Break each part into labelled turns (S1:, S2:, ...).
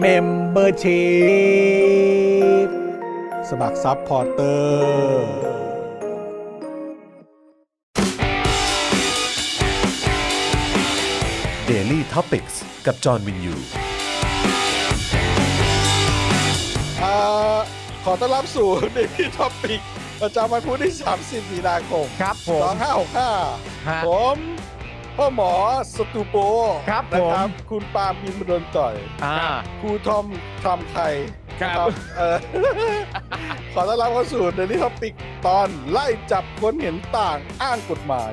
S1: เมมเบอร์ชีพสมัครซัพพอร์เตอร์
S2: Daily t o p i c กกับจอห์นวินยู
S3: อ่าขอต้อนรับสู่ d ด i ี y ท็อปิกประจำวันพุธที่ 30 มีนาคม
S4: ครับผม ฮะ
S3: 2565 ผมพ่อหมอสตูโบ
S4: ครับผม
S3: นะคุณปาล์มอินทร์ดนต่อย
S4: อ่า
S3: ครูทอมทำไทย
S4: ครับ
S3: เอ่อ ขอต้อนรับเข้าสู่ d ด i ี y ท็อปิกตอนไล่จับคนเห็นต่างอ้างกฎหมาย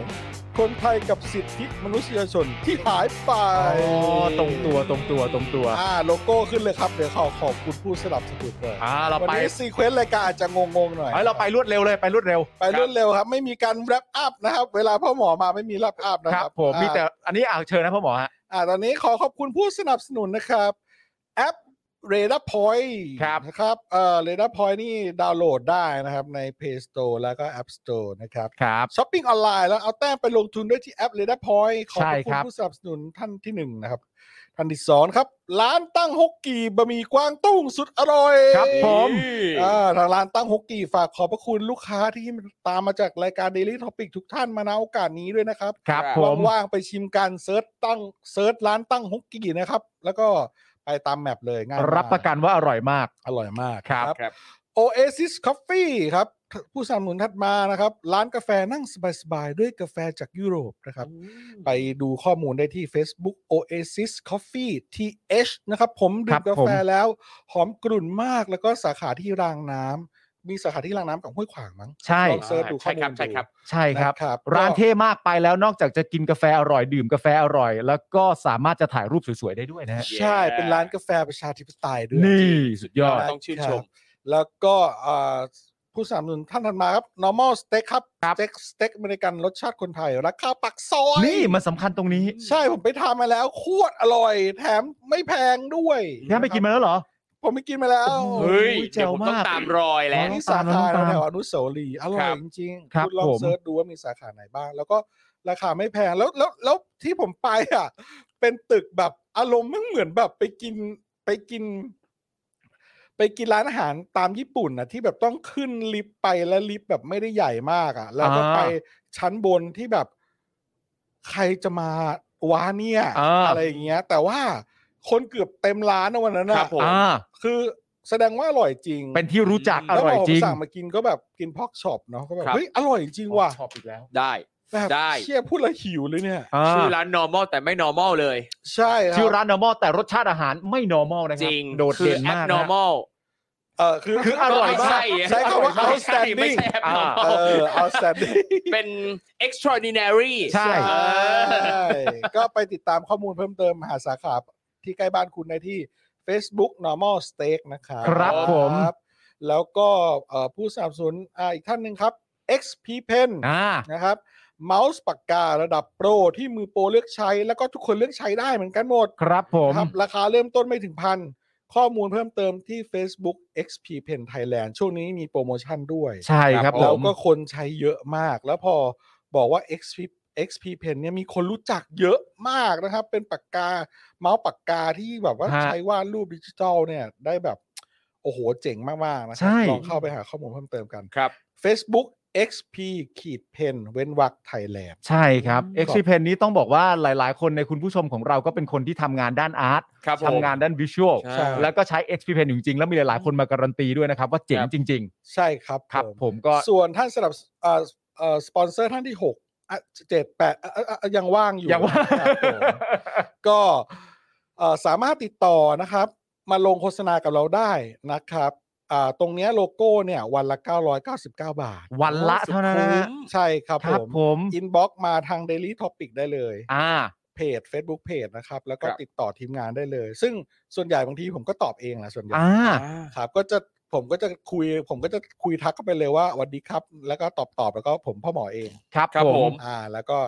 S3: คนไทยกับสิทธิมนุษยชนที่หายไป
S4: อ๋อตรงตัวตรงตัวตรงตัว
S3: อ่าโลโก้ขึ้นเลยครับ เดี๋ยวขอขอบคุณผู้สนับสนุนเลย
S4: อ่าเรา
S3: วัน
S4: ไป
S3: นี้ซีเควนต์รายการอาจจะงงๆหน่อย
S4: เฮ้ยเราไปรวดเร็วเลยไปรวดเร็ว
S3: ไปรวดเร็วครับ ไม่มีการแรปอัพนะครับ เวลาพ่อหมอมาไม่มีแรปอัพนะ
S4: ค
S3: ค
S4: รั
S3: รั
S4: บบ ผม
S3: อ่า
S4: มีแต่อันนี้อ่าเชิญนะพ่อหมอฮะ
S3: อ่าตอนนี้ขอขอบคุณผู้สนับสนุนนะครับแอปเรดาร์พอย
S4: ครับ
S3: นะครับเอ่อเรดาร์พอยนี่ดาวน์โหลดได้นะครับใน Play Store แล้วก็ App Store นะครับ
S4: ครับ
S3: ช้อปปิ้งออนไลน์แล้วเอาแต้มไปลงทุนด้วยที่แอปเรดาร์พอยขอบ
S4: ใช่
S3: คุ
S4: ค
S3: ณ
S4: รับ
S3: ผู้สนับสนุนท่านที่หนึ่งนะครับท่านที่สองครับ ร้านตั้งฮกกีบะหมี่กวางตุ้งสุดอร่อย
S4: ครับผม
S3: อ่าทางร้านตั้งฮกกีฝากขอบพระคุณลูกค้าที่ตามมาจากรายการ Daily Topic ทุกท่านมาณโอกาสนี้ด้วยนะครับ
S4: ครับผม
S3: ว่างๆไปชิมกันเซิร์ชตั้งเซิร์ชร้านตั้งฮกกีนะครับ แล้วก็ไปตามแมปเลยง่ายมาก
S4: รับประกันว่าอร่อยมาก
S3: อร่อยมาก
S4: ครับ
S3: ครับ Oasis Coffee ครับ ผู้สนับสนุนถัดมานะครับ ร้านกาแฟนั่งสบายๆ ด้วยกาแฟจากยุโรปนะครับ ไปดูข้อมูลได้ที่ Facebook Oasis Coffee TH นะครับ ผมดื่
S4: ครั
S3: ม
S4: บ
S3: กาแฟ
S4: ผม
S3: แล้ว หอมกลุ่นมาก แล้วก็สาขาที่รางน้ำมีสาขาที่รางน้ำกับห้วยขวางมั้ง
S4: ใช่
S3: ลองเซิร์ชดูข้อมูลดู
S5: ใช่ครับ
S4: ใช่ครับ
S3: นะครับ
S4: ร้าน
S3: ก็
S4: เท่มากไปแล้วนอกจากจะกินกาแฟอร่อยดื่มกาแฟอร่อย แล้วก็สามารถจะถ่ายรูปสวยๆได้ด้วยนะฮะ
S3: ใช่ เป็นร้านกาแฟประชาธิปไตยด้วย
S4: นี่สุดยอด
S3: ะ
S5: ต้องชื่น
S3: ค
S5: ชม
S3: รับแล้วก็อ่าผู้สนับสนุนท่านถัดมาครับ normal steak ครับ steak steak อเมริกันรสชาติคนไทย ราคาปักซอย
S4: นี่มันสำคัญตรงนี้
S3: ใช่ผมไปทานมาแล้วโคตรอร่อย แถมไม่แพงด้วย
S4: ย่าไปกินมาแล้วเหรอ
S3: ผมไปกินมาแล้ว
S4: เฮ้
S5: เฮ้
S4: ย
S5: ย
S4: เจ๋
S5: เดี๋ยว
S4: ว
S5: ผม
S4: มาก
S5: ต้องตามรอยแหล้ว
S4: ต้
S3: ที่
S4: ง
S3: สา
S4: ตามแล้วต้
S3: ขา
S4: องตาม
S3: แถวอนุสาวรีย์อร่อ
S5: ค
S3: ย
S5: รับ
S3: จริงๆ
S4: ครับ
S3: ณลอง
S4: ผม
S3: เซิร์ชดูว่ามีสาขาไหนบ้าง แล้วก็ราคาไม่แพงแล้วแล้วแล้วที่ผมไปอ่ะ เป็นตึกแบบอารมณ์มันเหมือนแบบไปกินไปกิน ไปกินร้านอาหารตามญี่ปุ่นนะที่แบบต้องขึ้นลิฟต์ไปแล้วลิฟต์แบบไม่ได้ใหญ่มากอ่ะ แล้วก็ไปชั้นบนที่แบบ ใครจะมาวะเนี่ย
S4: อ่า
S3: อะไรอย่างเงี้ย แต่ว่าคนเกือบเต็มร้านนะวันนั้น
S5: ครั
S3: อ่ะ
S5: บผม
S4: อ่า
S3: คือแสดงว่าอร่อยจริง
S4: เป็นที่รู้จักอ
S3: แล้ว
S4: ร่อย
S3: พอผ
S4: จ
S3: ม
S4: ริง
S3: สั่งมากินก็แบบกินพอกช็อปเนาะก็แบบ
S5: ครับ
S3: เฮ้ยอร่อยจริงว่ะ
S4: ชอบอีกแล้ว
S5: ได้
S3: แบบ
S5: ได้
S3: เชี่ยพูดแล้วหิวเลยเนี่ย
S5: ชื่อร้าน normal แต่ไม่ normal เลย
S3: ใช่คบ
S4: ชื่อร้าน normal แต่รสชาติอาหารไม่ normal นะค
S5: จ
S4: รับ
S5: ริง
S4: โดด
S5: คือ
S4: เด่นมากนะ
S5: abnormal
S3: เออคือ
S4: คืออร่อยมาก
S5: ไม่
S3: ใช้
S5: ใช่
S3: คำว่า
S5: ไม่ใช่ไม่
S3: outstanding
S5: ใช่ abnormal
S3: เออ outstanding
S5: เป็น extraordinary
S4: ใช่
S3: ใช่
S5: เออ
S3: ก็ไปติดตามข้อมูลเพิ่มเติมหาสาขาที่ใกล้บ้านคุณในที่ Facebook normal steak นะครับ
S4: ครับผม
S3: แล้วก็เอ่อผู้สนับสนุนอ่าอีกท่านหนึ่งครับ XP Pen
S4: อ่า
S3: นะครับเมาส์ปากการะดับโปรที่มือโปรเลือกใช้แล้วก็ทุกคนเลือกใช้ได้เหมือนกันหมด
S4: ครับผม
S3: ครับราคาเริ่มต้นไม่ถึงพันข้อมูลเพิ่มเติมที่ Facebook XP Pen Thailand ช่วงนี้มีโปรโมชั่นด้วย
S4: ใช่ครับผ
S3: แล้ว
S4: ม
S3: ก็คนใช้เยอะมาก แล้วพอบอกว่า XP XP Pen เนี่ยมีคนรู้จักเยอะมากนะครับ เป็นปากกาเมาส์ปากกาที่แบบว่า
S4: ฮะ
S3: ใช้วาดรูปดิจิทัลเนี่ยได้แบบ โอ้โหเจ๋งมากๆนะครั
S4: ใช่
S3: ลองเข้าไปหาข้อมูลเพิ่มเติมกัน
S5: ครับ
S3: Facebook xp ขีดเพนเว้นวักไทยแลนด์
S4: ใช่ครับ
S3: อืม
S4: x p e n นี้ต้องบอกว่าหลาย ๆ คนในคุณผู้ชมของเราก็เป็นคนที่ทำงานด้านอาร์ต
S5: ครับผม
S4: ทำงานด้านวิชวล
S5: ใช่
S4: แล้วก็ใช้ x p e n จริง ๆ แล้วมีหลาย ๆ คนมาการันตีด้วยนะครับ ว่าเจ๋ง
S5: ครับ
S4: จริง
S3: ใช่ครับ
S4: ๆ ครับ
S3: ผม
S4: ผมก็
S3: ส่วนท่านสลับเอ่อเอ่อสปอนเซอร์ท่านที่หกอ่ะเจ็ดแปดอ่ะอ่ะอ่ะยังว่างอยู่
S4: ยังว่าง
S3: ครับ ผมก็เอ่อสามารถติดต่อนะครับ มาลงโฆษณากับเราได้นะครับอ่าตรงเนี้ยโลโก้เนี่ยวันละ 999 บาท
S4: วันละเท่านั้นนะฮะ
S3: ใช่ครับ
S4: ครับ
S3: ผม
S4: ผม
S3: อินบ็อกมาทาง Daily Topic ได้เลย
S4: อ่า
S3: เพจ Facebook เพจนะครับ แล้วก็
S5: ครับ
S3: ติดต่อทีมงานได้เลย ซึ่งส่วนใหญ่บางทีผมก็ตอบเองแหละส่วนใหญ่
S4: อ่า
S3: ครับก็จะผมก็จะคุย ผมก็จะคุยทักเข้าไปเลยว่าสวัสดีครับ แล้วก็ตอบตอบแล้วก็ผมพ่อหมอเอง
S4: ครับ
S5: ครับ
S4: ผ
S5: ผม ม
S3: อ่า แล้วก็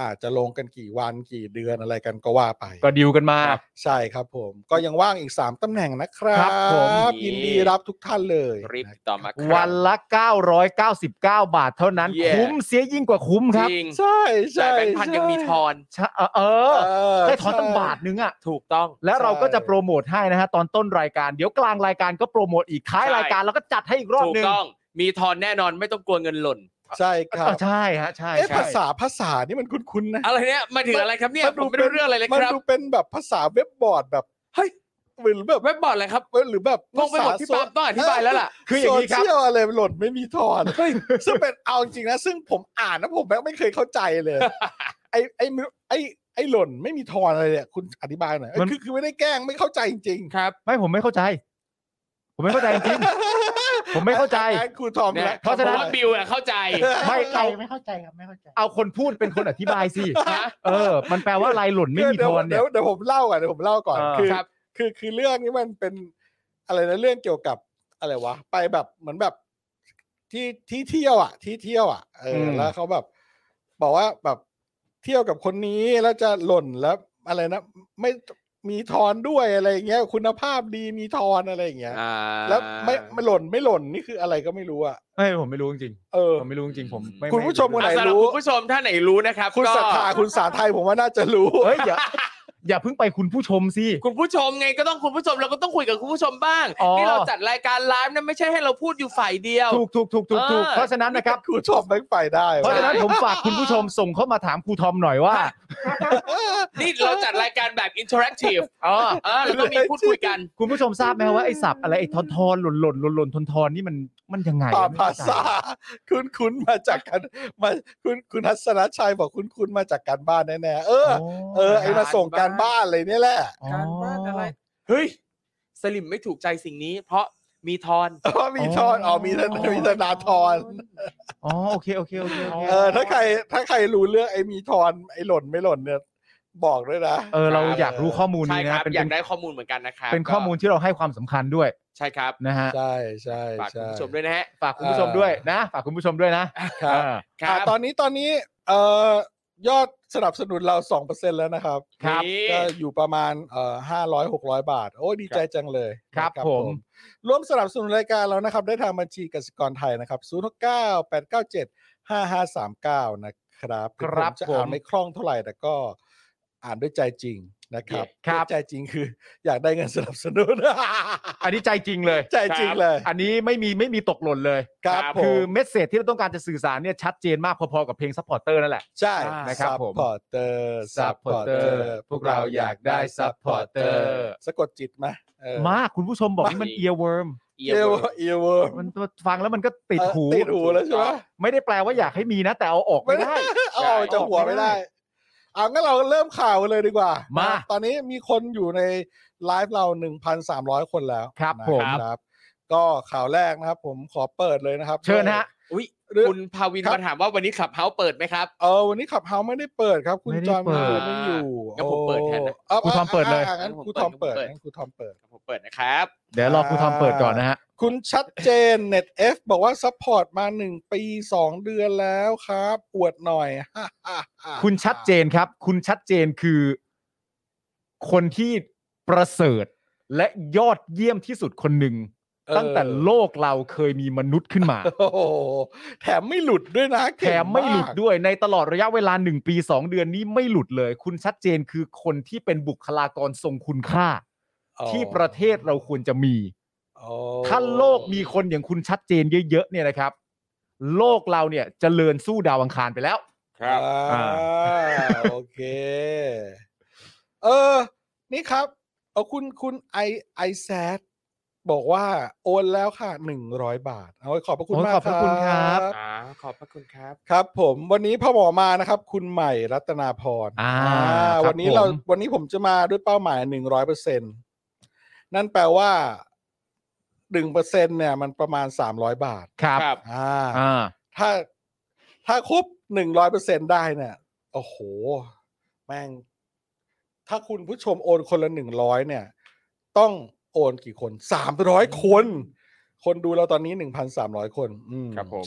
S3: อาจจะลงกันกี่วันกี่เดือนอะไรกันก็ว่าไป
S4: ก็ดิวกันมา
S5: ครับ
S3: ใช่ครับผม ก็ยังว่างอีก 3ตำแหน่งนะครั
S4: ครับผม
S3: บยินดีรับทุกท่านเลย
S5: รีบติดต่อมาครับ
S4: วันละ 999 บาทเท่านั้น
S5: เย้
S4: คุ้มเสียยิ่งกว่าคุ้มครับ
S5: จริง
S3: ใช่ใช่
S5: จ่ายแบงค์พันยังมีทอน
S4: ใช่เออเอ
S3: เอ
S4: อ
S3: อ
S4: ได้ทอนตั้งบาทนึงอ่ะ
S5: ถูกต้อง
S4: แล้วเราก็
S3: ใช่
S4: จะโปรโมทให้นะฮะ ตอนต้นรายการ เดี๋ยวกลางรายการก็โปรโมทอีกท้าย
S5: ใช่
S4: รายการแล้วก็จัดให้อีกรอบ
S5: ถูก
S4: หนึง
S5: ต้อง มีทอนแน่นอนไม่ต้องกลัวเงินหล่น
S3: ใช่ครับ
S4: เออใช่ฮะใช่
S3: เอ๊ะ
S4: ใช่
S3: ภาษาภาษานี่มันคุ้นๆนะ
S5: อะไรเนี่ยมาถึงอะไรครับเนี่ยผมไม่รู้เรื่องอะไรเลย
S3: มัน
S5: ครับ
S3: ดูเป็นแบบภาษาเว็บบอร์ดแบบ
S5: เฮ้ย
S3: หรือแบบ
S5: เว็บบอร์ดอะไรครับ
S3: เอ้ยหรือแบบ
S5: งงไปหมดพี่ปั๊บต้องอธิบายแล้วล่ะ
S4: คืออย่างนี้
S3: นี้
S4: ครับ
S3: อะไรหล่นไม่มีทอน ซึ่งเป็นเอาจริงนะ ซึ่งผมอ่านนะผมแม่งไม่เคยเข้าใจเลย ไอ้ไอ้ไม่รู้ไอ้ไอ้หล่นไม่มีทอนอะไรเนี่ยคุณอธิบายหน่อยเอ้ย
S4: มัน
S3: คือคือไม่ได้แกล้งไม่เข้าใจจริงๆ
S5: ครับ
S4: ไม่ผมไม่เข้าใจ ผมไม่เข้าใจจริง ผมไม่เข้าใจ
S3: อ่ะครูทอม
S5: เนี่ย
S3: แล้ว
S4: เพราะฉะนั้น
S5: ว่าบิวอะเข้าใจ
S4: ๆไม่เอา
S6: ไม่เข้าใจครับไม่เข้าใจ
S4: เอาคนพูดเป็นคนอธิบายสิ
S5: นะ
S4: เออ มันแปลว่าอะไรหล่นไม่มีทอนเนี่ย
S3: เดี๋ยวเดี๋ยวผมเล่าก่อนเดี๋ยวผมเล่าก่อน
S4: อ่า
S3: คือ
S5: ครับ
S3: คือคือเรื่องนี้มันเป็นอะไรนะเรื่องเกี่ยวกับอะไรวะไปแบบเหมือนแบบที่ที่เที่ยวอ่ะ ที่เที่ยวอ่ะเอออ
S4: ม
S3: แล้วเขาแบบ บอกว่าแบบเที่ยวกับคนนี้แล้วจะหล่นแล้วอะไรนะ ไม่มีทอนด้วยอะไรอย่างเงี้ย คุณภาพดีมีทอนอะไรอย่างเงี้ย
S5: อ่า
S3: แล้วไม่ไม่หล่นไม่หล่นนี่คืออะไรก็ไม่รู้อ่ะ
S4: ไม่ผมไม่รู้จริง
S3: เออ
S4: ผมไม่รู้จริงผมไม่
S3: คุณผู้ชมคน
S5: อ่ะสำหรับคุณผู้ชมท่านไหนรู้นะครับ
S3: คุณ
S5: ก็
S3: ศรัทธาคุณสาไทยผมว่าน่าจะรู้
S4: เฮ้ยอย่าอย่าเพิ่งไปคุณผู้ชมสิ
S5: คุณผู้ชมไงก็ต้องคุณผู้ชมเราก็ต้องคุยกับคุณผู้ชมบ้าง
S4: อ๋อ
S5: นี่เราจัดรายการไลฟ์นะไม่ใช่ให้เราพูดอยู่ฝ่ายเดียว
S4: ถูกถูกถูกถูกถูก
S5: เออ
S4: เพราะฉะนั้นนะครับ
S3: คุณชอบแบงค์ไปได้
S4: เพราะ
S3: วะ
S4: ฉะนั้นผมฝากคุณผู้ชมส่งเข้ามาถามครูทอมหน่อยว่า
S5: นี่เราจัดรายการแบบอินเทอร์แอคทีฟอ๋อแล้วก็มีพูดคุยกัน
S4: คุณผู้ชมทราบไหมว่าไอ้สับอะไรไอ้ทอนทอนๆหล่นหล่นหล่นหล่นทอนทอนๆนี่มันมันยังไง
S3: ตา
S4: อะ
S3: ม
S4: ไม่
S3: ภา
S4: เข้าใจ
S3: ษาคุณคุณมาจากการมาคุณคุณทัศนชัยบอกคุณคุณมาจากการบ้านแน่ๆเออ เออไอ้มาส่งการบ้านเลยเนี่ยแหละ
S4: อ๋อ
S5: การบ้านอะไร เฮ้ย สลิมไม่ถูกใจสิ่งนี้ เพราะมีทอน
S3: เพราะมีทอนอ๋อมีธนมีธนาธร
S4: อ๋อโอเคโอเคโอเคโอเค
S3: เออถ้าใครถ้าใครรู้เรื่องไอ้มีทอนไอ้หล่นไม่หล่นเนี่ยบอกด้วยนะ
S4: เออเรา
S5: ครับ
S4: อยากรู้ข้อมูล
S5: ใช่
S4: นี้
S5: ค
S4: นะ
S5: รับ
S4: เป็น
S5: อยาก
S4: เป็น
S5: ได้ข้อมูลเหมือนกันนะครับ
S4: เป็นข้อมูลที่เราให้ความสำคัญด้วย
S5: ใช่ครับ
S4: นะฮะ
S3: ใช่ใช่
S5: ฝากคุ
S3: ใช่
S5: ณผู้ชมด้วยนะฮะ
S4: ฝากคุณผู้ชมด้วยนะ ฝากคุณผู้ชมด้วยนะครับ เออ
S5: ค
S3: อ่ะ
S5: รับ
S3: ตอนนี้ตอนนี้เอ่อยอดสนับสนุนเราสองเปอร์เซ็นแล้วนะครับ
S5: นี่
S3: ก็อยู่ประมาณเอ่อห้าร้อยหกร้อยบาท โอ้ดีใจจังเลย
S4: ครับ
S3: นะ
S4: ผม
S3: ร่วมสนับสนุนรายการเรานะครับ ได้ทางบัญชีกสิกรไทยนะครับศูนย์หกเก้าแปดเก้าเจ็ดห้าห้าสามเก้านะครับถึง
S4: ครับ
S3: จะ
S4: ผม
S3: อ่านไม่คล่องเท่าไหร่แต่ก็อ่านด้วยใจจริงนะครับ
S4: ครับ
S3: ด้วยใจจริงคือ อยากได้เงินสนับสนุ น
S4: อันนี้ใจจริงเลย
S3: ใจจริงเลย
S4: อันนี้ไม่มีไม่มีตกหล่นเลย
S3: ครับผ
S4: คือ
S3: ม
S4: เมสเซจที่เราต้องการจะสื่อสารเนี่ยชัดเจนมากพอๆกับเพลงซัพพอร์เตอร์นั่นแหละ
S3: ใช่
S4: นะครับผม
S3: พอร์เตอร์ซัพพอร์เตอร์ สะกดจิตไหมเออ
S4: มากคุณผู้ชมบอกนี่มันเอียเวิร์ม
S5: เอีย
S3: เอียว ว
S5: เวิ
S3: เอียวเวิ
S5: ร์ม
S3: ร์ม
S4: มันฟังแล้วมันก็ติด
S3: เอ่อ
S4: หู
S3: ติดหูแล้วใช่ไหม
S4: ไม่ได้แปลว่าอยากให้มีนะ แต่เอาออกไม่ได้
S3: เอาออกจากหัวไม่ได้เอางั้นเราเริ่มข่าวกันเลยดีกว่า
S4: มา
S3: าตอนนี้มีคนอยู่ในไลฟ์เรา 1,300 คนแล้ว
S4: ครับ
S3: นะ
S4: ผม
S3: ครับ ก็ข่าวแรกนะครับ ผมขอเปิดเลยนะครับ
S4: เชิญฮะ
S5: อุ๊ย
S3: เรื่อง
S5: คุณภาวิน
S3: ครับ
S5: มาถามว่าวันนี้ขับเฮาเปิดไหมครับ
S3: เออวันนี้ขับเฮาไม่ได้เปิดครับ คุณ
S4: ไม่ได้
S3: จอห์น
S4: เปิด
S3: ไม่อยู่
S5: งั้นผมเปิดแทนนะ
S3: โอ้
S4: ครูทอมเปิดเลย
S3: าางั้นครูทอมเปิดงั้นครูทอมเปิด
S5: ผมเปิดนะครับ
S4: เดี๋ยวรอครูทอมเปิดก่อนนะฮะ
S3: คุณชัดเจน NetF บอกว่าซัพพอร์ตมาหนึ่งปีสองเดือนแล้วครับ อวดหน่อย
S4: คุณชัดเจนครับ คุณชัดเจนคือ คนที่ประเสริฐ และยอดเยี่ยมที่สุดคนหนึ่ง
S3: เออ
S4: ตั้งแต่โลกเราเคยมีมนุษย์ขึ้ นมา
S3: โอ้โหแถมไม่หลุดด้วยนะ
S4: แถมไม่หลุด
S3: เก่งาก
S4: ด้วยในตลอดระยะเวลา 1 ปี 2 เดือนนี้ไม่หลุดเลย คุณชัดเจนคือคนที่เป็นบุคลากรทรงคุณค่า ที่ประเทศเราควรจะมี
S3: โอ้
S4: ถ้าโลกมีคนอย่างคุณชัดเจนเยอะๆเนี่ยนะครับ โลกเราเนี่ยเจริญสู้ดาวอังคารไปแล้ว
S5: ครับ
S3: อ่าโอเค เออ นี่ครับ เอาคุณคุณไอไอแซดบอกว่าโอนแล้วค่ะหนึ่งร้อยบาท เอาไว้ขอบพระคุณ
S4: โอ้ย
S3: มาก
S4: ขอบพระคุณครับ
S5: อ่า ขอบพระคุณครับ
S3: ครับ ผมวันนี้พ่อหมอมานะครับ คุณใหม่รัตนาพร
S4: อ่า
S3: อ่า
S4: คบ
S3: วันนี้เรา
S4: ผม
S3: วันนี้ผมจะมาด้วยเป้าหมายหนึ่งร้อยเปอร์เซ็นนั่นแปลว่าหนึ่งเปอร์เซ็นเนี่ย มันประมาณสามร้อยบาท
S4: ครับ
S5: ครับ
S3: อ่า
S4: อ่า
S3: ถ้าถ้าครบหนึ่งร้อยเปอร์เซ็นได้เนี่ยโอ้โห แม่ง ถ้าคุณผู้ชมโอนคนละหนึ่งร้อยเนี่ย ต้องโอนกี่คนสามร้อยคน คนดูเราตอนนี้หนึ่งพันสามร้อยคนอืม
S5: ครับผม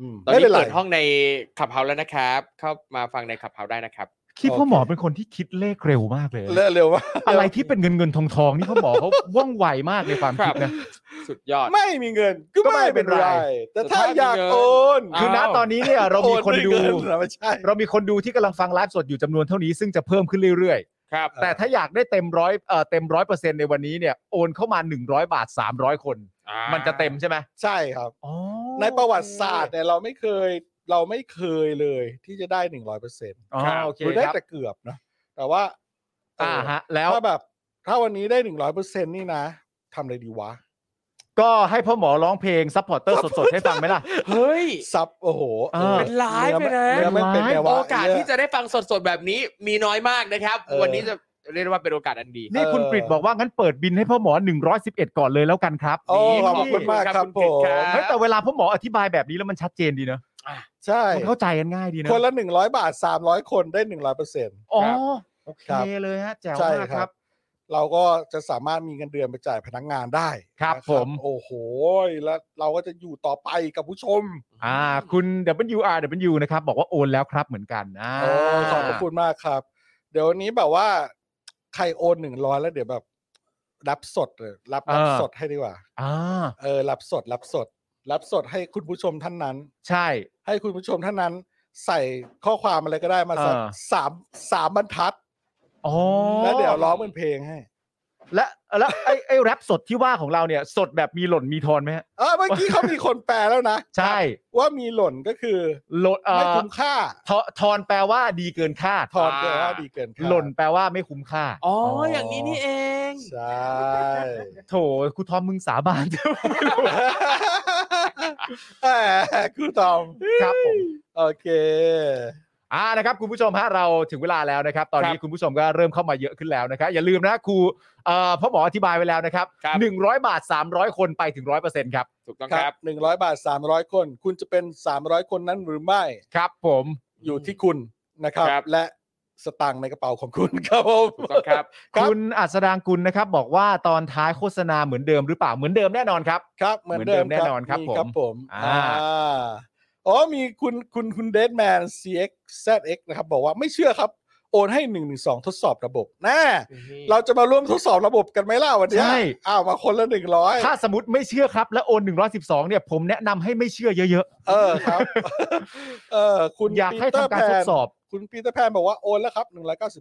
S3: อืม
S5: ตอน
S3: ไม่
S5: นี้
S3: เป็นไร
S5: เปิดห้องในขับเฮาแล้วนะครับ เข้ามาฟังในขับเฮาได้นะครับ
S4: คิดพ่อหมอ
S3: โอเค
S4: เป็นคนที่คิดเลขเร็วมากเลย
S3: เลอะเร็วว่า
S4: อะไรที่เป็นเงินเงินทองทองนี่พ่อหมอเขา ว่องไวมากในความคิดนะ
S5: สุดยอด
S3: ไม่มีเงินก็
S4: ก็ไม่
S3: ไม่เป็น
S4: เป็น
S3: ไร
S4: ไร
S3: แต่ถ้าอยาก
S5: แต่ถ้ามีเงิน
S3: โอน
S4: คือณ
S5: อ้าว
S4: ตอนนี้เนี่ยเรามีคนดู
S3: โอด้วยเงิเหรอไม่ใช่
S4: เรามีคนดูที่กำลังฟังไลฟ์สดอยู่จำนวนเท่านี้ซึ่งจะเพิ่มขึ้นเรื่อย
S5: ครับ
S4: ๆ แต่ถ้าอยากได้เต็มร้อยเอ่อเต็มร้อยเปอร์เซ็นต์ในวันนี้เนี่ยโอนเข้ามา 100 บาท 300 คน
S5: อ่า
S4: มันจะเต็มใช่ไหม
S3: ใช่ครับ
S4: อ๋อ
S3: ในประวัติศาสตร์เนี่ยเราไม่เคย เราไม่เคยเลยที่จะได้หนึ่งร้อยเปอร์เซ็น
S4: อ๋อโอเค
S3: หรือได้
S4: ครับ
S3: แต่เกือบนะแต่ว่าเออ
S4: อ่า
S3: อ
S4: ฮะ แล้ว
S3: ถ้าแบบ ถ้าวันนี้ได้หนึ่งร้อยเปอร์เซ็นนี่นะทำอะไรดีวะ
S4: ก็ให้พ่อหมอร้องเพลงซัพพอร์เตอร์สดๆ ให้ฟังไหมล่ะ
S5: เฮ้ย
S3: ซับ โอ้โห
S4: เออ
S5: เป็นไลฟ์เลยนะ
S3: เนื้อไม่เป็นไงวะ
S5: โอกาสที่
S3: เนี่ย
S5: จะได้ฟังสดๆแบบนี้มีน้อยมากนะครับ
S3: เออ
S5: วันนี้จะเรียกได้ว่าเป็นโอกาสอันดี
S4: นี่คุณ
S3: เออ
S4: กริดบอกว่างั้นเปิดบินให้พ่อหมอ 111 ก่อนเลยแล้วกันครับ
S3: โอ้
S5: นี่
S3: ขอบ
S5: ขอบคุ
S3: คุณ ณมาก
S5: ครับ
S3: ครับผ
S5: คุณ
S3: ม
S5: เกศครับ
S4: เฮ้ยแต่เวลาพ่อหมออธิบายแบบนี้แล้วมันชัดเจนดีเนอะ
S3: ใช่
S4: มันเข้าใจกันง่ายดีเนอะ
S3: คนละหนึ่งร้อยบาทสามร้อยคนได้หนึ่งร้อยเปอร์เซ็น
S4: อ๋อโอเค
S3: ครับ
S4: เลยฮะแจ๋ว
S3: ใช่
S4: มาก
S3: ค
S4: ค
S3: รั
S4: รับ บ
S3: เราก็จะสามารถมีเงินเดือนไปจ่ายพนักงานได้
S4: ครับ
S3: นะ
S4: ผม
S3: โอ้โหแล้วเราก็จะอยู่ต่อไปกับผู้ชม
S4: อ่า คุณ WRW นะครับ บอกว่าโอนแล้วครับเหมือนกันนะ
S3: โอ้ขอบพระคุณมากครับ เดี๋ยววันนี้แบบว่า ใครโอนหนึ่งร้อยแล้วเดี๋ยวแบบ รับสดเลยรับรับสดให้ดีกว่า
S4: อ่า
S3: เออรับสดรับสด รับสดให้คุณผู้ชมท่านนั้น
S4: ใช่
S3: ให้คุณผู้ชมท่านนั้น ใส่ข้อความอะไรก็ได้มาสัก
S4: เออ
S3: สามสามบรรทัด
S4: อ๋อ
S3: แล้วเดี๋ยวร้องเป็นเพลงให้
S4: และแล้วไอ้ไอ้แรปสดที่ว่าของเราเนี่ย สดแบบมีหล่นมีทอนไหมฮะ
S3: เออเมื่อกี้เขามีคนแปลแล้วนะ
S4: ใช่
S3: ว่ามีหล่นก็คือ
S4: หล่นเอ่
S3: ไม่
S4: อ
S3: คุ้มค่า
S4: ทอทอนแปลว่าดีเกินคาด
S3: ถอนแปลว่าดีเกินค่า
S4: หล่นแปลว่าไม่คุ้มค่า
S5: อ๋อ อย่างนี้นี่เอง
S3: ใช่
S4: โถครูทอมมึงสาบาน จะไม่รู้
S3: แหมครูตอม
S4: ครับผม
S3: โอเค
S4: อ่านะครับคุณผู้ชมฮะเราถึงเวลาแล้วนะครับ ตอนนี้คุณผู้ชมก็เริ่มเข้ามาเยอะขึ้นแล้วนะครับ อย่าลืมนะครูเอ่อพ่อหมออธิบายไว้แล้วนะครับ
S5: ครับ
S4: หนึ่งร้อยบาทสามร้อยคนไปถึงร้อยเปอร์เซ็นต์ครับ
S5: ถูกต้อง
S3: ค
S5: ค
S3: รั
S5: รั
S3: บบ หนึ่งร้อยบาทสามร้อยคน คุณจะเป็นสามร้อยคนนั้นหรือไม่
S4: ครับ ผม
S3: อยู่ที่คุณนะครับ
S5: ครับ
S3: และสตางค์ในกระเป๋าของคุณครับผม
S5: ถูกต้องครับ
S3: ครับ
S4: คุณอัศดางกุลนะครับ บอกว่าตอนท้ายโฆษณาเหมือนเดิมหรือเปล่าเหมือนเดิมแน่นอนครับ
S3: ครับ เหมือนเดิม
S4: เหมือนเดิมแน่นอนครับ
S3: มี
S4: ผม
S3: ครับผม
S4: อ่า
S3: อ่าอ๋อมีคุณคุณคุณเดดแมน CXZX นะครับ บอกว่าไม่เชื่อครับ โอนให้หนึ่งหนึ่งสองทดสอบระบบแน่เราจะมาร่วมทดสอบระบบกันไหมล่ะวันเนี้ย
S4: ใช่
S3: อ้าวมาคนละหนึ่งร้อย
S4: ถ้าสมมติไม่เชื่อครับ แล้วโอน112เนี่ยผมแนะนำให้ไม่เชื่อเยอะ
S3: เออ ครับ เออคุณ
S4: ๆ อยากให้
S3: ปีเต
S4: ทำการทด
S3: แพน
S4: สอบ
S3: คุณปีเตอร์แพนบอกว่าโอนแล้วครับ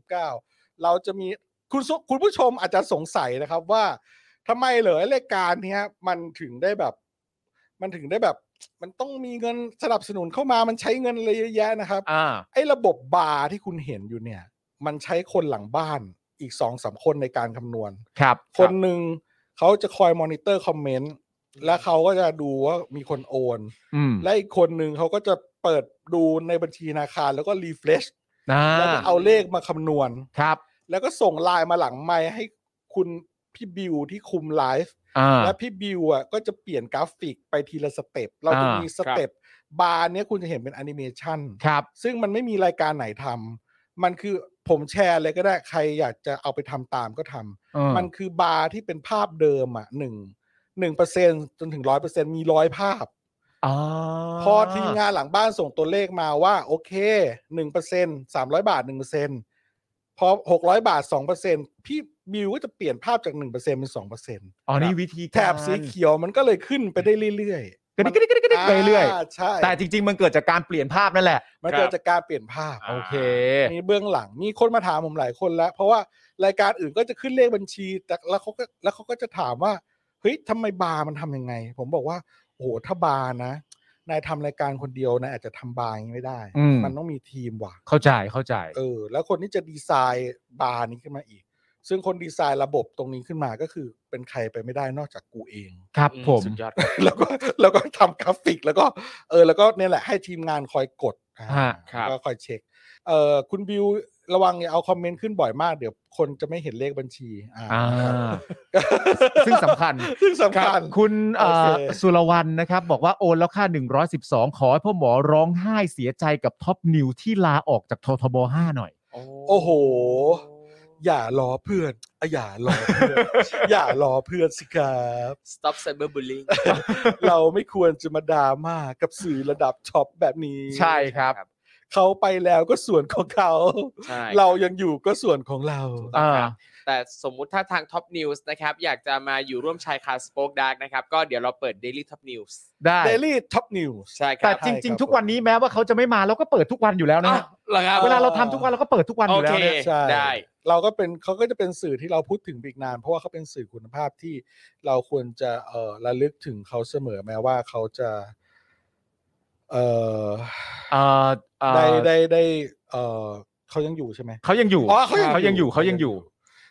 S3: 199 เราจะมีคุณสุคุณผู้ชมอาจจะสงสัยนะครับว่าทำไมเหรอรายการเนี้ยมันถึงได้แบบ มันถึงได้แบบ มันต้องมีเงินสนับสนุนเข้ามามันใช้เงินเลยเยอะแยะนะครับ
S4: อ่า
S3: ไอ้ระบบบาร์ที่คุณเห็นอยู่เนี่ย มันใช้คนหลังบ้านอีกสองสามคนในการคำนวณ
S4: ครับ
S3: คนหนึ่งเขาจะคอยมอนิเตอร์คอมเมนต์และเขาก็จะดูว่ามีคนโอน
S4: อืม
S3: และอีกคนหนึ่งเขาก็จะเปิดดูในบัญชีธนาคารแล้วก็รีเฟรช
S4: อ่า
S3: แล้วก็เอาเลขมาคำนวณ
S4: ครับ
S3: แล้วก็ส่งไลน์มาหลังไมค์ให้คุณพี่บิวที่คุมไลฟ์
S4: อ่า
S3: และพี่บิวอ่ะก็จะเปลี่ยนกราฟิกไปทีละสเต็ปเราจะ
S4: อ่ามี
S3: มีสเต็ปบาร์เนี้ยคุณจะเห็นเป็นแอนิเมชัน
S4: ครับ
S3: ซึ่งมันไม่มีรายการไหนทำมันคือผมแชร์เลยก็ได้ใครอยากจะเอาไปทำตามก็ทำ
S4: เออ
S3: มันคือบาร์ที่เป็นภาพเดิมอ่ะหนึ่งหนึ่งเปอร์เซ็นจนถึงร้อยเปอร์เซ็นมีร้อยภาพ
S4: อ่า
S3: พอทีมงานหลังบ้านส่งตัวเลขมาว่า โอเคหนึ่งเปอร์เซ็นสามร้อยบาทหนึ่งเปอร์เซ็นพอหกร้อยบาทสองเปอร์เซ็นพี่บิวก็จะเปลี่ยนภาพจากหนึ่งเปอร์เซ็นเป็นสองเปอร์เซ็น
S4: อ๋อนี่วิธีการ
S3: แถบสีเขียวมันก็เลยขึ้นไปได้เรื่อยๆ
S4: กระดิกกระดิกกระดิกกระดิกไปเรื่อย
S3: าใช่
S4: แต่จริงๆ มันเกิดจากการเปลี่ยนภาพนั่นแหละ
S3: มัน
S5: ครับ
S3: เกิดจากการเปลี่ยนภาพ
S4: โอเค
S3: มีเบื้องหลังมีคนมาถามผมหลายคนแล้ว เพราะว่ารายการอื่นก็จะขึ้นเลขบัญชีแต่แล้วเขาก็แล้วเขาก็จะถามว่าเฮ้ยทำไมบาร์มันทำยังไง ผมบอกว่าโอ้โหถ้าบาร์นะ นายทำรายการคนเดียวนายอาจจะทำบาร์อย่างนี้ไม่ได้
S4: อืม
S3: มันต้องมีทีมว่ะ
S4: เข้าใจเข้าใจ
S3: เออ แล้วคนที่จะดีไซน์บาร์นี้ขึ้นมาอีก ซึ่งคนดีไซน์ระบบตรงนี้ขึ้นมาก็คือเป็นใครไปไม่ได้นอกจากกูเอง
S4: ครับผม
S5: สุดยอด
S3: แล้วก็แล้วก็ทำกราฟิกแล้วก็เออแล้วก็เนี่ยแหละให้ทีมงานคอยกดอ่า
S4: ฮะ
S5: ครับ
S3: แล้วก็คอยเช็คเออคุณบิวระวังอย่าเอาคอมเมนต์ขึ้นบ่อยมาก เดี๋ยวคนจะไม่เห็นเลขบัญชีอ่า
S4: อ่า ซึ่งสำคัญ
S3: ซึ่งสำคัญ
S4: คุณเอ่อ
S3: โอเค
S4: สุรวรรณนะครับ บอกว่าโอนแล้วค่า 112 ขอให้พ่อหมอร้องไห้เสียใจกับท็อปนิวที่ลาออกจากททบ5หน่อย
S3: โอ้โห อย่ารอเพื่อนอ่ะอย่ารอเพื่อน อย่ารอเพื่อนสิครับ
S5: stop cyber bullying
S3: เราไม่ควรจะมาดราม่ากับสื่อระดับช็อปแบบนี้
S4: ใช่ครับ
S3: เขาไปแล้วก็ส่วนของเขา
S5: ใช่
S3: เรายังอยู่ก็ส่วนของเรา
S4: อ่า
S5: ครับแต่สมมุติถ้าทาง Top News นะครับ อยากจะมาอยู่ร่วมชายคาสโปกดาร์กนะครับ ก็เดี๋ยวเราเปิด Daily Top News
S4: ได้
S3: Daily Top News
S5: ใช่ค
S4: แต่
S5: รับ
S4: จริง
S3: ครับ
S4: ๆ ทุกวันนี้แม้ว่าเขาจะไม่มาเราก็เปิดทุกวันอยู่แล้วนะ
S5: อ้าว
S4: ฮะ
S5: เหรอครับ
S4: เวลาเราทำทุกวันเราก็เปิดทุกวันอยู่แล้ว
S5: โอ
S4: นะ
S5: เค
S3: ใช่
S5: ได้
S3: เราก็เป็นเขาก็จะเป็นสื่อที่เราพูดถึงไปอีกนาน เพราะว่าเขาเป็นสื่อคุณภาพที่เราควรจะเอ่อระลึกถึงเขาเสมอแม้ว่าเขาจะเอ่อ
S4: เอ่อเอ่อ
S3: ได้ได้ได้เอ่อเขายังอยู่ใช่ไหม
S4: เขายังอยู่
S3: อ๋อเขายังอยู่
S4: ยังอยู่เขายังอยู่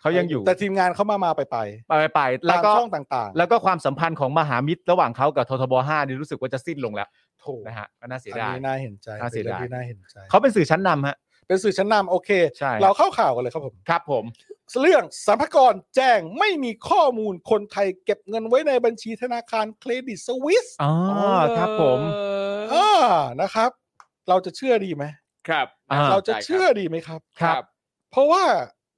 S4: เขายังอยู่
S3: แต่ทีมงานเขามามาไปไป
S4: ไปไปไป
S3: ๆ
S4: แล้วก็
S3: ตามช่องต่างๆ
S4: แล้วก็ความสัมพันธ์ของมหามิตรระหว่างเขากับททบ5นี่รู้สึกว่าจะสิ้นลงแล้ว
S3: โถูก
S4: นะฮะก็น่าเสีย
S3: อัน
S4: ดาย
S3: นี้น่าเห็นใจ
S4: น่าเสีย
S3: ป็น
S4: ดาย
S3: รื่องที่น่าเห็นใจ
S4: เขาเป็นสื่อชั้นนำฮะ
S3: เป็นสื่อชั้นนำโอเค
S4: ใช่
S3: เราเข้าข่าวกันเลยครับผม
S4: ครับผม
S3: เรื่องสัมภากรแจ้งไม่มีข้อมูลคนไทยเก็บเงินไว้ในบัญชีธนาคารเครดิตสวิส
S4: อ๋อครับผม
S5: เอ
S3: อ่า
S5: อ
S3: นะครับ เราจะเชื่อดีไหม
S5: ครับ
S4: อ่า
S3: เราจะเชื่อดีไหมครับ
S4: ครับ
S3: เพราะว่า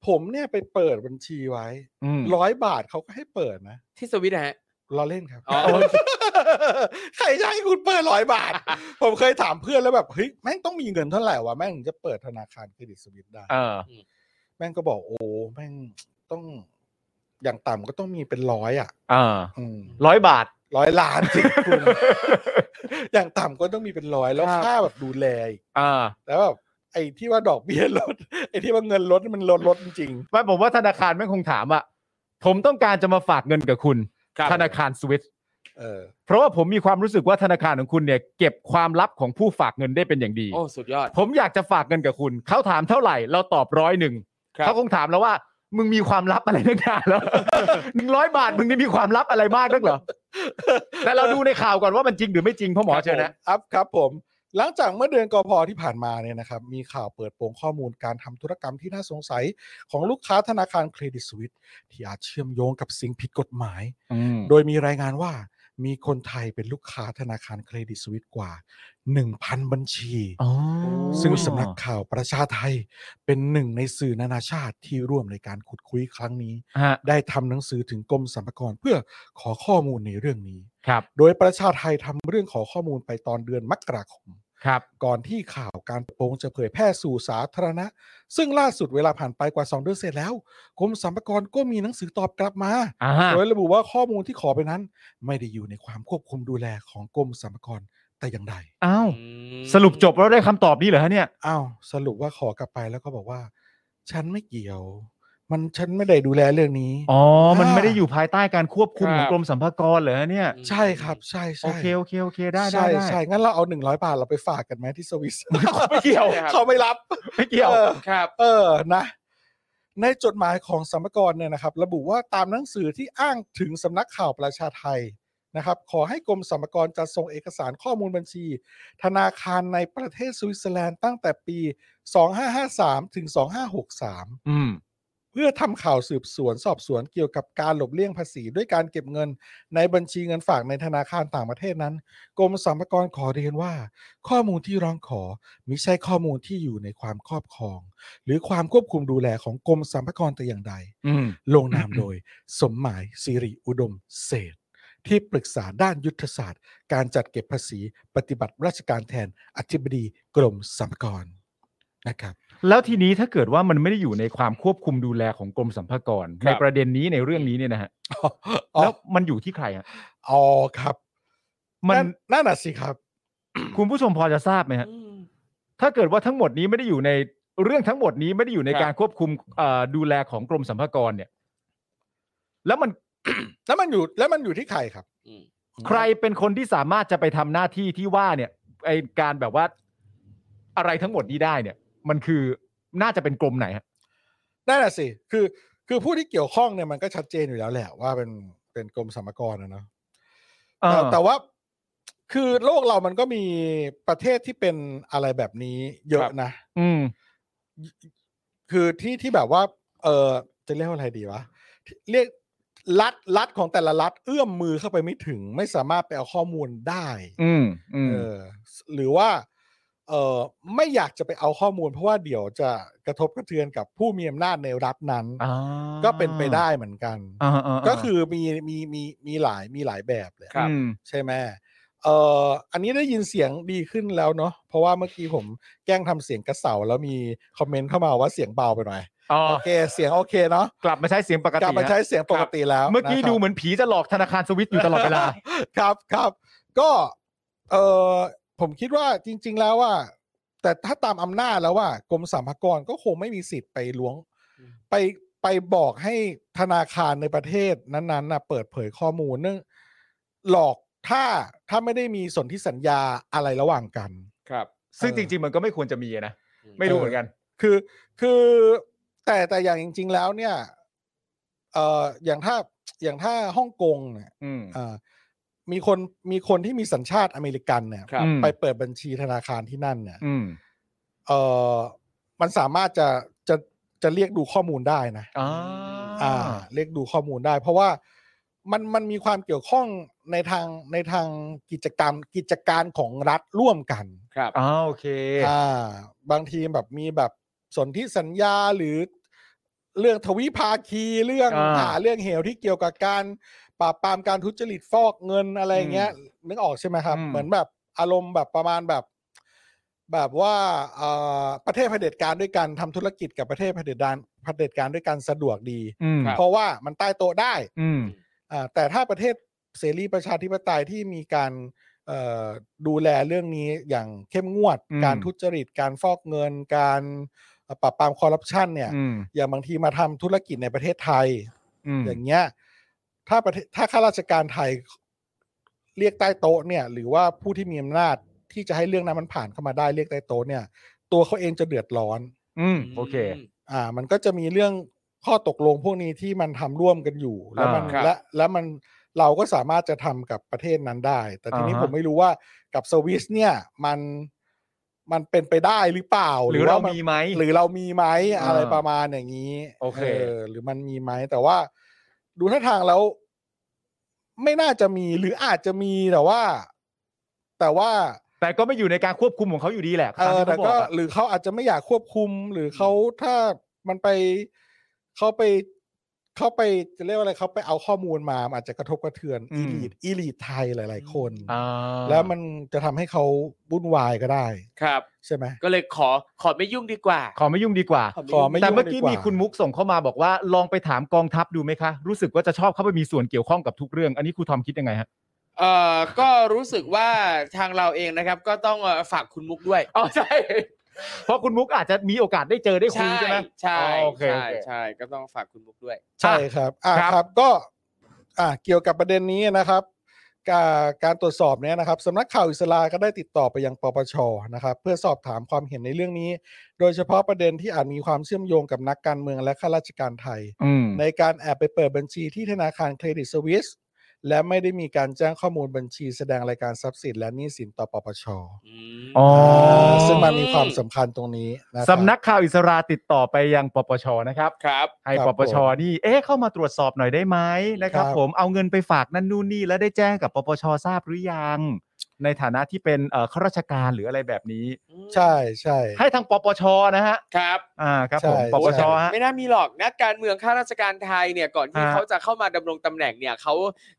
S3: ผมเนี่ยไปเปิดบัญชีไว้
S4: อืม
S3: ร้อยบาทเขาก็ให้เปิดนะ
S5: ที่สวิตนะฮะ
S3: เราเล่นครับ
S5: อ๋อ
S3: ใครจะให้คุณเปิดร้อย บาท ผมเคยถามเพื่อนแล้วแบบเฮ้ยแม่งต้องมีเงินเท่าไหร่วะแม่งถึงจะเปิดธนาคารเครดิตสวิสได้
S4: เออ
S3: แม่งก็บอกโอ้แม่งต้องอย่างต่ำก็ต้องมีเป็นร้อยอ่ะ
S4: เออ
S3: อืม
S4: ร้อยบาท
S3: ร้อยล้านสิคุณ อย่างต่ำก็ต้องมีเป็นร้อยแล้ว
S4: ครับ
S3: ค่าแบบดูแลอีก
S4: เออ
S3: แล้วแบบไอ้ที่ว่าดอกเบี้ยลด ไอ้ที่ว่าเงินลดมันลดลดจริง
S4: ไม่ผมว่าธนาคารไม่งคงถามอ่ะผมต้องการจะมาฝากเงินกับคุณ
S5: ครับ
S4: ธนาคารสวิส
S3: ๆเออ
S4: เพราะว่าผมมีความรู้สึกว่าธนาคารของคุณเนี่ย เก็บความลับของผู้ฝากเงินได้เป็นอย่างดี
S5: โอ้ สุดยอด
S4: ผมอยากจะฝากเงินกับคุณ เขาถามเท่าไหร่ เราตอบร้อยหนึ่ง
S5: ครับ
S4: เขาคงถามแล้วว่า มึงมีความลับอะไร นักหนาแล้ว หนึ่งร้อยบาทมึงนี่มีความลับอะไรมากนักเหรอ แต่เราดูในข่าวก่อนว่ามันจริงหรือไม่จริงพ่อหมอเชิญนะ
S3: ครับผมครับผม หลังจากเมื่อเดือนกพที่ผ่านมาเนี่ยนะครับ มีข่าวเปิดโปงข้อมูลการทำธุรกรรมที่น่าสงสัยของลูกค้าธนาคารเครดิตสวิสที่อาจเชื่อมโยงกับสิ่งผิดกฎหมาย โดยมีรายงานว่ามีคนไทยเป็นลูกค้าธนาคารเครดิตสวิสกว่า 1,000 บัญชี ซึ่งสำนักข่าวประชาไทยเป็นหนึ่งในสื่อนานาชาติที่ร่วมในการขุดคุยครั้งนี้
S4: ฮะ
S3: ได้ทำหนังสือถึงกรมสรรพากรเพื่อขอข้อมูลในเรื่องนี้
S4: ครับ
S3: โดยประชาไทยทำเรื่องขอข้อมูลไปตอนเดือนมกราคม
S4: ครับ
S3: ก่อนที่ข่าวการโปงจะเผยแพร่สู่สาธารณะ ซึ่งล่าสุดเวลาผ่านไปกว่า 2 เดือนเสร็จแล้วกรมสรรพากรก็มีหนังสือตอบกลับมา
S4: อ่าฮะ
S3: โดยระบุว่าข้อมูลที่ขอไปนั้น ไม่ได้อยู่ในความควบคุมดูแลของกรมสรรพากรแต่อย่างใด
S4: อ้าว
S5: อืม
S4: สรุปจบแล้วได้คำตอบนี้เหรอฮะเนี่ย
S3: อ้าวสรุปว่าขอกลับไปแล้วก็บอกว่า ฉันไม่เกี่ยว มันฉันไม่ได้ดูแลเรื่องนี้
S4: อ๋อ มัน
S3: อ่า
S4: ไม่ได้อยู่ภายใต้การควบคุมของกรมสรรพากรเหรอฮะเนี่ย
S5: อืม
S3: ใช่ครับ ใช่
S4: โอ
S3: ใช่
S4: เค โอเค โอเค ได้ได้
S3: ใช่
S4: ได้
S3: ใช่งั้นเราเอาหนึ่งร้อยบาทเราไปฝากกันไหมที่สวิส
S4: ไม่เกี่ยว
S3: เขาไม่รับ
S4: ไม่เกี่ยว
S3: เออ
S5: ครับ
S3: เออนะ ในจดหมายของสมกรเนี่ยนะครับ ระบุว่าตามหนังสือที่อ้างถึงสำนักข่าวประชาไทยนะครับ ขอให้กรมสรรพากรจัดส่งเอกสารข้อมูลบัญชี ธนาคารในประเทศสวิตเซอร์แลนด์ตั้งแต่ปี 2553 ถึง 2563
S4: อืม
S3: เพื่อทำข่าวสืบสวนสอบสวนเกี่ยวกับการหลบเลี่ยงภาษีด้วยการเก็บเงินในบัญชีเงินฝากในธนาคารต่างประเทศนั้น กรมสรรพากรขอเรียนว่า ข้อมูลที่ร้องขอมิใช่ข้อมูลที่อยู่ในความครอบครอง หรือความควบคุมดูแลของกรมสรรพากรแต่อย่างใด
S4: อืม
S3: ลงนามโดย สมหมายสิริอุดมเศรษฐ์ที่ปรึกษาด้านยุทธศาสตร์ การจัดเก็บภาษีปฏิบัติราชการแทนอธิบดีกรมสรรพากรนะครับ
S4: แล้วทีนี้ถ้าเกิดว่ามันไม่ได้อยู่ในความควบคุมดูแลของกรมสรรพากร
S5: ครับ
S4: ในประเด็นนี้ในเรื่องนี้เนี่ยนะฮะ แล้วมันอยู่ที่ใครฮะ
S3: อ๋อครับ
S4: มัน
S3: นั่นน่ะสิครับ
S4: คุณผู้ชมพอจะทราบไหมฮะ
S5: อืม
S4: ถ้าเกิดว่าทั้งหมดนี้ไม่ได้อยู่ในเรื่องทั้งหมดนี้ไม่ได้อยู่ใน
S5: ครับ
S4: การควบคุมเอ่อดูแลของกรมสรรพากรเนี่ย แล้วมัน
S3: แล้วมันอยู่แล้วมันอยู่ที่ใครครับ
S5: อืม
S4: ใครเป็นคนที่สามารถจะไปทำหน้าที่ที่ว่าเนี่ยไอการแบบว่าอะไรทั้งหมดนี้ได้เนี่ย มันคือน่าจะเป็นกรมไหนฮะ
S3: นั่นแหะสิคือคือผู้ที่เกี่ยวข้องเนี่ยมันก็ชัดเจนอยู่แล้วแหละว่าเป็นเป็นกรมสรรพากรนะเนาะ
S4: เออ
S3: แต่แต่ว่าคือโลกเรามันก็มีประเทศที่เป็นอะไรแบบนี้เยอะนะ
S4: อืม
S3: คือที่ที่แบบว่า เออจะเรียกว่าอะไรดีวะที่เรียกรัฐรัฐของแต่ละรัฐเอื้อมมือเข้าไปไม่ถึง ไม่สามารถไปเอาข้อมูลได้
S4: อืมอืม
S3: เออหรือว่า เออไม่อยากจะไปเอาข้อมูล เพราะว่าเดี๋ยวจะกระทบกระเทือนกับผู้มีอำนาจในรัฐนั้น
S4: า
S3: ก็เป็นไปได้เหมือนกัน
S4: อ่าาา
S3: ก็คือมีมีมีมีหลายมีหลายแบบเลย
S5: ครับ
S4: อืม
S3: ใช่ไหมเอ่ออันนี้ได้ยินเสียงดีขึ้นแล้วเนาะเพราะว่าเมื่อกี้ผมแกล้งทำเสียงกระเสาแล้วมีคอมเมนต์เข้ามาว่าเสียงเบาไปหน่อย
S4: อ๋อ
S3: โอเคเสียงโอเคเนาะ
S4: กลับมาใช้เสียงปก
S3: กลับ
S4: ติ
S3: มาใช้
S4: ฮะ
S3: เสียงปกติแล้ว
S4: เมื่อกี้
S3: นะครับ
S4: ดูเหมือนผีจะหลอกธนาคารสวิตอยู่ตลอดเวลา
S3: ครับครับ ก็เอ่อผมคิดว่าจริง ๆ แล้วว่า แต่ถ้าตามอำนาจแล้วว่ากรมสรรพากรก็คงไม่มีสิทธิ์ไปล้วง
S5: อืม
S3: ไปไปบอกให้ธนาคารในประเทศนั้นๆนะเปิดเผยข้อมูลเนื่องหลอกถ้าถ้าไม่ได้มีสนธิสัญญาอะไรระหว่างกัน
S5: ครับ
S4: ซึ่งจ
S3: เออ
S4: ริง ๆ มันก็ไม่ควรจะมีนะไม่รู้เหมือนกัน
S3: คือคือแต่แต่อย่างจริง ๆ แล้วเนี่ยเอ่ออย่างถ้าอย่างถ้าฮ่องกงเนี่ย
S4: อืม
S3: เอ่อมีคนมีคนที่มีสัญชาติอเมริกันเนี่ย
S5: ครับ
S4: อืม
S3: ไปเปิดบัญชีธนาคารที่นั่นเนี่ย
S4: อืม
S3: เอ่อมันสามารถจะจะจะเรียกดูข้อมูลได้นะ
S4: อ่า
S3: อ่าเรียกดูข้อมูลได้ เพราะว่ามันมันมีความเกี่ยวข้องในทางในทางกิจกรรมกิจการของรัฐร่วมกัน
S5: ครับ
S4: อ่าโอเค
S3: อ่าบางทีแบบมีแบบสนธิสัญญาหรือเรื่องทวิภาคีเรื่อง
S4: อ่า
S3: หาเรื่องเหวที่เกี่ยวกับการปราบปรามการทุจริตฟอกเงินอะไรอย่างเงี้ยนึกออกใช่ไหมครับ
S4: อืม
S3: เหมือนแบบอารมณ์แบบประมาณแบบ แบบว่าเอ่อประเทศเผด็จการด้วยกันทำธุรกิจกับประเทศเผด็จการเผด็จการด้วยกันสะดวกดี
S4: อืม
S3: เพราะว่ามันใต้โต๊ะได้
S4: อืม
S3: อ่าแต่ถ้าประเทศเสรีประชาธิปไตยที่มีการเอ่อดูแลเรื่องนี้อย่างเข้มงวด การทุจริต การฟอกเงิน การเอ่อปราบปรามคอร์รัปชันเนี่ย
S4: อืม
S3: อย่างบางทีมาทำธุรกิจในประเทศไทย
S4: อืม
S3: อย่างเงี้ย ถ้าประเทศถ้าข้าราชการไทยเรียกใต้โต๊ะเนี่ย หรือว่าผู้ที่มีอำนาจที่จะให้เรื่องนั้นมันผ่านเข้ามาได้เรียกใต้โต๊ะเนี่ย ตัวเขาเองจะเดือดร้อน
S4: อืมโอเค
S5: ม
S3: อ่ามันก็จะมีเรื่องข้อตกลงพวกนี้ที่มันทำร่วมกันอยู่ แล้วมัน
S4: อ่า
S5: ครับ
S3: และแล้วมันเราก็สามารถจะทำกับประเทศนั้นได้ แต่ทีนี้
S4: อ่าฮะ
S3: ผมไม่รู้ว่ากับสวิสเนี่ยมันมันเป็นไปได้หรือเปล่า
S4: หรือเรา
S3: ว่น
S4: มีไหม
S3: หรือเรามีไหมอะไร
S4: อ่า
S3: ประมาณอย่างนี้
S4: โอเค
S3: อหรือมันมีไหมแต่ว่า ดูท่าทางแล้ว ไม่น่าจะมีหรืออาจจะมีแต่ว่า แต่ว่า
S4: แต่ก็ไม่อยู่ในการควบคุมของเขาอยู่ดีแหละ
S3: เอ
S4: ตาม
S3: อ
S4: ที่
S3: แต่
S4: เขาบอ
S3: ก็
S4: กอะ
S3: หรือเขาอาจจะไม่อยากควบคุม หรือเขาถ้ามันไปเขาไปเขาไปจะเรียกว่าอะไรเขาไปเอาข้อมูลมาอาจจะกระทบกระเทือนอีลีดอีลีดไทยหลาย ๆ คน
S4: อ่า
S3: แล้วมันจะทำให้เขาวุ่นวายก็ได้
S5: ครับ
S3: ใช่ไหม
S5: ก็เลยขอขอไม่ยุ่งดีกว่า
S4: ขอไม่ยุ่งดีกว่า
S3: ขอไม่
S4: แต่
S3: ยุ่ง
S4: เมื่อกี้
S3: ดีกว่ามี
S4: มีคุณมุกส่งเข้ามาบอกว่าลองไปถามกองทัพดูไหมคะ รู้สึกว่าจะชอบเข้าไปมีส่วนเกี่ยวข้องกับทุกเรื่อง อันนี้ครูทอมคิดยังไงฮะ
S5: เอ่อก็รู้สึกว่าทางเราเองนะครับ ก็ต้องเอ่อฝากคุณมุกด้วยอ๋อใช่
S4: เพราะคุณมุกอาจจะมีโอกาสได้เจอได้คุย
S5: ใช่
S4: ใช่ไหม
S5: ใช่
S4: อ๋อโอเค
S5: ใช่
S4: โอเค
S5: ใช่ก็ต้องฝากคุณมุกด้วย
S3: ใช่ครับ อ่า
S4: ครับ
S3: ครับ ก็ อ่า เกี่ยวกับประเด็นนี้นะครับ การการตรวจสอบเนี่ยนะครับสำนักข่าวอิสลาก็ได้ติดต่อไปยังปปชนะครับ เพื่อสอบถามความเห็นในเรื่องนี้ โดยเฉพาะประเด็นที่อาจมีความเชื่อมโยงกับนักการเมืองและข้าราชการไทย
S4: อืม
S3: ในการแอบไปเปิดบัญชีที่ธนาคารเครดิตสวิสและไม่ได้มีการแจ้งข้อมูลบัญชีแสดงรายการทรัพย์สินและหนี้สินต่อปปช
S5: อืม
S4: อ๋อ
S3: อ่าซึ่งมัน
S5: อืม
S3: มีความสำคัญตรงนี้ะครับ
S4: สำนักข่าวอิสราติดต่อไปยังปปชนะครับ
S5: ครับ
S4: ให้
S3: ครับ
S4: ป
S3: ผ
S4: ปช
S3: ม
S4: นี่ เอ๊ะเข้ามาตรวจสอบหน่อยได้ไหมนะครับ
S3: ครับ
S4: ผมเอาเงินไปฝากนั่นนู่นนี่แล้วได้แจ้งกับปปชทราบหรือยัง ในฐานะที่เป็นเอ่อข้าราชการหรืออะไรแบบนี้
S3: ใช่ใช่
S4: ให้ทางปปชนะฮะ
S5: ครับ
S4: อ่าครับผม
S3: ใช่
S4: ปปช
S3: อ
S4: ฮะ
S5: ไม่น่ามีหรอกนักการเมืองข้าราชการไทยเนี่ยก่อนที่
S4: ฮะ
S5: เขาจะเข้ามาดำรงตำแหน่งเนี่ยเขา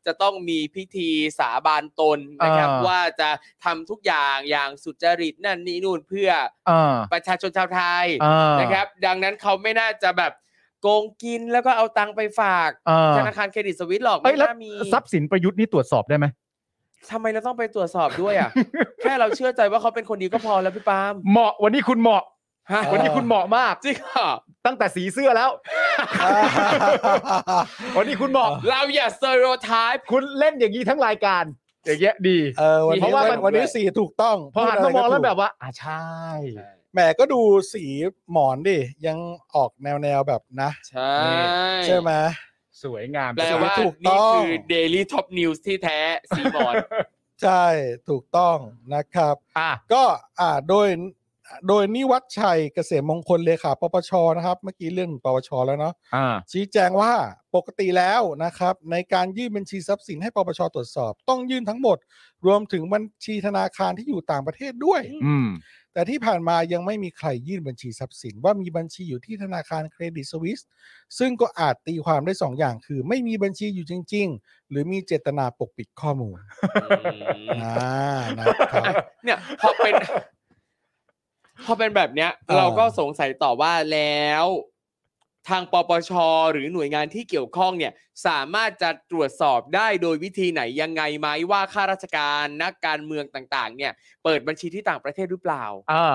S5: จะต้องมีพิธีสาบานตนนะครับ
S4: อ่า
S5: ว่าจะทำทุกอย่างอย่างสุจริตนั่นนี่นู่นเพื่อ
S4: อ่า
S5: ประชาชนชาวไทย
S4: อ่า
S5: นะครับ ดังนั้นเขาไม่น่าจะแบบโกงกินแล้วก็เอาตังค์ไปฝาก
S4: อ่า
S5: ธนาคารเครดิตสวิสหรอก
S4: เอ้ย
S5: ไม่
S4: แล้ว
S5: น่ามี
S4: ทรัพย์สินประยุทธ์นี่ตรวจสอบได้ไหม
S5: ทำไมเราต้องไปตรวจสอบด้วย อ่ะ แค่เราเชื่อใจว่าเขาเป็นคนดีก็พอแล้วพี่ปา ล์ม
S4: เหมาะวันนี้คุณเหมาะ
S5: ฮะ
S4: วันนี้คุณเหมาะมาก
S5: จริงเหรอ
S4: ตั้งแต่สีเสื้อแล้ว วันนี้คุณเหมาะ
S5: เราอย่าสเตอริโอไทป์
S4: คุณเล่นอย่างนี้ทั้งรายการ อย่างเงี้ยดี
S3: เออวัน
S4: เพ
S3: นี้
S4: ราะว่ามัน
S3: วันนี้สีถูกต้อง
S4: พอหัน
S3: พู
S4: มา
S3: ดะ
S4: ม
S3: ไร
S4: อง
S3: ก็
S4: แล้ว
S3: ถูก
S4: แบบว่าอ่าใช่
S3: แหมก็ดูสีหมอนดิ ยังออกแนวแนวๆแบบนะ
S5: ใช่
S4: นี่
S3: ใช่ไหม
S4: สวยงาม
S5: แปลว่า
S3: ถูกต้
S5: นี่
S3: อง
S5: คือ Daily Top News ที่แท้สีบอล
S3: ใช่ถูกต้องนะครับ
S4: อ่ะ
S3: ก็อ่าโดยโดยนิวัฒชัยเกษมมงคลเลขาปปชนะครับ เมื่อกี้เรื่องปปชแล้วเนาะ
S4: อ่า
S3: ชี้แจงว่าปกติแล้วนะครับ ในการยื่นบัญชีทรัพย์สินให้ปปชตรวจสอบ ต้องยื่นทั้งหมด รวมถึงบัญชีธนาคารที่อยู่ต่างประเทศด้วย
S4: อืม
S3: แต่ที่ผ่านมายังไม่มีใครยื่นบัญชีทรัพย์สิน ว่ามีบัญชีอยู่ที่ธนาคารเครดิตสวิสซึ่งก็อาจตีความได้สองอย่างคือ ไม่มีบัญชีอยู่จริง ๆ หรือมีเจตนาปกปิดข้อมู ลอ่านะครับ
S5: เนี่ยพอเป็น พอเป็นแบบเนี้ย
S3: อ่า
S5: เราก็สงสัยต่อว่าแล้ว ทางปปชหรือหน่วยงานที่เกี่ยวข้องเนี่ย สามารถจะตรวจสอบได้โดยวิธีไหนยังไงไหมว่าข้าราชการนักการเมืองต่าง ๆ เนี่ย เปิดบัญชีที่ต่างประเทศหรือเปล่า
S4: อ่า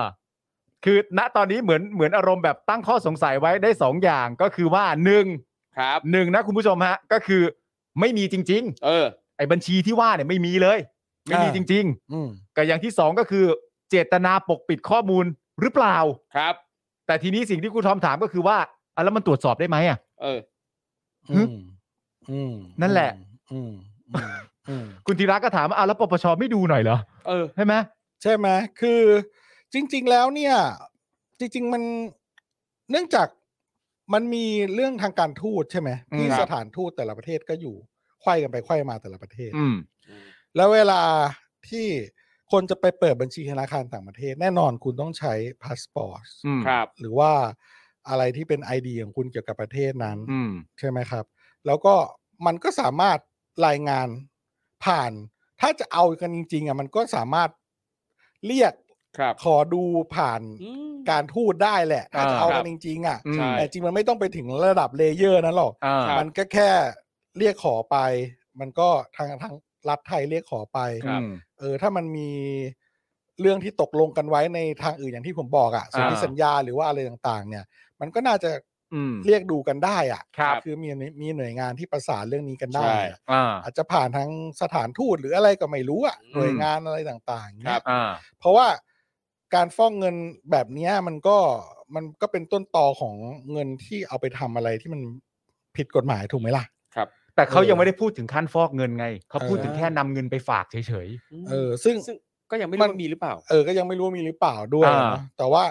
S4: คือณตอนนี้เหมือนเหมือนอารมณ์แบบตั้งข้อสงสัยไว้ได้สองอย่างก็คือว่าหนึ่ง
S5: ครับ
S4: หนึ่งนะคุณผู้ชมฮะ ก็คือไม่มีจริง
S5: เออ
S4: ๆ ไอ้บัญชีที่ว่าเนี่ยไม่มีเลย ไม่มี
S3: อ่า
S4: จริง
S3: อืม
S4: ๆกับอย่างที่สองก็คือ เจตนาปกปิดข้อมูลหรือเปล่า
S5: ครับ
S4: แต่ทีนี้สิ่งที่ครูทอมถามก็คือว่าอ่ะแล้วมันตรวจสอบได้ไหมอ่ะ
S5: เออ
S4: หึ
S3: อืมอืม
S4: นั่นแหละ
S3: อืมอืมอืม
S4: คุณธีระก็ถามว่าอ่ะแล้วปปชไม่ดูหน่อยเหรอ
S5: เออ
S4: ใช่ไหม
S3: ใช่ไหมคือจริง ๆ แล้วเนี่ย จริง ๆ มันเนื่องจากมันมีเรื่องทางการทูตใช่ไหมที่
S5: อืมครับ
S3: สถานทูตแต่ละประเทศก็อยู่ไขว้กันไปไขว้มาแต่ละประเทศ
S4: อืม
S3: แล้วเวลาที่คนจะไปเปิดบัญชีธนาคารต่างประเทศ แน่นอนคุณต้องใช้พาสปอร์ต
S4: อืม
S5: ครับ
S3: หรือว่าอะไรที่เป็น ID ของคุณเกี่ยวกับประเทศนั้น
S4: อืม
S3: ใช่ไหมครับ แล้วก็มันก็สามารถรายงานผ่าน ถ้าจะเอากันจริงๆอ่ะมันก็สามารถเรียก
S5: ครับ
S3: ขอดูผ่าน
S5: อืม
S3: การทูตได้แหละ ถ้าจะ
S4: อ่า
S3: เอา
S5: ครั
S3: กับ นจริงๆอ่ะ
S4: อืม
S5: ใช่
S3: แต่จริงมันไม่ต้องไปถึงระดับเลเยอร์นั้นหรอก
S4: อ่า
S5: ครับ
S3: มันก็แค่เรียกขอไป มันก็ทางทางรัฐไทยเรียกขอไป
S5: ครับ
S4: อืม
S3: เออถ้ามันมีเรื่องที่ตกลงกันไว้ในทางอื่นอย่างที่ผมบอกอะ่ะสนธิ
S4: อ่า
S3: สัญญาหรือว่าอะไรต่างๆ เนี่ย มันก็น่าจะ
S4: อืม
S3: เรียกดูกันได้อะ่ะ
S4: ครับ
S3: คือมีมีหน่วยงานที่ประสานเรื่องนี้กันได้
S5: ใช่
S3: อะ
S4: อ่า
S3: อาจจะผ่านทั้งสถานทูตหรืออะไรก็ไม่รู้อะ่ะหน่วยงานอะไรต่างๆเนี่ย
S5: ครับ
S4: อ่า
S3: เพราะว่าการฟ้องเงินแบบเนี้ยมันก็มันก็เป็นต้นตอของเงินที่เอาไปทำอะไรที่มันผิดกฎหมายถูกไหมล่ะ
S4: แต่เขา
S3: เออ
S4: ยังไม่ได้พูดถึงขั้นฟอกเงินไง เขาพูดถึง
S3: เออ
S4: แค่นำเงินไปฝากเฉย
S3: เออซึ่ง
S5: ซึ่งก็ยังไม่
S3: มั
S5: รู้
S3: น
S5: ว่ามีหรือเปล่า
S3: เออ ก็ยังไม่รู้ว่ามีหรือเปล่าด้วย
S4: อ่า
S3: เนอะแต่ว่า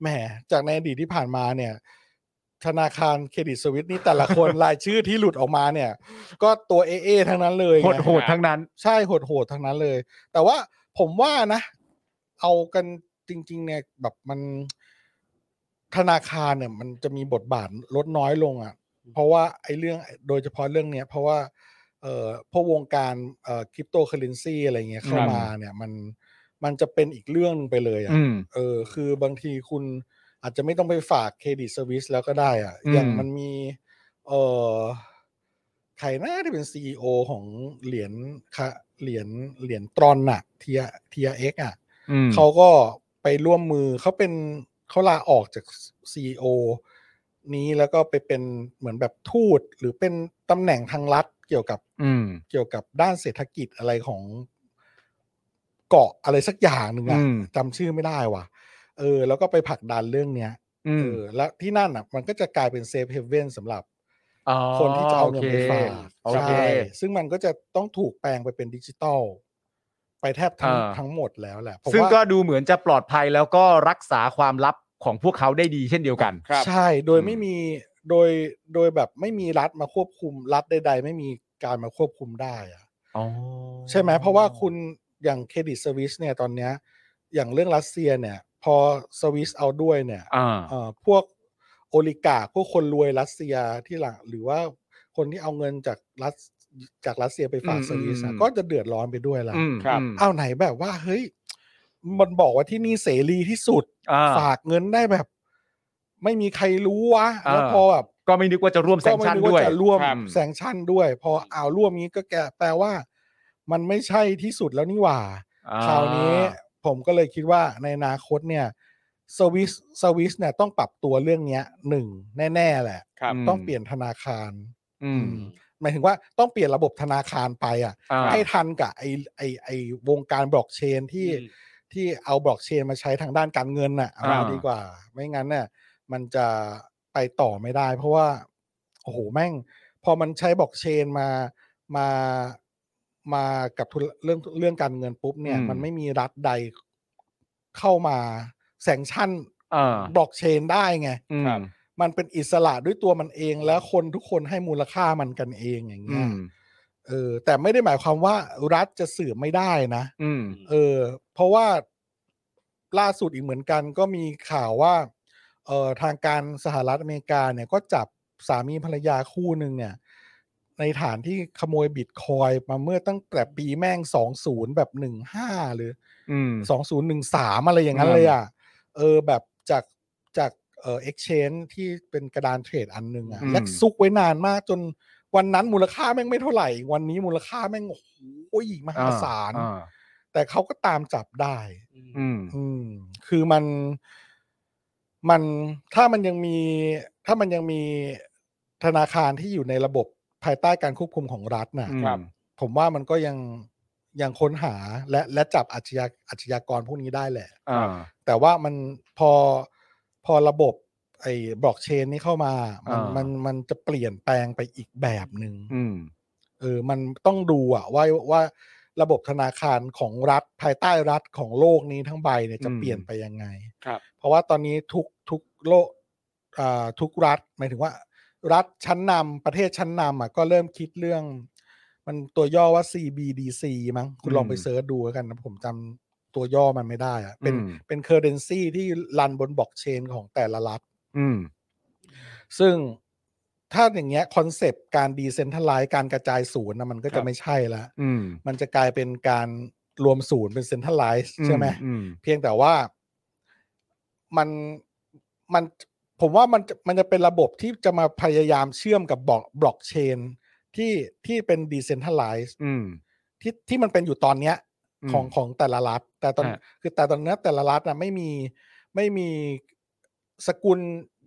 S3: แหม จากในอดีตที่ผ่านมาเนี่ย ธนาคารเครดิตสวิสนี่แต่ละคน รายชื่อที่หลุดออกมาเนี่ย ก็ตัวเอเอทั้งนั้นเลย
S4: ๆ
S3: ไง
S4: โหดๆทั้งนั้น
S3: ใช่โหดโหดๆทั้งนั้นเลย แต่ว่าผมว่านะ เอากันจริง ๆ เนี่ย แบบมัน ธนาคารเนี่ย มันจะมีบทบาทลดน้อยลงอะ่ะ เพราะว่าไอ้เรื่องโดยเฉพาะเรื่องเนี้ย เพราะว่า เอ่อพวกวงการเอ่อคริปโตเคอเรนซีอะไรเงี้ยเข้า
S4: ครับ
S3: มาเนี่ยมันมันจะเป็นอีกเรื่องหนึ่งไปเลยอ่ะ
S4: อืม
S3: เออคือบางทีคุณอาจจะไม่ต้องไปฝากเครดิตสวิสแล้วก็ได้อ่ะอย่าง
S4: อืม
S3: มันมีเอ่อใครนะที่เป็นซีอของเหรียญคะเหรียญเหรียญตรอนน่ะเทียเทียเอ็กอ่ะ
S4: อืม
S3: เขาก็ไปร่วมมือเขาเป็นเขาลาออกจากซีอนี้แล้วก็ไปเป็นเหมือนแบบทูตหรือเป็นตำแหน่งทางรัฐเกี่ยวกับ
S4: อืม
S3: เกี่ยวกับด้านเศรษฐกิจอะไรของเกาะอะไรสักอย่างหนึ่งอะ
S4: อืม
S3: จำชื่อไม่ได้ว่ะ เออ แล้วก็ไปผลักดันเรื่องเนี้ย
S4: อื
S3: เอ
S4: ม
S3: อแล้วที่นั่นอ่ะ มันก็จะกลายเป็นเซฟเฮเว่นสำหรับ
S4: อ๋อ
S3: คนที่จะเอาเงิ
S4: โค
S3: นไปฝาก
S4: โอเค
S3: ใช่ซึ่งมันก็จะต้องถูกแปลงไปเป็นดิจิตอลไปแทบทั้ง
S4: อ่า
S3: ทั้งหมดแล้วแหละผม
S4: ซึ่ง
S3: ว่า
S4: ก็ดูเหมือนจะปลอดภัยแล้วก็รักษาความลับของพวกเขาได้ดีเช่นเดียวกัน
S5: ครับ
S3: ใช่โดย
S4: อืม
S3: ไม่มีโดยโดยแบบไม่มีรัฐมาควบคุมรัฐใด ๆ ไม่มีการมาควบคุมได้อะ
S4: อ๋อ
S3: ใช่ไหมเพราะว่าคุณอย่างเครดิตสวิสเนี่ยตอนเนี้ยอย่างเรื่องรัสเซียเนี่ย พอสวิสเอาด้วยเนี่ย
S4: อ่า
S3: เอ่อพวกโอลิกาพวกคนรวยรัสเซียที่หลังหรือว่าคนที่เอาเงินจากรัสจากรัสเซียไปฝาก
S4: อืม
S3: สวิสอะ
S4: อืม
S3: ก็จะเดือดร้อนไปด้วยละ
S4: อืม
S5: ครับ
S4: อืม
S3: เอาไหนแบบว่าเฮ้ยมันบอกว่าที่นี่เสรีที่สุด
S4: อ่า
S3: ฝากเงินได้แบบ ไม่มีใครรู้วะแล้ว
S4: อ่า
S3: พอแบบ
S4: ก็ไม่นึกว่าจะร่วมแซงชั่น
S3: ก็ไม่
S4: ด้วย
S3: ว่าจะร่วม
S4: ครับ
S3: แซงชั่นด้วย พอเอาร่วมนี้ก็แกแปลว่า มันไม่ใช่ที่สุดแล้วนี่หว่า
S4: อ่
S3: คราวนี้ผมก็เลยคิดว่าในอนาคตเนี่ยสวิสสวิสเนี่ยต้องปรับตัวเรื่องเนี้ยหนึ่งแน่ ๆ แหละ
S5: ครับ
S3: ต้องเปลี่ยนธนาคาร
S4: อืม
S3: อืม หมายถึงว่าต้องเปลี่ยนระบบธนาคารไปอ่ะ
S4: อ่า
S3: ให้ทันกับไอไอไอวงการบล็อกเชนที่
S5: อืม
S3: ที่เอาบล็อกเชนมาใช้ทางด้านการเงินน่ะเอา
S4: อ่า
S3: ดีกว่า ไม่งั้นเนี่ยมันจะไปต่อไม่ได้ เพราะว่าโอ้โหแม่ง พอมันใช้บล็อกเชนมามามากับธุรเรื่องเรื่องการเงินปุ๊บเนี่ย
S4: อืม
S3: มันไม่มีรัฐใดเข้ามาแซงชั่น
S4: อ่า
S3: บล็อกเชนได้ไง
S4: อืม
S3: มันเป็นอิสระด้วยตัวมันเองแล้วคนทุกคนให้มูลค่ามันกันเองอย่าง
S4: อื
S3: เงี้ย
S4: ม
S3: เออแต่ไม่ได้หมายความว่ารัฐจะสืบไม่ได้นะ
S4: อืม
S3: เออ เพราะว่าล่าสุดอีกเหมือนกันก็มีข่าวว่าเออทางการสหรัฐอเมริกาเนี่ยก็จับสามีภรรยาคู่หนึ่งเนี่ย ในฐานที่ขโมยบิตคอยน์มาเมื่อตั้งแต่ปีแม่งสองศูนย์แบบหนึ่งห้าหรือ
S4: อืม
S3: สองศูนย์หนึ่งสามอะไรอย่างนั้น
S4: อืม
S3: เลยอ่ะ เออแบบจากจากเออเอ็กชแนนที่เป็นกระดานเทรดอันหนึ่งอ่ะ
S4: อืม
S3: และซุกไว้นานมากจนวันนั้นมูลค่าแม่งไม่เท่าไหร่ วันนี้มูลค่าแม่งโอ้โหมหาศาล
S4: อ่า
S3: แต่เขาก็ตามจับได้
S4: อืม
S3: อืม คือมันมันถ้ามันยังมี ถ้ามันยังมีธนาคารที่อยู่ในระบบภายใต้การควบคุมของรัฐน่ะ
S4: ครับ
S3: ผมว่ามันก็ยังยังค้นหาและและจับอาชญาอาชญากรพวกนี้ได้แหละ
S4: อ่า
S3: แต่ว่ามันพอพอระบบไอ้บล็อกเชนนี้เข้ามา มัน
S4: อ่ามั
S3: มันมันจะเปลี่ยนแปลงไปอีกแบบหนึ่ง
S4: อืม
S3: เออมันต้องดูอะว่าว่าระบบธนาคารของรัฐภายใต้รัฐของโลกนี้ทั้งใบเนี่ยจะ
S4: อืม
S3: เปลี่ยนไปยังไง
S5: ครับ
S3: เพราะว่าตอนนี้ทุกทุกโลกอ่าทุกรัฐหมายถึงว่า รัฐชั้นนำประเทศชั้นนำอ่ะก็เริ่มคิดเรื่อง มันตัวย่อว่า CBDC มั้งคุณลองไป
S4: อืม
S3: เซิร์ชดูแล้วกันนะผมจำตัวย่อมันไม่ได้อะเป็น
S4: อืม
S3: เป็นเคอร์เรนซีที่รันบนบล็อกเชนของแต่ละรัฐ
S4: อืม
S3: ซึ่งถ้าอย่างเงี้ยคอนเซปต์การดีเซนทัลไลซ์การกระจายศูนย์นะมันก็
S5: ครั
S3: จะ
S5: บ
S3: ไม่ใช่ละ
S4: อืม
S3: มันจะกลายเป็นการรวมศูนย์เป็นเซนทัลไลซ์ใช่ไหม
S4: อืม
S3: เพียงแต่ว่ามันมันผมว่ามันจะมันจะเป็นระบบที่จะมาพยายามเชื่อมกับบล็อกบล็อกเชนที่ที่เป็นดีเซนทัลไลซ์
S4: อืม
S3: ที่ที่มันเป็นอยู่ตอนเนี้ย
S4: อืม
S3: ของของแต่ละรัฐ แต่ตอน
S4: ฮะ
S3: คือแต่ตอนเนี้ยแต่ละรัฐนะไม่มีไม่มีสกุล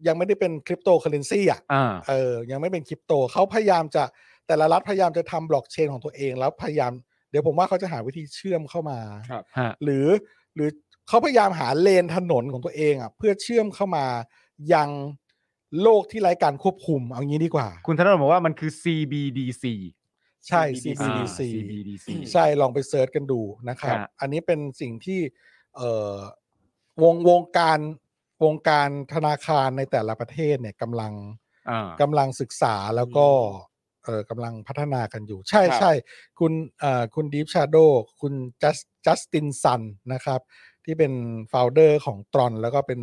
S3: ยังไม่ได้เป็นคริปโตเคอเรนซีอ่ะ
S4: อ่า
S3: เออ ยังไม่เป็นคริปโต เขาพยายามจะแต่ละรัฐพยายามจะทำบล็อกเชนของตัวเอง แล้วพยายาม เดี๋ยวผมว่าเขาจะหาวิธีเชื่อมเข้ามา
S5: ครับ
S4: ฮะ
S3: หรือหรือเขาพยายามหาเลนถนนของตัวเองอ่ะเพื่อเชื่อมเข้ามายังโลกที่ไร้การควบคุม เอางี้ดีกว่า
S4: คุณธนาธรบอกว่ามันคือ CBDC
S3: ใช่ CBDC
S4: อ่า CBDC
S3: ใช่ลองไปเซิร์ชกันดูนะครับ
S4: ฮะ
S3: อันนี้เป็นสิ่งที่เอ่อวงวงการวงการธนาคารในแต่ละประเทศเนี่ยกำลัง
S4: อ่าก
S3: ำลังศึกษาแล้วก็เออกำลังพัฒนากันอยู่ ใช่
S5: ครับ
S3: ใช่คุณเอ่อคุณดีฟชาโดคุณจัสจัสตินซันนะครับ ที่เป็นโฟลเดอร์ของตรอนแล้วก็เป็น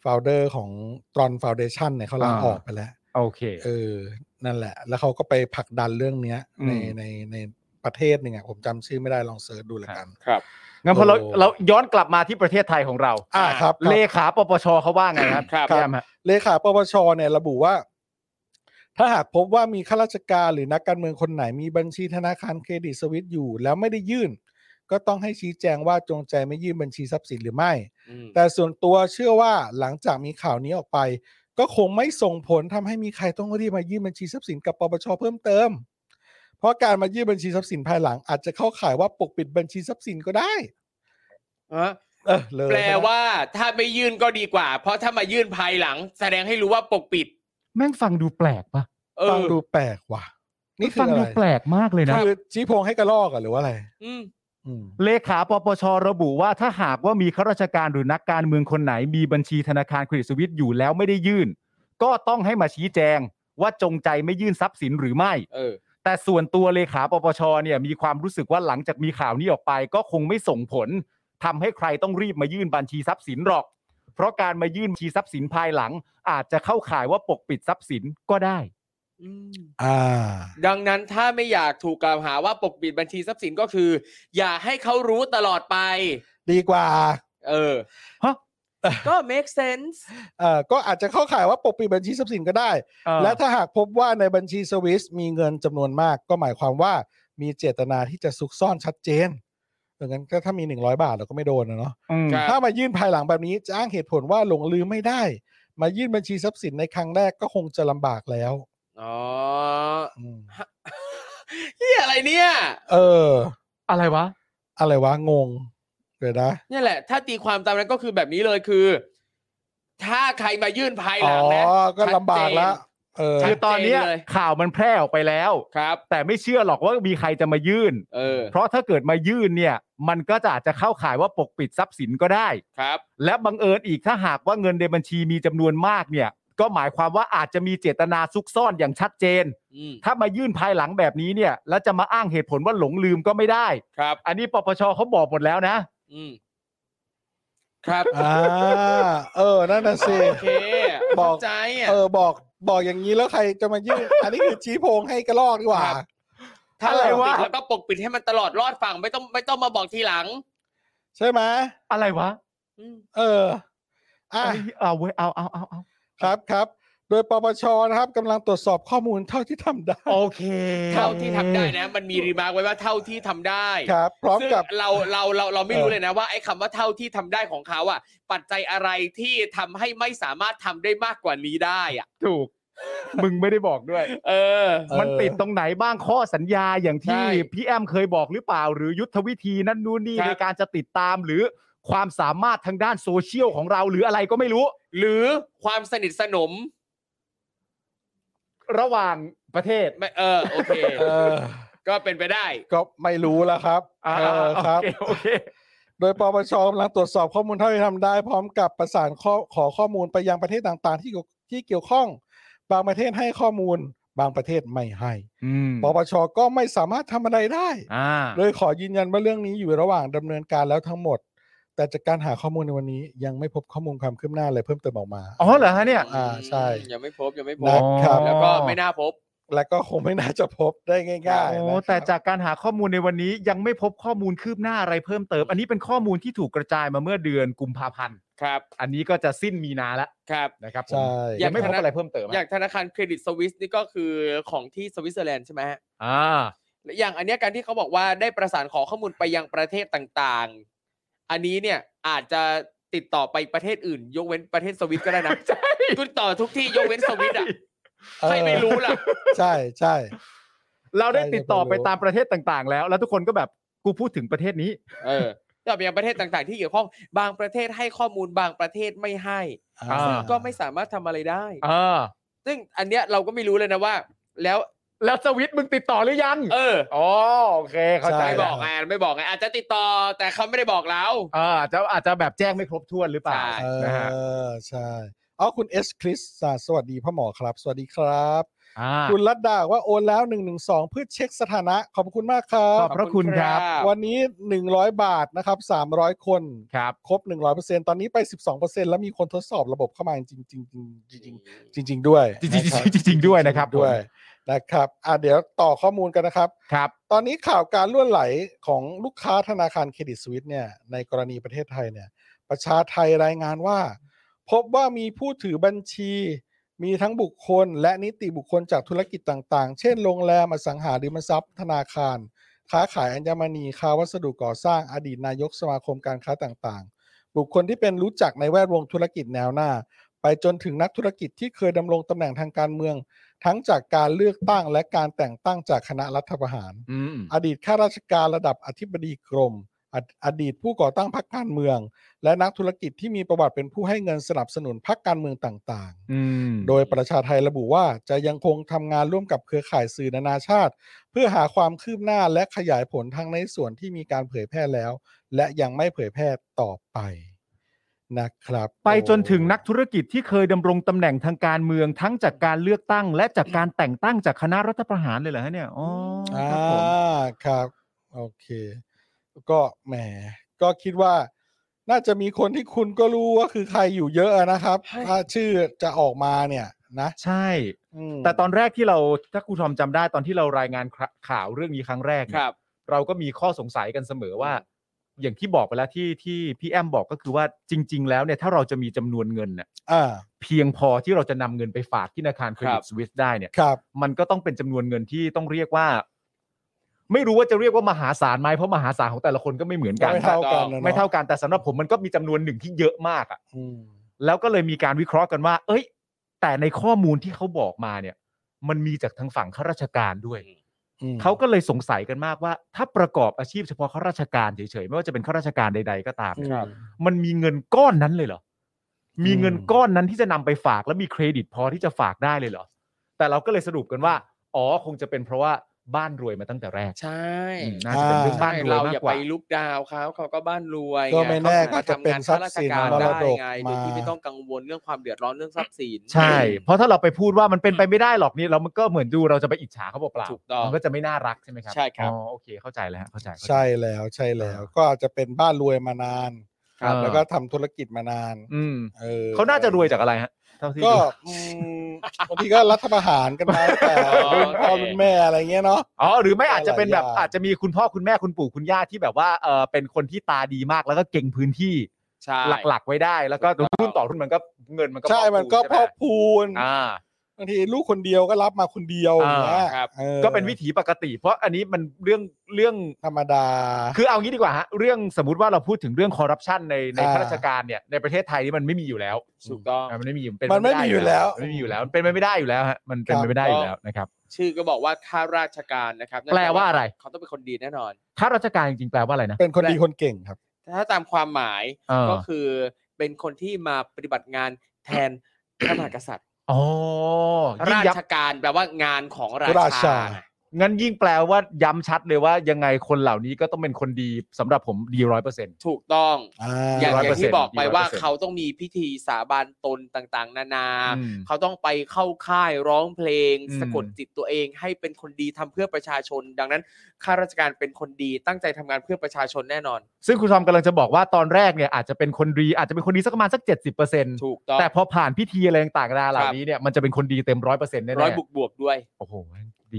S3: โฟลเดอร์ของตรอนฟ u ลเดชันเนี่ยเขาลาออกไปแล้ว
S4: โอเค
S3: เออ นั่นแหละ แล้วเขาก็ไปผลักดันเรื่องเนี้ย
S4: อืม
S3: ในในในประเทศหนึ่งอ่ะผมจำชื่อไม่ได้ลองเสิร์ชดูแล้วกัน
S5: ครับ
S4: งั้นพอเรา
S3: โอ้
S4: เราย้อนกลับมาที่ประเทศไทยของเรา
S3: อ่าครับครับ
S4: เลขาปปชเขาว่าไงครับ
S5: ครับ
S4: พี่แอมฮะ
S3: เลขาปปชเนี่ยระบุว่า ถ้าหากพบว่ามีข้าราชการหรือนักการเมืองคนไหนมีบัญชีธนาคารเครดิตสวิสอยู่ แล้วไม่ได้ยื่น ก็ต้องให้ชี้แจงว่าจงใจไม่ยื่นบัญชีทรัพย์สินหรือไม่
S5: อืม
S3: แต่ส่วนตัวเชื่อว่าหลังจากมีข่าวนี้ออกไป ก็คงไม่ส่งผลทำให้มีใครต้องรีบมายื่นบัญชีทรัพย์สินกับปปชเพิ่มเติม เพราะการมายื่นบัญชีทรัพย์สินภายหลัง อาจจะเข้าข่ายว่าปกปิดบัญชีทรัพย์สินก็ได้
S5: ฮะ
S3: เออเลย
S5: แปลว่าถ้าไม่ยื่นก็ดีกว่า เพราะถ้ามายื่นภายหลัง แสดงให้รู้ว่าปกปิด
S4: แม่งฟังดูแปลกปะ
S5: เอ
S3: ฟัง
S5: อ
S3: ดูแปลกว่ะนี่คื
S4: ฟั
S3: อง อะ
S4: ดู
S3: ไร
S4: แปลกมากเลยนะ
S3: คือชี้โพงให้กระลอกอะหรือว่าอะไร
S5: อืม
S3: อืม
S4: เลขาปปชระบุว่าถ้าหากว่ามีข้าราชการหรือนักการเมืองคนไหน มีบัญชีธนาคารเครดิตสวิสอยู่แล้วไม่ได้ยื่น ก็ต้องให้มาชี้แจงว่าจงใจไม่ยื่นทรัพย์สินหรือไม่
S5: เออ
S4: แต่ส่วนตัวเลขาปปชเนี่ยมีความรู้สึกว่าหลังจากมีข่าวนี้ออกไป ก็คงไม่ส่งผลทำให้ใครต้องรีบมายื่นบัญชีทรัพย์สินหรอก เพราะการมายื่นบัญชีทรัพย์สินภายหลัง อาจจะเข้าข่ายว่าปกปิดทรัพย์สินก็ได้
S5: อืม
S3: อ่า
S5: ดังนั้นถ้าไม่อยากถูกกล่าวหาว่าปกปิดบัญชีทรัพย์สินก็คือ อย่าให้เขารู้ตลอดไป
S3: ดีกว่า
S5: เออ
S4: ฮะ
S5: ก็ make sense
S3: เอ่อก็อาจจะเข้าข่ายว่าปกปิดบัญชีทรัพย์สินก็ได้ และถ้าหากพบว่าในบัญชีสวิสมีเงินจำนวนมาก ก็หมายความว่ามีเจตนาที่จะซุกซ่อนชัดเจนดังนั้นก็ถ้ามี 100 บาทเราก็ไม่โดนนะเนาะ
S4: อืม
S5: ครับ
S3: ถ้ามายื่นภายหลังแบบนี้จะอ้างเหตุผลว่าหลงลืมไม่ได้ มายื่นบัญชีทรัพย์สินในครั้งแรกก็คงจะลำบากแล้ว
S5: อ๋อ
S3: อืม
S5: เฮียอะไรเนี่ย
S3: เออ
S4: อะไรวะ
S3: อะไรวะงงเดี๋ยวนะ
S5: เนี่ยแหละ ถ้าตีความตามนั้นก็คือแบบนี้เลยคือ ถ้าใครมายื่นภายห
S3: อ๋
S5: ลังนะ
S3: อ ก็ลำบากละ
S5: ชัดเจ
S3: เออ
S4: คือตอนเนี้ย
S5: ชัดเจนเลย
S4: ข่าวมันแพร่ออกไปแล้ว
S5: นครับ
S4: แต่ไม่เชื่อหรอกว่ามีใครจะมายื่น
S5: เออ
S4: เพราะถ้าเกิดมายื่นเนี่ย มันก็จะอาจจะเข้าข่ายว่าปกปิดทรัพย์สินก็ได้
S5: ครับ
S4: และบังเอิญอีกถ้าหากว่าเงินในบัญชีมีจำนวนมากเนี่ย ก็หมายความว่าอาจจะมีเจตนาซุกซ่อนอย่างชัดเจน
S5: อืม
S4: ถ้ามายื่นภายหลังแบบนี้เนี่ย แล้วจะมาอ้างเหตุผลว่าหลงลืมก็ไม่ได้
S5: ครับ
S4: อันนี้ปปชเขาบอกหมดแล้วนะ
S5: อืมครับ
S3: อ่า เออ นั่นน่ะสิ
S5: โอเค
S3: บอก
S5: เข้าใจอ่ะ
S3: เออ บอก บอกอย่างนี้แล้วใครจะมายื่น อันนี้คือชี้โพงให้กระลอกดีกว่า
S5: ครับ
S3: ถ้าอะ
S5: ถ้า
S3: ไร
S5: เรา
S3: วะ
S5: ปิดแล้วก็ปกปิดให้มันตลอดรอดฝั่งไม่ต้องไม่ต้องมาบอกทีหลัง
S3: ใช่ไหม
S4: อะไรวะ
S5: อืม
S3: เออ อ่ะ
S4: เอ้ยเอาเว้ยเอาเอาเอาเอา
S3: ครับครับ โดยปปชนะครับกำลังตรวจสอบข้อมูลเท่าที่ทำได้
S4: โอเค
S5: เท่าที่ทำได้นะ มันมีรีมาร์กไว้ว่าเท่าที่ทำได้
S3: ครับ พร้อม
S5: ซึ่ง
S3: กับ
S5: เราเราเราเราไม่
S3: เออ
S5: รู้เลยนะว่าไอ้คำว่าเท่าที่ทำได้ของเขาอ่ะ ปัจจัยอะไรที่ทำให้ไม่สามารถทำได้มากกว่านี้ได้อ่ะ
S4: ถูก มึงไม่ได้บอกด้วย
S5: เออ
S3: เออ
S4: มันติดตรงไหนบ้างข้อสัญญาอย่างที่
S5: ใช่
S4: พี่แอมเคยบอกหรือเปล่า หรือยุทธวิธีนั่นนู่นนี่
S5: ครับ
S4: ในการจะติดตามหรือความสามารถทางด้านโซเชียลของเราหรืออะไรก็ไม่รู้
S5: หรือความสนิทสนม
S4: ระหว่างประเทศ
S5: ไม่เออโอเค
S3: เออ
S5: ก็เป็นไปได้
S3: ก็ไม่รู้แล้วครับ
S4: อ่า
S3: เออครับ
S4: โอเคโอเค
S3: โดยปปชกำลังตรวจสอบข้อมูลเท่าที่ทำได้ พร้อมกับประสานข้อขอข้อมูลไปยังประเทศต่างๆ ที่เกี่ยวที่เกี่ยวข้อง บางประเทศให้ข้อมูล บางประเทศไม่ให้
S4: อืม
S3: ปปชก็ไม่สามารถทำอะไรได้
S4: อ่า
S3: โดยขอยืนยันว่าเรื่องนี้อยู่ระหว่างดำเนินการแล้วทั้งหมด แต่จากการหาข้อมูลในวันนี้ยังไม่พบข้อมูลความคืบหน้าอะไรเพิ่มเติมออกมา
S4: อ๋อเหรอฮะเนี่ย
S3: อ่าใช่
S5: ยังไม่พบยังไม่พบ
S3: นะครับ
S5: แล้วก็ไม่น่าพบ
S3: และก็คงไม่น่าจะพบได้ง่ายๆ
S4: โอ้
S3: นะครับ
S4: แต่จากการหาข้อมูลในวันนี้ยังไม่พบข้อมูลคืบหน้าอะไรเพิ่มเติม อันนี้เป็นข้อมูลที่ถูกกระจายมาเมื่อเดือนกุมภาพันธ์
S5: ครับ
S4: อันนี้ก็จะสิ้นมีนาแล้ว
S5: ครับ
S4: นะครับผม
S3: ใช่
S5: อ
S4: ยั
S5: ยาก
S4: งไม่พบอะไรเพิ่มเติมอะ
S5: อย่างธนาคารเครดิตสวิสนี่ก็คือของที่สวิตเซอร์แลนด์ใช่ไหมฮะ
S4: อ่า
S5: และอย่างอันเนี้ยการที่เขาบอกว่าได้ประสานขอข้อมูลไปยังประเทศต่างๆ อันนี้เนี่ยอาจจะติดต่อไปประเทศอื่น ยกเว้นประเทศสวิตก็ได้นะ
S4: ใช่
S5: ติดต่อทุกที่ยกเว้นสวิตอ่ะ
S3: เออ
S5: ใครไม่รู้ล่ะ
S3: ใช่ใช่
S4: เราได้ติดต่อ
S3: ใช่
S4: ไป
S3: ครับ
S4: ตามประเทศต่างๆ แล้ว แล้วทุกคนก็แบบกูพูดถึงประเทศนี้
S5: เออต่อไปยังประเทศต่างๆ ที่เกี่ยวข้อง บางประเทศให้ข้อมูลบางประเทศไม่ให้
S4: อ่า
S5: ซึ่งก็ไม่สามารถทำอะไรได้
S4: เออ
S5: ซึ่งอันเนี้ยเราก็ไม่รู้เลยนะว่า แล้ว
S4: แล้วสวิตช์มึงติดต่อหรือยัง
S5: เออ
S4: อ๋อโอเคเข้าใจ
S3: ใช่
S5: ไม่
S4: แล้
S5: บ
S4: ว
S5: อกไงไม่บอกไงอาจจะติดต่อแต่เขาไม่ได้บอกเรา
S4: เอออาจจะอาจจะแบบแจ้งไม่ครบถ้วนหรือเปล่า
S5: ใช่
S3: เอ
S4: นะฮะ
S3: อใช่เอาคุณเอสคริสสวัสดีพ่อหมอครับ สวัสดีครับ
S4: อ่า
S3: คุณรัตดดาบอกว่าโอนแล้ว 112 เพื่อเช็คสถานะ ขอบคุณมากครั
S4: ข
S3: บ
S4: อบพระคุณครับ
S3: วันนี้ 100 บาทนะครับ 300 คน
S4: ครับ
S3: ครบ 100%ตอนนี้ไป 12%แล้วมีคนทดสอบระบบเข้ามาจริงๆจริงๆจริงๆจริงๆจริงๆด้วย
S4: จริง
S3: นะคบ
S4: ๆจริงๆจริงๆด้วยนะครับ
S3: ด้วยนะครับอ่ะเดี๋ยวต่อข้อมูลกันนะครับ
S4: ครับ
S3: ตอนนี้ข่าวการล่วนไหลของลูกค้าธนาคารเครดิตสวิสเนี่ยในกรณีประเทศไทยเนี่ยประชาไทยรายงานว่า พบว่ามีผู้ถือบัญชี มีทั้งบุคคล และนิติบุคคลจากธุรกิจต่างๆ เช่นโรงแรมอสังหาริมทรัพย์ ธนาคาร ค้าขายอัญมณีค้าวัสดุก่อสร้างอดีตนายกสมาคมการค้าต่างๆ บุคคลที่เป็นรู้จักในแวดวงธุรกิจแนวหน้า ไปจนถึงนักธุรกิจที่เคยดำรงตำแหน่งทางการเมือง ทั้งจากการเลือกตั้งและการแต่งตั้งจากคณะรัฐประหาร
S4: อืม
S3: อดีตข้าราชการระดับอธิบดีกรมอดอดีตผู้ก่อตั้งพรรคการเมือง และนักธุรกิจที่มีประวัติเป็นผู้ให้เงินสนับสนุนพรรคการเมืองต่าง
S4: อืม
S3: ๆ โดยประชาไทยระบุว่าจะยังคงทำงานร่วมกับเครือข่ายสื่อนานาชาติ เพื่อหาความคืบหน้าและขยายผลทั้งในส่วนที่มีการเผยแพร่แล้ว และยังไม่เผยแพร่ต่อไปนะครับ
S4: ไปจนถึงนักธุรกิจที่เคยดำรงตำแหน่งทางการเมืองทั้งจากการเลือกตั้ง และจากการแต่งตั้งจากคณะรัฐประหารเลยเหรอฮะเนี่ยอ๋อ
S3: อ่า
S4: ครับผม
S3: ครับโอเคก็แหมก็คิดว่า น่าจะมีคนที่คุณก็รู้ว่าคือใครอยู่เยอะอะนะครับ
S5: ใช่
S3: ถ้าชื่อจะออกมาเนี่ยนะ
S4: ใช่
S3: อืม
S4: แต่ตอนแรกที่เราถ้าครูทอมจำได้ตอนที่เรารายงานข่าวเรื่องนี้ครั้งแรก
S5: ค
S4: เนี่ย
S5: รับ
S4: เราก็มีข้อสงสัยกันเสมอว่า อย่างที่บอกไปแล้วที่ที่พี่แอมบอกก็คือว่าจริง ๆ แล้วเนี่ยถ้าเราจะมีจำนวนเงินเน่ะ
S3: อ่า
S4: เพียงพอที่เราจะนำเงินไปฝากที่ธนาคารเครดิ
S5: ครั
S4: ต
S5: บ
S4: สวิสได้เนี่ย
S3: ครับ
S4: มันก็ต้องเป็นจำนวนเงินที่ต้องเรียกว่า ไม่รู้ว่าจะเรียกว่ามหาศาลไหมเพราะมหาศาลของแต่ละคนก็ไม่เหมือนกัน
S3: ไม่เท่ากันนะ
S4: ไม่เท่ากันแต่สำหรับผมมันก็มีจำนวนหนึ่งที่เยอะมากอะ
S3: อืม
S4: แล้วก็เลยมีการวิเคราะห์กันว่า เอ้ย แต่ในข้อมูลที่เขาบอกมาเนี่ย มันมีจากทางฝั่งข้าราชการด้วย
S3: อืม
S4: เขาก็เลยสงสัยกันมากว่า ถ้าประกอบอาชีพเฉพาะข้าราชการเฉยๆ ไม่ว่าจะเป็นข้าราชการใด ๆ ก็ตามเนี่ย
S3: ครับ
S4: มันมีเงินก้อนนั้นเลยเหรอ มีเงิน
S3: อืม
S4: ก้อนนั้นที่จะนำไปฝากแล้วมีเครดิตพอที่จะฝากได้เลยเหรอ แต่เราก็เลยสรุปกันว่า อ๋อคงจะเป็นเพราะว่าบ้านรวยมาตั้งแต่แรก
S5: ใช่
S4: อืมน่าจะเป็นเรื่องบ้านรวย
S5: เรา
S4: มา
S5: อย่าก
S4: ก
S5: ไป
S4: ว่า
S5: ลุกดาวเขาเขาก็บ้านรวย
S3: ก็ไม่แน่
S5: ง
S3: ก็จะเป็นทรัพย์สิน
S5: เขาหาทำงานข้าราช
S3: มรดก
S5: การได้ไงโดยที่
S3: มา
S5: ไม่ต้องกังวลเรื่องความเดือดร้อนเรื่องทรัพย์สิน
S4: ใช่ เพราะถ้าเราไปพูดว่ามันเป็นไปไม่ได้หรอกนี่เรามันก็เหมือนดูเราจะไปอิจฉาเขาเปล่าๆ
S5: ถูกต้อง
S4: มันก็จะไม่น่ารักใช่ไหมครับ
S5: ใช่ครับ
S4: อ๋อโอเคเข้าใจแล้วฮะเข้าใจเข้าจ
S3: ใช่แล้วใช่แล้ว ก็อาจจะเป็นบ้านรวยมานาน
S5: ครับ
S4: เออ
S3: แล้วก็ทำธุรกิจมานาน
S4: อืม
S3: เออ
S4: เขาน่าจะรวยจากอะไรฮะเท่าที่
S3: ก็
S4: ดู
S3: อืมบางทีก็รัฐประหารกันมาแต่
S5: โอ
S3: รุ่น
S5: เค
S3: พ่อรุ่นแม่อะไรเงี้ยเนาะ
S4: อ๋อหรือไม่อาจจะเป็นแบบ
S3: หลายอย่าง
S4: อาจจะมีคุณพ่อคุณแม่คุณปู่คุณย่าที่แบบว่าเออเป็นคนที่ตาดีมากแล้วก็เก่งพื้นที่
S5: ใช่
S4: หลักๆไว้ได้ แล้วก็รุ่นต่อรุ่นมันก็เงินมันก็
S3: ใช่มันก็พ่อ
S4: ใช่ไหม
S3: พูน
S4: อ่า
S3: บางทีลูกคนเดียวก็รับมาคนเดียว
S4: อ่า
S3: อย่างเงี้ยออ
S4: ก็เป็นวิถีปกติ เพราะอันนี้มันเรื่องเรื่อง
S3: ธรรมดา
S4: คือเอางี้ดีกว่าฮะเรื่องสมมติว่าเราพูดถึงเรื่องคอร์รัปชันในใน
S3: อ่า
S4: ข้าราชการเนี่ยในประเทศไทยนี่มันไม่มีอยู่แล้ว
S5: ถูกต้อง
S4: อ่ะมันไม่มีอยู่เป็
S3: มันไม่มีอยู่แล้ว
S4: มันไม่มีอยู่แล้วมันเป็นไปไม่ได้อยู่แล้วฮะมันเป็น
S3: ครับ
S4: ไปไม่ได้อยู่แล้วนะครับ
S5: ชื่อก็บอกว่าข้าราชการนะครับนั่น
S4: แปลว่าอะไร
S5: เขาต้องเป็นคนดีแน่นอน
S4: ข้าราชการจริงๆแปลว่าอะไรนะ
S3: เป็นคนดีคนเก่งครับ
S5: ถ้าตามความหมาย
S4: เออ
S5: ก็คือเป็นคนที่มาปฏิบัติงานแทนพระมหากษัตริย์
S4: อ๋อยิ่ง
S5: รา
S4: ยับ
S5: ชการแปลว่างานของรา
S3: ราชา
S5: ชา
S4: งั้นยิ่งแปลว่าย้ำชัดเลยว่ายังไงคนเหล่านี้ก็ต้องเป็นคนดีสำหรับผมดีร้อยเปอร์เซ็นต์
S5: ถูกต้อง
S3: อ่า
S5: อย่าง
S4: ร้อย
S5: อ
S4: เปอย่าง ร์เซ็นต์
S5: ที่บอกไปว่า
S4: ร้อยเปอร์เซ็นต์
S5: เขาต้องมีพิธีสาบานตนต่างๆ นานา
S4: อืม
S5: เขาต้องไปเข้าค่ายร้องเพลง
S4: อืม
S5: สะกดจิตตัวเองให้เป็นคนดีทำเพื่อประชาชน ดังนั้นข้าราชการเป็นคนดีตั้งใจทำงานเพื่อประชาชนแน่นอน
S4: ซึ่งคุณทอมกำลังจะบอกว่าตอนแรกเนี่ยอาจจะเป็นคนดีอาจจะเป็นคนดีสักประมาณสัก 70%
S5: ถูกต้อง
S4: แต่พอผ่านพิธีอะไรต่างๆนานาเหล่านี้เนี่ยมันจะเป็นคนดีเต็มร้อยเปอร์เซ็นต์แน่ๆ
S5: ร้อยบวกบวกๆด้วย
S4: โอ้โห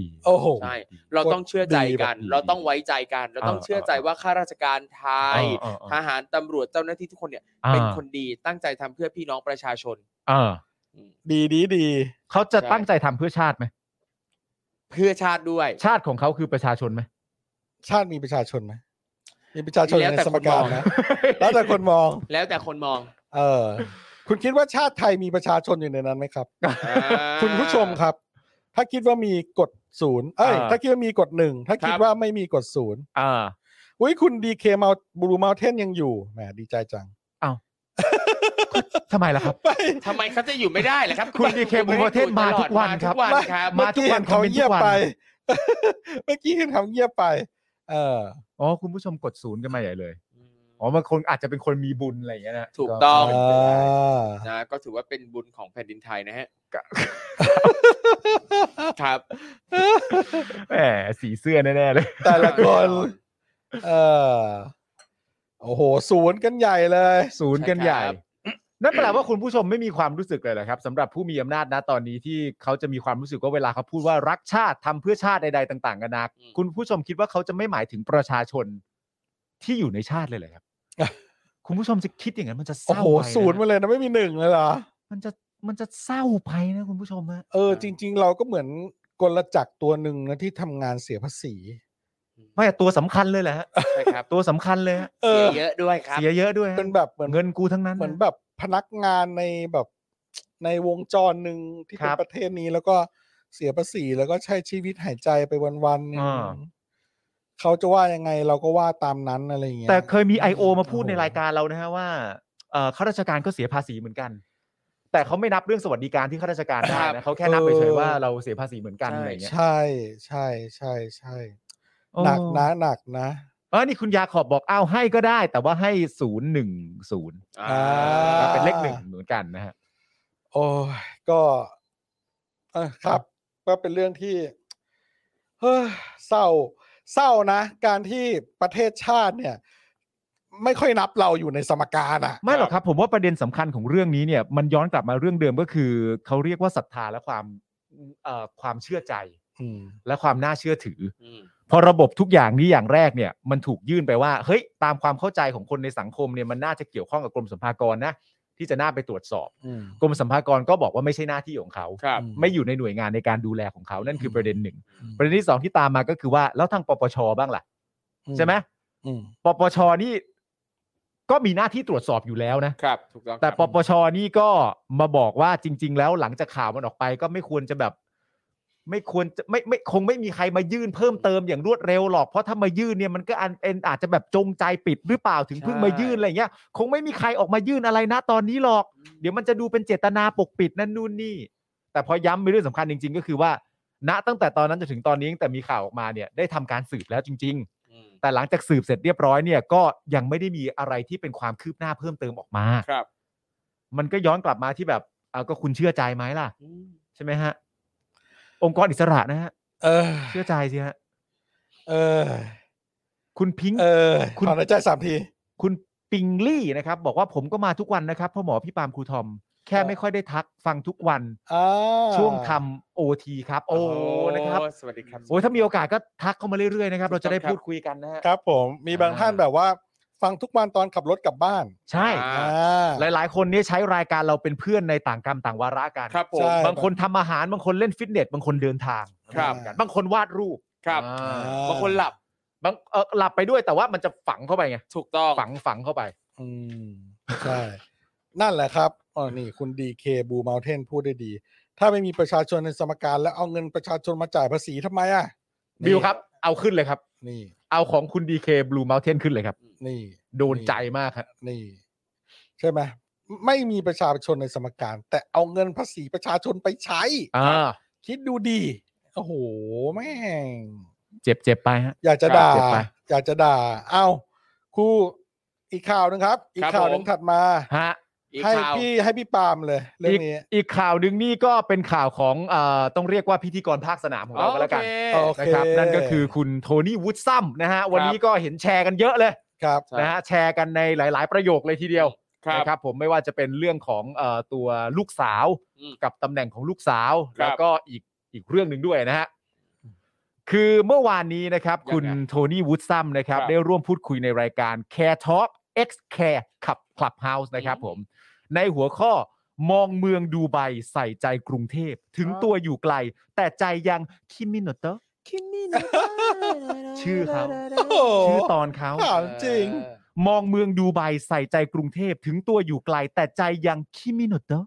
S4: ดี
S3: โอ้โห
S5: ใช่ เราต้องเชื่อใจกัน
S4: ดีแบบดี
S5: เราต้องไว้ใจกัน เราต้อง
S4: เออ
S5: เชื่อใจว่าข้าราชการไทย
S4: เออเออเออ
S5: ทหารตำรวจเจ้าหน้าที่ทุกคนเนี่ย
S4: อ่า
S5: เป็นคนดีตั้งใจทำเพื่อพี่น้องประชาชน
S4: อ่า
S3: ดีดีดี
S4: เขาจะ
S5: ใช่
S4: ตั้งใจทำเพื่อชาติไหม
S5: เพื่อชาติด้วย
S4: ชาติของเขาคือประชาชนไหม
S3: ชาติมีประชาชนไหมมีประชาชนอ
S5: แล้ว
S3: ยู่
S5: แต่
S3: ในส
S5: ค
S3: ม
S5: น
S3: กาม ร
S5: อง
S3: นะ แล้วแต่คนมอง
S5: แล้วแต่คนมอง
S3: เออ คุณคิดว่าชาติไทยมีประชาชนอยู่ในนั้นไหมครับ
S5: อ่า
S3: คุณผู้ชมครับ ถ้าคิดว่ามีกดศูนย์เอ้ย
S4: อ่า
S3: ถ้าคิดว่ามีกดหนึ่ง ถ้าคิ
S5: ค
S3: ด
S5: รับ
S3: ว่าไม่มีกดศูนย์
S4: อ่า
S3: อุ้ยคุณดีเคมาบลูมาเทนยังอยู่ แหมดีใจจัง
S4: ทำไมล่ะครับ
S3: ไป
S5: ทำไมเขาจะอยู่ไม่ได้ล่ะครับ
S4: คุณ DK
S5: อยู่
S4: บุญประเทศมาทุกวันครับ
S5: มาทุกวันครับ
S4: มา
S3: เมื่อกี้
S4: ทุกวั
S3: เห็
S4: น
S3: นเขา
S4: คอมเมนต์
S3: เงียบ
S4: ทุกวัน
S3: ไป เมื่อกี้เห็นเขาเงียบไป เออ
S4: อ๋อคุณผู้ชมกดศูนย์กันมาใหญ่เลยอ๋อบางคนอาจจะเป็นคนมีบุญอะไรอย่างเงี้ยนะ
S5: ถูกต้อง
S3: อ่า
S5: นะก็ถือว่าเป็นบุญของแผ่นดินไทยนะฮะครับ
S4: แหมสีเสื้อแน่ๆเลย
S3: แต่ละคน เออ โอ้โห ศูนย์กันใหญ่เลย
S4: ศูนย์กันใหญ่
S5: ใช่ครับ
S4: นั่นแปลว่าคุณผู้ชมไม่มีความรู้สึกเลยเหรอครับสำหรับผู้มีอำนาจนะตอนนี้ที่เขาจะมีความรู้สึกว่าเวลาเขาพูดว่ารักชาติทำเพื่อชาติใดๆต่างๆกันานา
S5: อืม
S4: คุณผู้ชมคิดว่าเขาจะไม่หมายถึงประชาชนที่อยู่ในชาติเลยเหรอครับ
S3: อ่ะ
S4: คุณผู้ชมจะคิดอย่างนั้นมันจะเศ
S3: โอ้
S4: ร้า
S3: โห
S4: ไปะ
S3: ศูนย์มาเลยนะ ไม่มีหนึ่งเลยเหรอ
S4: มันจะมันจะเศร้าไปนะคุณผู้ชมฮะ
S3: เออ จริง ๆ เราก็เหมือนกลจักรตัวหนึ่งนะที่ทำงานเสียภาษี
S4: ไม่แต่ตัวสำคัญเลยแหละฮะ
S5: ใช่ครับ
S4: ตัวสำคัญเลยฮะ
S3: เออ
S5: เสียเยอะด้วยครับ
S4: เสียเยอะด้วยฮะ
S3: เป็นแบบเหมือน
S4: เงินกูทั้งนั้น
S3: เหมือน
S4: นะ
S3: แบบพนักงานในแบบในวงจรหนึ่งที่
S4: ค
S3: เป็
S4: รั
S3: น
S4: บ
S3: ประเทศนี้แล้วก็เสียภาษีแล้วก็ใช้ชีวิตหายใจไปวันๆหนึ่ง
S4: อ่า
S3: เขาจะว่ายังไงเราก็ว่าตามนั้นอะไรอย่างเงี้ย
S4: แต่เคยมี I.O. มาพูด
S3: โอ้โห
S4: ในรายการเรานะฮะว่าเอ่อข้าราชการก็เสียภาษีเหมือนกัน แต่เขาไม่นับเรื่องสวัสดิการที่ข้าราชการได้นะเขาแค่นับเฉยๆว่าเราเสียภาษีเหมือนกันอะไรอย่างเงี้ย
S3: ใช่ใช่ใช่ใช่หนักนะหนักนะ
S4: เออนี่คุณยาขอบบอกอ้าวให้ก็ได้ แต่ว่าให้ศูนย์หนึ่งศูนย์
S5: อ่า
S3: อ่า
S4: เป็นเลขหนึ่งเหมือนกันนะฮะ
S3: โอ้ยก็เออครับ ก็เป็นเรื่องที่ เฮ้ยเศร้า เศร้านะ การที่ประเทศชาติเนี่ย ไม่ค่อยนับเราอยู่ในสมการอ่ะ
S4: ไม่หรอกครับผมว่าประเด็นสำคัญของเรื่องนี้เนี่ย มันย้อนกลับมาเรื่องเดิมก็คือเขาเรียกว่าศรัทธาและความเอ่อความเชื่อใจ
S3: อืม
S4: และความน่าเชื่อถือ
S5: อืม
S4: พอระบบทุกอย่างนี้อย่างแรกเนี่ย มันถูกยื่นไปว่า เฮ้ย ตามความเข้าใจของคนในสังคมเนี่ยมันน่าจะเกี่ยวข้องกับกรมสรรพากรนะ ที่จะน่าไปตรวจสอบ
S3: อืม
S4: กรมสรรพากรก็บอกว่าไม่ใช่หน้าที่ของเขา
S5: ครับ
S4: ไม่อยู่ในหน่วยงานในการดูแลของเขานั่นคือประเด็นหนึ่ง
S3: อืม
S4: ประเด็นที่สองที่ตามมาก็คือว่า แล้วทางปปชบ้างล่ะ ใช่ไหม
S3: อืม
S4: ปปชนี่ก็มีหน้าที่ตรวจสอบอยู่แล้วนะ
S5: ครับ ถูกต้อง
S4: แต่
S5: ครั
S4: ป
S5: บ
S4: ปชนี่ก็มาบอกว่าจริง ๆ แล้วหลังจากข่าวมันออกไปก็ไม่ควรจะแบบ ไม่ควรจะไม่ไม่คงไม่มีใครมายื่นเพิ่มเติมอย่างรวดเร็วหรอกเพราะถ้ามายื่นเนี่ยมันก็อันเป็นอาจจะแบบจงใจปิดหรือเปล่าถึงเพิ่งมายื่นอะไรเงี้ย คงไม่มีใครออกมายื่นอะไรนะตอนนี้หรอก เดี๋ยวมันจะดูเป็นเจตนาปกปิดนั่นนู่นนี่ แต่พอย้ำมีเรื่องสำคัญจริง ๆ ก็คือว่า ณตั้งแต่ตอนนั้นจนถึงตอนนี้ตั้งแต่มีข่าวออกมาเนี่ยได้ทำการสืบแล้วจริง ๆ
S5: อืม
S4: แต่หลังจากสืบเสร็จเรียบร้อยเนี่ยก็ยังไม่ได้มีอะไรที่เป็นความคืบหน้าเพิ่มเติมออกมา
S5: ครับ
S4: มันก็ย้อนกลับมาที่แบบเอาก็คุณเชื่อใจไหมล่ะ
S5: อืม
S4: ใช่ไหมฮะ องค์กรอิสระนะฮะ
S3: เออ
S4: เชื่อใจสิฮะ
S3: เออ
S4: คุณพิงค์
S3: เออถอนหายใจสามที
S4: คุณปิงลี่นะครับ บอกว่าผมก็มาทุกวันนะครับพ่อหมอพี่ปาล์มครูทอม แค่ไม่ค่อยได้ทักฟังทุกวัน
S3: อ่า
S4: ช่วงทำโอทีครับ โอ้นะครับ
S5: สวัสดีครับ
S4: โอ้ยถ้ามีโอกาสก็ทักเข้ามาเรื่อยๆนะครับ เราจะได้พูดคุยกันนะฮะ
S3: ครับผมมีบาง
S4: อ่า
S3: ท่านแบบว่า ฟังทุกวันตอนขับรถกลับบ้าน
S4: ใช่
S5: อ่า
S3: อ่า
S4: หลาย ๆ คนเนี่ยใช้รายการเราเป็นเพื่อนในต่างกรรมต่างวาระกัน
S5: ครับผม
S3: ใช่
S4: บางคนทำอาหารบางคนเล่นฟิตเนสบางคนเดินทาง
S5: ครับ
S4: บางคนวาดรูป
S5: ครับ
S4: อ่
S3: อ่
S4: า
S5: บางคนหลับบ
S4: างเออหลับไปด้วยแต่ว่ามันจะฝังเข้าไปไง
S5: ถูกต้อง
S4: ฝังฝังเข้าไป
S3: อืมใช่ นั่นแหละครับอ๋อนี่คุณดีเคบูม t เทนพูดได้ดี ถ้าไม่มีประชาชนในสมการแล้วเอาเงินประชาชนมาจ่ายภาษีทำไมอ่ะ
S4: บิวครับ เอาขึ้นเลยครับ
S3: นี่
S4: เอาของคุณดีเคบลูเม t เทนขึ้นเลยครับ
S3: นี่
S4: โดนใจมากครับ
S3: นี่ ใช่ไหมไม่มีประชาชนในสมการ แต่เอาเงินภาษีประชาชนไปใช้
S4: อ่า
S3: คิดดูดี โอ้โห แม่ง
S4: เจ็บเจ็บไปฮะ
S3: อยากจะ
S5: ครับ
S3: ด่า
S4: เจ็บไป
S3: อยากจะด่า เอ้าครูอีกข่าวหนึงครับ อีก
S5: ครับ
S3: ข่าวหนึง
S5: ผม
S3: ถัดมา
S4: ฮะ
S5: อีก
S3: ให้
S5: ข่าว
S3: พี่ให้พี่ปาล์มเลย เรื่อก งนี้
S4: อีกข่าวหนึ่งนี่ก็เป็นข่าวของเอ่อต้องเรียกว่าพิธีกรภาคสนามของ
S5: อ๋อ
S4: เราก็แล้วกัน
S5: โอเค
S3: เอา โ
S4: นะครับ
S3: โอเค
S4: นั่นก็คือคุณโทนี่วูดซัมนะฮะ วันนี้ก็เห็นแชร์กันเยอะเลย
S3: ครับ
S5: ใช่
S4: นะฮะแชร์กันในหลาย ๆ ประโยคเลยทีเดียว
S5: ครับ
S4: นะครับผมไม่ว่าจะเป็นเรื่องของเออตัวลูกสาว
S5: อืม
S4: กับตำแหน่งของลูกสาว
S5: ครับ
S4: แล้วก็อีกอีกเรื่องหนึ่งด้วยนะฮะคือเมื่อวานนี้นะครับ
S5: ยังไง
S4: คุณโทนี่วูดซัมนะครับ
S5: ครับ
S4: ได้ร่วมพูดคุยในรายการ Care Talk X Care ขับ Clubhouse นะครับ
S5: อืม
S4: ผม ในหัวข้อมองเมืองดูไบใส่ใจกรุงเทพ ถึง
S5: อ๋อ
S4: ตัวอยู่ไกล แต่ใจยังคิมิโนโตะ ชื่อเขา
S3: โอ้โห
S4: ชื่อตอนเขา
S3: ถามจริง
S5: เออ
S4: มองเมืองดูไบใส่ใจกรุงเทพ ถึงตัวอยู่ไกล แต่ใจยังคิมิโนโตะ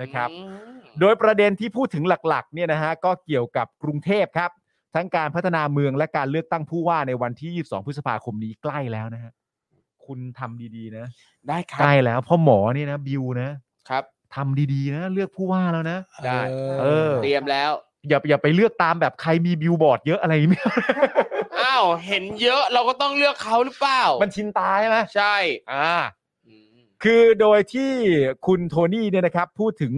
S4: นะครับ
S5: อืม
S4: โดยประเด็นที่พูดถึงหลักๆเนี่ยนะฮะก็เกี่ยวกับกรุงเทพครับ ทั้งการพัฒนาเมืองและการเลือกตั้งผู้ว่าในวันที่ 22 พฤษภาคมนี้ใกล้แล้วนะฮะคุณทำดีๆนะ
S5: ได้ค
S4: ใก
S5: รับ
S4: ล้แล้วพ่อหมอเนี่ยนะบิวนะครับ ทำดีๆนะ เลือกผู้ว่าแล้วนะ
S5: ได้
S4: เออ
S5: เตรียมแล้ว
S4: อย่าอย่าไปเลือกตามแบบใครมีบิวบอร์ดเยอะ อะไรไม่
S5: อ้าว เห็นเยอะเราก็ต้องเลือกเขาหรือเปล่า
S4: มันชินตายใช่ไหม
S5: ใช่
S4: อ่า
S5: อืม
S4: คือโดยที่คุณโทนี่เนี่ยนะครับพูดถึง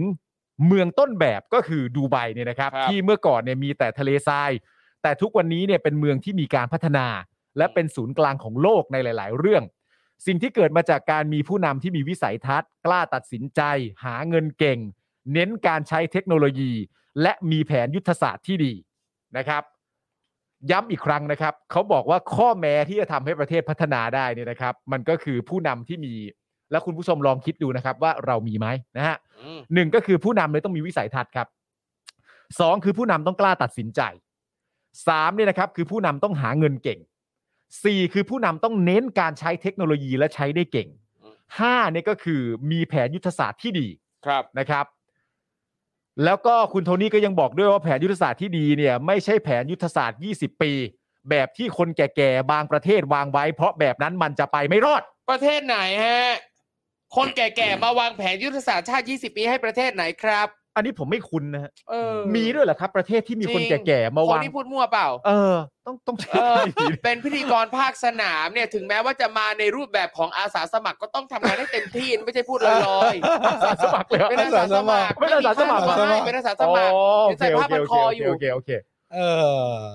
S4: เมืองต้นแบบก็คือดูไบเนี่ยนะครับ
S5: ครับ
S4: ที่เมื่อก่อนเนี่ยมีแต่ทะเลทราย แต่ทุกวันนี้เนี่ยเป็นเมืองที่มีการพัฒนา และเป็นศูนย์กลางของโลกในหลาย ๆ เรื่อง สิ่งที่เกิดมาจากการมีผู้นำที่มีวิสัยทัศน์ กล้าตัดสินใจ หาเงินเก่ง เน้นการใช้เทคโนโลยี และมีแผนยุทธศาสตร์ที่ดีนะครับ ย้ำอีกครั้งนะครับ เขาบอกว่าข้อแม้ที่จะทำให้ประเทศพัฒนาได้เนี่ยนะครับ มันก็คือผู้นำที่มี แล้วคุณผู้ชมลองคิดดูนะครับว่าเรามีไหมนะฮะ
S5: อืม
S4: หนึ่งก็คือผู้นำเลยต้องมีวิสัยทัศน์ครับสองคือผู้นำต้องกล้าตัดสินใจสามเนี่ยนะครับคือผู้นำต้องหาเงินเก่งสี่คือผู้นำต้องเน้นการใช้เทคโนโลยีและใช้ได้เก่งห้าเนี่ยก็คือมีแผนยุทธศาสตร์ที่ดี
S5: ครับ
S4: นะครับ แล้วก็คุณโทนี่ก็ยังบอกด้วยว่าแผนยุทธศาสตร์ที่ดีเนี่ยไม่ใช่แผนยุทธศาสตร์ 20 ปี แบบที่คนแก่ๆ บางประเทศวางไว้ เพราะแบบนั้นมันจะไปไม่รอด
S5: ประเทศไหนฮะ คนแก่ๆ มาวางแผนยุทธศาสตร์ชาติ 20 ปีให้ประเทศไหนครับ
S4: อันนี้ผมไม่คุ้นนะฮะ
S5: เออ
S4: มีด้วยเหรอครับ ประเทศที่มีคนแก่ๆ
S5: ค
S4: มาน วาง
S5: ที่พูดมั่วเปล่า
S4: เออ ต้องต้องใช้
S5: เอ อ
S4: ดี
S5: เป็นพิธีกรภาคสนามเนี่ย ถึงแม้ว่าจะมาในรูปแบบของอาสาสมัครก็ต้องทำงานให้เต็มที่ไม่ใช่พูดลอย
S4: สมัครเลยเหรอ
S5: ๆเป็นอาสาสมัคร
S4: เป็นอาสาสมัครเหรอ
S5: ใช่เป็นอาสาสมัคร
S4: อ๋อโอเค
S5: ใส่
S4: โอ
S5: ผ้า
S4: เค
S5: พัน
S4: โอ
S5: ค
S4: เคโอ
S5: ออ
S4: เค
S5: ยู่
S4: โอเคโอเค
S3: เออ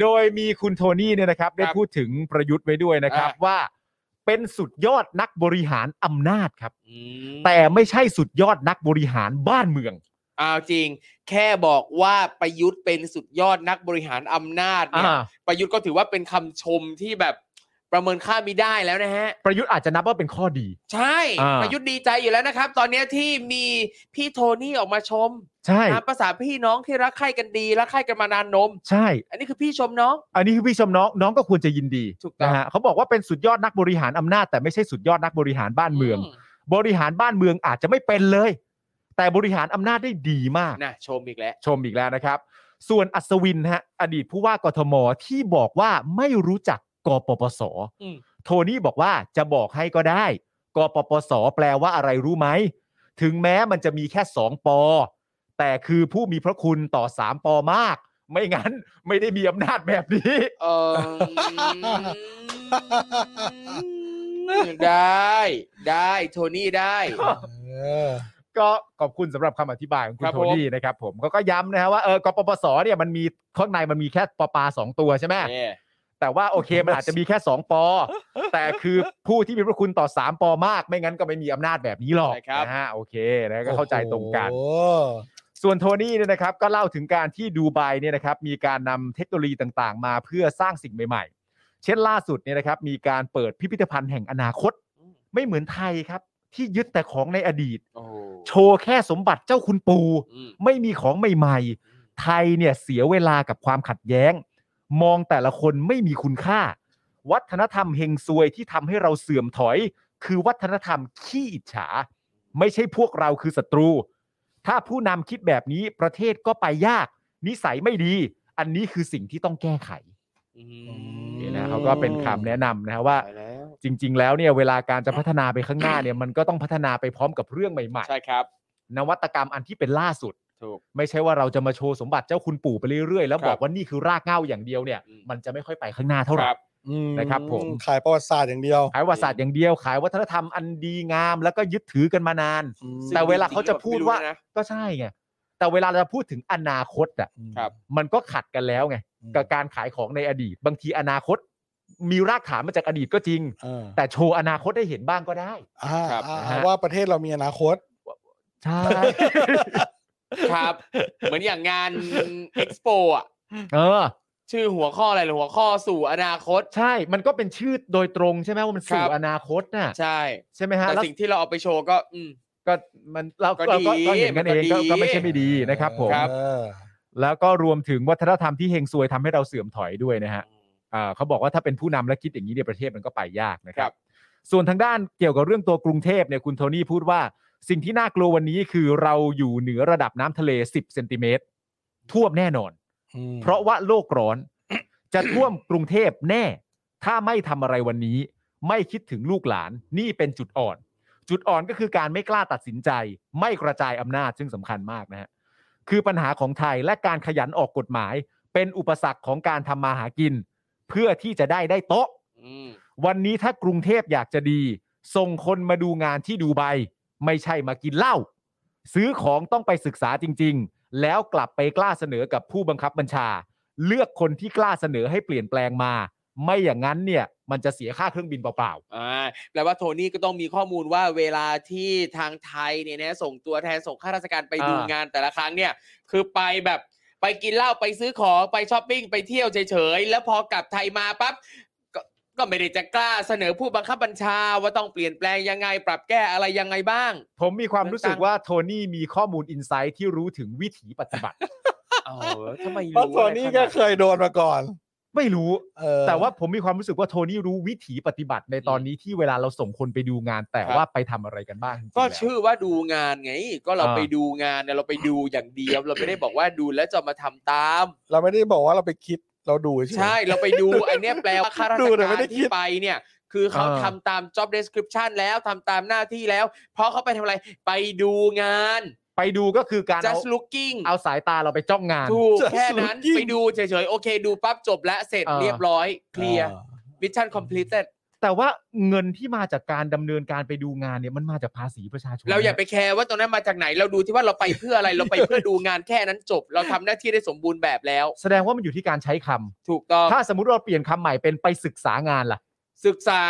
S4: โดยมีคุณโทนี่เนี่ยนะครับ ได้
S5: ครับ
S4: พูดถึงประยุทธ์ไว้ด้วยนะครับ
S5: อ่า
S4: ว่าเป็นสุดยอดนักบริหารอำนาจครับ
S5: อืม
S4: แต่ไม่ใช่สุดยอดนักบริหารบ้านเมือง
S5: เอาจริง แค่บอกว่าประยุทธ์เป็นสุดยอดนักบริหารอำนาจเนี่ย
S4: อ่า
S5: ประยุทธ์ก็ถือว่าเป็นคำชมที่แบบประเมินค่าไม่ได้แล้วนะฮะ
S4: ประยุทธ์อาจจะนับว่าเป็นข้อดี
S5: ใช่
S4: อ่า
S5: ประยุทธ์ดีใจอยู่แล้วนะครับ ตอนเนี้ยที่มีพี่โทนี่ออกมาชม
S4: ใช่
S5: ตามภาษาพี่น้องที่รักใคร่กันดีรักใคร่กันมานานนม
S4: ใช่
S5: อันนี้คือพี่ชมน้อง
S4: อันนี้คือพี่ชมน้องน้องก็ควรจะยินดี
S5: ถูกต้อง
S4: นะฮะเขาบอกว่าเป็นสุดยอดนักบริหารอำนาจ แต่ไม่ใช่สุดยอดนักบริหารบ้านเมือง บริหารบ้านเมืองอาจจะไม่เป็นเลย แต่บริหารอำนาจได้ดีมาก
S5: นะชมอีกแล้ว
S4: ชมอีกแล้วนะครับ ส่วนอัศวินฮะอดีตผู้ว่ากทมที่บอกว่าไม่รู้จักกปปส
S5: อืม
S4: โทนี่บอกว่าจะบอกให้ก็ได้ กปปส แปลว่าอะไรรู้ไหม ถึงแม้มันจะมีแค่ 2 ปอ แต่คือผู้มีพระคุณต่อ 3 ปอมาก ไม่งั้นไม่ได้มีอำนาจแบบนี้
S5: เออ ได้ได้โทนี่ได้
S3: เออ
S4: ก็ขอบคุณสำหรับคำอธิบายของคุ
S5: ครั
S4: ณ
S5: บ
S4: โท
S5: ผม
S4: นี่นะครับผมก็ก็ย้ำนะฮะว่าเออกปปส เนี่ยมันมีข้างในมันมีแค่ปปาสองตัวใช่ไหม
S5: เนี่ย
S4: แต่ว่าโอเคมันอาจจะมีแค่ 2 ปอ แต่คือผู้ที่มีพระคุณต่อ 3 ปอมาก ไม่งั้นก็ไม่มีอำนาจแบบนี้หรอก
S5: ใช่ครับ
S4: นะฮะโอเคนะก็เข้าใจตรงกัน
S3: โอ้โ
S4: ส่วนโทนี่เนี่ยนะครับก็เล่าถึงการที่ดูไบเนี่ยนะครับมีการนำเทคโนโลยีต่างๆ มาเพื่อสร้างสิ่งใหม่ๆ เช่นล่าสุดเนี่ยนะครับมีการเปิดพิพิธภัณฑ์แห่งอนาคต ไม่เหมือนไทยครับ ที่ยึดแต่ของในอดีต
S5: โอ้
S4: โชว์แค่สมบัติเจ้าคุณปู่
S5: อืม
S4: ไม่มีของใหม่ ๆ ไทยเนี่ยเสียเวลากับความขัดแย้ง มองแต่ละคนไม่มีคุณค่า วัฒนธรรมเฮงซวยที่ทำให้เราเสื่อมถอย คือวัฒนธรรมขี้อิจฉา ไม่ใช่พวกเราคือศัตรู ถ้าผู้นำคิดแบบนี้ประเทศก็ไปยาก นิสัยไม่ดี อันนี้คือสิ่งที่ต้องแก้ไข
S5: อืม
S4: เนี่ยนะเขาก็เป็นคำแนะนำนะว่า
S5: ไปแล้ว
S4: จริง ๆ แล้วเนี่ยเวลาการจะพัฒนาไปข้างหน้าเนี่ยมันก็ต้องพัฒนาไปพร้อมกับเรื่องใหม่
S5: ใช่ครับ
S4: ๆ นวัตกรรมอันที่เป็นล่าสุด
S5: ถูก
S4: ไม่ใช่ว่าเราจะมาโชว์สมบัติเจ้าคุณปู่ไปเรื่อยๆ แล้ว
S5: ครับ
S4: บอกว่านี่คือรากเหง้าอย่างเดียวเนี่ย
S5: อืม
S4: มันจะไม่ค่อยไปข้างหน้าเท่าไห
S5: ค
S4: ร่
S5: รับ
S3: ห
S4: นะครับผม
S3: ขายประวัติศาสตร์อย่างเดียว
S4: ขายวัฒนศาสตร์อย่างเดียวขายวัฒนธรรมอันดีงาม แล้วก็ยึดถือกันมานาน แต่เวลาเขาจะพูดว่า
S5: ไม่รู้นะ
S4: ก็ใช่ไงแต่เวลาเราพูดถึงอนาคตอ่ะ
S5: ครับ
S4: มันก็ขัดกันแล้วไง
S3: อืม
S4: กับการขายของในอดีต บางทีอนาคต มีรากฐานมาจากอดีตก็จริง
S3: เออ
S4: แต่โชว์อนาคตได้เห็นบ้างก็ได้
S3: อ่า
S5: ครับ
S3: อ่า
S5: นะฮะ
S3: ว่าประเทศเรามีอนาคต
S4: ใช่
S5: ครับ เหมือนอย่างงานเอ็กซ์โปอ่ะ
S4: เออ
S5: ชื่อหัวข้ออะไรหรือหัวข้อสู่อนาคต
S4: ใช่มันก็เป็นชื่อโดยตรงใช่ไหมว่ามันสู่
S5: ครับ
S4: อนาคตน่ะ
S5: ใช่
S4: ใช่ไหมฮะ
S5: แต่
S4: แล้ว
S5: สิ่งที่เราเอาไปโชว์ก็ อืม
S4: ก็มันเรา
S5: ก็
S4: เรา
S5: ดี
S4: ก็ก็เห็นกันเอง
S5: มัน
S4: ก็
S5: ก็ดี
S4: ก็ไม่ใช่ไม่ดีนะครับผม
S5: ครับ
S3: เออ
S4: แล้วก็รวมถึงวัฒนธรรมที่เฮงซวยทำให้เราเสื่อมถอยด้วยนะฮะอ่าเขาบอกว่าถ้าเป็นผู้นำและคิดอย่างนี้เนี่ยประเทศมันก็ไปยากนะครั
S5: ครับ บ
S4: ส่วนทางด้านเกี่ยวกับเรื่องตัวกรุงเทพเนี่ยคุณโทนี่พูดว่า สิ่งที่น่ากลัววันนี้คือเราอยู่เหนือระดับน้ำทะเล 10เซนติเมตรท่วมแน่นอน
S3: อืม
S4: เพราะว่าโลกร้อน จะท่วมกรุงเทพแน่ ถ้าไม่ทำอะไรวันนี้ ไม่คิดถึงลูกหลานนี่เป็นจุดอ่อน จุดอ่อนก็คือการไม่กล้าตัดสินใจ ไม่กระจายอำนาจซึ่งสำคัญมากนะฮะคือปัญหาของไทยและการขยันออกกฎหมาย เป็นอุปสรรคของการทำมาหากิน เพื่อที่จะได้ได้โต๊ะ
S5: อืม
S4: วันนี้ถ้ากรุงเทพอยากจะดี ส่งคนมาดูงานที่ดูไบไม่ใช่มากินเหล้าซื้อของต้องไปศึกษาจริง ๆ แล้วกลับไปกล้าเสนอกับผู้บังคับบัญชา เลือกคนที่กล้าเสนอให้เปลี่ยนแปลงมา ไม่อย่างนั้นเนี่ยมันจะเสียค่าเครื่องบินเปล่า
S5: อ่าแปลว่าโทนี่ก็ต้องมีข้อมูลว่าเวลาที่ทางไทยเนี่ยนะส่งตัวแทนส่งข้าราชการไปดูงานแต่ละครั้งเนี่ย คือไปแบบไปกินเหล้าไปซื้อของไปช้อปปิ้งไปเที่ยวเฉยๆ แล้วพอกลับไทยมาปั๊บก็ก็ไม่ได้จะกล้าเสนอผู้บังคับบัญชาว่าต้องเปลี่ยนแปลงยังไง ปรับแก้อะไรยังไงบ้าง
S4: ๆ ผมมีความรู้สึกว่าโทนี่มีข้อมูลอินไซต์ที่รู้ถึงวิถีปฏิบัติ
S5: เออทำไม
S3: เพราะ
S5: รู้
S3: โทนี่ก็เคยโดนมาก่อน
S4: ไม่รู้
S3: เออ
S4: แต่ว่าผมมีความรู้สึกว่าโทนี่รู้วิถีปฏิบัติในตอนนี้ที่เวลาเราส่งคนไปดูงาน แต่ว่าไปทำอะไรกันบ้างจริงๆ
S5: ก็
S4: แล้ว
S5: ชื่อว่าดูงานไง ก็เรา
S4: อ่า
S5: ไปดูงานเนี่ยเราไปดูอย่างเดียว เราไม่ได้บอกว่าดูแล้วจะมาทำตาม
S3: เราไม่ได้บอกว่าเราไปคิดเราดูเฉย
S5: ใช่ เราไปดู อันเนี้ยแปลว่าข้าราช
S3: ดูแต่
S5: กา
S3: ไม่
S5: ร
S3: ได้คิ
S5: ที่
S3: ด
S5: ไปเนี่ย คือเขา
S4: อ่า
S5: ทำตาม job description แล้วทำตามหน้าที่แล้ว เพราะเขาไปทำอะไรไปดูงาน
S4: ไปดูก็คือการเอา
S5: just looking
S4: เอาสายตาเราไปจ้องงาน
S5: ถูก
S3: Just
S5: แค่นั้น
S3: looking
S5: ไปดูเฉยๆ โอเค ดูปั๊บจบและเสร็จ
S4: อ่า
S5: เรียบร้อยเคลียร์
S3: ออ
S5: mission completed
S4: แต่ว่าเงินที่มาจากการดำเนินการไปดูงานเนี่ยมันมาจากภาษีประชาชน
S5: เราอย่าไปแคร์ว่าตรงนั้นมาจากไหน เราดูที่ว่าเราไปเพื่ออะไร เราไปเพื่อดูงานแค่นั้นจบ เราทำหน้าที่ได้สมบูรณ์แบบแล้ว
S4: แสดงว่ามันอยู่ที่การใช้คำ
S5: ถูกต้อง
S4: ถ้าสมมติเราเปลี่ยนคำใหม่เป็นไปศึกษางานล่ะ
S5: ศึกษา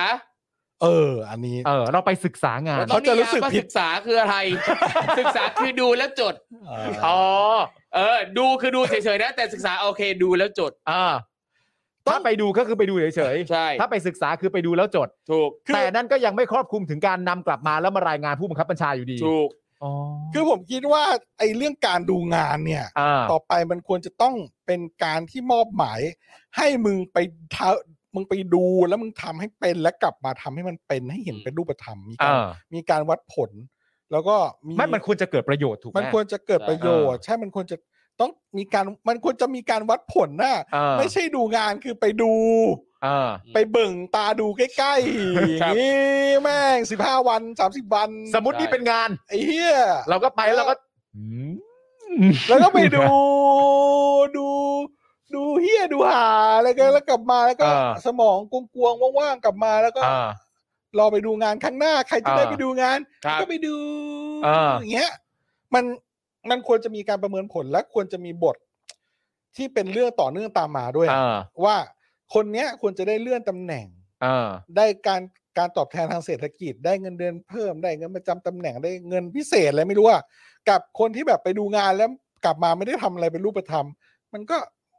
S3: เออ อันนี้
S4: เออ เราไปศึกษางาน
S5: เราต้อง
S3: เขาจะรู้
S5: นิยาม
S3: สึก
S5: ว่า
S3: ผิด
S5: ศึกษาคือ อะไร ศึกษาคือดูแล้วจด
S3: เออ
S4: อ๋อ
S5: เออ ดูคือดูเฉยๆนะ แต่ศึกษาโอเคดูแล้วจด
S4: เออถ้าไปดูก็คือไปดูเฉย
S5: ใช่
S4: ๆถ้าไปศึกษาคือไปดูแล้วจด
S5: ถูก
S4: แต่นั่นก็ยังไม่ครอบคลุมถึงการนำกลับมาแล้วมารายงานผู้บังคับบัญชาอยู่ดี
S5: ถูก
S4: อ๋อ
S3: คือผมคิดว่าไอ้เรื่องการดูงานเนี่ย
S4: อ่า
S3: ต่อไปมันควรจะต้องเป็นการที่มอบหมาย ให้มึงไปทำมึงไปดูแล้วมึงทำให้เป็นและกลับมาทำให้มันเป็นให้เห็นเป็นรูปธรรม มี
S4: เอ
S3: การ
S4: อ
S3: มีการวัดผล แล้วก็มี
S4: ไม่มันควรจะเกิดประโยชน์ถูกไหม
S3: มันควรจะเกิดประโยชน์ ใช่มันควรจะ ต้องมีการมันควรจะมีการวัดผลน่ะ
S4: เออ
S3: ไม่ใช่ดูงานคือไปดู
S4: เออ
S3: ไปเบิ่งตาดูใกล้ๆ
S4: ครับ
S3: นี่แม่งสิบห้าวันสามสิบวัน
S4: สมมตินี่เป็นงาน
S3: ไอ้เหี้ย
S4: เราก็ไปแล้วเราก็อืม
S3: แล้วก็ไปดู ดู ดูเฮียดูหาอะไรก็แล้วกลับมาแล้วก็
S4: อ่า
S3: สมองกวงๆว่างๆกลับมาแล้วก็
S4: อ่า
S3: รอไปดูงานครั้งหน้าใครจะ
S4: อ่า
S3: ได้ไปดูงาน
S5: ครับ
S3: ก็ไปดู
S4: อ่า
S3: อย่างเงี้ย มันมันควรจะมีการประเมินผลและควรจะมีบทที่เป็นเรื่องต่อเนื่องตามมาด้วย
S4: อ่า
S3: ว่าคนเนี้ยควรจะได้เลื่อนตำแหน่ง
S4: อ่า
S3: ได้การการตอบแทนทางเศรษฐกิจ ได้เงินเดือนเพิ่มได้เงินประจำตำแหน่งได้เงินพิเศษอะไรไม่รู้อะกับคนที่แบบไปดูงานแล้วกลับมาไม่ได้ทำอะไรเป็นรูปธรรม มันก็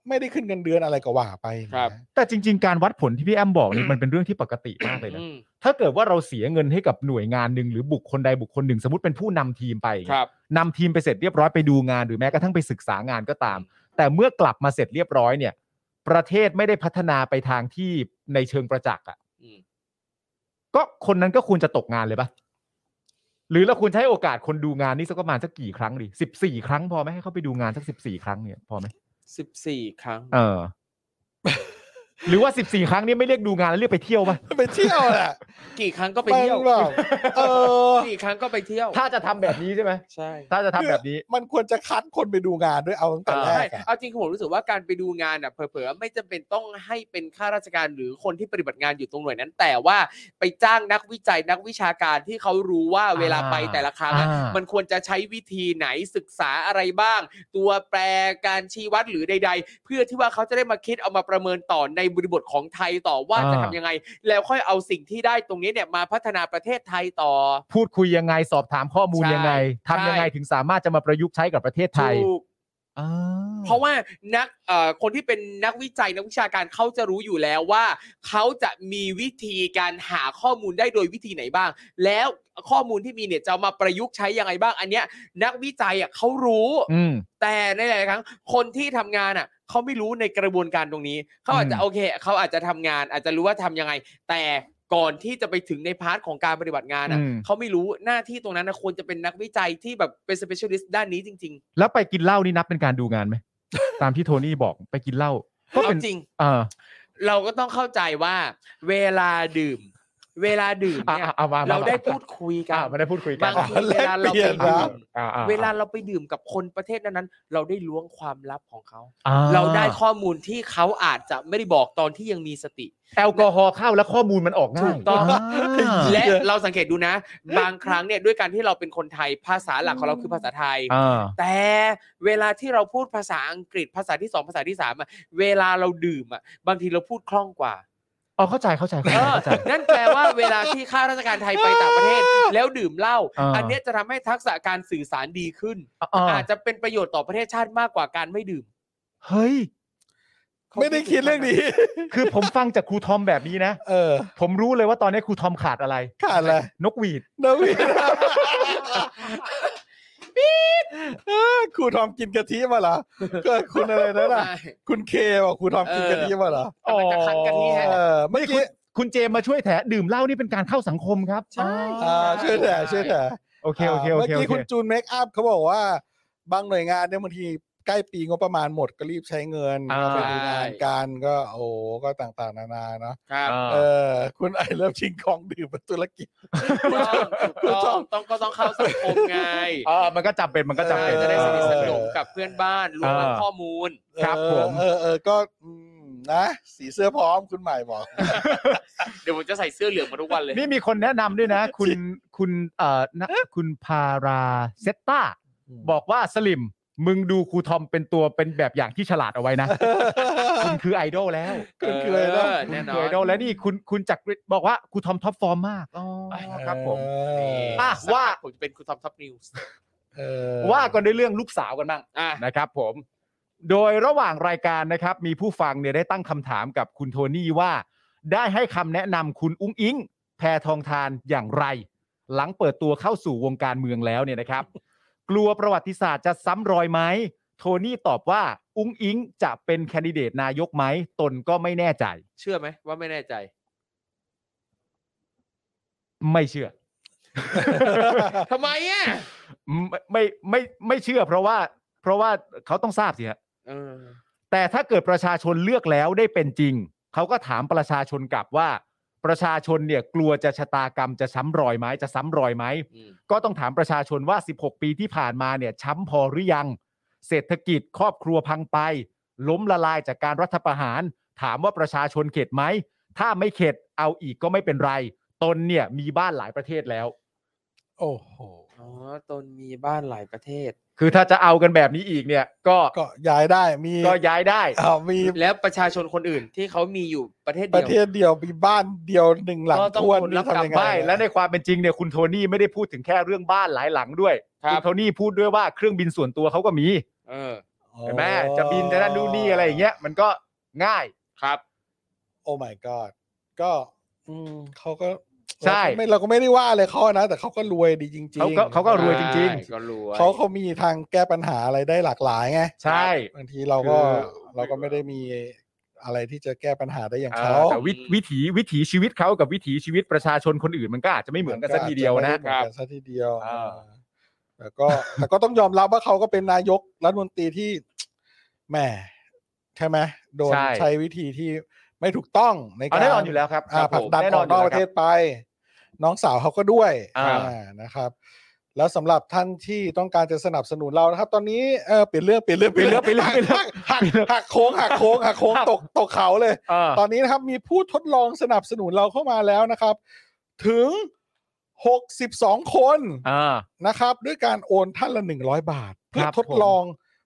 S3: ไม่ได้ขึ้นเงินเดือนอะไรก็ว่าไป
S5: ครับ
S4: แต่จริง ๆ การวัดผลที่พี่แอมบอกนี่มันเป็นเรื่องที่ปกติมากเลยนะ
S5: อืม
S4: ถ้าเกิดว่าเราเสียเงินให้กับหน่วยงานหนึ่งหรือบุคคลใดบุคคลหนึ่ง สมมติเป็นผู้นำทีมไปอย่าง
S5: ค
S4: เงี้ย
S5: รับ
S4: นำทีมไปเสร็จเรียบร้อยไปดูงานหรือแม้กระทั่งไปศึกษางานก็ตาม แต่เมื่อกลับมาเสร็จเรียบร้อยเนี่ย ประเทศไม่ได้พัฒนาไปทางที่ในเชิงประจักษ์อ่ะ
S5: อืม
S4: ก็คนนั้นก็ควรจะตกงานเลยปะหรือเราควรจะใช้โอกาสคนดูงานนี่สักประมาณสักกี่ครั้งดีสิบสี่ครั้งพอไหมให้เขาไปดูงานสักสิบสี่ครั้งเนี่ยพอไหม
S5: สิบสี่ครั้ง
S4: เออ หรือว่าสิบสี่ครั้งนี่ไม่เรียกดูงานแล้วเรียกไปเที่ยวปะ
S3: ไปเที่ยวแหละ
S5: กี่ครั้งก็ไป
S3: มัน
S5: เที่ยว
S3: แบบเออ
S5: กี่ครั้งก็ไปเที่ยว
S4: ถ้าจะทำแบบนี้ใช่ไหม
S5: ใช่
S4: ถ้าจะทำแบบนี้
S3: มันควรจะคัดคนไปดูงานด้วยเอาตั้งแต่
S4: อ่า
S3: แร
S5: ใช่
S3: กอะ
S5: เอาจริงคือผมรู้สึกว่าการไปดูงานอ่ะเผลอๆไม่จำเป็นต้องให้เป็นข้าราชการหรือคนที่ปฏิบัติงานอยู่ตรงหน่วยนั้น แต่ว่าไปจ้างนักวิจัยนักวิชาการที่เขารู้ว่าเวลาไปแต่ละครั้งอะ
S4: อ่า
S5: มันควรจะใช้วิธีไหนศึกษาอะไรบ้าง ตัวแปรการชี้วัดหรือใด ๆ เพื่อที่ว่าเขาจะได้มาคิดเอามาประเมินต่อในบริบทของไทยต่อว่า
S4: อ่า
S5: จะทำยังไง แล้วค่อยเอาสิ่งที่ได้ตรงนี้เนี่ยมาพัฒนาประเทศไทยต่อ
S4: พูดคุยยังไงสอบถามข้อมูลยังไง
S5: ใช่
S4: ทำยังไงถึงสามารถจะมาประยุกต์ใช้กับประเทศไทย
S5: ถูก
S4: อ่า
S5: เพราะว่านักเอ่อคนที่เป็นนักวิจัยนักวิชาการเขาจะรู้อยู่แล้วว่า เขาจะมีวิธีการหาข้อมูลได้โดยวิธีไหนบ้าง แล้วข้อมูลที่มีเนี่ยจะเอามาประยุกต์ใช้ยังไงบ้าง อันเนี้ยนักวิจัยอ่ะเขารู้
S4: อืม
S5: แต่ในหลายๆครั้งคนที่ทำงานอ่ะเขาไม่รู้ในกระบวนการตรงนี้ เขาอาจจะ
S4: อืม
S5: โอเค เขาอาจจะทำงาน อาจจะรู้ว่าทำยังไง แต่ก่อนที่จะไปถึงในพาร์ทของการปฏิบัติงานอ่ะ
S4: อืม
S5: เขาไม่รู้หน้าที่ตรงนั้นนะควรจะเป็นนักวิจัยที่แบบเป็น specialist ด้านนี้จริง
S4: แล้วไปกินเหล้านี่นับเป็นการดูงานไหม ตามที่โทนี่บอกไปกินเหล้า
S5: ๆ
S4: ก็
S5: เอา
S4: เป็น
S5: จริง
S4: เออ
S5: เราก็ต้องเข้าใจว่า เวลาดื่ม เวลาดื่ม
S4: อ่ะ
S5: เนี่ย
S4: อ่ะเอามา
S5: เราได้พูด
S4: คุย
S5: คุย
S4: กั
S5: กัน น
S4: มาได้พูดคุยกัน
S5: บางทีเวลาเราไปดื่ม
S4: อ่ะอ่ะ
S5: เวลาเราไปดื่มกับคนประเทศนั้นๆเราได้ล้วงความลับของเขา
S4: อ่ะ
S5: เราได้ข้อมูลที่เขาอาจจะไม่ได้บอกตอนที่ยังมีสติ
S4: แอลกอฮอล์เข้าแล้วข้อมูลมันออกง่าย
S5: ถูกต้อง
S4: า
S5: และเราสังเกตดูนะ บางครั้งเนี่ยด้วยการที่เราเป็นคนไทยภาษาหลักของเราคือภาษาไทย
S4: อ่า
S5: แต่เวลาที่เราพูดภาษาอังกฤษภาษาที่สองภาษาที่สามอะเวลาเราดื่มอะบางทีเราพูดคล่องกว่า
S4: อ๋อเข้าใจเข้าใจเข้า
S5: เอ
S4: ใจ
S5: อ
S4: เข้าใจ
S5: นั่นแปลว่าเวลาที่ข้าราชการไทยไปต่างประเท ศ แล้วดื่มเหล้า
S4: อ่า
S5: อันเนี้ยจะทำให้ทักษะการสื่อสารดีขึ้น
S4: อ่ะ
S5: อาจจะเป็นประโยชน์ต่อประเทศชาติมากกว่าการไม่ดื่ม
S4: เฮ้ย
S3: ไม่ได้คิดเรื่องนี้
S4: คือผมฟังจากครูทอมแบบนี้นะ
S3: เออ
S4: ผมรู้เลยว่าตอนนี้ครูทอมขาดอะไร
S3: ขาดอะไร
S4: นกหวีด
S3: น วีปี๊ดครูทอมกินกะทิมาเหรอเกิดคุณอะไรนั่นน่ะ คุณเคบอกครูทอมกินกะทิมาเหรอ
S5: เออมันจะคันกะทิแทน
S3: เออเมื่อกี้
S4: คุณเจมมาช่วยแถดื่มเหล้านี่เป็นการเข้าสังคมครับ
S5: ใช่
S4: อ่า
S3: อ่าช่วยแถช่วยแถ
S4: โอเคโอเคโอ
S3: เมื่อ
S4: เคโอ
S3: กี้
S4: เค
S3: คุณจูนเมคอัพเขาบอกว่า บางหน่วยงานเนี่ยบางทีใกล้ปีงบประมาณหมดก็รีบใช้เงินก็ไปดูงานการก็โอ้ก็ต่างๆ นานาเนาะ
S5: ครับ
S4: อ่า
S3: เออ คุณไอเลิฟชิงของดื่มเป็นธุรกิจ
S5: ถูกต้องต้องก็ต้องเข้าสังคมไง
S4: อ่ามันก็จำเป็นมันก็จำเป็น
S5: เออจะได้สนิทสนม
S3: เออ
S5: กับเพื่อนบ้านรวมรับ
S4: เออ
S5: ข้อมูล
S4: ครับ
S3: เออ
S4: ผม
S3: เออเออก็อืมนะสีเสื้อพร้อมคุณใหม่บอก
S5: เดี๋ยวผมจะใส่เสื้อเหลืองมาทุกวันเลย
S4: นี่มีคนแนะนำด้วยนะ คุณคุณเอ่อนะคุณพาราเซตตาบอกว่าสลิม มึงดูครูทอมเป็นตัวเป็นแบบอย่างที่ฉลาดเอาไว้นะ คุณคือไอดอลแล้ว
S3: คุณเคยแล้ว
S5: เออ
S4: คุณ
S5: แน่นอ
S4: คือไอน ดอลแล้วนี่คุณคุณจักริดบอกว่าครูทอมท็อปฟอร์มมากอ๋อครับผม
S3: เออ
S4: อ่ะ
S5: สักพัก
S4: ว่า
S5: ผมจะเป็นคุณทอมท็อปนิวส์
S3: เออ
S4: ว่ากันด้วยเรื่องลูกสาวกันบ้าง
S5: อ่ะ
S4: นะครับผม โดยระหว่างรายการนะครับ มีผู้ฟังเนี่ยได้ตั้งคำถามกับคุณโทนี่ว่า ได้ให้คำแนะนำคุณอุ้งอิง แพทองทานอย่างไร หลังเปิดตัวเข้าสู่วงการเมืองแล้วเนี่ยนะครับ กลัวประวัติศาสตร์จะซ้ำรอยไหมโทนี่ตอบว่าอุ้งอิงจะเป็นแคนดิเดตนายกไหม ตนก็ไม่แน่ใจ
S5: เชื่อไหมว่าไม่แน่ใจ
S4: ไม่เชื่อ
S5: ทำไมอ่ะ
S4: ไม่ไม่ไม่ไม่เชื่อเพราะว่า เพราะว่าเขาต้องทราบสิฮะ
S5: เออ
S4: แต่ถ้าเกิดประชาชนเลือกแล้วได้เป็นจริง เขาก็ถามประชาชนกลับว่า ประชาชนเนี่ยกลัวจะชะตากรรมจะซ้ำรอยไหมจะซ้ำรอยไหม
S5: อืม
S4: ก็ต้องถามประชาชนว่า 16 ปีที่ผ่านมาเนี่ยช้ำพอหรือยัง เศรษฐกิจครอบครัวพังไป ล้มละลายจากการรัฐประหาร ถามว่าประชาชนเข็ดไหม ถ้าไม่เข็ดเอาอีกก็ไม่เป็นไร ตนเนี่ยมีบ้านหลายประเทศแล้ว
S3: โอ้โห
S5: อ๋อตนมีบ้านหลายประเทศ
S4: คือถ้าจะเอากันแบบนี้อีกเนี่ยก็
S3: ก็ย้ายได้มี
S4: ก็ย้ายได้
S3: อ่ามี
S5: แล้วประชาชนคนอื่นที่เขามีอยู่ประเทศ
S3: ป
S5: เดี
S3: ระ
S5: ยว
S3: เทศเดียวมีบ้านเดียวหนึ่งหลัง
S5: ก็ต้อง
S3: ทวน
S5: คนรับ
S3: นี่ทำยัง
S5: กรรม
S3: ไง
S4: ไม่
S3: อะ
S4: และในความเป็นจริงเนี่ยคุณโทนี่ไม่ได้พูดถึงแค่เรื่องบ้านหลายหลังด้วย
S5: ครับ
S4: ณโทนี่พูดด้วยว่าเครื่องบินส่วนตัวเขาก็มี
S5: เออ
S4: เห็นไหมจะบินจะนั่นดูนนี่อะไรอย่างเงี้ย มันก็ง่าย
S5: ครับ
S3: โอ้ my god ก็ อืมเขาก็
S4: ใช่
S3: เราก็ไม่เราก็ไม่ได้ว่าอะไรเขานะ แต่เขาก็รวยดีจริงๆ
S4: เขาก็เขาก็รวยจริง
S5: ๆก็รวย
S3: เขาเขามีทางแก้ปัญหาอะไรได้หลากหลายไง
S4: ๆ ใช่
S3: บางทีเราก็
S5: คือ
S3: เราก็ไม่ได้มีอะไรที่จะแก้ปัญหาได้อย่าง
S4: เอ
S3: เขา
S4: อแต่วิวิถีวิถีชีวิตเขากับวิถีชีวิตประชาชนคนอื่นมันก็อาจจะไม่เหมือนกันสักทีเดียวนะ
S3: มัก็อาจจไม่ได้เหมือนกันสักทีเดียว
S4: อ่า
S3: แต่ก็ แต่ก็ต้องยอมรับว่าเขาก็เป็นนายกรัฐมนตรีที่แหมใช่ไหมโดน
S4: ใช่
S3: ใช้วิธีที่ไม่ถูกต้องใน
S4: เอา
S3: การ
S4: แน่นอนอยู่แล้วครับ
S3: อ่า
S4: ครับ
S3: ผลั
S4: ผ
S3: ก
S4: ม
S3: ดัน
S4: แน่
S3: อน
S4: อ
S3: อน ก
S4: อน ยู่
S3: อก
S4: แล้ว
S3: ประ
S4: ค
S3: เท
S4: รับ
S3: ศไป น้องสาวเขาก็ด้วย
S4: อ่า
S3: อ่านะครับ แล้วสำหรับท่านที่ต้องการจะสนับสนุนเรานะครับ ตอนนี้เออเปลี่ยนเรื่องเปลี่ยนเรื่อง
S4: เปลี่ยนเรื่องเปลี่ยนเรื่องเปลี่ยนเรื่อง
S3: หักหักหักโค้งหักโค้งหักโค้งตกตกเขาเลย
S4: เออ
S3: ตอนนี้นะครับมีผู้ทดลองสนับสนุนเราเข้ามาแล้วนะครับ ถึง 62 คน
S4: เออ
S3: นะครับ ด้วยการโอนท่านละ 100 บาท เพื่อ
S4: ครับ
S3: ทด
S4: ผม
S3: ลอง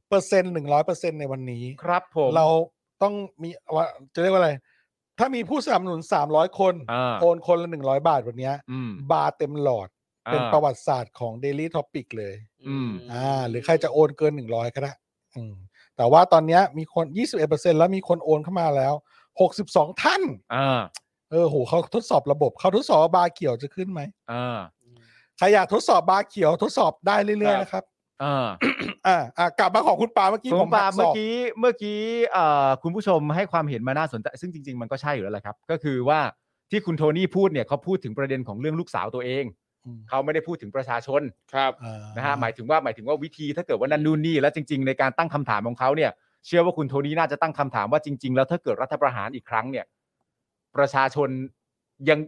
S3: เปอร์เซ็นต์100%ในวันนี้
S4: ครับผม
S3: เราต้องมีว่าจะเรียกว่าอะไร ถ้ามีผู้สนับสนุน 300 คน
S4: เออ
S3: โอนคนละ 100 บาทวันเนี้ย
S4: อืม
S3: บาร์เต็มหลอด
S4: ออ
S3: เป็นประวัติศาสตร์ของ Daily Topic เลย
S4: อืม
S3: อ่าหรือใครจะโอนเกิน 100 ก็ได้อืมแต่ว่าตอนเนี้ยมีคน 21%แล้วมีคนโอนเข้ามาแล้ว 62 ท่าน
S4: เออ
S3: เออโหเขาทดสอบระบบเขาทดสอบว่าบาร์เขียวจะขึ้นไหม
S4: เออ
S3: ใครอยากทดสอบบาร์เขียวทดสอบได้เรื่อยๆนะครับ
S4: เออ
S3: อ่าอ่ากลับมาของคุณปาเมื่อกี้
S4: คุณ
S3: ผม
S4: ปาล์ม
S3: หั
S4: เมื่
S3: ศ
S4: อ
S3: อก
S4: กี้เมื่อกี้เอ่อคุณผู้ชมให้ความเห็นมาน่าสนใจ ซึ่งจริง ๆ มันก็ใช่อยู่แล้วแหละครับ ก็คือว่าที่คุณโทนี่พูดเนี่ยเขาพูดถึงประเด็นของเรื่องลูกสาวตัวเอง
S3: อืม
S4: เขาไม่ได้พูดถึงประชาชน
S5: ครับ
S3: อ่า
S4: นะฮะหมายถึงว่าหมายถึงว่าวิธีถ้าเกิดว่านั่นนู่นนี่แล้วจริง ๆ ในการตั้งคำถามของเขาเนี่ยเชื่อว่าคุณโทนี่น่าจะตั้งคำถามว่าจริง ๆ แล้วถ้าเกิดรัฐประหารอีกครั้งเนี่ย ประชาชนยัง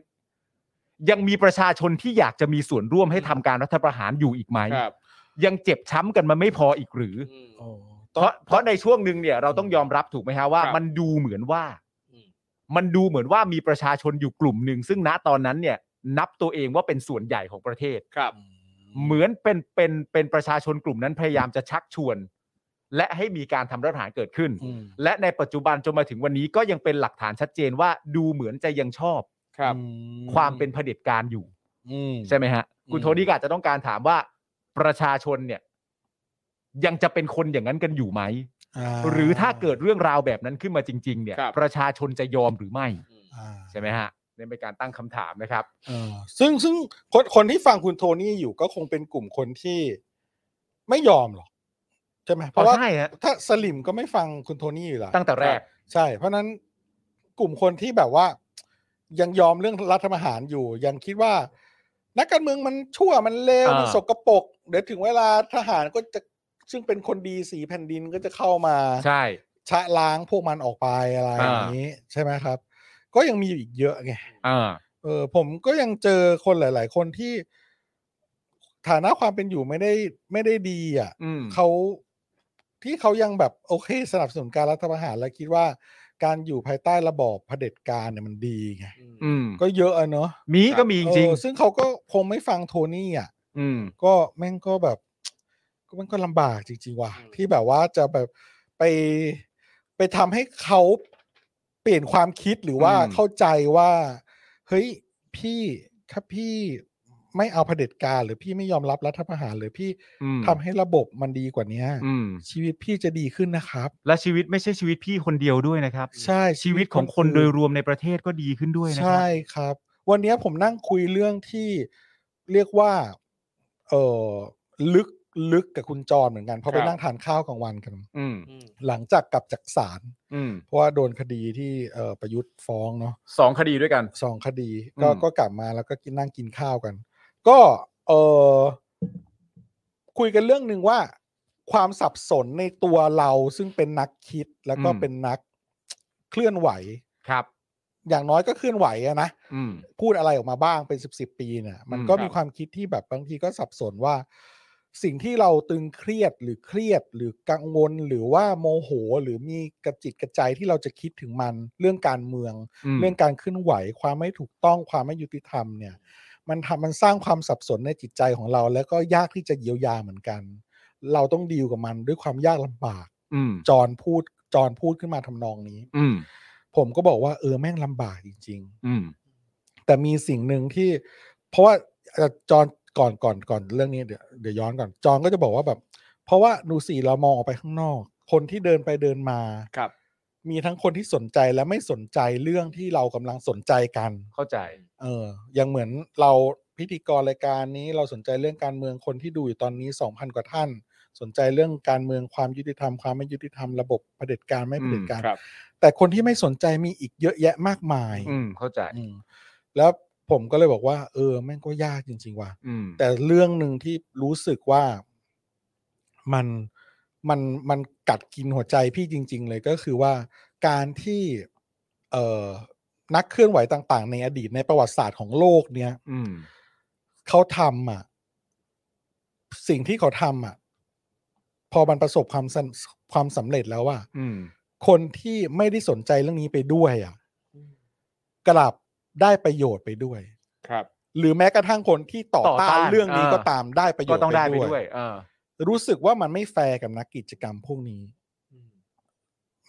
S4: ยังมีประชาชนที่อยากจะมีส่วนร่วมให้ทำการรัฐประหารอยู่อีกไหม
S5: ครับ
S4: ยังเจ็บช้ำกันมาไม่พออีกหรือ
S5: อืม
S3: โอ้
S4: เพราะเพราะในช่วงหนึ่งเนี่ยเราต้องยอมรับถูกไหมฮะว่า
S5: ครับ
S4: มันดูเหมือนว่า
S5: อืม
S4: มันดูเหมือนว่ามีประชาชนอยู่กลุ่มหนึ่ง ซึ่งณตอนนั้นเนี่ย นับตัวเองว่าเป็นส่วนใหญ่ของประเทศ
S5: ครับ
S4: เหมือนเป็นเป็นเป็นประชาชนกลุ่มนั้นพยายามจะชักชวน และให้มีการทำรัฐประหารเกิดขึ้น
S3: อืม
S4: และในปัจจุบันจนมาถึงวันนี้ก็ยังเป็นหลักฐานชัดเจนว่าดูเหมือนจะยังชอบ
S5: ครับ
S3: อื
S4: ความเป็นเผด็จการอยู่
S3: อืม
S4: ใช่ไหมฮะ คุณ
S3: อืม
S4: โทนี่ก็อาจจะต้องการถามว่าประชาชนเนี่ย ยังจะเป็นคนอย่างนั้นกันอยู่ไหม
S3: อ่า
S4: หรือถ้าเกิดเรื่องราวแบบนั้นขึ้นมาจริง ๆ เนี่ย
S5: ครับ
S4: ประชาชนจะยอมหรือไม่
S5: อืม
S3: อ่า
S4: ใช่ไหมฮะนี่เป็นการตั้งคำถามนะครับ
S3: เออซึ่งซึ่งคนคนที่ฟังคุณโทนี่อยู่ก็คงเป็นกลุ่มคนที่ไม่ยอมหรอกใช่ไหม
S4: เพ
S3: เพราะ
S4: ราะ
S3: ว่า
S4: ใช่ฮะ
S3: ถ้าสลิมก็ไม่ฟังคุณโทนี่อยู่แล้ว
S4: ตั้งแต่แรก
S3: ใช่ เพราะฉะนั้นกลุ่มคนที่แบบว่า ยังยอมเรื่องรัฐประหารอยู่ ยังคิดว่า นักการเมืองมันชั่วมันเลว
S4: อ่ามั
S3: มันสกปรกเดี๋ยวถึงเวลาทหารก็จะซึ่งเป็นคนดีสีแผ่นดินก็จะเข้ามา
S4: ใช่
S3: ชะล้างพวกมันออกไปอะไร
S4: อ่า
S3: อย่างนี้ ใช่ไหมครับ ก็ยังมีอยู่อีกเยอะไง
S4: อ่า
S3: เออผมก็ยังเจอคนหลาย ๆ คนที่ฐานะความเป็นอยู่ไม่ได้ไม่ได้ดีอ่ะ
S4: อืม
S3: เขาที่เขายังแบบโอเคสนับสนุนการรัฐประหารและคิดว่าการอยู่ภายใต้ระบอบเผด็จการเนี่ยมันดีไง
S4: อืม
S3: ก็เยอะอะเนาะ
S4: มีก็มีจริง
S3: เออซึ่งเขาก็คงไม่ฟังโทนี่อ่ะ
S4: ๆอืม
S3: ก็แม่งก็แบบ ก็มันก็ลำบากจริง ๆ ว่ะ ที่แบบว่าจะแบบไปไปทำให้เขาเปลี่ยนความคิดหรือว่า
S4: อืม
S3: เข้าใจว่า เฮ้ยพี่ถ้าพี่ไม่เอาเผด็จการ หรือพี่ไม่ยอมรับรัฐประหารหรือพี่
S4: อืม
S3: ทำให้ระบบมันดีกว่าเนี้ย
S4: อืม
S3: ชีวิตพี่จะดีขึ้นนะครับ
S4: และชีวิตไม่ใช่ชีวิตพี่คนเดียวด้วยนะครับ
S3: ใช่
S4: ชีวิตของคนโดยรวมในประเทศก็ดีขึ้นด้วยนะครั
S3: ใช่ครับ วันนี้ผมนั่งคุยเรื่องที่เรียกว่าเออลึกลึกกับคุณจรเหมือนกันเพราะ
S5: ครั
S3: ไป
S5: บ
S3: นั่งทานข้าวกลางวันกัน
S4: อืม
S5: อืม
S3: หลังจากกลับจากศาล
S4: อืม
S3: เพราะว่าโดนคดีที่เอ่อประยุทธ์ฟ้องเนาะ
S4: สองคดีด้วยกัน
S3: สองคดีก็
S4: อืม
S3: ก็กลับมาแล้วก็กินนั่งกินข้าวกัน ก็เออคุยกันเรื่องหนึ่งว่า ความสับสนในตัวเราซึ่งเป็นนักคิดแล้วก็
S4: อืม
S3: เป็นนักเคลื่อนไหว
S4: ครับ
S3: อย่างน้อยก็เคลื่อนไหวอะนะ
S4: อืม
S3: พูดอะไรออกมาบ้างเป็นสิบสิบปีเนี่ย มัน
S4: อืม
S3: ก็
S4: ครับ
S3: มีความคิดที่แบบบางทีก็สับสนว่า สิ่งที่เราตึงเครียดหรือเครียดหรือกังวลหรือว่าโมโหหรือมีกระจิตกระใจที่เราจะคิดถึงมันเรื่องการเมือง
S4: ม
S3: เรื่องการขึ้นไหวความไม่ถูกต้องความไม่ยุติธรรมเนี่ย มันทำมันสร้างความสับสนในจิตใจของเรา แล้วก็ยากที่จะเยียวยาเหมือนกัน เราต้องดีลกับมันด้วยความยากลำบาก
S4: อืม
S3: จอนพูดจอนพูดขึ้นมาทำนองนี้
S4: อืม
S3: ผมก็บอกว่าเออแม่งลำบากจริง ๆ
S4: อืม
S3: แต่มีสิ่งหนึ่งที่ เพราะว่าเอ่อจอนก่อนก่อนก่อนเรื่องนี้เดี๋ยวเดี๋ยวย้อนก่อนจอนก็จะบอกว่าแบบ เพราะว่านูสีเรามองออกไปข้างนอก คนที่เดินไปเดินมา
S5: ครับ
S3: มีทั้งคนที่สนใจและไม่สนใจเรื่องที่เรากำลังสนใจกัน
S4: เข้าใจ
S3: เอออย่างเหมือนเราพิธีกรรายการนี้เราสนใจเรื่องการเมืองคนที่ดูอยู่ตอนนี้ 2,000 กว่าท่าน สนใจเรื่องการเมืองความยุติธรรมความไม่ยุติธรรมระบบเผด็จการไม่เผด็จการ
S5: ครับ
S3: แต่คนที่ไม่สนใจมีอีกเยอะแยะมากมาย
S4: อืม เข้าใจ
S3: อืมแล้วผมก็เลยบอกว่า เออแม่งก็ยากจริง ๆ ว่ะ
S4: อืม
S3: แต่เรื่องหนึ่งที่รู้สึกว่ามันมันมันกัดกินหัวใจพี่จริง ๆ เลยก็คือว่าการที่เอ่อนักเคลื่อนไหวต่าง ๆ ในอดีตในประวัติศาสตร์ของโลกเนี่ย
S4: อืม
S3: เขาทำอ่ะ สิ่งที่เขาทำอ่ะ พอมันประสบความสำความสำเร็จแล้วว่า
S4: อืม
S3: คนที่ไม่ได้สนใจเรื่องนี้ไปด้วยอ่ะกลับได้ประโยชน์ไปด้วย
S5: ครับ
S3: หรือแม้กระทั่งคนที่ต่อ
S4: ต่อต้า
S3: ต้าน นเรื่องนี้
S4: อ่า
S3: ก็ตามได้ประโย
S4: ก็
S3: ชน์
S4: ต้องได้ไปด้วย เออ
S3: รู้สึกว่ามันไม่แฟร์กับนักกิจกรรมพวกนี้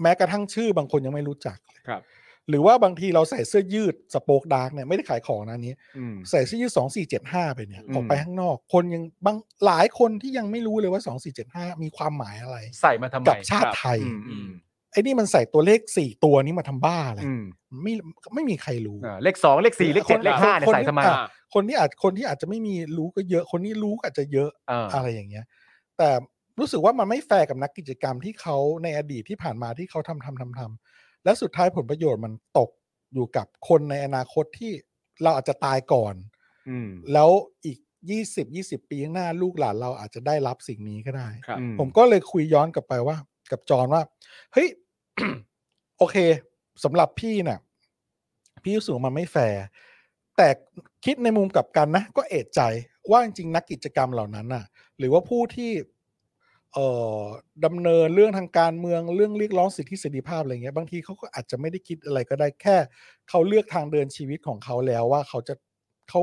S3: แม้กระทั่งชื่อบางคนยังไม่รู้จักเลย
S5: ครับ
S3: หรือว่าบางทีเราใส่เสื้อยืดสโปกดาร์กเนี่ยไม่ได้ขายของนะอันนี้
S4: อืม
S3: ใส่เสื้อยืดสองสี่เจ็ดห้าไปเนี่ย
S4: อืม
S3: ออกไปข้างนอก คนยังบางหลายคนที่ยังไม่รู้เลยว่าสองสี่เจ็ดห้ามีความหมายอะไร
S4: ใส่มาทำไม
S3: กับชาติไทย
S4: อืมอืม
S3: ไอ้นี่มันใส่ตัวเลขสี่ตัวนี้มาทำบ้าอะไร
S4: อืม
S3: ไม่ไม่มีใครรู้
S4: อ่าเลขสองเลขสี่เลขเจ็ด
S3: คน
S4: เลขห้าเนี่ย
S3: คน
S4: ใส่ทำไม
S3: อ่ะ คนที่อาจคนที่อาจจะไม่มีรู้ก็เยอะ คนที่รู้ก็อาจจะเยอะ
S4: เออ
S3: อะไรอย่างเงี้ย แต่รู้สึกว่ามันไม่แฟร์กับนักกิจกรรมที่เขาในอดีตที่ผ่านมาที่เขาทำทำทำทำและสุดท้ายผลประโยชน์มันตกอยู่กับคนในอนาคตที่เราอาจจะตายก่อน
S4: อืม
S3: แล้วอีก 20 20 ปีข้างหน้าลูกหลานเราอาจจะได้รับสิ่งนี้ก็ได้
S5: ครับ
S4: อื
S3: ผมก็เลยคุยย้อนกลับไปว่า กับจอห์นว่า เฮ้ย โอเคสำหรับพี่น่ะ พี่รู้สูงมันไม่แฟร์แต่คิดในมุมกลับกันนะ ก็เอะใจว่าจริงๆ นักกิจกรรมเหล่านั้นน่ะ หรือว่าผู้ที่เอ่อดำเนินเรื่องทางการเมืองเรื่องเรียกร้องสิทธิเสรีภาพอะไรเงี้ยบางทีเขาก็อาจจะไม่ได้คิดอะไรก็ได้แค่ เขาเลือกทางเดินชีวิตของเขาแล้วว่าเขาจะเขา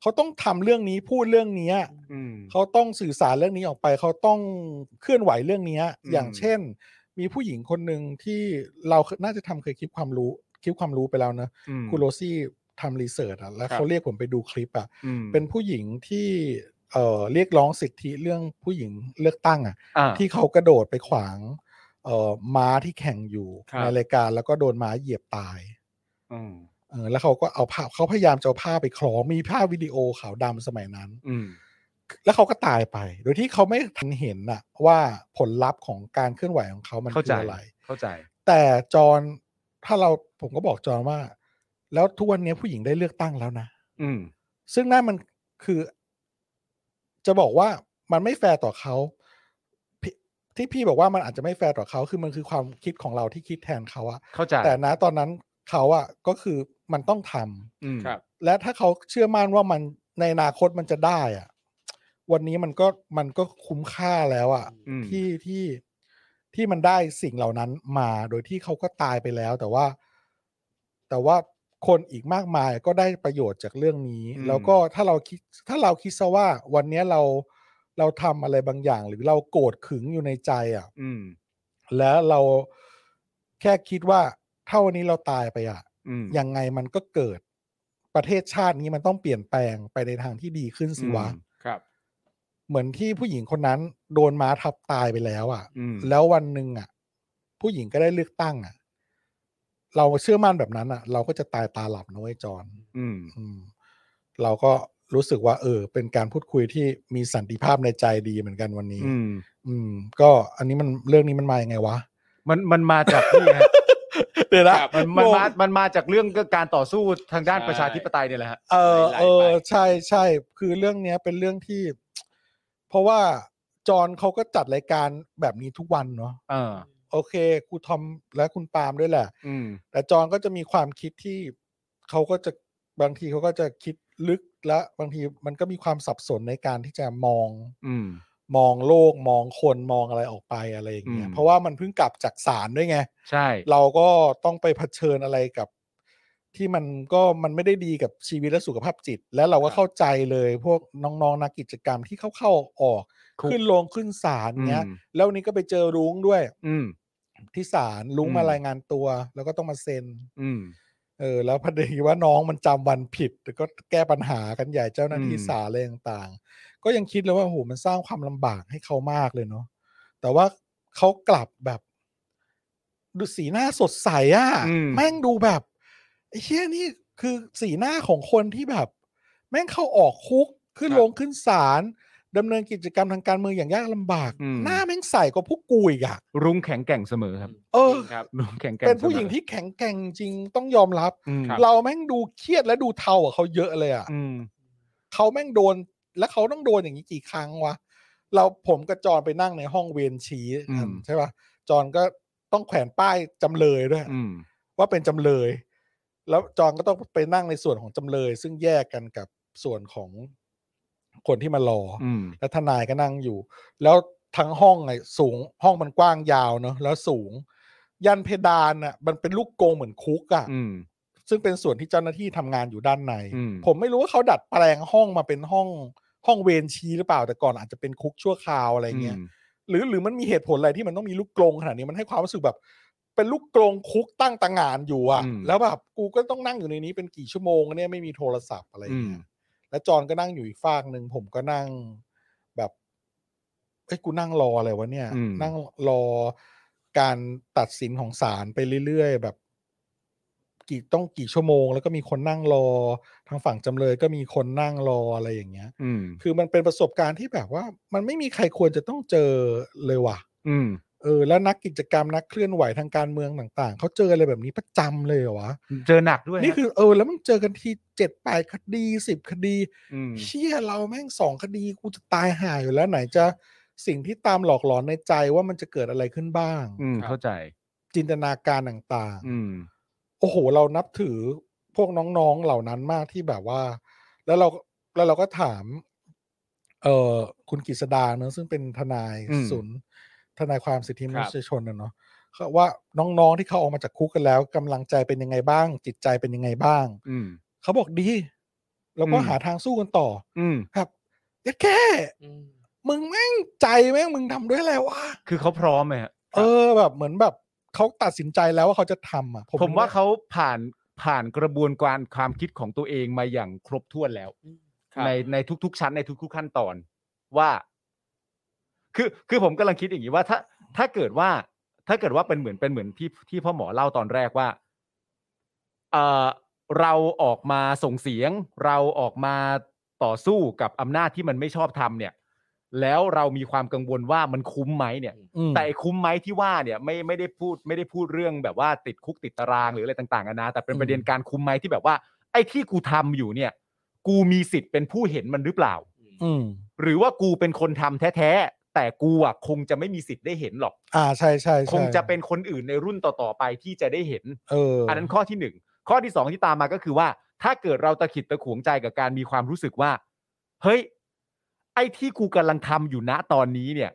S3: เขาต้องทำเรื่องนี้พูดเรื่องเนี้ย
S4: อืม
S3: เขาต้องสื่อสารเรื่องนี้ออกไป เขาต้องเคลื่อนไหวเรื่องเนี้ย
S4: อืม
S3: อย่างเช่น มีผู้หญิงคนหนึ่งที่เราเคน่าจะทำเคยคลิปความรู้คลิปความรู้ไปแล้วนะ
S4: อืม
S3: คุณโรซี่ทำรีเสิร์ชอะแล้ว
S5: ครับ
S3: เขาเรียกผมไปดูคลิปอะ
S4: อืม
S3: เป็นผู้หญิงที่เอ่อเรียกร้องสิทธิเรื่องผู้หญิงเลือกตั้งอะ
S4: อ่า
S3: ที่เขากระโดดไปขวางเอ่อม้าที่แข่งอยู่
S5: ครับ
S3: ในรายการแล้วก็โดนม้าเหยียบตาย
S4: อืม
S3: เออแล้วเขาก็เอาผ้าเขาพยายามจะเอาผ้าไปคล้องมีภาพวิดีโอขาวดำสมัยนั้น
S4: อืม
S3: แล้วเขาก็ตายไป โดยที่เขาไม่ทันเห็นน่ะว่าผลลัพธ์ของการเคลื่อนไหวของเขามัน
S4: เข้า
S3: คื
S4: ใจ
S3: ออะไร
S4: เข้าใจ
S3: แต่จอห์นถ้าเราผมก็บอกจอห์นว่า แล้วทุกวันนี้ผู้หญิงได้เลือกตั้งแล้วนะ
S4: อืม
S3: ซึ่งนั่นมันคือ จะบอกว่ามันไม่แฟร์ต่อเขาพี่ที่พี่บอกว่ามันอาจจะไม่แฟร์ต่อเขาคือมันคือความคิดของเราที่คิดแทนเขาอะ
S4: เข้าใจ
S3: แต่นะตอนนั้นเขาอะก็คือมันต้องทำ
S4: อืม
S5: ครับ
S3: และถ้าเขาเชื่อมั่นว่ามันในอนาคตมันจะได้อะวันนี้มันก็มันก็คุ้มค่าแล้วอะ
S4: อืม
S3: ที่ที่ที่มันได้สิ่งเหล่านั้นมาโดยที่เขาก็ตายไปแล้ว แต่ว่า แต่ว่าคนอีกมากมายก็ได้ประโยชน์จากเรื่องนี้ แล้วก็ถ้าเราคิดถ้าเราคิดซะว่า วันนี้เราเราทำอะไรบางอย่าง หรือเราโกรธขึงอยู่ในใจอะ
S4: อืม
S3: แล้วเราแค่คิดว่าถ้าวันนี้เราตายไปอะ
S4: อืม
S3: ยังไงมันก็เกิดประเทศชาตินี้มันต้องเปลี่ยนแปลงไปในทางที่ดีขึ้นสิวะ
S4: อืม
S5: ครับ
S3: เหมือนที่ผู้หญิงคนนั้นโดนม้าทับตายไปแล้วอะ่ะ
S4: อืม
S3: แล้ววันหนึ่งอะ่ะ ผู้หญิงก็ได้เลือกตั้งอะ่ะ เราเชื่อมั่นแบบนั้นอะ่ะ เราก็จะตายตาหลับนะเว้ยจอน
S4: อืม
S3: อืม เราก็รู้สึกว่า เออ เป็นการพูดคุยที่มีสันติภาพในใจดีเหมือนกันวันนี้
S4: อืม
S3: อืม ก็อันนี้มันเรื่องนี้มันมาอย่างไงวะ
S4: มันมันมาจากนี่ฮะ
S3: เดี๋ยวนะครับ
S4: มันมัน
S3: งง
S4: มามันมาจากเรื่องการต่อสู้ทางด้าน
S5: ใช่
S4: ประชาธิปไตยเนี่ยแหละฮะ
S3: เออ
S5: ไหลๆไป
S3: เออใช่ใช่คือเรื่องเนี้ยเป็นเรื่องที่ เพราะว่า จอนเขาก็จัดรายการแบบนี้ทุกวันเนาะ
S4: เออ
S3: โอเคครูทอมและคุณปาล์มด้วยแหละ
S4: อืม
S3: แต่จอนก็จะมีความคิดที่เขาก็จะบางทีเขาก็จะคิดลึกและบางทีมันก็มีความสับสนในการที่จะมอง
S4: อืม
S3: มองโลกมองคนมองอะไรออกไปอะไรอย่างเงี้ย
S4: อืม
S3: เพราะว่ามันเพิ่งกลับจากศาลด้วยไง
S4: ใช่
S3: เราก็ต้องไปเผชิญอะไรกับ ที่มันก็มันไม่ได้ดีกับชีวิตและสุขภาพจิต และเราก็เข้าใจเลยพวกน้องๆนักกิจกรรมที่เข้าๆออก
S4: คุก
S3: ขึ้นลงขึ้นศาลเงี้ย
S4: อืม
S3: แล้ววันนี้ก็ไปเจอรุ้งด้วย
S4: อืม
S3: ที่ศาลรุ้ง
S4: อืม
S3: มารายงานตัว แล้วก็ต้องมาเซ็น
S4: อืม
S3: เออแล้วพอดีว่าน้องมันจำวันผิดแล้วก็แก้ปัญหากันใหญ่เจ้าหน้าที่
S4: อืม
S3: ศาลอะไรต่างๆ ก็ยังคิดเลยว่าโอ้โหมันสร้างความลำบากให้เขามากเลยเนาะแต่ว่าเขากลับแบบ ดูสีหน้าสดใสอะ่ะ
S4: อืม
S3: แม่งดูแบบไอ้เชี่ยนี่คือสีหน้าของคนที่แบบ แม่งเข้าออกคุกขึ้น
S5: ครับ
S3: ลงขึ้นศาลดำเนินกิจกรรมทางการเมืองอย่างยากลำบาก
S4: อืม
S3: หน้าแม่งใสกว่าพวกกูอีกอะ่ะ
S4: รุ้งแข็งแกร่งเสมอครับ
S3: เออ
S5: จริงครับ
S4: รุ้งแข็งแกร่ง
S3: เป็นผู้หญิงที่แข็งแกร่งจริงต้องยอมรับ
S4: อืม
S5: ครับ
S3: เราแม่งดูเครียดและดูเทาอ่ะเขาเยอะเลยอ่ะ
S4: อืม
S3: เขาแม่งโดนแล้วเขาต้องโดนอย่างนี้กี่ครั้งวะเราผมกับจอนไปนั่งในห้องเวรชี้
S4: อืม
S3: ใช่ปะจอนก็ต้องแขวนป้ายจำเลยด้วย
S4: อืม
S3: ว่าเป็นจำเลย แล้วจอนก็ต้องไปนั่งในส่วนของจำเลย ซึ่งแยกกันกับส่วนของคนที่มารออ
S4: อืม
S3: แล้วทนายก็นั่งอยู่ แล้วทั้งห้องไงสูงห้องมันกว้างยาวเนอะแล้วสูง ยันเพดานอ่ะ มันเป็นลูกกรงเหมือนคุกอ่ะ
S4: อืม
S3: ซึ่งเป็นส่วนที่เจ้าหน้าที่ทำงานอยู่ด้านใน
S4: อืม
S3: ผมไม่รู้ว่าเขาดัดแปลงห้องมาเป็นห้องห้องเวรชีหรือเปล่าแต่ก่อนอาจจะเป็นคุกชั่วคราวอะไรเงี้ยหรือหรือมันมีเหตุผลอะไรที่มันต้องมีลูกกรงขนาดนี้มันให้ความรู้สึกแบบ เป็นลูกกรงคุกตั้งต่างงานอยู่อะ
S4: อืม
S3: แล้วแบบกูก็ต้องนั่งอยู่ในนี้เป็นกี่ชั่วโมงเนี่ยไม่มีโทรศัพท์อะไร
S4: อืม
S3: เงี้ยแล้วจอนก็นั่งอยู่อีกฟากหนึ่งผมก็นั่งแบบเอ้ยกูนั่งรออะไรวะเนี่ย
S4: อืม
S3: นั่งรอการตัดสินของศาลไปเรื่อยๆแบบ กี่ต้องกี่ชั่วโมง แล้วก็มีคนนั่งรอ ทางฝั่งจำเลยก็มีคนนั่งรออะไรอย่างเงี้ย
S4: อืม
S3: คือมันเป็นประสบการณ์ที่แบบว่า มันไม่มีใครควรจะต้องเจอเลยว่ะ
S4: อืม
S3: เออ แล้วนักกิจกรรมนักเคลื่อนไหวทางการเมืองต่าง ๆ เขาเจออะไรแบบนี้ประจำเลยเหรอวะ
S4: เจอหนักด้วย
S3: นี่
S4: ฮะ
S3: คือเออ แล้วมันเจอกันทีเจ็ดปลายคดีสิบคดี
S4: ม
S3: เชี่ยเราแม่งสองคดีกูจะตายห่าอยู่แล้วไหนจะสิ่งที่ตามหลอกหลอนในใจว่ามันจะเกิดอะไรขึ้นบ้าง
S4: อืม เข้าใจ
S3: จินตนาการต่าง
S4: อืม
S3: ๆ โอ้โห เรานับถือพวกน้องๆเหล่านั้นมากที่แบบว่า แล้วเราแล้วเราก็ถาม เอ่อคุณกฤษดาเนอะซึ่งเป็นทนาย
S4: อืม
S3: ศูนย์ทนายความสิทธิม
S5: ครั
S3: นุ
S5: บ
S3: ษยชนนะเนาะเขาว่าน้องๆที่เขาออกมาจากคุกกันแล้วกำลังใจเป็นยังไงบ้าง จิตใจเป็นยังไงบ้าง
S4: อืม
S3: เขาบอกดี เราก็
S4: อืม
S3: หาทางสู้กันต่อ
S4: อืม
S3: ครับเยัดแค่
S5: อืม
S3: มึงแม่งใจแม่งมึงทำด้วยอะไรวะ
S4: คือเขาพร้อมไหมฮะ
S3: เออแบบเหมือนแบบเขาตัดสินใจแล้วว่าเขาจะทำอ่ะ
S4: ผมว่าเขาผ่านผ่านกระบวนการความคิดของตัวเองมาอย่างครบถ้วนแล้ว
S5: ครับ
S4: ในในทุกๆชั้นในทุกๆขั้นตอนว่า คือคือผมกำลังคิดอย่างนี้ว่าถ้า ถ้าเกิดว่า ถ้าเกิดว่าเป็นเหมือนเป็นเหมือนที่ที่พ่อหมอเล่าตอนแรกว่าเออเราออกมาส่งเสียง เราออกมาต่อสู้กับอำนาจที่มันไม่ชอบทำเนี่ย แล้วเรามีความกังวลว่ามันคุ้มไหมเนี่ย
S3: อืม
S4: แต่ไอ้คุ้มไหมที่ว่าเนี่ยไม่ไม่ได้พูดไม่ได้พูดเรื่องแบบว่าติดคุกติดตารางหรืออะไรต่างๆนานาแต่เป็นประเด็นการคุ้มไหมที่แบบว่า ไอ้ที่กูทำอยู่เนี่ย กูมีสิทธิ์เป็นผู้เห็นมันหรือเปล่า
S3: อืม
S4: หรือว่ากูเป็นคนทำแท้ๆแต่กูอ่ะคงจะไม่มีสิทธิ์ได้เห็นหรอก
S3: อ่าใช่ใช่ใช่
S4: คงจะเป็นคนอื่นในรุ่นต่อๆไปที่จะได้เห็น
S3: เออ
S4: อั
S3: อั
S4: นนั้นข้อที่หนึ่งข้อที่สองที่ตามมาก็คือว่า ถ้าเกิดเราตะขิดตะขวงใจกับการมีความรู้สึกว่า เฮ้ย ไอ้ที่กูกำลังทำอยู่ณตอนนี้เนี่ย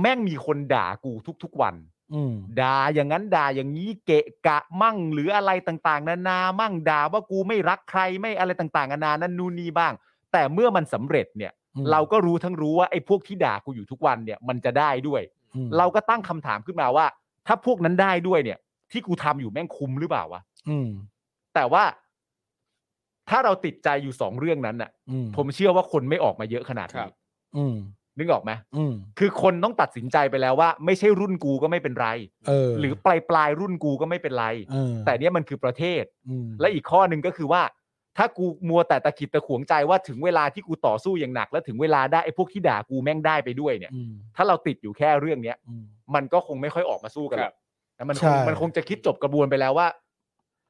S4: แม่งมีคนด่ากูทุกๆวัน
S3: อืม
S4: ด่าอย่างนั้นด่าอย่างนี้เกะกะมั่งหรืออะไรต่างๆ นานามั่งด่าว่ากูไม่รักใครไม่อะไรต่างๆนานานั่นนู่นนี่บ้าง แต่เมื่อมันสำเร็จเนี่ย
S3: อืม
S4: เราก็รู้ทั้งรู้ว่าไอ้พวกที่ด่ากูอยู่ทุกวันเนี่ย มันจะได้ด้วย
S3: อืม
S4: เราก็ตั้งคำถามขึ้นมาว่า ถ้าพวกนั้นได้ด้วยเนี่ย ที่กูทำอยู่แม่งคุ้มหรือเปล่าวะ
S3: อืม
S4: แต่ว่า ถ้าเราติดใจอยู่สองเรื่องนั้นน่ะ
S3: อืม
S4: ผมเชื่อว่าคนไม่ออกมาเยอะขนาด
S5: ครั
S4: นี้
S5: บ
S3: อืม
S4: นึกออกไหม
S3: อืม
S4: คือคนต้องตัดสินใจไปแล้วว่า ไม่ใช่รุ่นกูก็ไม่เป็นไร
S3: เออ
S4: หรือปลายปลายๆรุ่นกูก็ไม่เป็นไร
S3: เออ
S4: แต่เนี้ยมันคือประเทศ
S3: อืม
S4: และอีกข้อหนึ่งก็คือว่า ถ้ากูมัวแต่ตะขิดตะขวงใจว่าถึงเวลาที่กูต่อสู้อย่างหนัก และถึงเวลาได้ไอ้พวกที่ด่ากูแม่งได้ไปด้วยเนี่ย
S3: อืม
S4: ถ้าเราติดอยู่แค่เรื่องเนี้ย
S3: อืม
S4: มันก็คงไม่ค่อยออกมาสู้กันหรอกนะมันค
S3: ใช่
S4: งมันคงจะคิดจบกระบวนไปแล้วว่า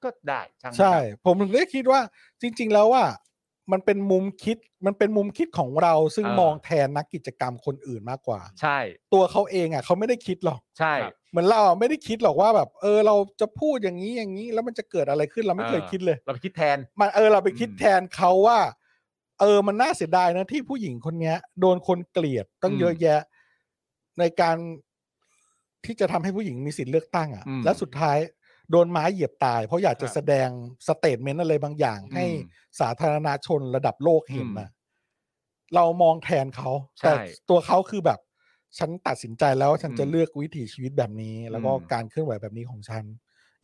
S4: ก็ได้ช่างมัน
S3: ใช่
S4: ครับ
S3: ผมถึงได้คิดว่า จริง ๆ แล้วว่า มันเป็นมุมคิดมันเป็นมุมคิดของเราซึ่ง
S4: เออ
S3: มองแทนนักกิจกรรมคนอื่นมากกว่า
S4: ใช่
S3: ตัวเขาเองอ่ะเขาไม่ได้คิดหรอก
S4: ใช่
S5: ครับ
S3: เหมือนเราอะไม่ได้คิดหรอกว่าแบบ เออ เราจะพูดอย่างนี้อย่างนี้แล้วมันจะเกิดอะไรขึ้นเราไม่
S4: เออ
S3: เคยคิดเลย
S4: เราไปคิดแทน
S3: มันเออเราไปคิด
S4: อืม
S3: แทนเขาว่า เออมันน่าเสียดายนะที่ผู้หญิงคนเนี้ย โดนคนเกลียดตั้งเยอะ
S4: อืม
S3: แยะ ในการที่จะทำให้ผู้หญิงมีสิทธิ์เลือกตั้งอะ่ะ
S4: อืม
S3: และสุดท้ายโดนไม้เหยียบตาย เพราะอยากจะ
S5: ครับ
S3: แสดงสเตทเมนต์อะไรบางอย่าง
S4: อืม
S3: ให้สาธารณชนระดับโลกเห็น
S4: อืม
S3: อ่ะเรามองแทนเขา
S4: ใช่
S3: แต่ตัวเขาคือแบบ ฉันตัดสินใจแล้วว่าฉันจะ
S4: อืม
S3: เลือกวิถีชีวิตแบบนี้ แล้วก็
S4: อืม
S3: การเคลื่อนไหวแบบนี้ของฉัน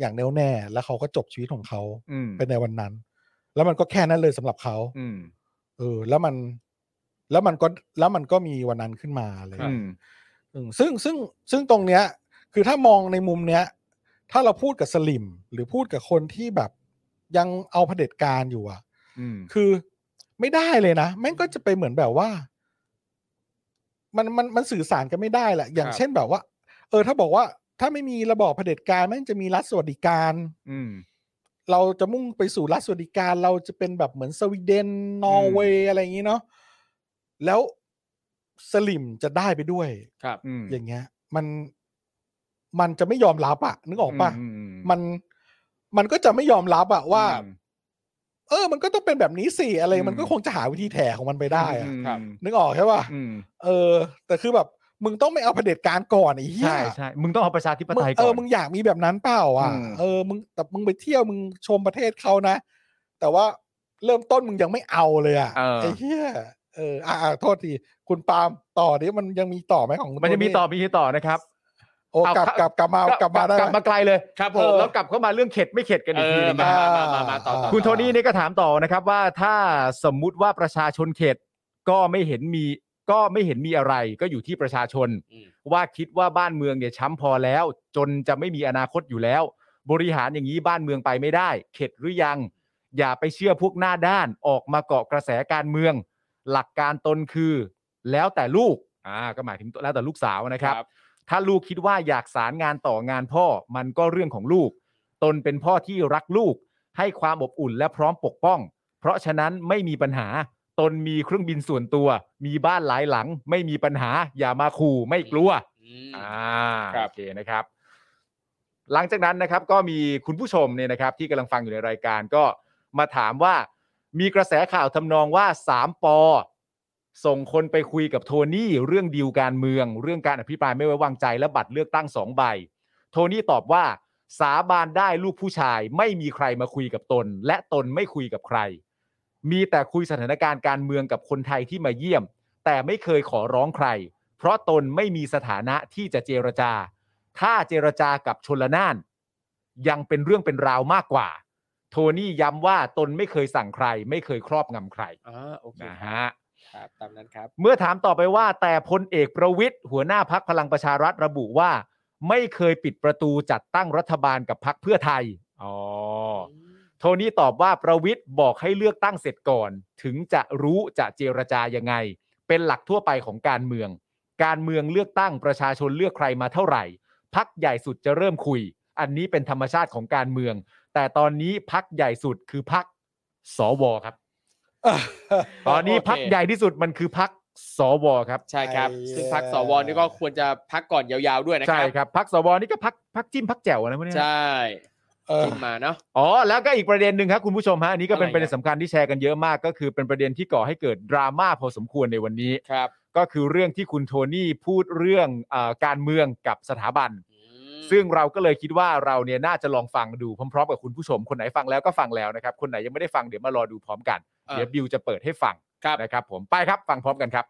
S3: อย่างแน่วแน่ แล้วเขาก็จบชีวิตของเขา
S4: อืม
S3: ไปในวันนั้น แล้วมันก็แค่นั้นเลยสำหรับเขา
S4: อืม
S3: เออ แล้วมัน แล้วมันก็แล้วมันก็มีวันนั้นขึ้นมาอะไรอย่าง
S4: อื
S3: เล
S4: ม
S3: ยอืมซึ่งซึ่งซึ่งตรงเนี้ย คือถ้ามองในมุมเนี้ย ถ้าเราพูดกับสลิม หรือพูดกับคนที่แบบยังเอาเผด็จการอยู่อะ
S4: อืม
S3: คือไม่ได้เลยนะแม่งก็จะไปเหมือนแบบว่า มันมันมันสื่อสารกันไม่ได้แหละอย่าง
S5: ครับ
S3: เช่นแบบว่า เออ ถ้าบอกว่า ถ้าไม่มีระบอบเผด็จการแม่งจะมีรัฐสวัสดิการ
S4: อืม
S3: เราจะมุ่งไปสู่รัฐสวัสดิการเราจะเป็นแบบเหมือนสวีเดนนอร์เวย์อะไรอย่างนี้เนาะแล้วสลิมจะได้ไปด้วย
S5: ครับ
S4: อืม
S3: อย่างเงี้ย มันมันจะไม่ยอมรับอะนึกออกปะ
S4: อือือื
S3: มันมันก็จะไม่ยอมรับอะว่า
S4: อืม
S3: เออ มันก็ต้องเป็นแบบนี้สิอะไร
S4: อืม
S3: มันก็คงจะหาวิธีแถของมันไปได้อะ
S4: อืม
S5: ครับ
S3: นึกออกใช่ปะ
S4: อืม
S3: เออ แต่คือแบบ มึงต้องไม่เอาเผด็จการก่อนไอ้เหี้
S4: ใช่
S3: ย
S4: ใช่มึงต้องเอาประชาธิป
S3: มึ
S4: ไต
S3: ง
S4: ยก่อน
S3: เออ มึงอยากมีแบบนั้นเปล่าอ่ะ
S4: อืม
S3: เออ มึงแต่มึงไปเที่ยวมึงชมประเทศเขานะ แต่ว่าเริ่มต้นมึงยังไม่เอาเลยอ่ะ
S4: เออ
S3: ไอ้เหี้ย เอออ่ะอ่ะโทษที คุณปาล์มต่อนี้มันยังมีต่อไหมของคุณ
S4: มันจะมีต่อ
S3: โท
S4: มีต่อนะครับ
S3: โอ้
S4: เอา
S3: กลับ
S4: ครับ
S3: กลับกลับมากลับมาได้
S4: กลับ
S3: ไหม
S4: มาไกลเลย
S5: ครับผ
S4: เอ
S5: ม
S4: อแล้วกลับเข้ามาเรื่องเข็ดไม่เข็ดกัน
S5: เอ
S4: อีกที
S5: อ
S4: หนึง
S5: มา
S4: นะ
S5: มามามาต่อต่อ
S3: า
S4: คุณโทนี่เนี่ยก็ถามต่อนะครับว่าถ้าสมมุติว่าประชาชนเขตก็ไม่เห็นมีก็ไม่เห็นมีอะไรก็อยู่ที่ประชาชน
S5: อืม
S4: ว่าคิดว่าบ้านเมืองเนี่ยช้ำพอแล้ว จนจะไม่มีอนาคตอยู่แล้ว บริหารอย่างนี้บ้านเมืองไปไม่ได้ เข็ดหรือยัง อย่าไปเชื่อพวกหน้าด้านออกมาเกาะกระแสการเมือง หลักการตนคือ แล้วแต่ลูกอ่าก็หมายถึงแล้วแต่ลูกสาวนะครับ ถ้าลูกคิดว่าอยากสารงานต่องานพ่อมันก็เรื่องของลูก ตนเป็นพ่อที่รักลูก ให้ความอบอุ่นและพร้อมปกป้อง เพราะฉะนั้นไม่มีปัญหา ตนมีเครื่องบินส่วนตัว มีบ้านหลายหลัง ไม่มีปัญหา อย่ามาขู่ไม่กลัว
S5: อืม
S4: อ่า
S5: ครับ
S4: โอเคนะครับ หลังจากนั้นนะครับก็มีคุณผู้ชมเนี่ยนะครับ ที่กำลังฟังอยู่ในรายการก็มาถามว่ามีกระแสข่าวทำนองว่าสามปอส่งคนไปคุยกับโทนี่เรื่องดีลการเมือง เรื่องการอภิปรายไม่ไว้วางใจและบัตรเลือกตั้งสองใบ โทนี่ตอบว่าสาบานได้ลูกผู้ชาย ไม่มีใครมาคุยกับตน และตนไม่คุยกับใคร มีแต่คุยสถานการณ์การเมืองกับคนไทยที่มาเยี่ยม แต่ไม่เคยขอร้องใคร เพราะตนไม่มีสถานะที่จะเจรจา ถ้าเจรจากับชนละนาน ยังเป็นเรื่องเป็นราวมากกว่า โทนี่ย้ำว่าตนไม่เคยสั่งใคร ไม่เคยครอบงำใคร
S5: อ่าโอเค
S4: นะครับ ฮะ
S5: ครับตามนั้นครับ
S4: เมื่อถามต่อไปว่า แต่พลเอกประวิทย์หัวหน้าพักพลังประชารัฐระบุว่า ไม่เคยปิดประตูจัดตั้งรัฐบาลกับพักเพื่อไทย อ๋อ โทนี่ตอบว่าประวิทย์บอกให้เลือกตั้งเสร็จก่อน ถึงจะรู้จะเจรจายังไง เป็นหลักทั่วไปของการเมือง การเมืองเลือกตั้งประชาชนเลือกใครมาเท่าไหร่ พักใหญ่สุดจะเริ่มคุย อันนี้เป็นธรรมชาติของการเมือง แต่ตอนนี้พักใหญ่สุดคือพักสวครับ ตอนนี้
S5: โอเค
S4: พักใหญ่ที่สุดมันคือพักสวครับ
S5: ใช่ครับ
S3: ไอ้
S5: ซึ่งพักสวนี่ก็ควรจะพักก่อนยาวๆด้วยนะค
S4: ใช่
S5: รับ
S4: ครับพักสวนี่ก็พักพักจิ้มพักแจ๋วอะไรพวกเนี้ย
S5: ใช่
S3: เออ
S5: จิ้มมาเนาะ
S4: อ๋อแล้วก็อีกประเด็นหนึ่งครับคุณผู้ชมฮะอันนี้ก็เป็น
S5: อะ
S4: ป
S5: ไรอ่ะ
S4: ระเด็นสำคัญที่แชร์กันเยอะมาก ก็คือเป็นประเด็นที่ก่อให้เกิดดราม่าพอสมควรในวันนี้
S5: ครับ
S4: ก็คือเรื่องที่คุณโทนี่พูดเรื่องเออการเมืองกับสถาบัน
S5: อืม
S4: ซึ่งเราก็เลยคิดว่าเราเนี่ยน่าจะลองฟังดูพร้อมๆกับคุณผู้ชม คนไหนฟังแล้วก็ฟังแล้วนะครับ คนไหนยังไม่ได้ฟังเดี๋ยวมารอดูพร้อมกัน
S5: เอ่อ
S4: เดี๋ยวบิวจะเปิดให้ฟัง
S5: ครับ
S4: นะครับผมไปครับฟังพร้อมกันครับ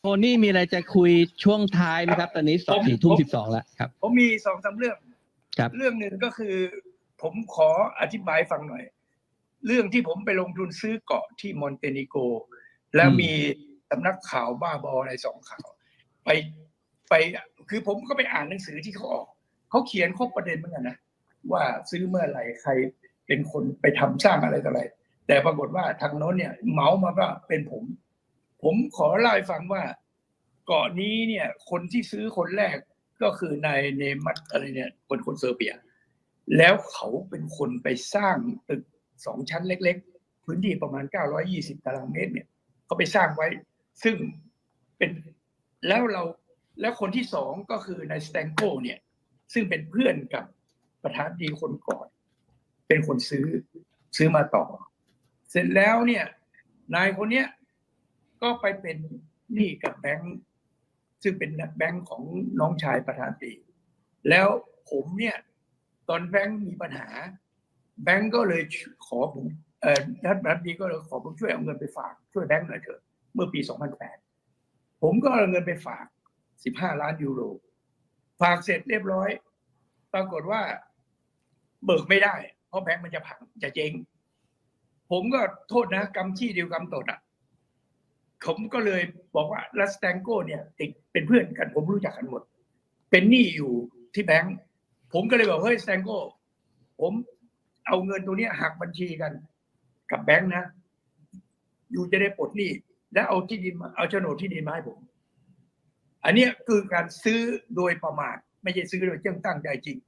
S6: โทนี่มีอะไรจะคุยช่วงท้ายไหมครับ ตอนนี้สองสี่ทุ่มสิบสองแล้วครับ
S7: ผมมีสองสามเรื่อง
S6: ครับ
S7: เรื่องหนึ่งก็คือ ผมขออธิบายฟังหน่อย เรื่องที่ผมไปลงทุนซื้อเกาะที่มอนเตเนโก แล้วมีสำนักข่าวบ้าบออะไรสองข่าว ไปไปคือผมก็ไปอ่านหนังสือที่เขาออก เขาเขียนครบประเด็นเหมือนกันนะ ว่าซื้อเมื่อไหร่ใครเป็นคนไปทำสร้างอะไรต่ออะไร แต่ปรากฏว่าทางโน้นเนี่ยเหมามาว่าเป็นผม ผมขอเล่าให้ฟังว่าเกาะนี้เนี่ย คนที่ซื้อคนแรก ก็คือนายเนมัตอะไรเนี่ยคนคนเซอร์เบีย แล้วเขาเป็นคนไปสร้างตึกสองชั้นเล็ก พื้นที่ประมาณ 920 ตารางเมตรเนี่ยเขาไปสร้างไว้ ซึ่งเป็นแล้วเราแล้วคนที่สองก็คือนายสแตงโกเนี่ย ซึ่งเป็นเพื่อนกับประธานดีคนก่อน เป็นคนซื้อซื้อมาต่อ เสร็จแล้วเนี่ยนายคนเนี้ยก็ไปเป็นหนี้กับแบงค์ซึ่งเป็นแบงค์ของน้องชายประธานดีแล้วผมเนี่ย ตอนแบงค์มีปัญหา แบงค์ก็เลยขอผมเอ่อท่านประธานดีก็เลยขอผมช่วยเอาเงินไปฝากช่วยแบงค์หน่อยเถอะเมื่อปี 2008 ผมก็เอาเงินไปฝาก 15 ล้านยูโร ฝากเสร็จเรียบร้อย ปรากฏว่า เบิกไม่ได้ เพราะแบงค์มันจะพังจะเจ๊งผมก็โทษนะกรรมชี้เดียวกรรมตดอ่ะ ผมก็เลยบอกว่าลัสแตงโก้เนี่ยติดเป็นเพื่อนกัน ผมรู้จักกันหมด เป็นหนี้อยู่ที่แบงค์ผมก็เลยบอกเฮ้ยสแตงโก้ผมเอาเงินตัวเนี้ยหักบัญชีกัน กับแบงค์นะอยู่จะได้ปลดหนี้และเอาที่ดินมาเอาโฉนดที่ดินมาให้ผม อันเนี้ยคือการซื้อโดยประมาทไม่ใช่ซื้อโดยเจ้งตั้งใจจริง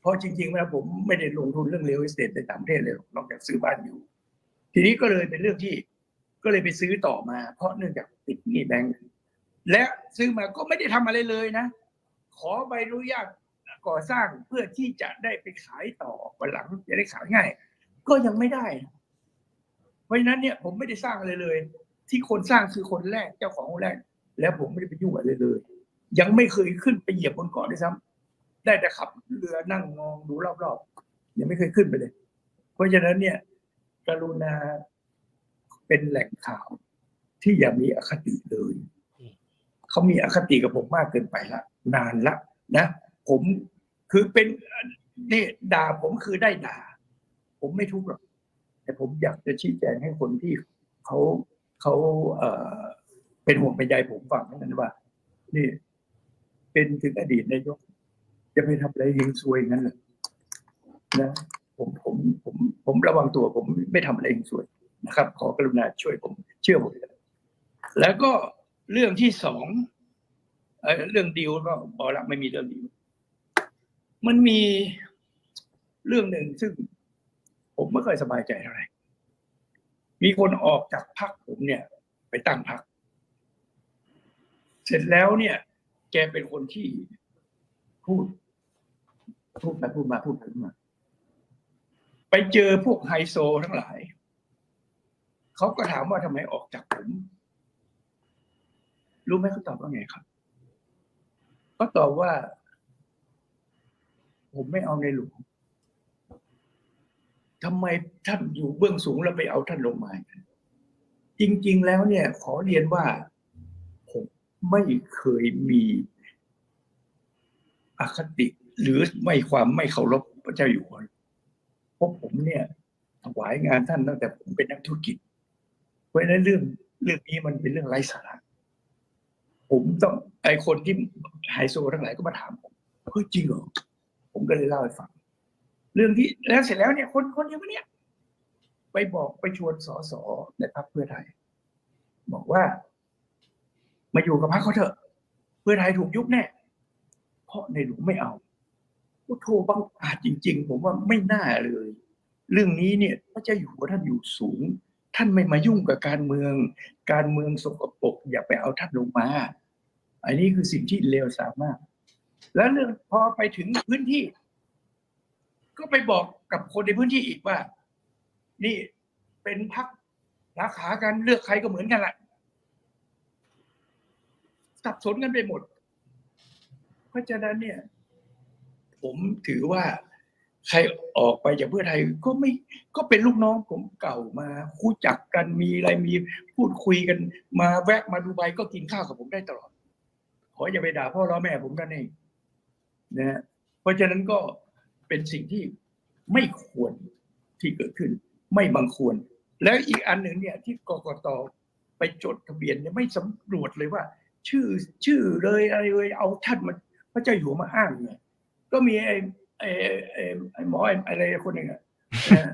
S7: เพราะจริงๆแล้วผมไม่ได้ลงทุนเรื่องเลวสเตทในต่างประเทศเลยหรอกนอกจากซื้อบ้านอยู่ ทีนี้ก็เลยเป็นเรื่องที่ก็เลยไปซื้อต่อมา เพราะเนื่องจากติดหนี้แบงก์และซื้อมาก็ไม่ได้ทำอะไรเลยนะ ขอใบอนุญาตก่อสร้างเพื่อที่จะได้ไปขายต่อวันหลังจะได้ขายง่าย ก็ยังไม่ได้นะเพราะฉะนั้นเนี่ยผมไม่ได้สร้างอะไรเลย ที่คนสร้างคือคนแรกเจ้าของคนแรก แล้วผมไม่ได้ไปยุ่งอะไรเลย ยังไม่เคยขึ้นไปเหยียบบนเกาะด้วยซ้ำได้แต่ขับเรือนั่งมองดูรอบๆยังไม่เคยขึ้นไปเลย เพราะฉะนั้นเนี่ย กรุณาเป็นแหล่งข่าวที่อย่ามีอคติเลยเขามีอคติกับผมมากเกินไปละนานละนะผมคือเป็นนี่ด่าผมคือได้ด่า ผมไม่ทุกข์หรอกแต่ผมอยากจะชี้แจงให้คนที่เขาเขาเอ่อ เป็นห่วงเป็นใยผมฟังเท่านั้นว่า นี่ เป็นถึงอดีตนายก จะไปทำอะไรเฮงซวยงั้นเหรอนะผมผมผม ผมระวังตัว ผมไม่ทำอะไรเฮงซวยนะครับ ขอกรุณาช่วยผมเชื่อผมเถอะแล้วก็เรื่องที่สองเอ่อเรื่องดีลก็บอกละไม่มีเรื่องดีลมันมีเรื่องหนึ่งซึ่ง ผมไม่ค่อยสบายใจเท่าไหร่มีคนออกจากพรรคผมเนี่ย ไปตั้งพรรค เสร็จแล้วเนี่ย แกเป็นคนที่พูด พูดไปพูดมาพูดไปพูดมา ไปเจอพวกไฮโซทั้งหลาย เขาก็ถามว่าทำไมออกจากผม รู้ไหมเขาตอบว่าไงครับเขาตอบว่า ผมไม่เอาในหลวงทำไมท่านอยู่เบื้องสูงแล้วไปเอาท่านลงมา จริง ๆ แล้วเนี่ย ขอเรียนว่า ผมไม่เคยมีอคติ หรือไม่ความไม่เคารพพระเจ้าอยู่หัวเพราะผมเนี่ยถวายงานท่านตั้งแต่ผมเป็นนักธุรกิจ เพราะฉะนั้นเรื่องเรื่องนี้มันเป็นเรื่องไร้สาระผมต้องไอคนที่ไฮโซทั้งหลายก็มาถามผมเฮ้ยจริงเหรอผมก็เลยเล่าให้ฟัง เรื่องที่แล้วเสร็จแล้วเนี่ย คนคนเดียวกันเนี่ย ไปบอกไปชวนสสในพรรคเพื่อไทย บอกว่า มาอยู่กับพรรคเขาเถอะ เพื่อไทยถูกยุบแน่ เพราะในหลวงไม่เอาโอ้โทบังอาจจริง ๆ ผมว่าไม่น่าเลย เรื่องนี้เนี่ยพระเจ้าอยู่หัวท่านอยู่สูง ท่านไม่มายุ่งกับการเมือง การเมืองสกปรกอย่าไปเอาท่านลงมา อันนี้คือสิ่งที่เลวทรามมาก แล้วเรื่องพอไปถึงพื้นที่ ก็ไปบอกกับคนในพื้นที่อีกว่า นี่เป็นพักราขากันเลือกใครก็เหมือนกันแหละ สับสนกันไปหมด เพราะฉะนั้นเนี่ย ผมถือว่าใครออกไปจากเพื่อไทยก็ไม่ก็เป็นลูกน้องผมเก่ามาคู่จักกันมีอะไรมีพูดคุยกัน มาแวะมาดูใบก็กินข้าวกับผมได้ตลอด ขออย่าไปด่าพ่อล้อแม่ผมนั่นเองนะฮะเพราะฉะนั้นก็เป็นสิ่งที่ไม่ควรที่เกิดขึ้น ไม่บังควร แล้วอีกอันหนึ่งเนี่ย ที่กกตไปจดทะเบียนเนี่ยไม่สำรวจเลยว่า ชื่อชื่อเลยอะไรเลยเอาท่านมาพระเจ้าอยู่หัวมาอ้างเนี่ยก็มีไอ้ไอ้ไอ้ไอ้หมอไอ้อะไรคนหนึ่งอะเออ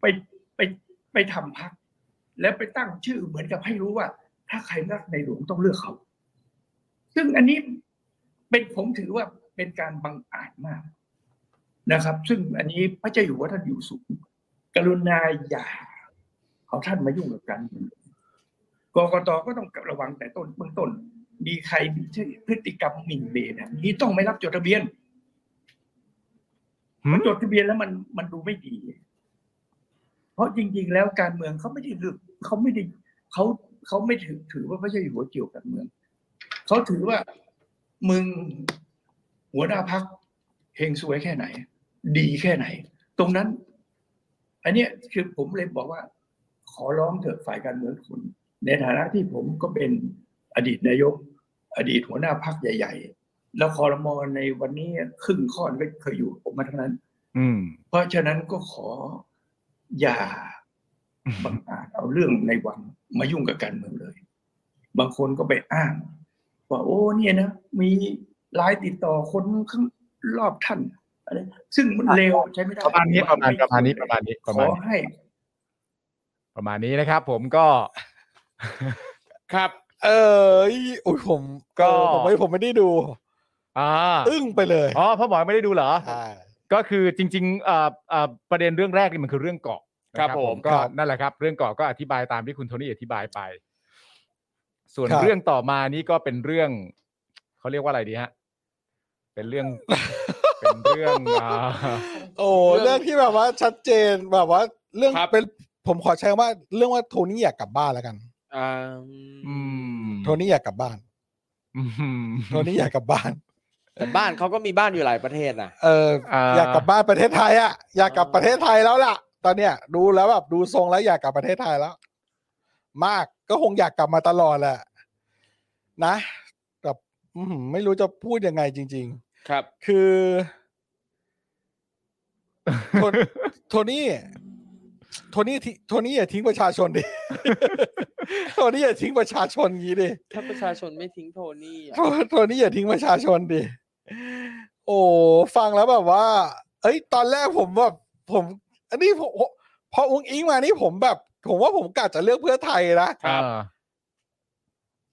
S7: ไปไปไปทำพัก แล้วไปตั้งชื่อเหมือนกับให้รู้ว่า ถ้าใครรักในหลวงต้องเลือกเขา ซึ่งอันนี้เป็นผมถือว่าเป็นการบังอาจมากนะครับ ซึ่งอันนี้พระเจ้าอยู่หัวท่านอยู่สูง กรุณาอย่า ข เอาท่านมายุ่งกับการเมืองกกตก็ต้องระวังแต่ต้นเบื้องต้น มีใครมีชื่อพฤติกรรมหมิ่นเบนนี้ต้องไม่รับจดทะเบียน
S4: หืม
S7: มันจดทะเบียนแล้วมันมันดูไม่ดี เพราะจริง ๆ แล้วการเมืองเขาไม่ได้ลึกเขาไม่ได้เขาเขาไม่ถือถือว่าพระเจ้าอยู่หัวเกี่ยวกับเมืองเขาถือว่ามึงหัวหน้าพักเฮงสวยแค่ไหน ดีแค่ไหน ตรงนั้น อันเนี้ยคือผมเลยบอกว่า ขอร้องเถอะฝ่ายการเมืองคุณ ในฐานะที่ผมก็เป็นอดีตนายก อดีตหัวหน้าพักใหญ่ ๆ แล้วคอรมอในวันนี้ครึ่งข้อนก็เคยอยู่กับผมมาทั้งนั้น
S4: อืม
S7: เพราะฉะนั้นก็ขออย่าบังอาจเอาเรื่องในวังมายุ่งกับการเมืองเลย บางคนก็ไปอ้างว่าโอ้เนี่ยนะมีไลน์ติดต่อคนข้างรอบท่านอะไรซึ่งมันเลวใช้ไม่ได้
S4: ประมาณนี้ประมาณประมาณนี้ประมาณนี้
S7: ข
S4: ประมาณนี้
S7: อให้
S4: ประมาณนี้นะครับ ผมก็
S5: ครับ
S3: เออโอ้ยผม
S4: ก็
S3: เออผมไม่ผมไม่ได้ดู
S4: อ่า
S3: อึ้งไปเลย
S4: อ๋อพ่อหมอไม่ได้ดูเหรอ
S3: ใช่
S4: ก็คือจริงๆเอ่อเอ่อประเด็นเรื่องแรกนี่มันคือเรื่องเกาะนะครับ
S5: ผม
S4: ก็
S3: ครับ
S4: นั่นแหละครับ เรื่องเกาะก็อธิบายตามที่คุณโทนี่อธิบายไป ส่วน
S3: ครับ
S4: เรื่องต่อมานี่ก็เป็นเรื่องเขาเรียกว่าอะไรดีฮะ เป็นเรื่อง เป็นเรื่องอ่า
S3: โอ้เรื่องที่แบบว่าชัดเจนแบบว่าเรื่อง
S5: ครับ
S3: เป็นผมขอใช้คำว่าเรื่องว่าโทนี่อยากกลับบ้านแล้วกัน
S5: อ่า
S4: อืม
S3: โทนี่อยากกลับบ้าน
S4: อืม
S3: โทนี่อยากกลับบ้าน
S5: แต่บ้านเขาก็มีบ้านอยู่หลายประเทศนะ
S3: เออ
S4: อ่า
S3: อยากกลับบ้านประเทศไทยอ่ะอยากกลับ
S5: อ่า
S3: ประเทศไทยแล้วล่ะ ตอนเนี้ยดูแล้วแบบดูทรงแล้วอยากกลับประเทศไทยแล้ว มากก็คงอยากกลับมาตลอดแหละนะแบบอื้อหือไม่รู้จะพูดยังไงจริง
S5: ครับ
S3: ๆ คือ โทน โท นี่ โทนี่ทิโทนี่อย่าทิ้งประชาชนดิ โทนี่อย่าทิ้งประชาชนงี้ดิ
S5: ถ้าประชาชนไม่ทิ้งโทนี่อะ
S3: โทโทนี่อย่าทิ้งประชาชนดิ โอ้ฟังแล้วแบบว่า เอ้ย ตอนแรกผมแบบผม อันนี้ผมพออุ้งอิงมานี่ผมแบบ ผมว่าผมกะจะเลือกเพื่อไทยนะ
S4: อ่า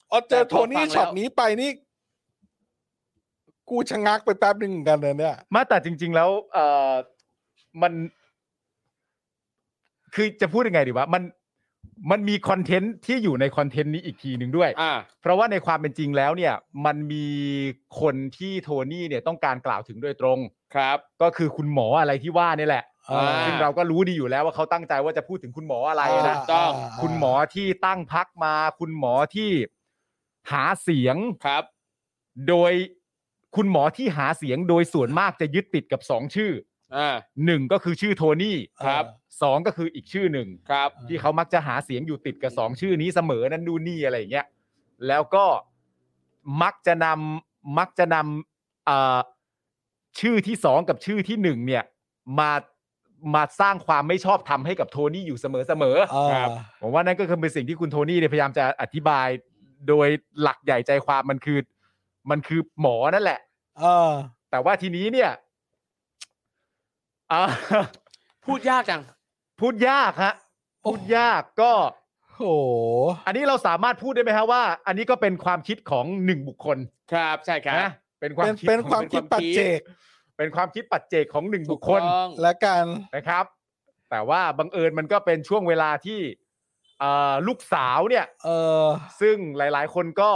S3: เอาเจอโทนี่ช็อตนี้ไปนี่ กูชะงักไปแป๊บหนึ่งเหมือนกันเลยเนี่ย
S4: มาแต่จริง ๆ แล้วเออมัน คือจะพูดยังไงดีวะมันมันมีคอนเทนต์ที่อยู่ในคอนเทนต์นี้อีกทีหนึ่งด้วย
S5: อ่า
S4: เพราะว่าในความเป็นจริงแล้วเนี่ย มันมีคนที่โทนี่เนี่ยต้องการกล่าวถึงโดยตรง
S5: ครับ
S4: ก็คือคุณหมออะไรที่ว่านี่แหละ
S3: อ่า
S4: ซึ่งเราก็รู้ดีอยู่แล้วว่าเขาตั้งใจว่าจะพูดถึงคุณหมออะไร
S5: ถู
S4: นะ
S5: กต้อง
S4: คุณหมอที่ตั้งพักมา คุณหมอที่หาเสียง
S5: ครับ
S4: โดยคุณหมอที่หาเสียงโดยส่วนมากจะยึดติดกับสองชื่อ
S5: อ่า
S4: หนึ่งก็คือชื่อโทนี่
S5: ครับ
S4: สองก็คืออีกชื่อหนึ่ง
S5: ครับ
S4: ที่เขามักจะหาเสียงอยู่ติดกับสองชื่อนี้เสมอนั่นดูนนี่อะไรอย่างเงี้ยแล้วก็มักจะนำมักจะนำเอ่อชื่อที่สองกับชื่อที่หนึ่งเนี่ยมามาสร้างความไม่ชอบธรรมให้กับโทนี่อยู่เสมอเสมอๆ
S3: อ่า
S5: ครับ
S4: ผมว่านั่นก็คือเป็นสิ่งที่คุณโทนี่เนี่ยพยายามจะอธิบาย โดยหลักใหญ่ใจความมันคือ มันคือหมอนั่นแหละ
S3: อ่า
S4: แต่ว่าทีนี้เนี่ยอ่า
S5: พูดยากจัง
S4: พูดยากฮะพูดยากก็
S3: โอ้โห
S4: อันนี้เราสามารถพูดได้ไหมฮะว่า อันนี้ก็เป็นความคิดของหนึ่งบุคคล
S5: ครับ ใช่ครับ
S4: นะเป็นความ
S3: เป็น
S4: คิด
S3: เป็น
S4: ของ
S3: ความคิดปัจเจก
S4: เป็นความคิดปัจเจกของหนึ่ง
S5: ถู
S4: บุ
S5: ก
S4: คคล
S5: ต้อง
S3: และกัน
S4: นะครับ แต่ว่าบังเอิญมันก็เป็นช่วงเวลาที่เอ่อลูกสาวเนี่ย
S3: เออ
S4: ซึ่งหลาย ๆ คนก็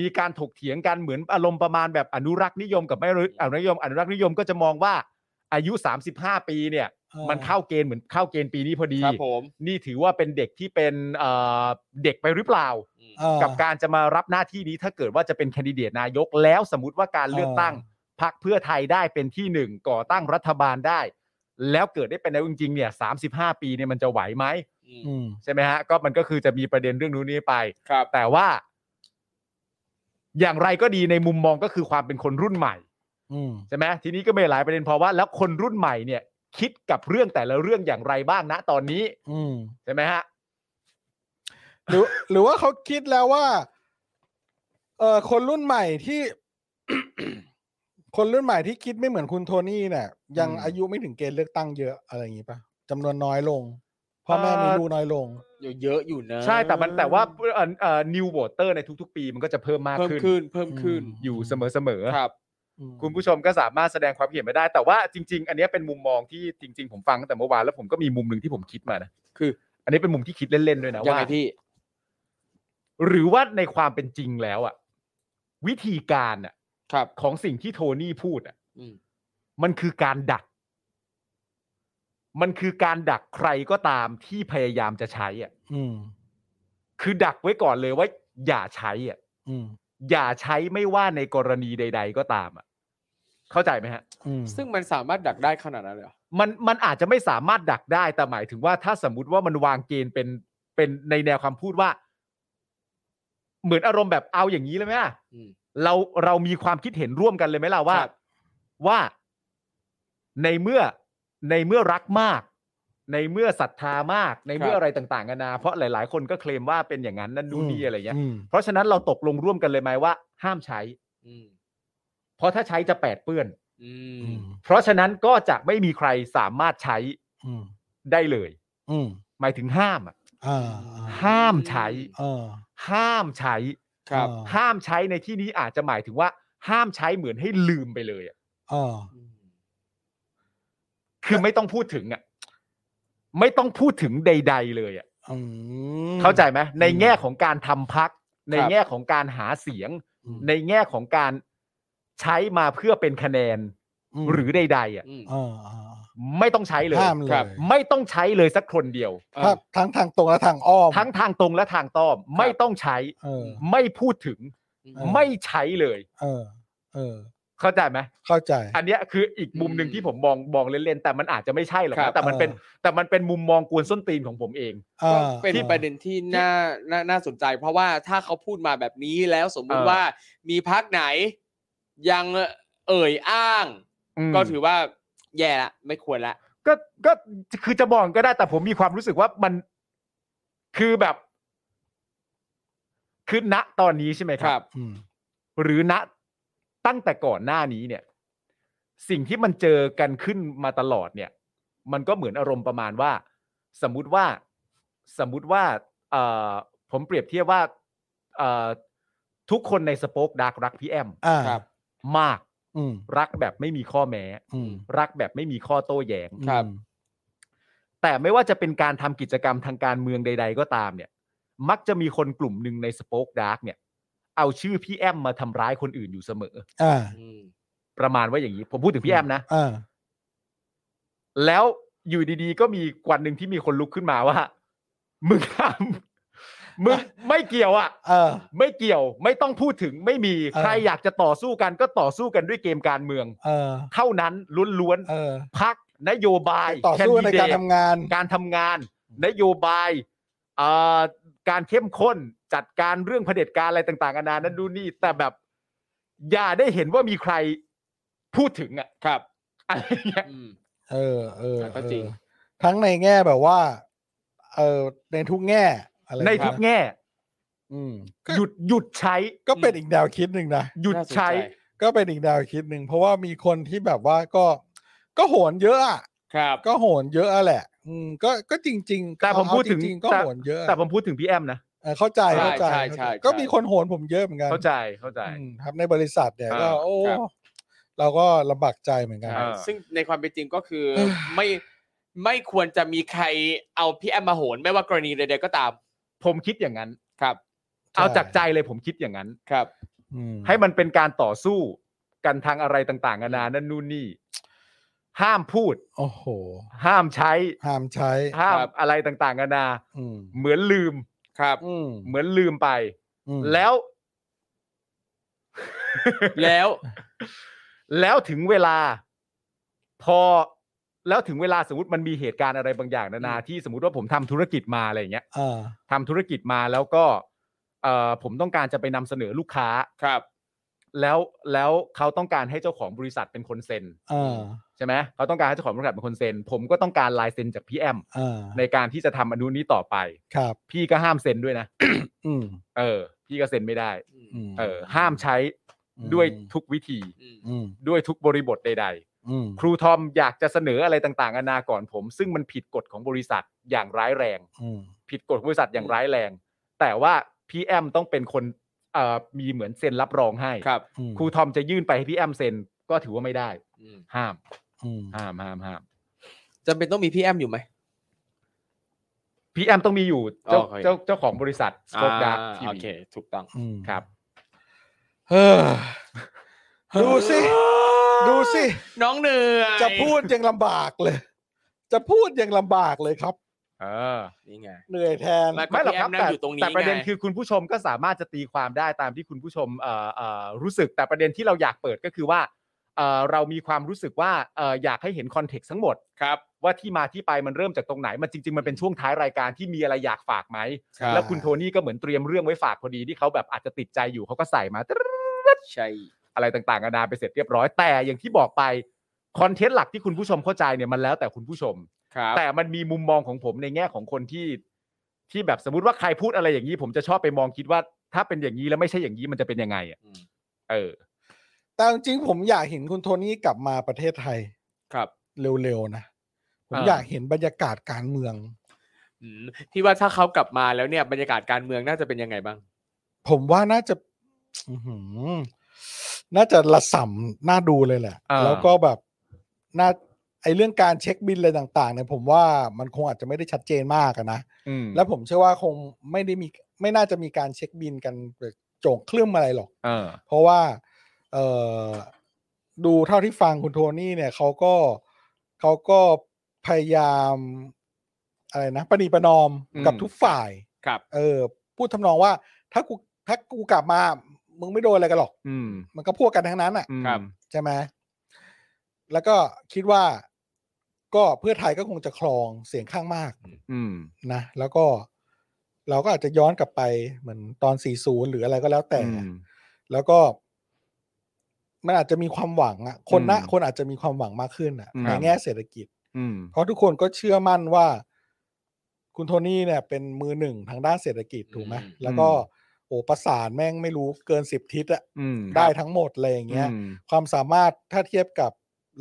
S4: มีการถกเถียงกันเหมือนอารมณ์ประมาณแบบอนุรักษ์นิยมกับไม่อนุอนุรักษ์นิยม อนุรักษ์นิยมก็จะมองว่าอายุ 35 ปีเนี่ย
S3: เออ
S4: มันเข้าเกณฑ์เหมือนเข้าเกณฑ์ปีนี้พอดี
S5: ครับผม
S4: นี่ถือว่าเป็นเด็กที่เป็นเอ่อเด็กไปหรือเปล่า
S3: อ่า
S4: กับการจะมารับหน้าที่นี้ถ้าเกิดว่าจะเป็นแคนดิเดตนายกแล้วสมมติว่าการเลือกตั้งพรรคเพื่อไทยได้เป็นที่หนึ่งก่อตั้งรัฐบาลได้ แล้วเกิดได้เป็นนายกจริงๆเนี่ย35 ปีเนี่ยมันจะไหวไหม
S5: อืม
S3: อืม
S4: ใช่ไหมฮะก็มันก็คือจะมีประเด็นเรื่องนู้นนี้ไป
S5: ครับ
S4: แต่ว่า อย่างไรก็ดีในมุมมองก็คือความเป็นคนรุ่นใหม่
S3: อืม
S4: ใช่ไหมทีนี้ก็ไม่หลายประเด็นเพราะว่า แล้วคนรุ่นใหม่เนี่ย คิดกับเรื่องแต่ละเรื่องอย่างไรบ้างนะตอนนี้
S3: อืม
S4: ใช่ไหมฮะ
S3: หรือหรือว่าเขาคิดแล้วว่า เออคนรุ่นใหม่ที่ คนรุ่นใหม่ที่คิดไม่เหมือนคุณโทนี่เนี่ยยัง
S4: อืม
S3: อายุไม่ถึงเกณฑ์เลือกตั้งเยอะอะไรอย่างงี้ปะจำนวนน้อยลงพ่อแม่มีลูกน้อยลง
S5: เยอะอยู่นะ
S4: ใช่แต่มันแต่ว่าเอ่อเอ่อ new voter ในทุกๆ ปีมันก็จะเพิ่มมาก
S5: เพิ่ม
S4: ขึ้น
S5: ขึ้น เพิ่มขึ้น
S4: อยู่เสมอเสมอๆ
S5: ครับ
S3: อืม
S4: คุณผู้ชมก็สามารถแสดงความคิดเห็นมาได้ แต่ว่าจริง ๆ อันเนี้ยเป็นมุมมองที่จริง ๆ ผมฟังตั้งแต่เมื่อวานแล้วผมก็มีมุมหนึ่งที่ผมคิดมานะ
S5: คือ
S4: อันนี้เป็นมุมที่คิดเล่นๆด้วยนะ
S5: ยัง
S4: ว่า
S5: ไงพี่
S4: หรือว่าในความเป็นจริงแล้วอะวิธีการอะ
S5: ครับ
S4: ของสิ่งที่โทนี่พูดอะ
S5: อืม
S4: มันคือการดัก มันคือการดักใครก็ตามที่พยายามจะใช้อะ
S1: อืม
S4: คือดักไว้ก่อนเลยว่า อย่าใช้อะ
S1: อืม
S4: อย่าใช้ไม่ว่าในกรณีใด ๆ ก็ตามอะเข้าใจไหมฮะ
S1: อืม
S5: ซึ่งมันสามารถดักได้ขนาดนั้นเลยเหรอ
S4: มันมันอาจจะไม่สามารถดักได้แต่หมายถึงว่าถ้าสมมติว่ามันวางเกณฑ์เป็นเป็นในแนวความพูดว่า เหมือนอารมณ์แบบเอาอย่างนี้เลยไหมล่ะ
S5: อืม
S4: เราเรามีความคิดเห็นร่วมกันเลยไหมล่ะว่า
S5: ครับ
S4: ว่าในเมื่อในเมื่อรักมาก ในเมื่อศรัทธามาก ในเมื่ออะไรต่างๆกันานาเพราะหลาย ๆ คนก็เคลมว่าเป็นอย่างนั้นนั่นนู่นนี่อะไรเงี้ย
S1: อืม
S4: เพราะฉะนั้นเราตกลงร่วมกันเลยไหมว่า ห้ามใช้
S5: อืม
S4: เพราะถ้าใช้จะแปดเปื้อน
S5: อื
S1: อื
S5: ม
S1: ม
S4: เพราะฉะนั้นก็จะไม่มีใครสามารถใช้
S1: อืม
S4: ได้เลย
S1: อืม
S4: หมายถึงห้ามอะ
S1: อ่า
S4: ห้ามใช้
S1: เออ
S4: ห้ามใช้
S5: ครับ
S1: อ่า
S4: ห้ามใช้ในที่นี้อาจจะหมายถึงว่า ห้ามใช้เหมือนให้ลืมไปเลยอะ
S1: เออ
S5: อืม
S4: คือไม่ต้องพูดถึงอ่ะไม่ต้องพูดถึงใด ๆ เลยอ่ะ
S1: อืม
S4: เข้าใจไหมใน
S1: อืม
S4: แง่ของการทำพัก ในแง่ของการหาเสียง
S1: อืม
S4: ในแง่ของการใช้มาเพื่อเป็นคะแนน
S1: ม
S4: หรือใด ๆ อ่ะ
S5: อืม
S1: เออเออ
S4: ไม่ต้องใช้เลย
S1: ห้าม
S5: ค
S1: เล
S5: รับ
S1: ย
S4: ไม่ต้องใช้เลยสักคนเดียว
S5: เออ
S1: ภาพทั้งทางตรงและทางอ้อม
S4: ทั้งทางตรงและทางต้อม ไม่ต้องใช้
S1: เออ
S4: ไม่พูดถึง
S1: เออ
S4: ไม่ใช้เลย
S1: เออ เออ
S4: เข้าใจไหม
S1: เข้าใจ
S4: อันเนี้ยคืออีกมุมหนึ่ง
S5: อืม
S4: ที่ผมมองมองเล่นๆแต่มันอาจจะไม่ใช่หรอก
S5: ครั
S4: นะ
S5: บ
S4: แต่มันเป็น
S1: เออ
S4: แต่มันเป็นมุมมองกวนส้นตีนของผมเอง
S1: อ่า
S5: ก็เป็นประเด็นที่น่าน่าน่าสนใจ เพราะว่าถ้าเขาพูดมาแบบนี้แล้วสมมุติ
S4: เออ
S5: ว่ามีพักไหนยังเอ่ยอ้าง
S4: ม
S5: ก็ถือว่าแย่ละ ไม่ควรละ
S4: ก็ก็คือจะมองก็ได้แต่ผมมีความรู้สึกว่ามันคือแบบ คือณตอนนี้ใช่ไหมค
S5: ค
S4: รั
S5: รับ บ
S1: อืม
S4: หรือณตั้งแต่ก่อนหน้านี้เนี่ย สิ่งที่มันเจอกันขึ้นมาตลอดเนี่ย มันก็เหมือนอารมณ์ประมาณว่า สมมุติว่าสมมุติว่าเอ่อผมเปรียบเทียบว่าเอ่อทุกคนในสปอคดักรักพี่แอม
S1: อ่า
S5: ครับ
S4: มาก
S1: อืม
S4: รักแบบไม่มีข้อแม้
S1: อืม
S4: รักแบบไม่มีข้อโต้แย้ง
S5: ครับ
S4: แต่ไม่ว่าจะเป็นการทำกิจกรรมทางการเมืองใด ๆ ก็ตามเนี่ย มักจะมีคนกลุ่มหนึ่งในสปอคดาร์กเนี่ย เอาชื่อพี่แอมมาทำร้ายคนอื่นอยู่เสมอ
S1: อ่า
S5: อืม
S4: ประมาณว่าอย่างนี้ ผมพูดถึงพี่แอมนะ
S1: อ่า
S4: แล้วอยู่ดีๆ ก็มีวันหนึ่งที่มีคนลุกขึ้นมาว่า มึงทำมึงไม่เกี่ยวอ่ะ
S1: เออ
S4: ไม่เกี่ยว ไม่ต้องพูดถึงไม่มี
S1: เออ
S4: ใครอยากจะต่อสู้กันก็ต่อสู้กันด้วยเกมการเมือง
S1: เออ
S4: เท่านั้นล้วน
S1: เออ
S4: ๆพักนโยบาย
S1: ต่อสู้ในการทำงาน
S4: การทำงาน นโยบายเอ่อการเข้มข้นจัดการเรื่องเผด็จการอะไรต่างๆนานานั้นดูนนี่ แต่แบบ อย่าได้เห็นว่ามีใครพูดถึงอ่ะ
S5: ครับ
S4: อะไรอย่างเงี้ย
S5: อืม
S1: เออ เออ
S5: ก็จริง
S1: เออทั้งในแง่แบบว่า เออ ในทุกแง่อะไร
S4: ในทุกแง่
S1: อืม
S4: หยุดหยุดใช้
S1: ก็เป็นอีกแนวคิดหนึ่งนะ
S4: หยุด
S5: น่าสนจ
S4: ใช้
S1: ก็เป็นอีกแนวคิดหนึ่ง เพราะว่ามีคนที่แบบว่าก็ก็โหนเยอะอะ
S5: ครับ
S1: ก็โหนเยอะอะแหละ อืม ก็ก็จริงๆ
S4: แต่ผม
S1: เอา
S4: พูดถึง
S1: จริงๆก็
S4: แต่
S1: โหนเยอะอะ
S4: แต่ผมพูดถึงพี่แอมนะ
S1: เออเข้าใจ
S5: ใช่
S1: เข้าใจ
S5: ใช่ใช่
S1: ก็มี
S5: ใช่
S1: คนโหนผมเยอะเหมือนกัน
S4: เข้าใจเข้าใจ
S1: อืมครับในบริษัทเนี่ยก็
S4: อ่า
S1: โอ้
S5: ครับ
S1: เราก็ลำบากใจเหมือนกัน
S5: ใช่
S4: อ่า
S5: ซึ่งในความเป็นจริงก็คือ ไม่ไม่ควรจะมีใครเอาพี่แอมมาโหน ไม่ว่ากรณีใดๆก็ตาม
S4: ผมคิดอย่างนั้น
S5: ครับ
S4: เอาจากใจเลยผมคิดอย่างนั้น
S5: ครับ
S1: อืม
S4: ให้มันเป็นการต่อสู้กันทางอะไรต่างๆนานานั่นนู่นนี่ ห้ามพูด
S1: โอ้โห
S4: ห้ามใช้
S1: ห้ามใช้
S4: ห้าม
S5: ครับ
S4: อะไรต่างๆนานา
S1: อืม
S4: เหมือนลืม
S5: ครับ
S1: อืม
S4: เหมือนลืมไป
S1: อืม
S4: แล้ว
S5: แล้ว
S4: แล้วถึงเวลา พอแล้วถึงเวลาสมมติมันมีเหตุการณ์อะไรบางอย่างนานาที่สมมติว่าผมทำธุรกิจมาอะไรอย่างเงี้ย
S1: อ่า
S4: ทำธุรกิจมาแล้วก็เอ่อผมต้องการจะไปนำเสนอลูกค้า
S5: ครับ
S4: แล้วแล้วเขาต้องการให้เจ้าของบริษัทเป็นคนเซ็น
S1: อ่า
S4: ใช่ไหมเขาต้องการให้เจ้าของบริษัทเป็นคนเซ็น ผมก็ต้องการลายเซ็นจากพี่แอม
S1: อ่า
S4: ในการที่จะทำอนุนี้ต่อไป
S1: ครับ
S4: พี่ก็ห้ามเซ็นด้วยนะ
S1: อืม
S4: เออ พี่ก็เซ็นไม่ได้
S1: อืม
S4: เออ ห้ามใช้ด้วยทุกวิธี
S1: อืม
S4: ด้วยทุกบริบทใด
S1: อืม
S4: ๆ ครูทอมอยากจะเสนออะไรต่างๆนานาก่อนผม ซึ่งมันผิดกฎของบริษัทอย่างร้ายแรง
S1: อืม
S4: ผิดกฎของบริษัทอย่างร้ายแรง แต่ว่าพี่แอมต้องเป็นคนเอ่อมีเหมือนเซ็นรับรองให้
S5: ครับ
S1: อืม
S4: ครูทอมจะยื่นไปให้พี่แอมเซ็นก็ถือว่าไม่ได้
S5: อืม
S4: ห้าม
S1: อืม
S4: ห้ามห้ามห้าม
S5: จำเป็นต้องมีพี่แอมอยู่ไหม
S4: พีแอมต้องมีอยู่เจ้า
S5: โอเค
S4: เจ้าเจ้าของบริษัทสกอตดาร์
S5: อ่า
S4: ที
S5: โอ
S4: วี
S5: เค ถูกต้อง
S4: ครับ
S3: เออดูสิ ดูสิ
S5: น้องเหนื่อย
S3: จะพูดยังลำบากเลย จะพูดยังลำบากเลยครับ
S4: เออ
S5: นี่ไง
S3: เหนื่อยแทน
S5: ไม่ ก็
S4: ไม่หรอกครับ
S5: พี่แอมนั่ง
S4: แต่
S5: อยู่ตรงนี้
S4: แต่ประเด็น
S5: ไง
S4: คือคุณผู้ชมก็สามารถจะตีความได้ตามที่คุณผู้ชมเอ่อเอ่อรู้สึกแต่ประเด็นที่เราอยากเปิดก็คือว่าเอ่อเรามีความรู้สึกว่าเอ่ออยากให้เห็นคอนเท็กซ์ทั้งหมด
S5: ครับ
S4: ว่าที่มาที่ไปมันเริ่มจากตรงไหน มันจริง ๆ มันเป็นช่วงท้ายรายการที่มีอะไรอยากฝากไหม
S3: ครับ
S4: แล้วคุณโทนี่ก็เหมือนเตรียมเรื่องไว้ฝากพอดีที่เขาแบบอาจจะติดใจอยู่เขาก็ใส่มา
S5: ใช่
S4: อะไรต่างๆนานาไปเสร็จเรียบร้อยแต่อย่างที่บอกไปคอนเทนต์หลักที่คุณผู้ชมเข้าใจเนี่ยมันแล้วแต่คุณผู้ชม
S5: ครับ
S4: แต่มันมีมุมมองของผมในแง่ของคนที่ ที่แบบสมมติว่าใครพูดอะไรอย่างนี้ ผมจะชอบไปมองคิดว่า ถ้าเป็นอย่างนี้แล้วไม่ใช่อย่างนี้มันจะเป็นยังไงอ่ะ
S5: อืม
S4: เออ
S3: แต่จริงๆผมอยากเห็นคุณโทนี่กลับมาประเทศไทย
S5: ครับ
S3: เร็วๆนะ ผม
S4: อ่า
S3: อยากเห็นบรรยากาศการเมือง
S5: อืมพี่ว่าถ้าเขากลับมาแล้วเนี่ยบรรยากาศการเมืองน่าจะเป็นยังไงบ้าง
S3: ผมว่าน่าจะ อื้อหือน่าจะระสำน่าดูเลยแหละ
S4: อ่า
S3: แล้วก็แบบน่าไอเรื่องการเช็คบินอะไรต่าง ๆ เนี่ย ผมว่ามันคงอาจจะไม่ได้ชัดเจนมากอะนะ
S4: อืม
S3: และผมเชื่อว่าคงไม่ได้มีไม่น่าจะมีการเช็คบินกันแบบโจงเครื่องอะไรหรอก
S4: เออ
S3: เพราะว่าเออดูเท่าที่ฟังคุณโทนี่เนี่ยเขาก็เขาก็พยายามอะไรนะประนีประนอม
S4: อืม
S3: กับทุกฝ่าย
S5: ครับ
S3: เออพูดทำนองว่าถ้ากูถ้ากูกลับมา มึงไม่โดนอะไรกันหรอก
S4: อืม
S3: มันก็พวกกันทั้งนั้นอ่ะ
S4: อืม
S5: ครับ
S3: ใช่ไหมแล้วก็คิดว่าก็เพื่อไทยก็คงจะครองเสียงข้างมาก
S4: อืม
S3: นะ แล้วก็เราก็อาจจะย้อนกลับไปเหมือนตอน 40 หรืออะไรก็แล้วแต่
S4: อืม
S3: แล้วก็มันอาจจะมีความหวังอะคนนะ
S4: อืม
S3: คนอาจจะมีความหวังมากขึ้นอะ
S4: อืม
S3: ในแง่เศรษฐกิจ
S4: อืม
S3: เพราะทุกคนก็เชื่อมั่นว่า คุณโทนี่เนี่ย เป็นมือหนึ่งทางด้านเศรษฐกิจถูกไหม
S5: อืม
S3: แล้วก็โอ้ประสานแม่งไม่รู้เกินสิบทิศอะ
S4: อืม
S3: ได้ทั้งหมดเลยอย่างเงี้ย
S4: อืม
S3: ความสามารถถ้าเทียบกับ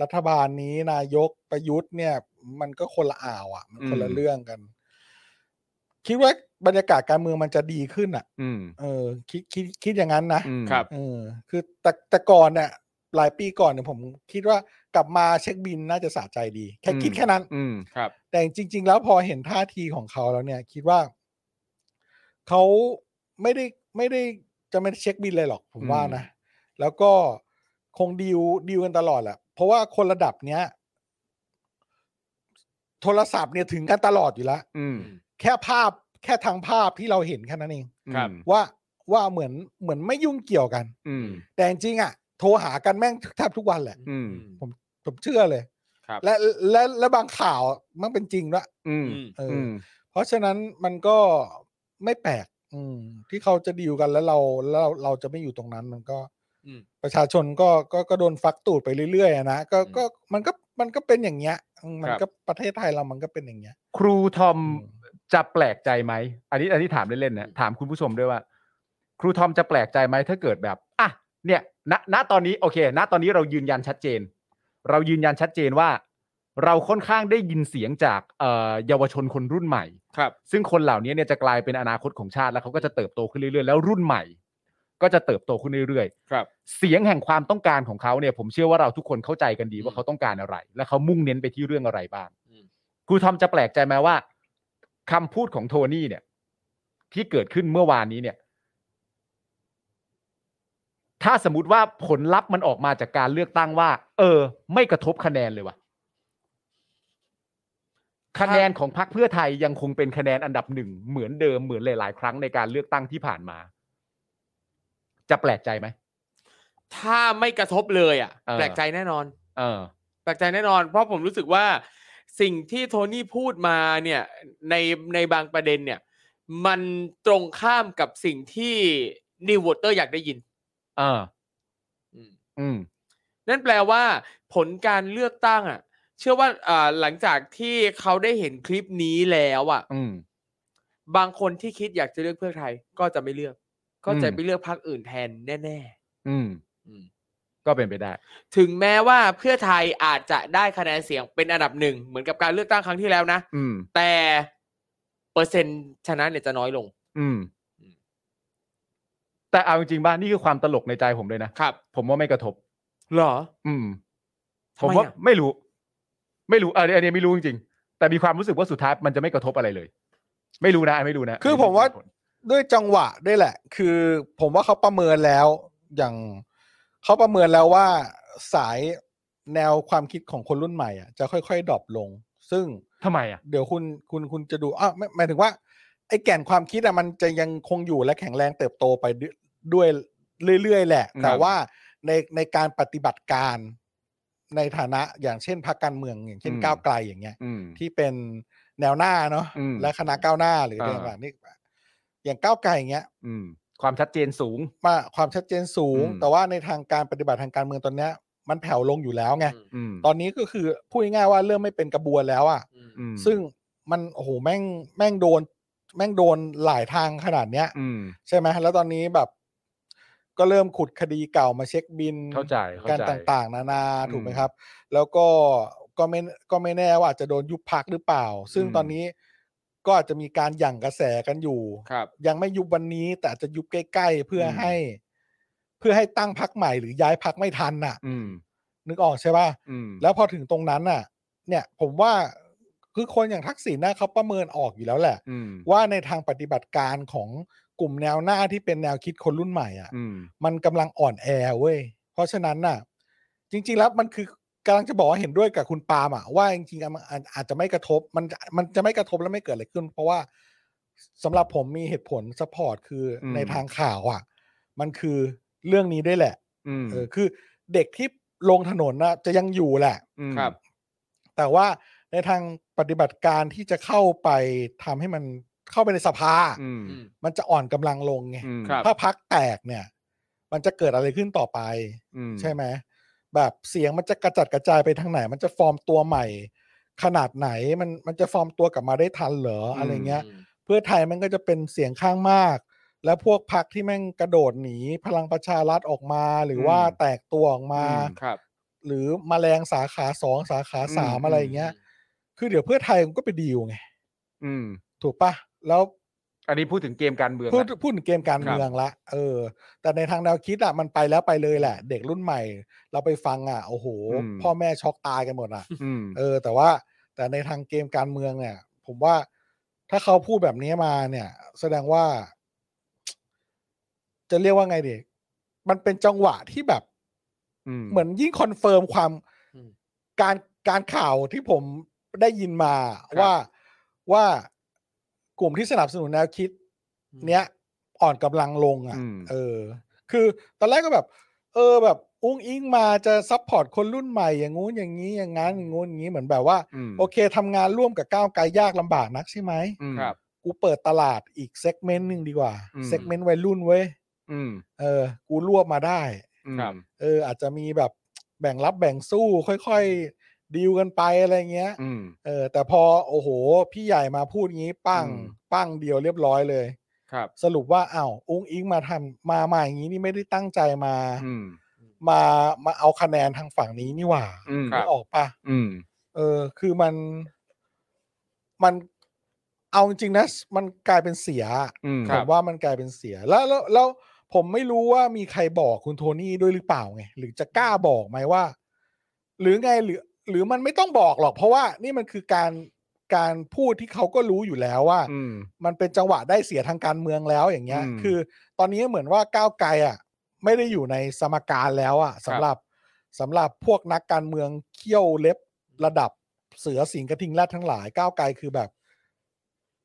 S3: รัฐบาลนี้นายกประยุทธ์เนี่ย มันก็คนละอ่าวอะ่ะ มันคนละเรื่องกัน คิดว่าบรรยากาศการเมืองมันจะดีขึ้นอะ่ะ
S4: อืม
S3: เออ คิดคิดคิดอย่างนั้นนะ
S4: อืม
S5: ครับ
S3: เออคือแต่แต่ก่อนเนี่ยหลายปีก่อนเนี่ยผมคิดว่ากลับมาเช็คบินน่าจะสะใจดี แค่
S4: อืม
S3: คิดแค่นั้น
S4: อืม
S5: ครับ
S3: แต่จริง ๆ แล้วพอเห็นท่าทีของเขาแล้วเนี่ย คิดว่าเขาไม่ได้ไม่ได้จะไม่ได้เช็คบินเลยหรอกผมว่านะ แล้วก็คงดีลดีลกันตลอดแหละเพราะว่าคนระดับเนี้ย โทรศัพท์เนี่ยถึงกันตลอดอยู่แล้ว
S4: อืม
S3: แค่ภาพแค่ทางภาพที่เราเห็นแค่นั้นเอง
S5: ครับ
S3: ว่าว่าเหมือนเหมือนไม่ยุ่งเกี่ยวกัน
S4: อืม
S3: แต่จริงๆอ่ะโทรหากันแม่งแทบทุกวันแหละ
S4: อืม
S3: ผมเชื่อเลย
S5: ครับ
S3: และและและบางข่าวมันเป็นจริงด้วย
S4: อืม
S5: อืม
S3: เออ
S4: อื
S3: อ
S4: ม
S3: เพราะฉะนั้นมันก็ไม่แปลก อืม ที่เขาจะดีลกันแล้วเราแล้วเราเราจะไม่อยู่ตรงนั้น มันก็
S5: อืม
S3: ประชาชนก็ก็ก็โดนฟักตูดไปเรื่อยๆอะนะก็
S5: อืม
S3: ก็มันก็มันก็เป็นอย่างเงี้ยอืมมัน
S5: ครับ
S3: ก็ประเทศไทยเรามันก็เป็นอย่างเงี้ย
S4: ครูทอม
S3: อืม
S4: จะแปลกใจไหม อันนี้อันนี้ถามเล่นๆนะถามคุณผู้ชมด้วยว่า ครูทอมจะแปลกใจไหมถ้าเกิดแบบอ่ะเนี่ยณณตอนนี้โอเค ณตอนนี้เรายืนยันชัดเจน เรายืนยันชัดเจนว่า เราค่อนข้างได้ยินเสียงจากเอ่อเยาวชนคนรุ่นใหม่
S5: ครับ
S4: ซึ่งคนเหล่านี้เนี่ยจะกลายเป็นอนาคตของชาติแล้วเขาก็จะเติบโตขึ้นเรื่อยๆ แล้วรุ่นใหม่ ก็จะเติบโตขึ้นเรื่อยๆ
S5: ครับ
S4: เสียงแห่งความต้องการของเขาเนี่ยผมเชื่อว่าเราทุกคนเข้าใจกันดีว่าเขาต้องการอะไร และเขามุ่งเน้นไปที่เรื่องอะไรบ้าง
S5: อืม
S4: ครูทอมจะแปลกใจไหมว่าคำพูดของโทนี่เนี่ย ที่เกิดขึ้นเมื่อวานนี้เนี่ย ถ้าสมมติว่าผลลัพธ์มันออกมาจากการเลือกตั้งว่า เออ ไม่กระทบคะแนนเลยว่ะคะแนนของพรรคเพื่อไทยยังคงเป็นคะแนนอันดับหนึ่งเหมือนเดิมเหมือนหลาย ๆ ครั้งในการเลือกตั้งที่ผ่านมา จะแปลกใจไหม
S5: ถ้าไม่กระทบเลยอ่ะ
S4: เออ
S5: แปลกใจแน่นอน
S4: เออ
S5: แปลกใจแน่นอน เพราะผมรู้สึกว่าสิ่งที่โทนี่พูดมาเนี่ยในในบางประเด็นเนี่ย มันตรงข้ามกับสิ่งที่นิววอเตอร์อยากได้ยิน
S4: เออ
S5: อืม
S4: อืม
S5: นั่นแปลว่าผลการเลือกตั้งอ่ะ เชื่อว่าอ่าหลังจากที่เขาได้เห็นคลิปนี้แล้วอ่ะ
S4: อืม
S5: บางคนที่คิดอยากจะเลือกเพื่อไทยก็จะไม่เลือก ก็จะไปเลือกพรรคอื่นแทนแน่
S4: อืม
S5: ๆอืม
S4: ก็เป็นไปได้
S5: ถึงแม้ว่าเพื่อไทยอาจจะได้คะแนนเสียงเป็นอันดับหนึ่งเหมือนกับการเลือกตั้งครั้งที่แล้วนะ
S4: อืม
S5: แต่เปอร์เซ็นต์ชนะเนี่ยจะน้อยลง
S4: อืม
S5: อืม
S4: แต่เอาจริงๆบ้านนี่คือความตลกในใจผมเลยนะ
S5: ครับ
S4: ผมว่าไม่กระทบ
S5: หรอ
S4: อืม ผ
S5: ทำ
S4: ม
S5: ไม
S4: ว่า
S5: อ่ะ
S4: ไม่รู้ ไม่รู้เอออันนี้ไม่รู้จริงๆ แต่มีความรู้สึกว่าสุดท้ายมันจะไม่กระทบอะไรเลย ไม่รู้นะไม่รู้นะ
S3: คือผมว่า ด้วยจังหวะด้วยแหละ คือผมว่าเขาประเมินแล้วอย่างเขาประเมินแล้วว่าสายแนวความคิดของคนรุ่นใหม่อ่ะจะค่อยๆดรอปลง ซึ่ง
S4: ทำไมอ่ะ
S3: เดี๋ยวคุณคุณคุณจะดูอ่ะไม่หมายถึงว่าไอ้แก่นความคิดอะมันจะยังคงอยู่และแข็งแรงเติบโตไปด้วยด้วยเรื่อย ๆ แหละ
S4: ครับ
S3: แต่ว่าในในการปฏิบัติการในฐานะอย่างเช่นพรรคการเมืองอย่างเช่นก้าวไกลอย่างเงี้ย
S4: อืม
S3: ที่เป็นแนวหน้าเนาะ
S4: อืม
S3: และคณะก้าวหน้าหรืออะไร
S4: อ่า
S3: แบบนี้อย่างก้าวไกลอย่างเงี้ย
S4: อืม ความชัดเจนสูง
S3: มาความชัดเจนสูง
S4: อืม
S3: แต่ว่าในทางการปฏิบัติทางการเมืองตอนเนี้ย มันแผ่วลงอยู่แล้วไง
S4: อืม
S3: ตอนนี้ก็คือพูดง่ายๆว่าเริ่มไม่เป็นกระบวนแล้วอ่ะ
S4: อืม
S3: ซึ่งมันโอ้โหแม่งแม่งโดน แม่งโดนหลายทางขนาดเนี้ย
S4: อืม
S3: ใช่ไหมแล้วตอนนี้แบบ ก็เริ่มขุดคดีเก่ามาเช็คบิน
S4: เข้าใจเข้า
S3: การ
S4: ใจ
S3: ต่างๆ นานาถูกไหม
S4: อืม
S3: ครับ แล้วก็ก็ไม่ก็ไม่แน่ว่าอาจจะโดนยุบพักหรือเปล่า ซึ่ง
S4: อืม
S3: ตอนนี้ก็อาจจะมีการหยั่งกระแสกันอยู่
S5: ครับ
S3: ยังไม่ยุบวันนี้ แต่อาจจะยุบใกล้ๆเพื่ออ
S4: ม
S3: ให้ เพื่อให้ตั้งพักใหม่หรือย้ายพักไม่ทันน่ะ
S4: อืม
S3: นึกออกใช่ป่ะ
S4: อืม
S3: แล้วพอถึงตรงนั้นน่ะ เนี่ยผมว่าคือคนอย่างทักษิณนะเขาประเมินออกอยู่แล้วแหละ
S4: อืม
S3: ว่าในทางปฏิบัติการของกลุ่มแนวหน้าที่เป็นแนวคิดคนรุ่นใหม่อ่ะ
S4: อืม
S3: มันกำลังอ่อนแอเว้ย เพราะฉะนั้นน่ะ จริง ๆ แล้วมันคือกำลังจะบอกว่าเห็นด้วยกับคุณปาล์มอ่ะว่าจริงๆอ่ะมันอาจอาจจะไม่กระทบมันมันจะไม่กระทบแล้วไม่เกิดอะไรขึ้น เพราะว่าสำหรับผมมีเหตุผลสปอร์ตคืออ
S4: ม
S3: ในทางข่าวอ่ะ มันคือเรื่องนี้ด้วยแหละ
S4: อืม
S3: เออคือเด็กที่ลงถนนนะจะยังอยู่แหละ
S4: ม
S5: ครับ
S3: แต่ว่าในทางปฏิบัติการที่จะเข้าไปทำให้มันเข้าไปในสภา
S4: อืม
S5: อืม
S3: มันจะอ่อนกำลังลงไง
S4: อืม
S5: ครับ
S3: ถ้าพักแตกเนี่ย มันจะเกิดอะไรขึ้นต่อไป
S4: อืม
S3: ใช่ไหมแบบเสียงมันจะกระจัดกระจายไปทางไหน มันจะฟอร์มตัวใหม่ ขนาดไหนมันมันจะฟอร์มตัวกลับมาได้ทันเหรออะไรเงี้ย
S5: อืม
S3: เพื่อไทยมันก็จะเป็นเสียงข้างมาก และพวกพักที่แม่งกระโดดหนีพลังประชารัฐออกมา หรือว่าแตกตัวออกมา
S4: อืม
S5: ครับ
S3: หรือมแมลงสาขาสองสาขาสาม
S4: อืม
S3: อะไรอย่างเงี้ย คือเดี๋ยวเพื่อไทยมันก็ไปดีลไง
S4: อืม
S3: ถูกปะแล้ว
S4: อันนี้พูดถึงเกมการเมือง
S3: พูด
S4: ละ
S3: พูดถึงเกมการ
S4: ครับ
S3: เมืองละ เออ แต่ในทางแนวคิดอ่ะมันไปแล้วไปเลยแหละ เด็กรุ่นใหม่ เราไปฟังอ่ะโอ้โห พ่อแม่ช็อกตายกันหมดอ่ะ
S4: อืม
S3: เออ แต่ว่าแต่ในทางเกมการเมืองเนี่ย ผมว่าถ้าเขาพูดแบบนี้มาเนี่ย แสดงว่า จะเรียกว่าไงดีมันเป็นจังหวะที่แบบ
S4: อืม
S3: เหมือนยิ่งคอนเฟิร์มความ
S5: อืม
S3: การการข่าวที่ผมได้ยินมา
S5: ครับ
S3: ว่าว่ากลุ่มที่สนับสนุนแนวคิด
S5: อืม
S3: เนี้ยอ่อนกำลังลงอ่ะ
S4: อืม
S3: เออ คือตอนแรกก็แบบ เออแบบ อุ้งอิงมาจะซัพพอร์ตคนรุ่นใหม่อย่างงู้นอย่างนี้อย่างงั้นอย่างงู้นอย่างนี้เหมือนแบบว่า
S4: อืม
S3: โอเคทำงานร่วมกับก้าวไกลยากลำบากนักใช่ไหม
S4: อืม
S5: ครับ
S3: กูเปิดตลาดอีกเซกเมนต์หนึ่งดีกว่า
S4: อืม
S3: เซกเมนต์วัยรุ่นเว้ย
S4: อืม
S3: เออ กูรวบมาได้
S4: อืม
S5: ครับ
S3: เอออาจจะมีแบบแบ่งรับแบ่งสู้ค่อยๆดีลกันไปอะไรเงี้ย
S4: อืม
S3: เออ แต่พอโอ้โห พี่ใหญ่มาพูดงี้ปั้ง
S4: อืม
S3: ปั้งเดียวเรียบร้อยเลย
S5: ครับ
S3: สรุปว่าอ้าวอุ้งอิงมาทำมามาอย่างนี้นี่ไม่ได้ตั้งใจมา
S4: อืม
S3: มามาเอาคะแนนทางฝั่งนี้นี่หว่า
S4: อืม
S5: ครั
S3: นึ
S5: บ
S3: กออกปะ
S4: อืม
S3: เออ คือมันมันเอาจริงๆนะมันกลายเป็นเสียอะ
S4: อืม
S5: ค
S3: ผ
S5: รับ
S3: มว่ามันกลายเป็นเสียแล้วแล้วแล้วผมไม่รู้ว่ามีใครบอกคุณโทนี่ด้วยหรือเปล่าไงหรือจะกล้าบอกไหมว่า หรือไงหรือ หรือมันไม่ต้องบอกหรอก เพราะว่านี่มันคือการการพูดที่เขาก็รู้อยู่แล้วว่า
S4: อืม
S3: มันเป็นจังหวะได้เสียทางการเมืองแล้วอย่างเงี้ย
S4: อืม
S3: คือ ตอนนี้เหมือนว่าก้าวไกลอ่ะ ไม่ได้อยู่ในสมการแล้วอ่ะสำหรับสำหรับพวกนักการเมืองเขี้ยวเล็บระดับเสือสิงห์กระทิงแรดทั้งหลายก้าวไกลคือแบบ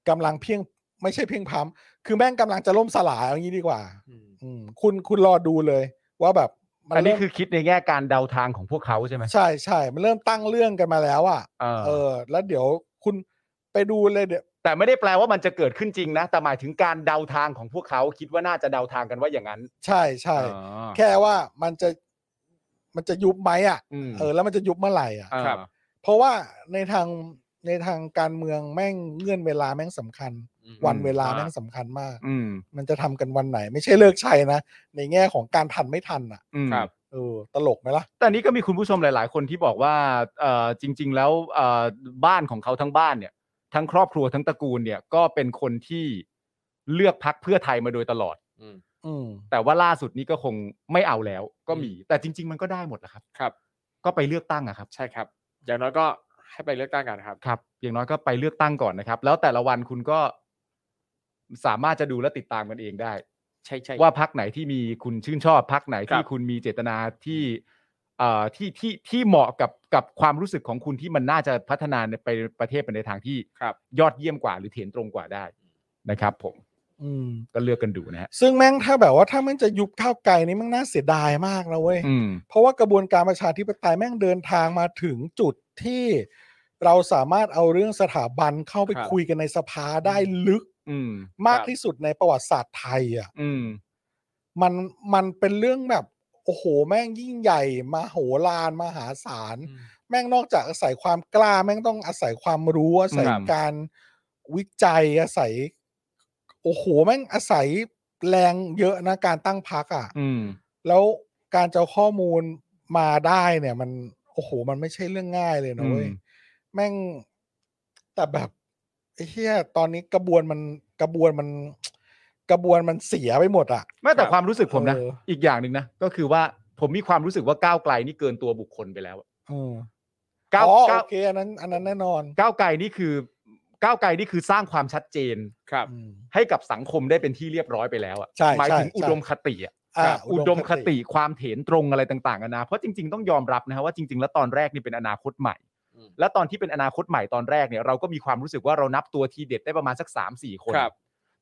S3: กำลังเพียงไม่ใช่เพียงพร้ำคือแม่งกำลังจะล่มสลายเอางี้ดีกว่า
S5: อืม
S3: อืม คุณคุณรอดูเลย ว่าแบบมั
S4: อันนี้
S3: เริ่ม
S4: คือคิดในแง่การเดาทางของพวกเขาใช่ไหม
S3: ใช่ใช่มันเริ่มตั้งเรื่องกันมาแล้วอ่ะ
S4: เออ
S3: เออ แล้วเดี๋ยวคุณไปดูเลยเดี๋ยว
S4: แต่ไม่ได้แปลว่ามันจะเกิดขึ้นจริงนะ แต่หมายถึงการเดาทางของพวกเขาคิดว่าน่าจะเดาทางกันว่าอย่างนั้น
S3: ใช่ใช่
S4: อ๋อ
S3: แค่ว่ามันจะมันจะยุบไหมอ่ะ
S4: อืม
S3: เออ แล้วมันจะยุบเมื่อไหร่อ่ะ
S4: เออ
S5: ครับ
S3: เพราะว่าในทางในทางการเมืองแม่งเงื่อนเวลาแม่งสำคัญ
S5: อืม
S3: วันเวลา
S5: อ่า
S3: แม่งสำคัญมาก
S4: อืม
S3: มันจะทำกันวันไหน ไม่ใช่เลิกใช้นะ ในแง่ของการทันไม่ทันอ่ะ
S4: อืม
S5: ครับ
S3: เออตลกไหมล่ะ
S4: แต่อันนี้ก็มีคุณผู้ชมหลาย ๆ คนที่บอกว่าเอ่อจริง ๆ แล้วเอ่อบ้านของเขาทั้งบ้านเนี่ย ทั้งครอบครัวทั้งตระกูลเนี่ยก็เป็นคนที่เลือกพักเพื่อไทยมาโดยตลอด
S5: อืม
S3: อืม
S4: แต่ว่าล่าสุดนี้ก็คงไม่เอาแล้ว ก็มี แต่จริง ๆ มันก็ได้หมดแหละครับ
S5: ครับ
S4: ก็ไปเลือกตั้งอะครับ
S5: ใช่ครับ อย่างน้อยก็ให้ไปเลือกตั้งกันครับ
S4: ครับ อย่างน้อยก็ไปเลือกตั้งก่อนนะครับ แล้วแต่ละวันคุณก็ สามารถจะดูและติดตามกันเองได้
S5: ใช่ใช่
S4: ว่าพักไหนที่มีคุณชื่นชอบพักไหนที่
S5: ครับ
S4: คุณมีเจตนาที่เอ่อที่ที่ที่เหมาะกับกับความรู้สึกของคุณที่มันน่าจะพัฒนาในไปประเทศไปในทางที่
S5: ครับ
S4: ยอดเยี่ยมกว่าหรือเถียนตรงกว่าได้นะครับ ผม
S3: อืม
S4: ก็เลือกกันดูนะฮะ
S3: ซึ่งแม่งถ้าแบบว่าถ้าแม่งจะยุบข้าวไก่นี่แม่งน่าเสียดายมากนะเว้ย
S4: อืม
S3: เพราะว่ากระบวนการประชาธิปไตยแม่งเดินทางมาถึงจุดที่เราสามารถเอาเรื่องสถาบันเข้าไป
S5: ครับ
S3: คุยกันในสภาได้ลึก
S4: อืม
S3: มากที่สุดในประวัติศาสตร์ไทยอ่ะ
S4: อืม
S3: มันมันเป็นเรื่องแบบโอ้โหแม่งยิ่งใหญ่มาโหฬารมหาศาล
S5: อืม
S3: แม่งนอกจากอาศัยความกล้า แม่งต้องอาศัยความรู้อาศัย
S4: ครับ
S3: การวิจัยอาศัย โอ้โหแม่งอาศัยแรงเยอะนะการตั้งพักอะ่ะ
S4: อืม
S3: แล้วการจะเอาข้อมูลมาได้เนี่ย มันโอ้โห มันไม่ใช่เรื่องง่ายเลยนะเว้ยแม่งแต่แบบไอ้เหี้ยตอนนี้กระบวนมันกระบวนมัน กระบวนมันเสียไปหมดอ่ะ
S4: ไม่แต่
S5: ครับ
S4: ความรู้สึกผมนะ
S3: เออ
S4: อีกอย่างหนึ่งนะ ก็คือว่าผมมีความรู้สึกว่าก้าวไกลนี่เกินตัวบุคคลไปแล้วอะ
S3: เออ
S4: ก้าว
S3: อ๋อ
S4: ก้า
S3: โอ
S4: ว
S3: เคอันนั้น อันนั้นแน่นอน
S4: ก้าวไกลนี่คือ ก้าวไกลนี่คือสร้างความชัดเจน
S5: ครับ
S3: อืม
S4: ให้กับสังคมได้เป็นที่เรียบร้อยไปแล้วอะ
S3: ใช่
S4: หมาย
S3: ใช่
S4: ถึงอุดมคติอะ
S3: อ่า
S4: ครับ
S3: อุ
S4: อุ
S3: ด
S4: ด
S3: ม
S4: ม
S3: ค
S4: ค
S3: ติ
S4: ติความเถนตรงอะไรต่างๆนานาเพราะจริง ๆ ต้องยอมรับนะฮะว่าจริง ๆ แล้วตอนแรกนี่เป็นอนาคตใหม่
S5: อืม
S4: และตอนที่เป็นอนาคตใหม่ตอนแรกเนี่ยเราก็มีความรู้สึกว่าเรานับตัวทีเด็ดได้ประมาณสักสามสี่คน
S5: ครับ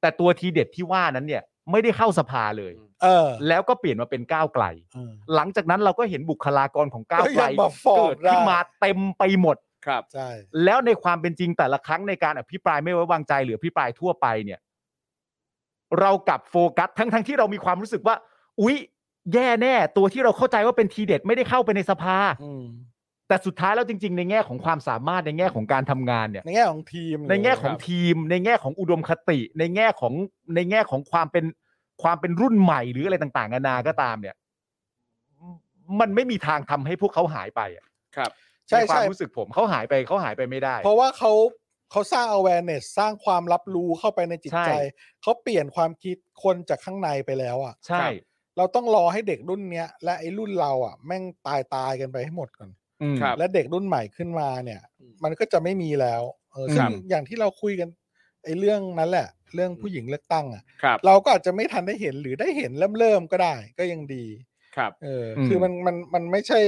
S4: แต่ตัวทีเด็ดที่ว่านั้นเนี่ยไม่ได้เข้าสภาเลย
S3: เออ
S4: แล้วก็เปลี่ยนมาเป็นก้าวไกล
S3: เออ
S4: หลังจากนั้นเราก็เห็นบุคลากรของก้าว
S3: ก็
S4: ไก
S3: ยั
S4: ล
S3: งมาฟอร์ม
S4: เกิดขึ้น
S3: ได้
S4: มาเต็มไปหมด
S5: ครับ
S3: ใช่
S4: แล้วในความเป็นจริงแต่ละครั้งในการอภิปรายไม่ไว้วางใจหรืออภิปรายทั่วไปเนี่ย เรากลับโฟกัสทั้งทั้งที่เรามีความรู้สึกว่า อุ๊ย แย่แน่ ตัวที่เราเข้าใจว่าเป็นทีเด็ดไม่ได้เข้าไปในสภา
S3: อืม
S4: แต่สุดท้ายแล้วจริง ๆ ในแง่ของความสามารถในแง่ของการทำงานเนี่ย
S3: ในแง่ของทีม
S4: ในแง่
S3: หรื
S4: ของทีม ในแง่ของอุดมคติ ในแง่ของในแง่ของความเป็นความเป็นรุ่นใหม่หรืออะไรต่างๆนานาก็ตามเนี่ย มันไม่มีทางทำให้พวกเขาหายไปอะ
S5: ครับ
S3: ใช่
S4: นความ
S3: ใช่
S4: รู้สึกผมเขาหายไปเขาหายไปไม่ได้
S3: เพราะว่าเขาเขาสร้าง awareness สร้างความรับรู้เข้าไปในจิต
S4: ใช่
S3: ใจ เขาเปลี่ยนความคิดคนจากข้างในไปแล้วอ่ะ
S4: ใช่
S3: ครับเราต้องรอให้เด็กรุ่นเนี้ย และไอ้รุ่นเราอ่ะแม่งตายตายกันไปให้หมดก่อน
S4: อืม
S5: ครับ
S3: และเด็กรุ่นใหม่ขึ้นมาเนี่ย
S5: อืม
S3: มันก็จะไม่มีแล้วเออซึ่ง
S4: ครับ
S3: อย่างที่เราคุยกันไอ้เรื่องนั้นแหละ เรื่องผู้หญิงเลือกตั้งอ่ะ
S5: ครับ
S3: เราก็อาจจะไม่ทันได้เห็นหรือได้เห็นเริ่มเริ่มๆก็ได้ ก็ยังดี
S5: ครับ
S3: เอออ
S4: ม
S3: คือมันมันมันไม่ใช่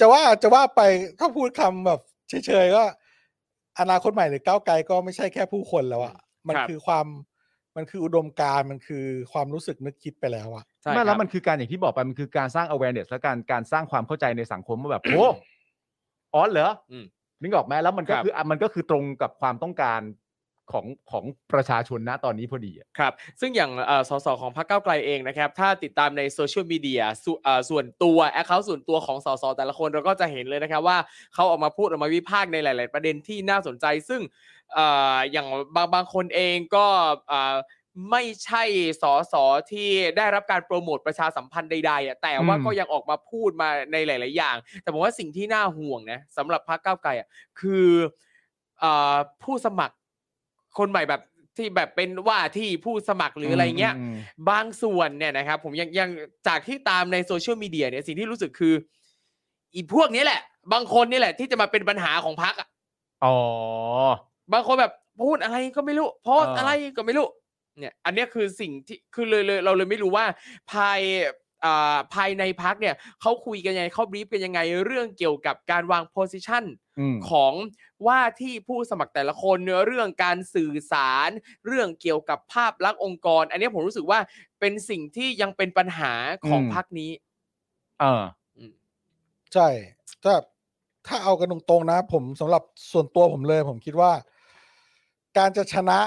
S3: จะว่าจะว่าไปถ้าพูดคำแบบเฉยๆก็อนาคตใหม่หรือก้าวไกลก็ไม่ใช่แค่ผู้คนแล้วอะมัน
S5: ครับ
S3: คือความมันคืออุดมการณ์มันคือความรู้สึกนึกคิดไปแล้วอะ
S5: ใช่
S4: ไม่
S5: ค
S4: แล้
S5: รั
S4: ว
S5: บ
S4: มันคือการอย่างที่บอกไปมันคือการสร้าง awareness และการการสร้างความเข้าใจในสังคมว่าแบบ โอ้อ๋อเหรออ
S5: ม
S4: นึกออกไหมแล้วมันก็
S5: ครับ
S4: คืออ่ะมันก็คือตรงกับความต้องการของของประชาชนนะตอนนี้พอดีอ่ะ
S5: ครับ ซึ่งอย่างเอ่อสสของพรรคก้าวไกลเองนะครับ ถ้าติดตามในโซเชียลมีเดียสเอ่อส่วนตัวแอคเคาท์ส่วนตัวของสสแต่ละคนเราก็จะเห็นเลยนะครับว่าเขาออกมาพูดออกมาวิพากษ์ในหลาย ๆ ประเด็นที่น่าสนใจ ซึ่งเอ่ออย่างบางบางคนเองก็เอ่อไม่ใช่สสที่ได้รับการโปรโมทประชาสัมพันธ์ใด ๆอะแต่ว่า
S4: อืม
S5: ก็ยังออกมาพูดมาในหลาย ๆ อย่าง แต่ผมว่าสิ่งที่น่าห่วงนะสำหรับพรรคก้าวไกลอะ คือเออผู้สมัครคนใหม่แบบที่แบบเป็นว่าที่ผู้สมัครหรืออะไรเงี้ย
S4: ม
S5: บางส่วนเนี่ยนะครับ ผมยังยังจากที่ตามในโซเชียลมีเดียเนี่ยสิ่งที่รู้สึกคือ อีพวกนี้แหละ บางคนนี่แหละ ที่จะมาเป็นปัญหาของพัก
S4: อ๋อ
S5: บางคนแบบพูดอะไรก็ไม่รู้โพสต์
S4: อ่า
S5: อะไรก็ไม่รู้เนี่ย อันเนี้ยคือสิ่งที่คือเลยเลยเราเลยไม่รู้ว่าภายอ่าภายในพักเนี่ยเขาคุยกันยังไงเขาบรีฟกันยังไงเรื่องเกี่ยวกับการวางโพสิชัน
S4: อืม
S5: ของว่าที่ผู้สมัครแต่ละคนเนื้อเรื่องการสื่อสาร เรื่องเกี่ยวกับภาพลักษณ์องค์กร อันเนี้ยผมรู้สึกว่าเป็นสิ่งที่ยังเป็นปัญหาของ
S4: อืม
S5: พักนี้
S4: เออ
S3: ใช่ถ้าถ้าเอากันตรงๆนะ ผมสำหรับส่วนตัวผมเลย ผมคิดว่า การจะชนะ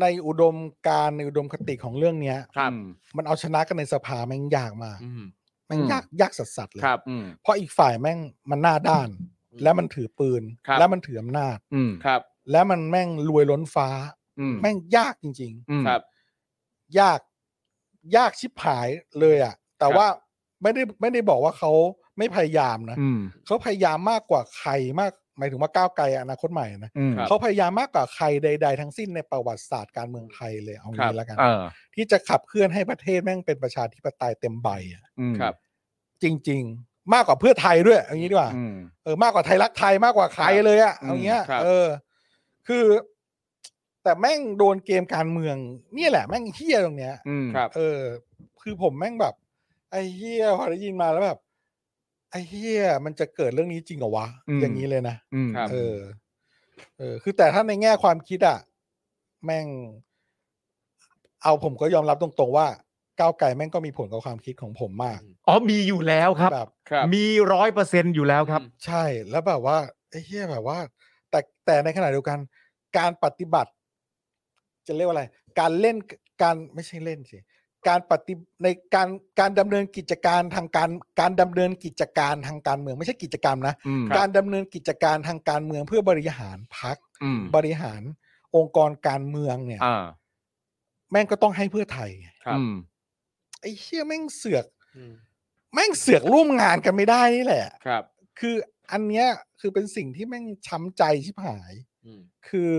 S3: ในอุดมการณ์ในอุดมคติของเรื่องเนี้ย
S5: ครับ
S3: มันเอาชนะกันในสภาแม่งยากมาก
S5: อืม
S3: แม่ง
S4: อืม
S3: ยากยากสัสๆเลย
S5: ครับ
S4: อืม
S3: เพราะอีกฝ่ายแม่งมันหน้าด้าน และมันถือปืน
S5: ครับ
S3: และมันถืออำนาจ
S4: อืม
S5: ครับ
S3: และมันแม่งรวยล้นฟ้า
S4: อืม
S3: แม่งยากจริง
S4: อืม
S5: ครับ
S3: ๆ ยากยากชิบหายเลยอะ่ะ แต่
S5: ครับ
S3: ว่าไม่ได้ไม่ได้บอกว่าเขาไม่พยายามนะ
S4: อืม
S3: เขาพยายามมากกว่าใครมากหมายถึงว่าก้าวไกลอนาคตใหม่นะ
S4: อืม
S5: ครับ
S3: เขาพยายามมากกว่าใครใด ๆ ทั้งสิ้นในประวัติศาสตร์การเมืองไทยเลยเอา
S5: ครั
S3: งี้
S5: บ
S3: แล้วกัน
S4: เออ
S3: ที่จะขับเคลื่อนให้ประเทศแม่งเป็นประชาธิปไตยเต็มใบอะ
S4: อืม
S5: ครับ
S3: จริง ๆ มากกว่าเพื่อไทยด้วยเอางี้ดีกว่า
S4: อืม
S3: เออมากกว่าไทยรักไทยมากกว่าใคร
S5: ครับ
S3: เลยอะ
S4: อืม
S3: เอาเงี้ย
S5: ครับ
S3: เออ คือ แต่แม่งโดนเกมการเมืองเนี่ยแหละแม่งเฮี้ยตรงเนี้ย
S4: อืม
S5: ครับ
S3: เออ คือผมแม่งแบบ ไอ้เฮี้ยพอได้ยินมาแล้วแบบ ไอ้เฮี้ยมันจะเกิดเรื่องนี้จริงเหรอวะ อย่างนี้เลยนะ
S4: อืม
S5: ครับ
S3: เออ เออ คือแต่ถ้าในแง่ความคิดอะแม่ง เอาผมก็ยอมรับตรงๆว่า ก้าวไกลแม่งก็มีผลกับความคิดของผมมาก
S4: อ๋อมีอยู่แล้วครับ
S3: แบบ
S5: ครับ
S4: มีร้อยเปอร์เซ็นอยู่แล้วครับ
S3: ใช่แล้วแบบว่าไอ้เหี้ยแบบว่า แต่แต่ในขณะเดียวกัน การปฏิบัติ จะเรียกว่าอะไร การเล่นการไม่ใช่เล่นสิการปฏิในการการดำเนินกิจการทางการการดำเนินกิจการทางการเมือง ไม่ใช่กิจกรรมนะ
S4: อืม
S3: การดำเนินกิจการทางการเมืองเพื่อบริหารพัก
S4: อืม
S3: บริหารองค์กรการเมืองเนี่ย
S4: อ่า
S3: แม่งก็ต้องให้เพื่อไทยไง
S5: ครับ
S4: อืม
S3: ไอ้เหี้ยแม่งเสือก
S5: อืม
S3: แม่งเสือกร่วมงานกันไม่ได้นี่แหละ
S5: ครับ
S3: คืออันเนี้ยคือเป็นสิ่งที่แม่งช้ำใจชิบหาย
S5: อืม
S3: คือ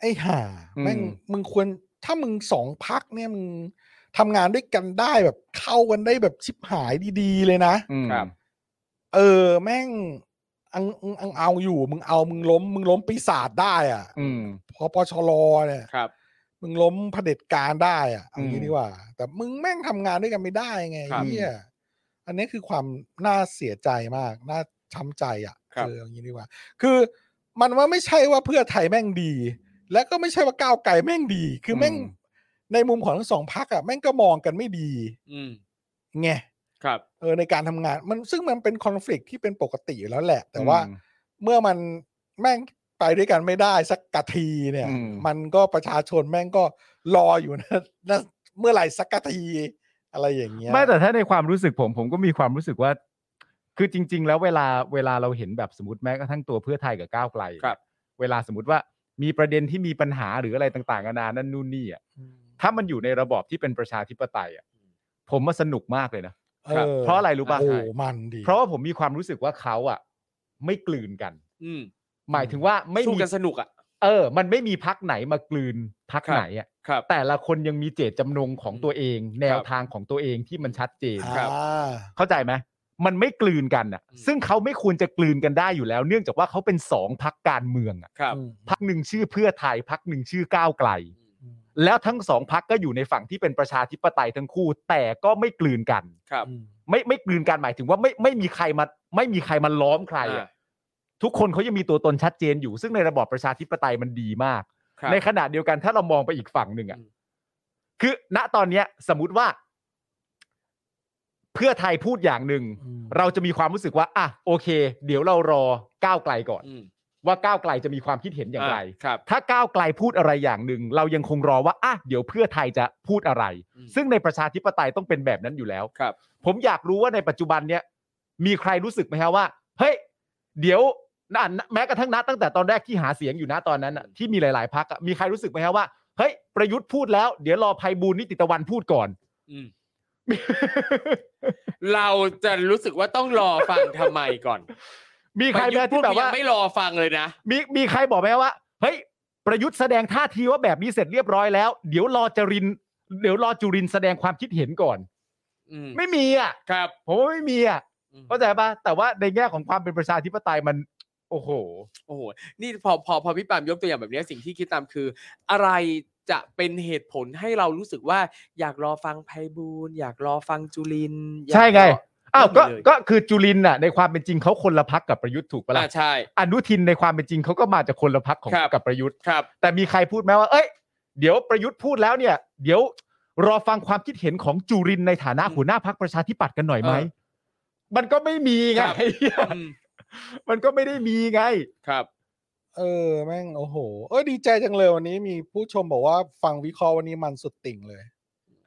S3: ไอ้ห่าแม่งมึงควรถ้ามึงสองพักเนี่ยมึงทำงานด้วยกันได้แบบเข้ากันได้แบบชิบหายดีๆเลยนะ
S4: อืม
S5: ครับ
S3: เออ แม่งอังอังอังเอาอยู่ มึงเอามึงล้ม มึงล้มปีศาจได้อะ
S4: อืม
S3: พอปชรเนี่ย
S5: ครับ
S3: มึงล้มเผด็จการได้อะเอางี้
S4: อืม
S3: ดีกว่า แต่มึงแม่งทำงานด้วยกันไม่ได้ไง
S5: ครับ
S3: เนี่ยอันนี้คือความน่าเสียใจมาก น่าช้ำใจอ่ะ
S5: ครับ
S3: เออเอางี้ดีกว่า คือมันว่าไม่ใช่ว่าเพื่อไทยแม่งดี และก็ไม่ใช่ว่าก้าวไกลแม่งดี คือแม่ง
S4: อืม
S3: ในมุมของทั้งสองพักอ่ะแม่งก็มองกันไม่ดี
S5: อืม
S3: ไง
S5: ครับ
S3: เออในการทำงานมันซึ่งมันเป็นคอน FLICT ที่เป็นปกติอยู่แล้วแหละ แต่ว่า เมื่อมันแม่งไปด้วยกันไม่ได้สักกะทีเนี่ย
S4: อืม
S3: มันก็ประชาชนแม่งก็รออยู่นะ นะเมื่อไหร่สักกะทีอะไรอย่างเงี้ย
S4: ไม่แต่ถ้าในความรู้สึกผมผมก็มีความรู้สึกว่า คือจริง ๆ แล้วเวลาเวลาเราเห็นแบบสมมติแม้กระทั่งตัวเพื่อไทยกับก้าวไกล
S5: ครับ
S4: เวลาสมมติว่ามีประเด็นที่มีปัญหาหรืออะไรต่างๆนานานั่นนู่นนี่อ่ะถ้ามันอยู่ในระบอบที่เป็นประชาธิปไตยอ่ะผมว่าสนุกมากเลยนะ
S3: ออ
S4: เพราะอะไรรู้ปะ
S3: โอ้มันดี
S4: เพราะว่าผมมีความรู้สึกว่าเขาอ่ะ ไม่กลืนกัน
S5: อืม
S4: หมายถึงว่าไม่
S5: สู้
S4: มี
S5: กันสนุกอ่ะ
S4: เออ มันไม่มีพักไหนมากลืนพัก
S5: ครับ
S4: ไหนอ่ะ
S5: ครับ
S4: แต่ละคนยังมีเจตจำนงของตัวเอง แนวทางของตัวเองที่มันชัดเจน
S3: อ่า
S5: ครับ
S4: เข้าใจไหมมันไม่กลืนกันอ่ะ
S5: อืม
S4: ซึ่งเขาไม่ควรจะกลืนกันได้อยู่แล้ว เนื่องจากว่าเขาเป็นสองพักการเมืองอ่ะ
S5: ครับ
S3: อืม
S4: พักหนึ่งชื่อเพื่อไทยพักหนึ่งชื่อก้าวไกล
S3: อืม
S4: แล้วทั้งสองพักก็อยู่ในฝั่งที่เป็นประชาธิปไตยทั้งคู่ แต่ก็ไม่กลืนกัน
S5: ครับ
S3: อืม
S4: ไม่ไม่กลืนกันหมายถึงว่าไม่ไม่มีใครมาไม่มีใครมาล้อมใคร
S5: อ่า
S4: อะทุกคนเขายังมีตัวตนชัดเจนอยู่ ซึ่งในระบอบประชาธิปไตยมันดีมาก
S5: ครับ
S4: ในขณะเดียวกันถ้าเรามองไปอีกฝั่งหนึ่งอะ
S5: อืม
S4: คือ ณตอนเนี้ย สมมติว่า เพื่อไทยพูดอย่างหนึ่ง
S3: อืม
S4: เราจะมีความรู้สึกว่าอ่ะโอเค เดี๋ยวเรารอก้าวไกลก่อน
S5: อืม
S4: ว่าก้าวไกลจะมีความคิดเห็นอย่างไร
S5: ครับ
S4: ถ้าก้าวไกลพูดอะไรอย่างหนึ่ง เรายังคงรอว่าอ่ะเดี๋ยวเพื่อไทยจะพูดอะไร
S5: อืม
S4: ซึ่งในประชาธิปไตยต้องเป็นแบบนั้นอยู่แล้ว
S5: ครับ
S4: ผมอยากรู้ว่าในปัจจุบันเนี่ย มีใครรู้สึกไหมฮะว่า เฮ้ย เดี๋ยวนะแม้กระทั่งนะตั้งแต่ตอนแรกที่หาเสียงอยู่นะตอนนั้นน่ะที่มีหลาย ๆพักมีใครรู้สึกไหมฮะว่าเฮ้ยประยุทธ์พูดแล้ว เดี๋ยวรอภัยบูลย์นิติตะวันพูดก่อน
S5: อืม เราจะรู้สึกว่าต้องรอฟังทำไมก่อน
S4: มีใครไหม
S5: ปะยุทธ์
S4: ที่แบบ
S5: พูด
S4: ว่า
S5: ยังไม่รอฟังเลยนะ
S4: มีมีใครบอกไหมว่าเฮ้ยประยุทธ์แสดงท่าทีว่าแบบนี้เสร็จเรียบร้อยแล้ว เดี๋ยวรอจริน เดี๋ยวรอจุรินทร์แสดงความคิดเห็นก่อน
S5: อืม
S4: ไม่มีอ่ะ
S5: ครับ
S4: ผมว่าไม่มีอ่ะ
S5: อืม
S4: เข้าใจปะแต่ว่าในแง่ของความเป็นประชาธิปไตยมัน โอ้โห
S5: โอ้โหนี่พอพอพอพี่ปามยกตัวอย่างแบบเนี้ยสิ่งที่คิดตามคือ อะไรจะเป็นเหตุผลให้เรารู้สึกว่า อยากรอฟังไพบูลย์อยากรอฟังจุลินทร์อยากรอ
S4: ใช่ไง อ้าวก็
S5: เลย
S4: ก็คือจุลินน่ะ ในความเป็นจริงเขาคนละพักกับประยุทธ์ถูกปะ
S5: อ่า
S4: ล่ะ
S5: ใช่
S4: อนุทินในความเป็นจริงเขาก็มาจากคนละพักของ
S5: ครับ
S4: กับประยุทธ์
S5: ครับ
S4: แต่มีใครพูดไหมว่า เอ้ย เดี๋ยวประยุทธ์พูดแล้วเนี่ย เดี๋ยวรอฟังความคิดเห็นของจุรินทร์ในฐานะ
S5: อืม
S4: หัวหน้าพักประชาธิปัตย์กันหน่อยไหม
S5: เออ
S4: มันก็ไม่มีไง
S5: ครับ อืม
S4: มันก็ไม่ได้มีไง
S5: ครับ
S3: เออแม่งโอ้โห เออดีใจจังเลยวันนี้มีผู้ชมบอกว่าฟังวิเคราะห์วันนี้มันสุดติ่งเลย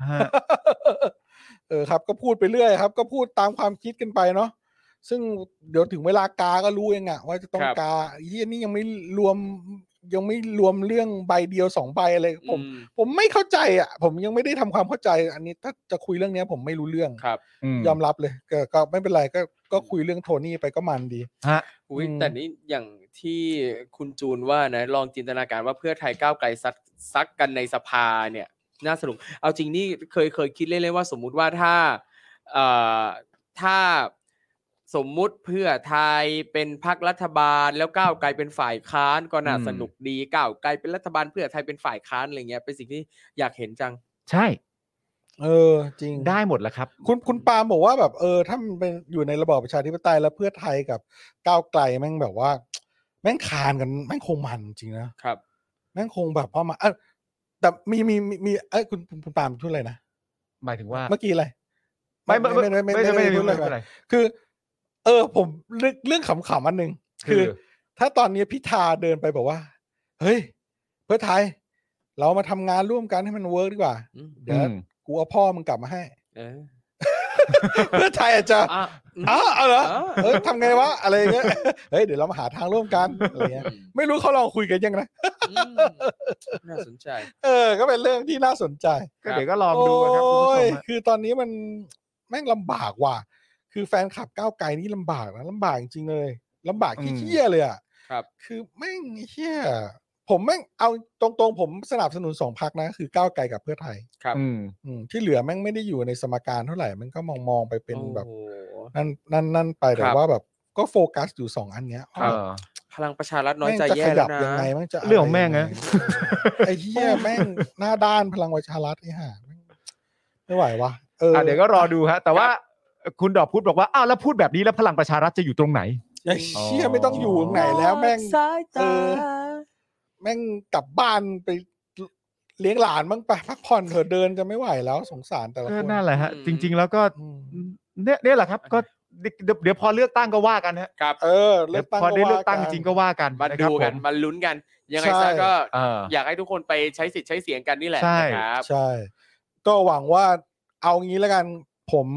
S3: เออครับก็พูดไปเรื่อยครับ ก็พูดตามความคิดกันไปเนาะซึ่งเดี๋ยวถึงเวลากาก็รู้เองอะว่าจะต้อง
S5: ครับ
S3: กาเฮียนี่ยังไม่รวมยังไม่รวมเรื่องใบเดียวสองใบอะไรผม
S5: อืม
S3: ผมไม่เข้าใจอ่ะ ผมยังไม่ได้ทำความเข้าใจ อันนี้ถ้าจะคุยเรื่องเนี้ย ผมไม่รู้เรื่อง
S5: ครับ
S3: ยอมรับเลยก็ก็ไม่เป็นไรก็ก็คุยเรื่องโทนี่ไปก็มันดี
S4: ฮะ
S5: อุ้ย
S3: อืม
S5: แต่นี่อย่างที่คุณจูนว่านะ ลองจินตนาการว่าเพื่อไทยก้าวไกลซัดซักกันในสภาเนี่ย น่าสนุก เอาจริงนี่เคยเคยคิดเล่นๆว่าสมมุติว่าถ้าเอ่อถ้า สมมุติเพื่อไทยเป็นพรรครัฐบาล แล้วก้าวไกลเป็นฝ่ายค้านก็น่า
S4: อืม
S5: สนุกดีก้าวไกลเป็นรัฐบาลเพื่อไทยเป็นฝ่ายค้านอะไรเงี้ยเป็นสิ่งที่อยากเห็นจัง
S4: ใช่
S3: เออจริง
S4: ได้หมดแหละครับ
S3: คุณคุณปาล์มบอกว่าแบบเออถ้ามันเป็นอยู่ในระบอบประชาธิปไตยแล้วเพื่อไทยกับก้าวไกลแม่งแบบว่า แม่งคานกันแม่งคงมันจริงนะครับ แม่งคงแบบพอมาเออแต่มีมีมีมีเอ้ยคุณคุณปาล์มพูดอะไรนะ
S4: หมายถึงว่า
S3: เมื่อกี้อะไร
S4: ไม่ไม่ไม่
S3: ไม่ไม่ไม่พูดอะไร
S4: ไร
S3: คือ เออ ผมเรื่องเรื่องขำๆอันหนึ่ง
S4: คื
S3: คือ อ ถ้าตอนนี้พิธาเดินไปบอกว่า เฮ้ย เพื่อไทย เรามาทำงานร่วมกันให้มันเวิร์กดีกว่า
S5: อืม
S3: เดี๋ยว
S4: อืม
S3: กูเอาพ่อมึงกลับมาให้
S5: เออ
S3: เพื่อไทยอาจจะ
S5: อ่ะ
S3: อ้าวเอาเหรอ
S5: อ่ะ
S3: เอ้ยทำไงวะ อะไรอย่างเงี้ย เฮ้ย เดี๋ยวเรามาหาทางร่วมกัน อะไรเงี้ย ไม่รู้เขาลองคุยกันยังนะ
S5: อืมน่าสนใจ
S3: เออ ก็เป็นเรื่องที่น่าสนใจ
S4: ก็เดี๋ยวก็ลองดูนะครับคุณผู้ช
S3: โอ้ย
S4: มฮะ
S3: คือตอนนี้มันแม่งลำบากว่ะ คือแฟนคลับก้าวไกลนี่ลำบากนะลำบากจริงๆเลยลำบากขี้เกียจเลยอ่ะ
S5: ครับ
S3: คือแม่งเฮี้ย ผมแม่งเอาตรงๆผมสนับสนุนสองพักนะ คือก้าวไกลกับเพื่อไทย
S5: ครับ
S4: อืม
S3: อืมที่เหลือแม่งไม่ได้อยู่ในสมการเท่าไหร่ มันก็มองๆไปเป็นแบบ
S5: โอ้โห
S3: นั่นนั่นนั่นไปแต่
S5: ครับ
S3: ว่าแบบก็โฟกัสอยู่สองอันเนี้ย
S4: เอ
S3: ว่า
S4: อ
S5: พลังประชารัฐน้อยใจ
S3: แม่งจะ
S5: แย่
S3: ข
S5: แล้
S3: ยั
S5: ว
S3: บ
S5: นะ
S3: ยังไงแม่งจะะไ
S4: เรื่องของแม่งนะ
S3: ยัไอ้เหี้ยแม่งหน้าด้านพลังประชารัฐไอ้ห่าแม่งไม่ไหววะเออ
S4: อ่ะเดี๋ยวก็รอดูฮะ แต่ว่าคุณดอกพูดบอกว่าอ้าวแล้วพูดแบบนี้แล้วพลังประชารัฐจะอยู่ตรงไหน
S3: ไอ้เหี้ยไม่ต้องอยู่ตรงไหนแล้วแม่ง เออ แม่งกลับบ้านไปเลี้ยงหลานบ้างไปพักผ่อนเถอะเดินจะไม่ไหวแล้วสงสารแต่ละ
S4: ก็
S3: คน
S4: นั่นแหละฮะ
S5: อืม
S4: จริง ๆ แล้วก็
S3: อืม
S4: เนี่ยเนี่ยแหละครับก็เดี๋ยวเดี๋ยวพอเลือกตั้งก็ว่ากันฮะ
S5: ครับ
S3: เออ
S4: เดี๋ย
S3: เลือ
S4: ว
S3: กตั้ง
S4: พอได้เลือก
S3: ว่า
S4: ตั้งจริงๆก็ว่ากั
S5: มา
S4: นะครับ
S5: ดูกัน
S4: ผม
S5: มาลุ้นกัน ยังไง
S3: ใช่
S5: ซะก็
S4: เออ
S5: อยากให้ทุกคนไปใช้สิทธิ์ใช้เสียงกันนี่แหละ
S4: ใช่
S5: นะครับ
S3: ใช่ ก็หวังว่าเอางี้แล้วกัน ผม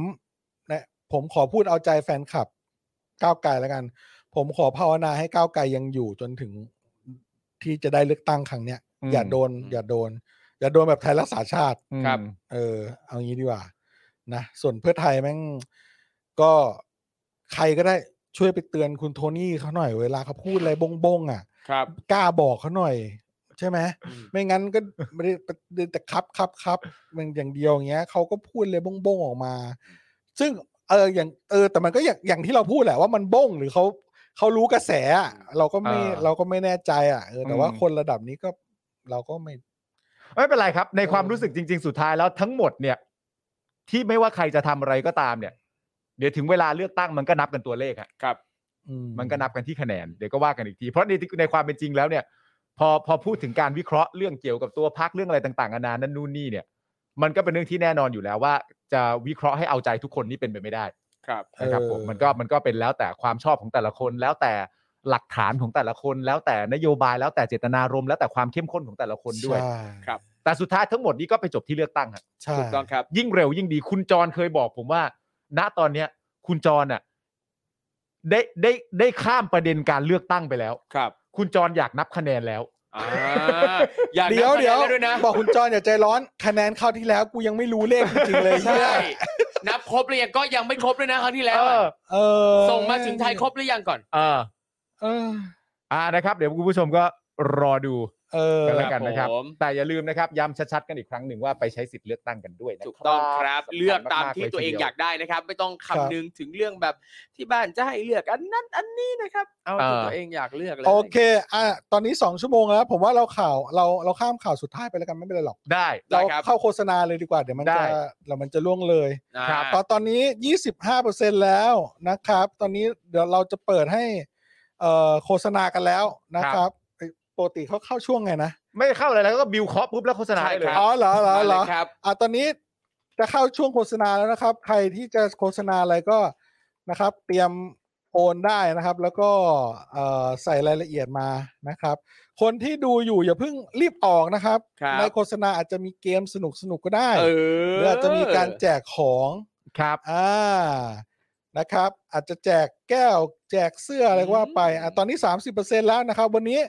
S3: นะผมขอพูดเอาใจแฟนคลับ ก้าวไกลแล้วกัน ผมขอภาวนาให้ก้าวไกลยังอยู่จนถึงที่จะได้เลือกตั้งครั้งเนี้ย
S4: อืม
S3: อย่าโดน
S5: อืม
S3: อย่าโดน อย่าโดนแบบไทยรักษาชาติ
S4: อืม
S5: ครับ
S3: เออ เอางี้ดีกว่า นะ ส่วนเพื่อไทยแม่งก็ใครก็ได้ช่วยไปเตือนคุณโทนี่เขาหน่อยเวลาเขาพูดอะไรบงบงๆอ่ะ
S5: ครับ
S3: กล้าบอกเขาหน่อย ใช่ไหม
S5: อืม
S3: ไม่งั้นก็ไม่ได้ได้แต่ครับครับครับมันอย่างเดียวอย่างเงี้ยเขาก็พูดเลยบ้งบ้งๆออกมา ซึ่งเอออย่างเออ แต่มันก็อย่างอย่างที่เราพูดแหละว่ามันบ้งหรือเขาเขารู้กระแสอะเราก็ไม่
S4: อ่า
S3: เราก็ไม่แน่ใจอ่ะเออแต่ว่า
S4: อืม
S3: คนระดับนี้ก็เราก็ไม่
S4: ไม่เป็นไรครับ ใน
S3: เออ
S4: ความรู้สึกจริง ๆ สุดท้ายแล้วทั้งหมดเนี่ย ที่ไม่ว่าใครจะทำอะไรก็ตามเนี่ย เดี๋ยวถึงเวลาเลือกตั้งมันก็นับกันตัวเลขอะ
S5: ครับ
S3: อื
S4: มันก็นับกันที่คะแนนเดี๋ยวก็ว่ากันอีกที เพราะในในความเป็นจริงแล้วเนี่ย พอพอพูดถึงการวิเคราะห์เรื่องเกี่ยวกับตัวพักเรื่องอะไรต่างๆนานานั่นนู่นนี่เนี่ย มันก็เป็นเรื่องที่แน่นอนอยู่แล้วว่า จะวิเคราะห์ให้เอาใจทุกคนนี่เป็นไปไม่ได้
S5: ครับ
S4: นะครับผมมันก็มันก็เป็นแล้วแต่ความชอบของแต่ละคนแล้วแต่หลักฐานของแต่ละคน แล้วแต่นโยบายแล้วแต่เจตนารมณ์แล้วแต่ความเข้มข้นของแต่ละคนด้วย
S3: ใช่
S5: ครับ
S4: แต่สุดท้ายทั้งหมดนี้ก็ไปจบที่เลือกตั้งฮะ
S3: ใช่
S5: ถูกต้องครับ
S4: ยิ่งเร็วยิ่งดีคุณจรเคยบอกผมว่า ณตอนเนี้ย คุณจรอ่ะได้ได้ได้ข้ามประเด็นการเลือกตั้งไปแล้ว
S5: ครับ
S4: คุณจรอยากนับคะแนนแล้ว
S5: อ่ าอยาก
S3: เดี๋ยว
S5: นับคะแนน
S3: เดี๋ยว
S5: แล้ด้วยนะ
S3: บอกคุณจอนอย่าใจร้อนคะแนนเข้าวที่แล้วกูยังไม่รู้เลขจริงๆเลย
S5: ใช่
S3: เนี่ย
S5: นับครบหรือยังก็ยังไม่ครบด้วยนะครั้งที่แล้
S4: เอ
S5: วอะ
S4: อ
S3: เออ
S5: ส่งมาถึงไทยครบหรือยังก่อน
S4: เออ
S3: เออ
S4: อ่านะครับ เดี๋ยวคุณผู้ชมก็รอดู
S3: เออ
S4: กันแล้วกันนะครับ
S5: ครับผม
S4: แต่อย่าลืมนะครับย้ำชัดๆกันอีกครั้งหนึ่งว่าไปใช้สิทธิ์เลือกตั้งกันด้วยนะ
S5: ถูกต้องครับ เลือกตามที่ตัวเองอยากได้นะครับ ไม่ต้อง
S3: ครับ
S5: คำนึงถึงเรื่องแบบที่บ้านจะให้เลือกอันนั้นอันนี้นะครับ เอาที่
S4: เออ
S5: ตัวเองอยากเลือกเลย
S3: โอเค อ่ะ ตอนนี้สองชั่วโมงแล้ว ผมว่าเราข่าว เราเราข้ามข่าวสุดท้ายไปแล้วกันไม่เป็นไรหรอก
S4: ได้
S5: ได้
S3: เรา
S5: ครับ
S3: เข้าโฆษณาเลยดีกว่า เดี๋ยวมัน
S4: ได้
S3: จะเรามันจะล่วงเลย
S4: ครับ
S3: ต
S5: อ่า
S3: อนตอนนี้ยี่สิบห้าเปอร์เซ็นแล้วนะครับ ตอนนี้เดี๋ยวเราจะเปิดให้เอ่อโฆษณากันแล้วนะครับเอ้ยปกติเขาเข้าช่วงไงนะ
S4: ไม่เข้าอะไรแล้วก็บิวเคาะปุ๊บแล้วโฆษณา
S5: ใช่
S4: ได้เลย
S5: ครับ
S3: อ๋อเหรอเหรอ
S5: มา
S3: เหร
S5: เลย
S3: อ
S5: ครับ
S3: อ่ะตอนนี้จะเข้าช่วงโฆษณาแล้วนะครับ ใครที่จะโฆษณาอะไรก็นะครับ เตรียมโอนได้นะครับ แล้วก็เอ่อใส่รายละเอียดมานะครับ คนที่ดูอยู่อย่าเพิ่งรีบออกนะครับ
S5: ครับ
S3: ในโฆษณาอาจจะมีเกมสนุกสนุกๆก็ได้
S5: เอ
S3: ห
S5: อ
S3: รืออาจจะมีการแจกของ
S4: ครับ
S3: อ่านะครับ อาจจะแจกแก้วแจกเสื้ออะไรก็ว่าไปอ่ะตอนนี้ 30%แล้วนะครับ วันนี้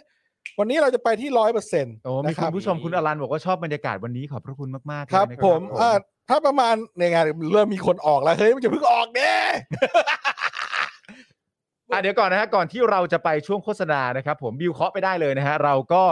S3: วันนี้เราจะไปที่ร้อยเปอร์เซ็นต์
S4: โอ้มี
S3: นะค
S4: คุ
S3: รับ
S4: ณผู้ชมคุณอลันบอกว่าชอบบรรยากาศวันนี้ขอบพระคุณมากๆเลย
S3: ครับ
S4: นะ
S3: ผมเอ่อถ้าประมาณในงานเริ่มมีคนออกแล้ว เฮ้ย มันจะเพิ่ งออกเด้
S4: อ่ะเดี๋ยวก่อนนะฮะก่อนที่เราจะไปช่วงโฆษณานะครับ ผมบิวเคาะไปได้เลยนะฮะเราก็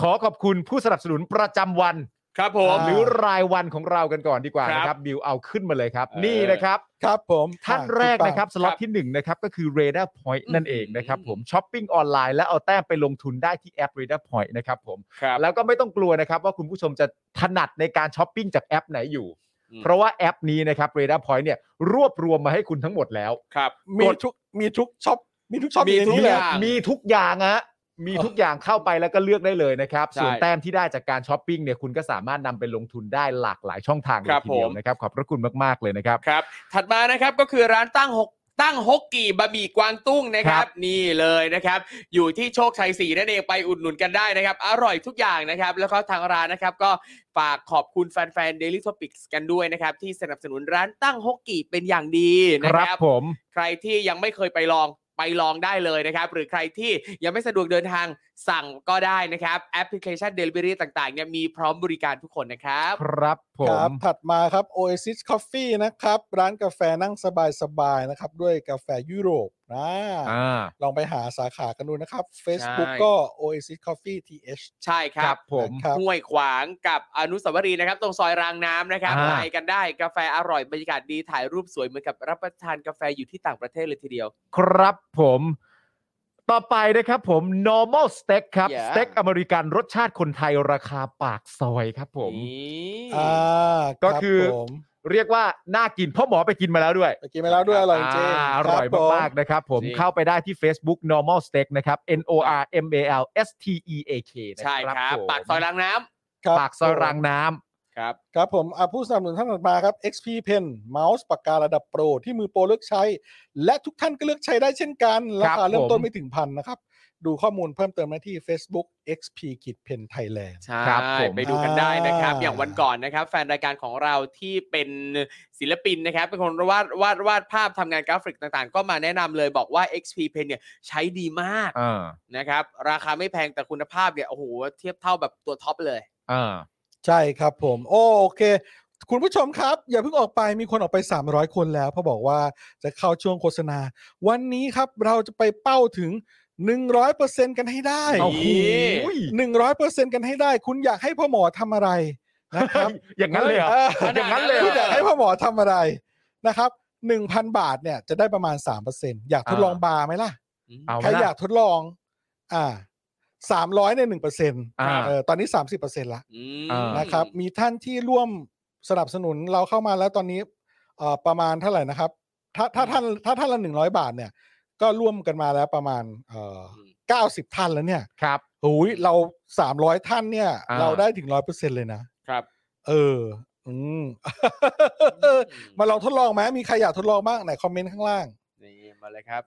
S4: ขอขอบคุณผู้สนับสนุนประจำวัน
S5: ครับผม
S3: อ่า
S4: หรือรายวันของเรากันก่อนดีกว่า
S5: ครับ
S4: นะครับบิวเอาขึ้นมาเลยครับ
S5: เออ
S4: นี่นะครับ
S3: ครับผม
S4: ท่าน
S3: อ่
S4: แรก
S3: ณปาล์ม
S4: นะครับสล็อตที่ 1 นะครับก็คือ r a d a r Point นั่นเองนะครับผมช้อปปิ้งออนไลน์และเอาแต้มไปลงทุนได้ที่แอป r a d a r Point นะครับผม
S5: ครับ
S4: แล้วก็ไม่ต้องกลัวนะครับว่าคุณผู้ชมจะถนัดในการช้อปปิ้งจากแอปไหนอยู่
S5: อืม
S4: เพราะว่าแอปนี้นะครับ r a d a r Point เนี่ยรวบรวมมาให้คุณทั้งหมดแล้ว
S5: ครับ
S3: มี
S4: กด
S3: ทุกมีทุกช็อปมีทุกช็อป
S5: มี
S3: ใน
S5: ทุก
S3: นี้เลย
S5: อย่าง
S4: มีทุกอย่างอะมีทุกอย่างเข้าไปแล้วก็เลือกได้เลยนะครับ
S5: ใช่
S4: ส่วนแต้มที่ได้จากการช้อปปิ้งเนี่ยคุณก็สามารถนำไปลงทุนได้หลากหลายช่องทางเล
S5: ครั
S4: ย
S5: บ
S4: ทีเดียว
S5: ผม
S4: นะครับขอบพระคุณมากๆเลยนะครับ
S5: ครับ ถัดมานะครับก็คือร้านตั้งหกตั้งฮกกี่บะหมี่กวางตุ้งนะครับ นี่เลยนะครับ อยู่ที่โชคชัยสีนั่นเองไปอุดหนุนกันได้นะครับ อร่อยทุกอย่างนะครับ แล้วก็ทางร้านนะครับ ก็ฝากขอบคุณแฟนๆ Daily Topics กันด้วยนะครับ ที่สนับสนุนร้านตั้งฮกกี่เป็นอย่างดีนะ
S4: ค
S5: ค
S4: รั
S5: รั
S4: บบ ผม
S5: ใครที่ยังไม่เคยไปลองไปลองได้เลยนะครับ หรือใครที่ยังไม่สะดวกเดินทางสั่งก็ได้นะครับแอปพลิเคชัน Delivery ต่างๆเนี่ยมีพร้อมบริการทุกคนนะครับ
S4: ครับผ
S3: ครั
S4: ม
S3: บ ถัดมาครับ Oasis Coffee นะครับ ร้านกาแฟนั่งสบายๆนะครับ ด้วยกาแฟยุโรปนะ
S4: อ่า
S3: ลองไปหาสาขากันดูนะครับ Facebook ก็ Oasis Coffee TH
S5: ใช่ค
S4: ค
S5: รั
S4: รับ บผม
S3: ครับ
S5: ห้วยขวางกับอนุสาวรีย์นะครับ ตรงซอยรางน้ำนะครับ
S4: อ่า
S5: ไปกันได้กาแฟอร่อยบรรยากาศดีถ่ายรูปสวยเหมือนกับรับประทานกาแฟอยู่ที่ต่างประเทศเลยทีเดียว
S4: ครับผม ต่อไปนะครับผม normal steak ครับ
S5: Yeah
S4: สเต็กอเมริกันรสชาติคนไทยราคาปากซอยครับผม
S5: นี่
S3: อ่า
S4: ก็
S3: รับ
S4: คือ
S3: ผม
S4: เรียกว่าน่ากินเพ่อหมอไปกินมาแล้วด้วย
S3: ไปกินไปแล้วด้วยอร่อยจริง
S4: อ่าอ
S3: คบ
S4: ร่อยมาก
S3: ผ
S4: ๆนะครับผม
S5: จริง
S4: เข้าไปได้ที่ Facebook normal steak นะครับ n o r m a l s t e a k นะ
S5: ใช่
S4: ครับ
S5: ครับ
S4: ผม
S5: ปากซอยรางน้ำ
S3: ครับ
S4: ปากซอย
S3: ผม
S4: รางน้
S5: ครับ
S3: ครับผมอ่ะผู้สนับสนุนท่านถัดมาครับ XP Pen เมาส์ปากการะดับโปร ที่มือโปรเลือกใช้ และทุกท่านก็เลือกใช้ได้เช่นกันราคาเริ่มต้นไม่ถึงพันนะครับ ดูข้อมูลเพิ่มเติมได้ที่ Facebook XP k i d Pen Thailand
S5: ใช่
S4: ำครับผม
S5: ไปดูกันได้นะครับ
S3: อ่า
S5: อย่างวันก่อนนะครับ แฟนรายการของเราที่เป็นศิลปินนะครับ เป็นคนวาดวาดวาดภาพทำงานกราฟิกต่างๆ ก็มาแนะนำเลยบอกว่า XP Pen เนี่ยใช้ดีมาก
S4: อ่า
S5: นะครับ ราคาไม่แพงแต่คุณภาพเนี่ยโอ้โหเทียบเท่าแบบตัวท็อปเลย
S4: อ่า
S3: ใช่ครับผมโอโอเค คุณผู้ชมครับ อย่าเพิ่งออกไปมีคนออกไป 300 คนแล้วเพราะบอกว่าจะเข้าช่วงโฆษณา วันนี้ครับเราจะไปเป้าถึง 100%กันให้ได้
S4: โอ้โห
S3: 100%กันให้ได้ คุณอยากให้พ่อหมอทำอะไรนะครับ
S4: อย่างนั้นเลยเหรอ อย่างนั้นเลยเหร
S3: คุณอยากให้พ่อหมอทำอะไรนะครับหนึ่งพันบาทเนี่ยจะได้ประมาณสามเปอร์เซ็นอยากทดลองบาร์ไหมล่ะ
S4: เอาไหม
S3: ใคร
S4: ล่ะ
S3: อยากทดลอง อ่าสามร้อยในหนึ่งเปอร์เซ็นต์
S4: อ่า
S3: ตอนนี้สามสิบเปอร์เซ็นต์ละ
S5: อืม
S4: อ่า ม
S3: นะครับ มีท่านที่ร่วมสนับสนุนเราเข้ามาแล้วตอนนี้เอ่อประมาณเท่าไหร่นะครับ ถ้าถ้าท่านถ้าท่านละหนึ่งร้อยบาทเนี่ย ก็ร่วมกันมาแล้วประมาณเอ่อเก้าสิบท่านแล้วเนี่ย
S4: ครับ
S3: โอ้ยเราสามร้อยท่านเนี่ย
S4: อ่า
S3: เราได้ถึงร้อยเปอร์เซ็นต์เลยนะ
S5: ครับ
S3: เออ อืม มาลองทดลองไหมมีใครอยากทดลองบ้างไหนคอมเมนต์ข้างล่าง
S5: นี่มาเลยครับ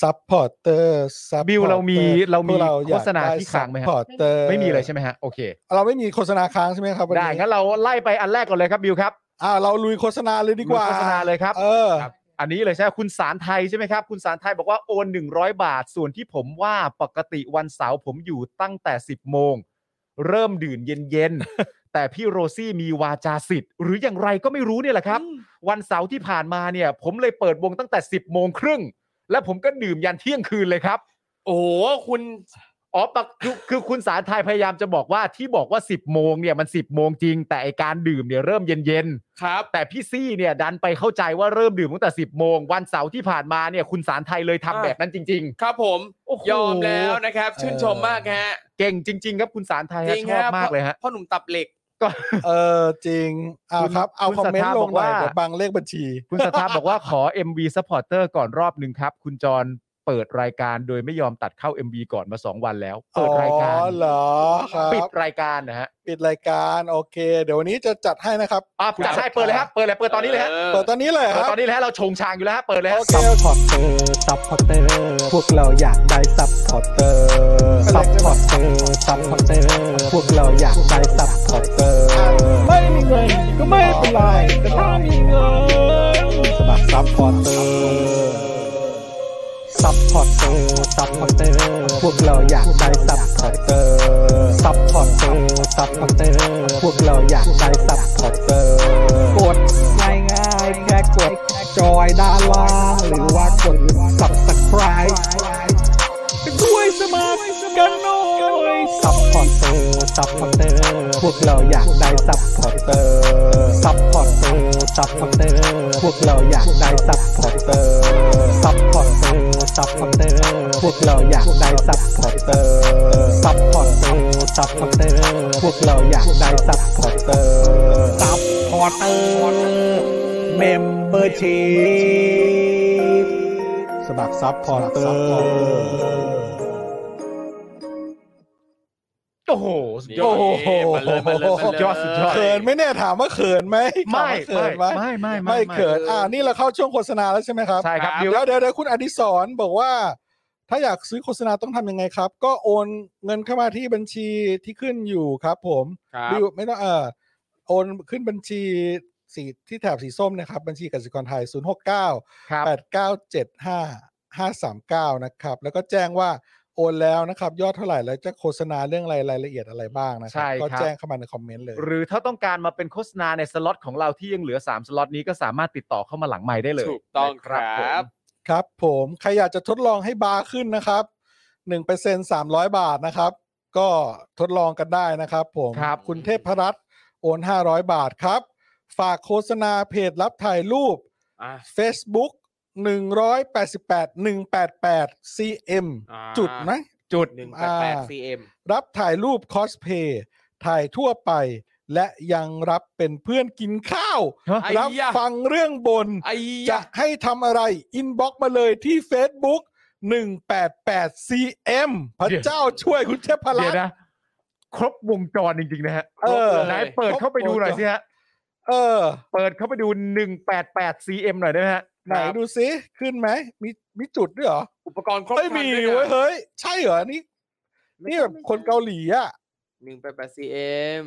S3: ซั p พอร์เตอร์ซั
S4: บิวเรามีเรามีโฆษณาที่ค้างไหมฮะ
S3: พอร์เตอร์
S4: ไม่มีเลยใช่ไหมฮะโอเค
S3: เราไม่มีโฆษณาค้างใช่ไหมครับวัน
S4: ได้งั้นเราไล่ไปอันแรกก่อนเลยครับบิวครับ
S3: อ่า เราลุยโฆษณาเลยดีกว่า
S4: ลุยโฆษณาเลยครับ
S3: เออ
S4: ครับอันนี้เลยใช่ไหมคุณสารไทยใช่ไหมครับ คุณสารไทยบอกว่าโอน 100 บาท ส่วนที่ผมว่าปกติวันเสาร์ผมอยู่ตั้งแต่ 10 โมง เริ่มดื่นเย็นๆ แต่พี่โรซี่มีวาจาสิทธิ์ หรืออย่างไรก็ไม่รู้เนี่ยแหละครับ วันเสาร์ที่ผ่านมาเนี่ย ผมเลยเปิดวงตั้งแต่ 10 โมงครึ่ง และผมก็ดื่มยันเที่ยงคืนเลยครับ
S5: โอ้โหคุณ
S4: อ๋อปกคือคือคุณสารไทยพยายามจะบอกว่าที่บอกว่า 10 โมงเนี่ยมัน 10 โมงจริง แต่ไอการดื่มเนี่ยเริ่มเย็นๆ
S5: ครับ
S4: แต่พี่ซี่เนี่ยดันไปเข้าใจว่าเริ่มดื่มตั้งแต่ 10 โมง วันเสาร์ที่ผ่านมาเนี่ยคุณสารไทยเลยทำ
S5: อ่า
S4: แบบนั้นจริง
S5: ครับผม
S4: โอ้โห
S5: ยอมแล้วนะครับ ชื่นชมมากฮะ
S4: ๆ เก่งจริง ๆ ครับคุณสารไทยฮะ
S5: จริง
S4: ชอบ
S5: ฮะ
S4: มากเลยฮะ
S5: พ่อหนุ่มตับเหล็ก
S3: เออจริง อ่า
S4: คุณ
S3: ครับ เอา
S4: คุณ
S3: คอมเมน
S4: สัท
S3: ต์
S4: ธา
S3: ล
S4: บอก
S3: งหน่อย
S4: ว่า
S3: เดี๋ยวบังเลขบัญชี
S4: คุณสตาร์บอกว่า ขอ MV Supporter ก่อนรอบหนึ่งครับ คุณจรเปิดรายการโดยไม่ยอมตัดเข้า MV ก่อนมา 2 วันแล้ว เปิดรายการ
S3: อ๋อเหรอครับ
S4: ปิดรายการนะฮะ
S3: ปิดรายการโอเค เดี๋ยววันนี้จะจัดให้นะครับ
S4: อ่ะ
S3: คุณ
S4: จัดให้
S3: สตาร์
S4: เปิดเลยครับเปิดเลยเปิดตอนนี้เลยฮะ
S3: เปิดตอนนี้เลย
S4: เปิ
S3: ค
S4: ด
S3: รับ
S4: ตอนนี้เลยฮะเราชงชางอยู่แล้วฮะเปิดเลยฮะ
S3: โอเค
S1: ซัพพอร์เตอร์ซัพพอร์เตอร์พวกเราอยากได้ซัพพอร์เตอร์ซัพพอร์เตอร์ซัพพอร์เตอร์พวกเราอยากได้ซัพพอร์เตอร์ไม่มีเงินก็ไม่เป็นไรแต่ถ้ามีเงินสมัครซัพพอร์เตอร์ซัพพอร์เตอร์ซัพพอร์เตอร์พวกเราอยากได้ซัพพอร์เตอร์ซัพพอร์เตอร์ซัพพอร์เตอร์พวกเราอยากได้ซัพพอร์เตอร์กด ง่ายง่ายๆแค่กดจอยด้านล่างหรือว่ากด subscribe ด้วยสมัครกันหน่อย ซัพพอร์เตอร์ ซัพพอร์เตอร์ พวกเราอยากได้ซัพพอร์เตอร์ซัพพอร์เตอร์ซัพพอร์เตอร์พวกเราอยากได้ซัพพอร์เตอร์ซัพพอร์เตอร์ซัพพอร์เตอร์พวกเราอยากได้ซัพพอร์เตอร์ซัพพอร์เตอร์ซัพพอร์เตอร์พวกเราอยากได้ซัพพอร์เตอร์ซัพพอร์เตอร์เมมเบอร์ชีสมัครซัพพอร์เตอร์
S4: โอ้โหสุดยอด
S5: โอ้โหมาเลยมาเลยมาเลย
S4: สุดยอดสุดยอด
S3: เขินไหมเนี่ยถามว่าเขินไหมถา
S4: ไม่
S3: ว่าเขิ
S4: ไม่
S3: นไหม
S4: ไม่ไม่
S3: ไม่เขินอ่านี่เราเข้าช่วงโฆษณาแล้วใช่ไหมครับ
S4: ใช่ครับ
S3: เดี๋
S4: เดี๋
S3: ย
S4: ยว ว
S3: เดี๋ยวเดี๋ยวคุณอดิศรบอกว่า ถ้าอยากซื้อโฆษณาต้องทำยังไงครับ ก็โอนเงินเข้ามาที่บัญชีที่ขึ้นอยู่ครับ ผม
S5: ครับ
S3: บิวไม่ต้องเออโอนขึ้นบัญชีสีที่แถบสีส้มนะครับ บัญชีกสิกรไทย 0 6 9
S4: ครับ
S3: 8 9 7 5 5 3 9 นะครับ แล้วก็แจ้งว่าโอนแล้วนะครับ ยอดเท่าไหร่แล้วจะโฆษณาเรื่องอะไรรายละเอียดอะไรบ้างนะค
S4: ใช่
S3: รั
S4: ครับ
S3: ก็แจ้งเข้ามาในคอมเมนต์เลย
S4: หรือถ้าต้องการมาเป็นโฆษณาในสล็อตของเราที่ยังเหลือ 3 สล็อตนี้ก็สามารถติดต่อเข้ามาหลังใหม่ได้เลย
S5: ถูกต้องครับ
S4: ผม
S3: ครับ ผมใครอยากจะทดลองให้บาร์ขึ้นนะครับ1% 300 บาทนะครับ ก็ทดลองกันได้นะครับผม
S4: ครับ
S3: คุณเทพรัตน์โอน 500 บาทครับ ฝากโฆษณาเพจรับถ่ายรูป
S5: อ่ะ
S3: Facebook 188 188 cm
S5: อ่า
S3: จุดไหม
S4: จุด
S5: หนึ่งแป
S3: อ่า
S5: ดแปด cm
S3: รับถ่ายรูปคอสเพย์ถ่ายทั่วไป และยังรับเป็นเพื่อนกินข้าว
S4: ฮะ
S5: ไอ้
S3: รับ
S5: ยะ
S3: ฟังเรื่องบน
S5: ไอ้
S3: จะ
S5: ยะ
S3: ให้ทำอะไร อินบ็อกมาเลยที่ Facebook 188 cm พระเจ้าช่วยคุณเทพรั
S4: เดี๋ยว
S3: ตน์
S4: นะ ครบวงจรจริงๆนะฮะ
S3: เออ
S4: ไหนเปิดเข้าไปดูหน่อยสิฮะ
S3: เออ
S4: เปิดเข้าไปดู 188 cm หน่อยได้ไหมฮะ
S3: ไหนดูซิ ขึ้นไหมมีมีจุดด้วยเหรอ
S5: อุปกรณ์ครบ
S3: ไม่
S5: ครัน
S3: มี
S5: ด้วยนะ
S3: เว้ยเฮ้ย ใช่เหรอ นี่ นี่แบบคนเกาหลีอ่ะ
S5: หนึ่งแปดแปด cm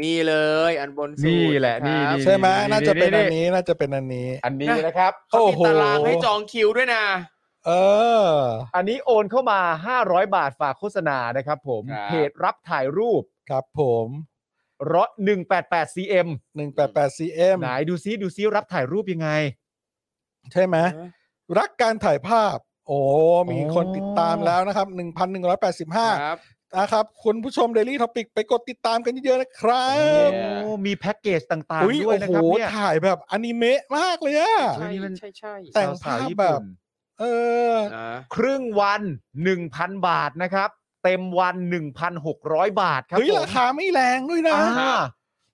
S5: นี่เลยอันบนสุด
S4: นี่แหละ
S5: ค
S4: นี่
S5: รับ
S4: นี่
S3: ใช่ไหมน่าจะเป็นอัน
S4: นี่
S3: นี้น่าจะเป็นอันนี้
S4: อันนี้นะครับ
S5: เขามี
S3: โอ้โห
S5: ตารางให้จองคิวด้วยนะ
S3: เออ
S4: อันนี้โอนเข้ามา 500 บาทฝากโฆษณานะครับผม
S5: ครับ
S4: เพจรับถ่ายรูป
S3: ครับผม
S4: ร้อ188 cm
S3: 188 cm
S4: ไหนดูซิดูซิรับถ่ายรูปยังไง
S3: ใช่ไหม รักการถ่ายภาพ โอ้ มี
S4: อ๋อ
S3: คนติดตามแล้วนะครับ 1,185
S5: ครับ
S3: นะครับ คุณผู้ชม Daily Topic ไปกดติดตามกันเยอะๆนะครับ
S5: เย้
S4: โอ้มีแพ็กเกจต่าง
S3: อุ้ย
S4: ๆ ด้ว
S3: โอ้
S4: ยนะ
S3: โห
S4: ครับเนี่ย
S3: ถ่ายแบบอนิเมะมากเลยอะ
S4: ใช่
S5: ใช่ใช่
S3: แต่ง
S4: สว
S3: ภาพ
S4: ๆญี่
S3: แบ
S4: ปุ่
S3: บ
S4: น
S3: เออ
S5: อ่า
S4: ครึ่งวัน 1,000 บาทนะครับ เต็มวัน 1,600 บาทครับ
S3: เฮ้ย
S4: ผม
S3: ราคาไม่แรงด้วยนะ
S4: อ่า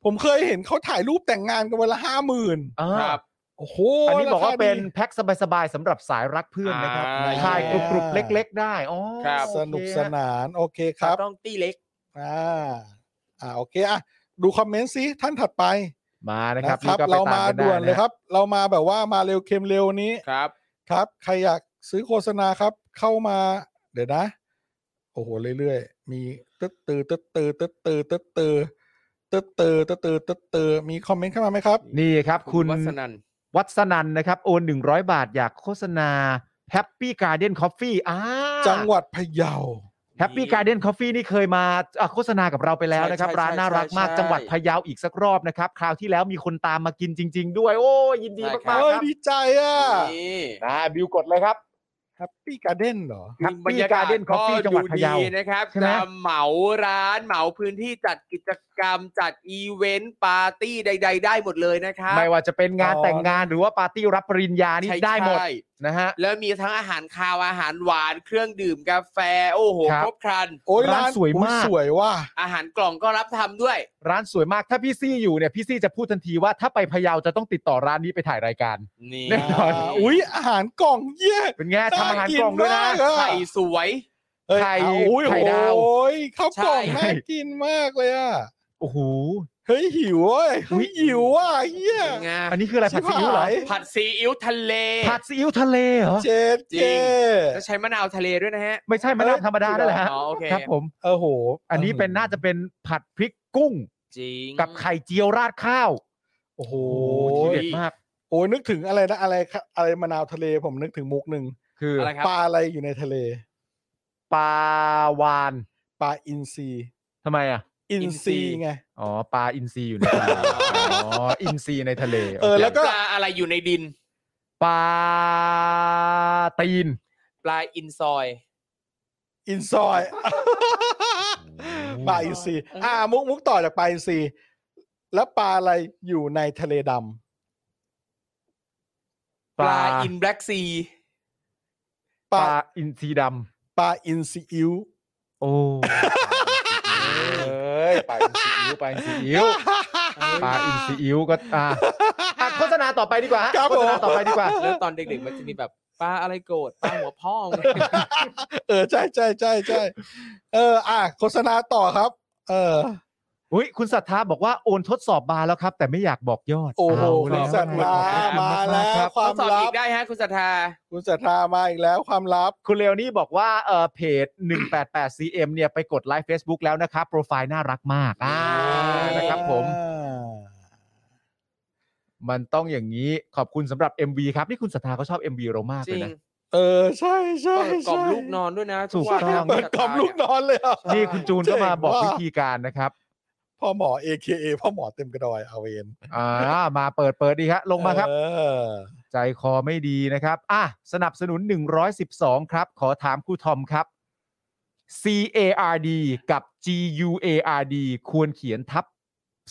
S3: ผมเคยเห็นเขาถ่ายรูปแต่งงานกันวันละห้าหมื่น
S4: อ่า
S5: ครับ
S3: โอ้โห
S4: อันนี้บอกว่า
S3: ราคดี
S4: เป็นแพ็คสบายๆสำหรับสายรักเพื่อนนะครับ
S5: อ่า
S4: ถ่ายกรุบๆ
S3: อ่า
S4: เล็กๆ ได้อ๋อ
S5: ครับ
S4: โอเค
S3: สนุกสนาน โอเคครับ
S5: ต้องตีเล็ก
S3: อ่า อ่า โอเคอ่ะดูคอมเมนต์สิท่านถัดไป
S4: มานะ
S3: นะครับ ครับ
S4: นี่
S3: เรา
S4: ก็ไปต
S3: มา
S4: กัไ
S3: ด่วนเลยครับ เรามาแบบว่ามาเร็วเค็มเร็วนี้
S5: ครับ
S3: ครับ ใครอยากซื้อโฆษณาครับ เข้ามา เดี๋ยวนะ โอ้โห เรื่อยๆ มีตึ๊ดตือตึ๊ดตือตึ๊ดตือตึ๊ดตือตึ๊ดตือตึ๊ดตือตึ๊ดตือมีคอมเมนต์เข้ามาไหมครับ
S4: นี่ครับ
S5: คุ
S4: คุณ ณ
S5: วัฒนัน
S4: วัฒนันนะครับ โอน 100 บาทอยากโฆษณา Happy Garden Coffee อ่า
S3: จังหวัดพะเยา
S4: Happy Garden Coffee นี่เคยมาอ่ะโฆษณากับเราไปแล้วนะครับ
S5: ใช่ใช่
S4: ร้านน่ารักมาก
S5: ใช่ใช่
S4: จังหวัดพะเยาอีกสักรอบนะครับ คราวที่แล้วมีคนตามมากินจริง ๆ ด้วย โอ้ยินดีมากๆค
S3: เฮ้ย
S4: รับ
S3: ดีใจอ่ะ
S5: นี่
S4: นะบิวกดเลยครับ
S3: แฮปปี้การ์เด้นเหรอ
S4: Happy
S5: บรรยากาศ
S4: Garden Coffee
S5: ก็
S4: จังหวัดพะเยา
S5: ดีนะครับ
S4: ใช่ไหม
S5: จะเหมาร้านเหมาพื้นที่จัดกิจกรรมจัดอีเวนต์ปาร์ตี้ใด ๆ ได้หมดเลยนะครับ
S4: ไม่ว่าจะเป็นงาน
S3: อ๋อ
S4: แต่งงานหรือว่าปาร์ตี้รับปริญญานี่
S5: ใช่
S4: ได้หมด
S5: ใช่
S4: นะฮะ
S5: แล้วมีทั้งอาหารคาวอาหารหวานเครื่องดื่มกาแฟ โอ้โห
S4: ครับ
S5: ครบครัน
S3: โอ้ย
S4: ร้านสวย
S3: อุ๊
S4: มาก
S3: สวยว่ะ
S5: อาหารกล่องก็รับทำด้วย
S4: ร้านสวยมากถ้าพี่ซี่อยู่เนี่ยพี่ซี่จะพูดทันทีว่าถ้าไปพะเยาจะต้องติดต่อร้านนี้ไปถ่ายรายการ
S5: นี่
S4: แน่นอน
S3: อุ้ยอาหารกล่องเยี่ย
S4: เป็นไง
S3: น่า
S4: ทำอาหารกล่อง
S3: กิน
S4: ด้วยนะ
S3: มากอะ
S5: ไข่สวย
S3: เอ้ย
S4: ไข่
S3: เอาอุ้ย
S4: ไข่ดาว
S3: โอ้ยข้าวกล่อง
S5: ใช่
S3: น่ากินมากเลยอ่ะ
S4: โอ้โห
S3: เฮ้ยหิวเว้ยเฮ้ยหิวอ่ะเยี่ย
S5: เป็นไง
S4: อันนี้คืออะไรผัดซีอิ๊วเหรอ
S3: ชิบหาย
S5: ผัดซีอิ๊วทะเล
S4: ผัดซีอิ๊วทะเลเหรอ
S3: เจ๊
S5: จริ
S3: เจ๊
S5: ง แล้วใช้มะนาวทะเลด้วยนะฮะ
S4: ไม่ใช่มะนาวธรรมดาได้แหละฮะ
S5: อ๋อโอเค
S4: ครับผม
S3: เออโห
S4: อันนี้เป็นน่าจะเป็นผัดพริกกุ้ง
S5: จริง
S4: กับไข่เจียวราดข้าว
S3: โอ้โห
S4: โอ้ทีเด็ดมาก
S3: โอ้ยนึกถึงอะไรนะอะไรคะอะไรมะนาวทะเลผมนึกถึงมุกหนึ่ง
S4: คือ
S5: อะไร ครับ
S3: ปลาอะไรอยู่ในทะเล
S4: ปลาวาน
S3: ปลาอินทรี
S4: ทำไมอ่ะ
S3: อินทรีไง
S4: อ๋อปลาอินทรีอยู่ในทะเลอ๋ออินทรีในทะเล
S3: เออ
S4: โค
S3: แล้วก็
S5: ปลาอะไรอยู่ในดิน
S4: ปลาตีน
S5: ปลาอินซอย
S3: อินซอย
S4: โ
S3: ปลาอินทรีอ่า มุกมุกต่อจากปลาอินทรีแล้วปลาอะไรอยู่ในทะเลดำ
S5: ปลาอินแบล็กซี
S4: ป
S3: ปลา
S4: ลาอินทรีด
S3: ปลาอินทรีอิ๊ว
S4: ำโอ้เอ้ยปลาอินทรีอิ๊วปลาอินทรีอิ๊วปลาอินทรีอิ๊วก็อ่าอ่ะโฆษณาต่อไปดีกว่าฮะ
S3: ครับ
S4: โฆ
S3: ผ
S4: ษ
S3: ม
S4: ณาต่อไปดีกว่า
S5: แล้วตอนเด็กๆมันจะมีแบบปลาอะไรโกรธปลาหัวพ่อมึง
S3: เออใช่ใช่ใช่ใช่เออ อ่ะโฆษณาต่อครับ เออ
S4: อุ้ยคุณศรัทธาบอกว่าโอนทดสอบบาร์แล้วครับ แต่ไม่อยากบอกยอด
S3: โอ้โห
S4: เา
S3: คุ
S4: แล้
S3: ณ
S4: ว
S3: ศรัทธามาแล้วค
S5: ท
S3: วา
S5: ด
S3: ม
S5: สอบ
S3: ลั
S5: อี
S3: บ
S5: กได้ฮะคุณศรัทธา
S3: คุณศรัทธามาอีกแล้วความลับ
S4: คุณเลวนี่บอกว่าเออเพจ 188cm เนี่ยไปกดไลค์ Facebook แล้วนะครับ โปรไฟล์น่ารักมากอ่านะครับผม มันต้องอย่างนี้ขอบคุณสำหรับ MV ครับ นี่คุณศรัทธาเขาชอบ MV เรามาก
S5: จ
S4: เล
S5: ริ
S4: ย
S5: ง
S4: นะ
S3: เออใช่ใช่
S5: เปิดกล่อม
S3: ใช่
S5: ลูกนอนด้วยนะ
S4: ถูก
S5: วัน
S4: ต้อง
S3: เปิดกล่อมลูกนอนเลยเหรอ่ะ
S4: นี่คุณจูนก็มาบอก
S3: เจ๋งว่ะ
S4: วิธีการนะครับ
S3: พ่อหมอ AKA พ่อหมอเต็มกระดอยเอาเวน
S4: อ่ามาเปิดเปิดดีฮะลงมาครับ
S3: เออ
S4: ใจคอไม่ดีนะครับ อ่ะ สนับสนุน 112 ครับ ขอถามครูทอมครับ C A R D กับ G U A R D ควรเขียนทับ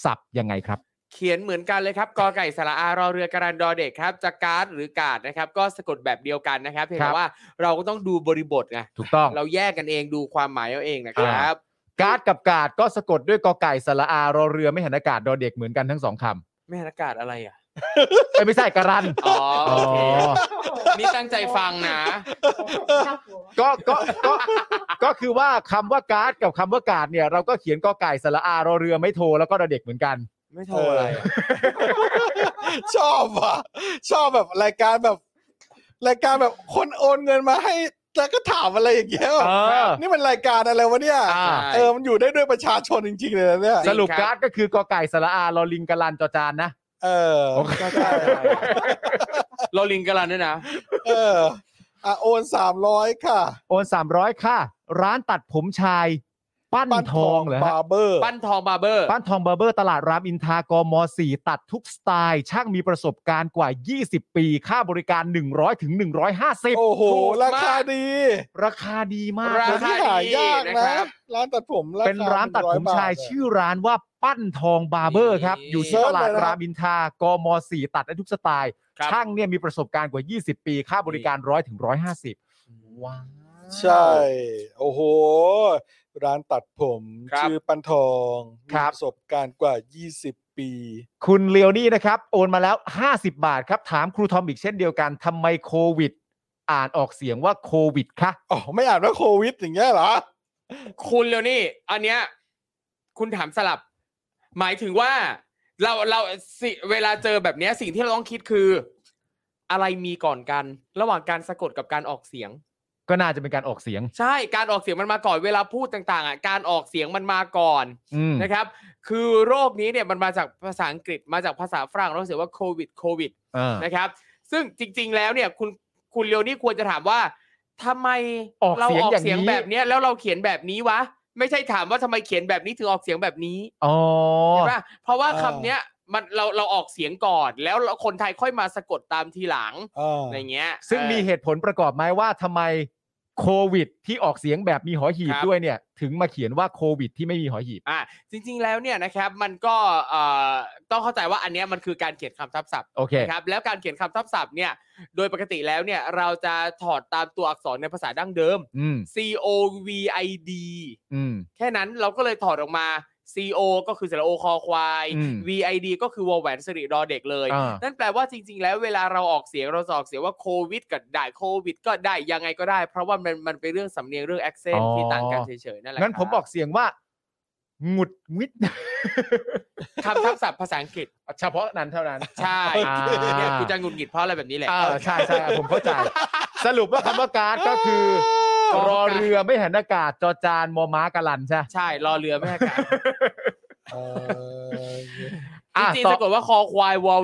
S4: ศัพท์ยังไงครับ
S5: เขียนเหมือนกันเลยครับกอไก่สระอารอเรือการันดอเด็กครับจะการ์ดหรือการ์ดนะครับ ก็สะกดแบบเดียวกันนะครับเพียง
S4: ครั
S5: แต่
S4: บ
S5: ว่าเราก็ต้องดูบริบทไง
S4: ถูกต้อง
S5: เราแยกกันเองดูความหมายเอาเองนะครับ
S4: การ์ดกับการ์ดก็สะกดด้วยกอไก่สระอารอเรือไม่หันอากาศดอเด็กเหมือนกันทั้งสองคำ
S5: แม่อากาศอะไรอ่ะ
S4: เอ้ยไม่ใช่การัน
S5: อ๋อ
S4: อ๋
S5: โอเค
S4: อ
S5: นี่ตั้งใจฟังนะ
S4: ก็ก็ก็ก็คือว่าคำว่าการ์ดกับคำว่าการ์ดเนี่ยเราก็เขียนกอไก่สระอารอเรือไม่โทรแล้วก็รอเด็กเหมือนกัน
S5: ไม่โทรอะไรอะ
S3: ชอบอ่ะ ชอบแบบรายการแบบ รายการแบบคนโอนเงินมาให้แล้วก็ถามอะไรอย่างเงี้ย
S4: เออ
S3: นี่มันรายการอะไรวะเนี่ย
S4: อ่า
S3: เออมันอยู่ได้ด้วยประชาชนจริงๆเลยนะเนี่ย
S4: สรุปการ์ดก็คือกอไก่สระอารอลิงกะลันจอจานนะ
S3: เออ
S4: โอเค
S3: ก็ได้
S5: เราลิงกันแล้วเนี่ยนะ
S3: เอออ่ะโอนสามร้อยค่ะ
S4: โอน300 ค่ะ ร้านตัดผมชาย ปั้นทองเหรอฮะ
S3: บาร์เบอร์
S5: ปั้นทองบาร์เบอร์
S4: ปั้นทองบาร์เบอร์ตลาดรามอินทรากม 4 ตัดทุกสไตล์ ช่างมีประสบการณ์กว่า 20 ปี ค่าบริการ 100ถึง
S3: โอ้โห ราคาดี
S4: 150 ราคาดีมาก
S5: รา
S4: เลย
S5: คา
S3: หา
S5: ดี
S3: ยาก
S5: นะ
S3: นะ
S5: ครับ
S3: ร้านตัดผมค
S4: เป็นร้านตัดผมชาย
S3: 100บท
S4: ชื่อร้านว่าปั้นทองบาร์เบอร์ครับ
S5: นี่
S4: อยู่ที่ตลาดรามอินทรากม 4 ตัดได้ทุกสไตล์
S5: ครับ
S4: ช่างเนี่ยมีประสบการณ์กว่า 20 ปี ค่าบริการ 100ถึง150 ว้าว
S3: ใช่ โอ้โห ร้านตัดผม
S5: ครับ
S3: ชื่อปันทองมี
S4: ครับ
S3: ประสบการณ์กว่า 20 ปี
S4: คุณเลียวนี่นะครับ โอนมาแล้ว 50 บาทครับ ถามครูทอมอีกเช่นเดียวกันทำไมโควิด อ่านออกเสียงว่าโควิดคะ
S3: อ๋อ ไม่อ่านว่าโควิดอย่างเงี้ยเหรอ
S5: คุณเร็วนี่ อันเนี้ยคุณถามสลับ หมายถึงว่าเราเราสิเวลาเจอแบบเนี้ยสิ่งที่เราต้องคิดคือ อะไรมีก่อนกัน ระหว่างการสะกดกับการออกเสียง
S4: ก็น่าจะเป็นการออกเสียง
S5: ใช่การออกเสียงมันมาก่อนเวลาพูดต่างๆอ่ะการออกเสียงมันมาก่อน
S4: อืม
S5: นะครับ คือโรคนี้เนี่ยมันมาจากภาษาอังกฤษมาจากภาษาฝรั่งเราเสียกว่าโควิดโควิด
S4: อ่า
S5: นะครับ ซึ่งจริง ๆ แล้วเนี่ยคุณคุณเรียวนี่ควรจะถามว่าทำไม
S4: ออก
S5: เรา
S4: เสียง
S5: ออก
S4: อย่างนี้
S5: เสียงแบบเนี้ยแล้วเราเขียนแบบนี้วะ ไม่ใช่ถามว่าทำไมเขียนแบบนี้ถึงออกเสียงแบบนี้
S4: อ๋อ
S5: เห็นปะเพราะว่า
S3: อ่า
S5: คำเนี้ยมันเราเราออกเสียงก่อน แล้วเราคนไทยค่อยมาสะกดตามทีหลัง
S3: อ่า
S5: อะไรเงี้ย
S4: ซึ่ง
S5: ออ
S4: มีเหตุผลประกอบไหมว่าทำไมโควิด ที่ออกเสียงแบบมีหอหีบ
S5: ครับ
S4: ด้วยเนี่ย ถึงมาเขียนว่าโควิด ที่ไม่มีหอหีบ
S5: อ่ะจริง ๆ แล้วเนี่ยนะครับมันก็เอ่อต้องเข้าใจว่าอันเนี้ยมันคือการเขียนคำทับศัพท์
S4: โอเค
S5: นะครับแล้วการเขียนคำทับศัพท์เนี่ยโดยปกติแล้วเนี่ยเราจะถอดตามตัวอักษรในภาษาดั้งเดิม
S4: อืม
S5: C O V I D
S4: อืม
S5: แค่นั้นเราก็เลยถอดออกมา C O ก็คือสระโอคอควาย
S4: อืม
S5: V I D ก็คือวอแหวนสิริดอเด็กเลย
S4: อ่า
S5: นั่นแปลว่าจริง ๆ แล้วเวลาเราออกเสียงเราจะออกเสียงว่าโควิดก็ได้โควิด ก็ได้ยังไงก็ได้ เพราะว่ามันมันเป็นเรื่องสำเนียงเรื่อง accent ที่ต่างกันเฉยๆนั่นแหละ
S4: งั้น
S5: ค
S4: ผ
S5: รั
S4: มออกเสียงว่า หงุดหงิด
S5: คำทับศัพท์ภาษาอังกฤษ
S4: เฉพาะนั้นเท่า นั้น
S5: ใช่
S4: อ่า
S5: เนี่ยกูจะหงุดหงิดเพราะอะไรแบบนี้แหละ
S4: เออใช่ใช่ผมเข้าใจ สรุปว่าคำว่าการ์ดก็คือ รอเรือไม่หันอากาศจอจานมอม้ากะลันใช่ไหม
S5: ใช่รอเรือแม่อากาศ
S3: เออ
S5: จ
S4: อ่ะ
S5: ริง
S4: ต่
S5: ๆ
S4: อ
S5: สะกดว่าคอควายวอล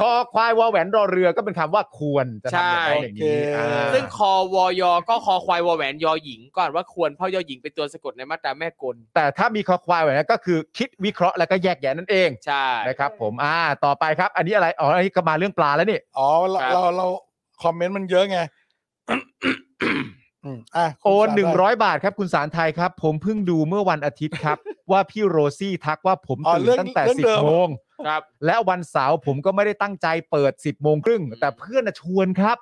S4: คอควายวอแหวนรอเรือก็เป็นคำว่าควรจะทำอย่าง
S5: ใช่
S4: ไรอย่างนี้อ่า
S5: ซึ่งคอวอยอก็คอควายวอแหวนยอหญิงก่อนว่าควรเพราะยอหญิงเป็นตัวสะกดในมาตราแม่กล
S4: แต่ถ้ามีคอควายแบบนั้นก็คือคิดวิเคราะห์แล้วก็แยกแยะนั่นเอง
S5: ใช่
S4: นะครับ ผมอ่าต่อไปครับ อันนี้อะไรอ๋ออันนี้ก็มาเรื่องปลาแล้วนี่
S3: อ๋อเรา
S5: ครับ
S3: เราเราคอมเมนต์มันเยอะไง อืมอ่ะ
S4: โอนหนึ่ง
S3: ร้อย
S4: ร้อยบาทครับคุณสารไทยครับ ผมเพิ่งดูเมื่อวันอาทิตย์ครับ ว่าพี่โรซี่ทักว่าผม
S3: อ๋อ
S4: ตื่น
S3: เรื่อง
S4: ตั้งแต่
S3: เรื่อง
S4: สิบ
S3: เดิม
S4: โมง
S5: ครับ
S4: และวันเสาร์ผมก็ไม่ได้ตั้งใจเปิดสิบโมงครึ่งแต่เพื่อนน่ะชวนครับ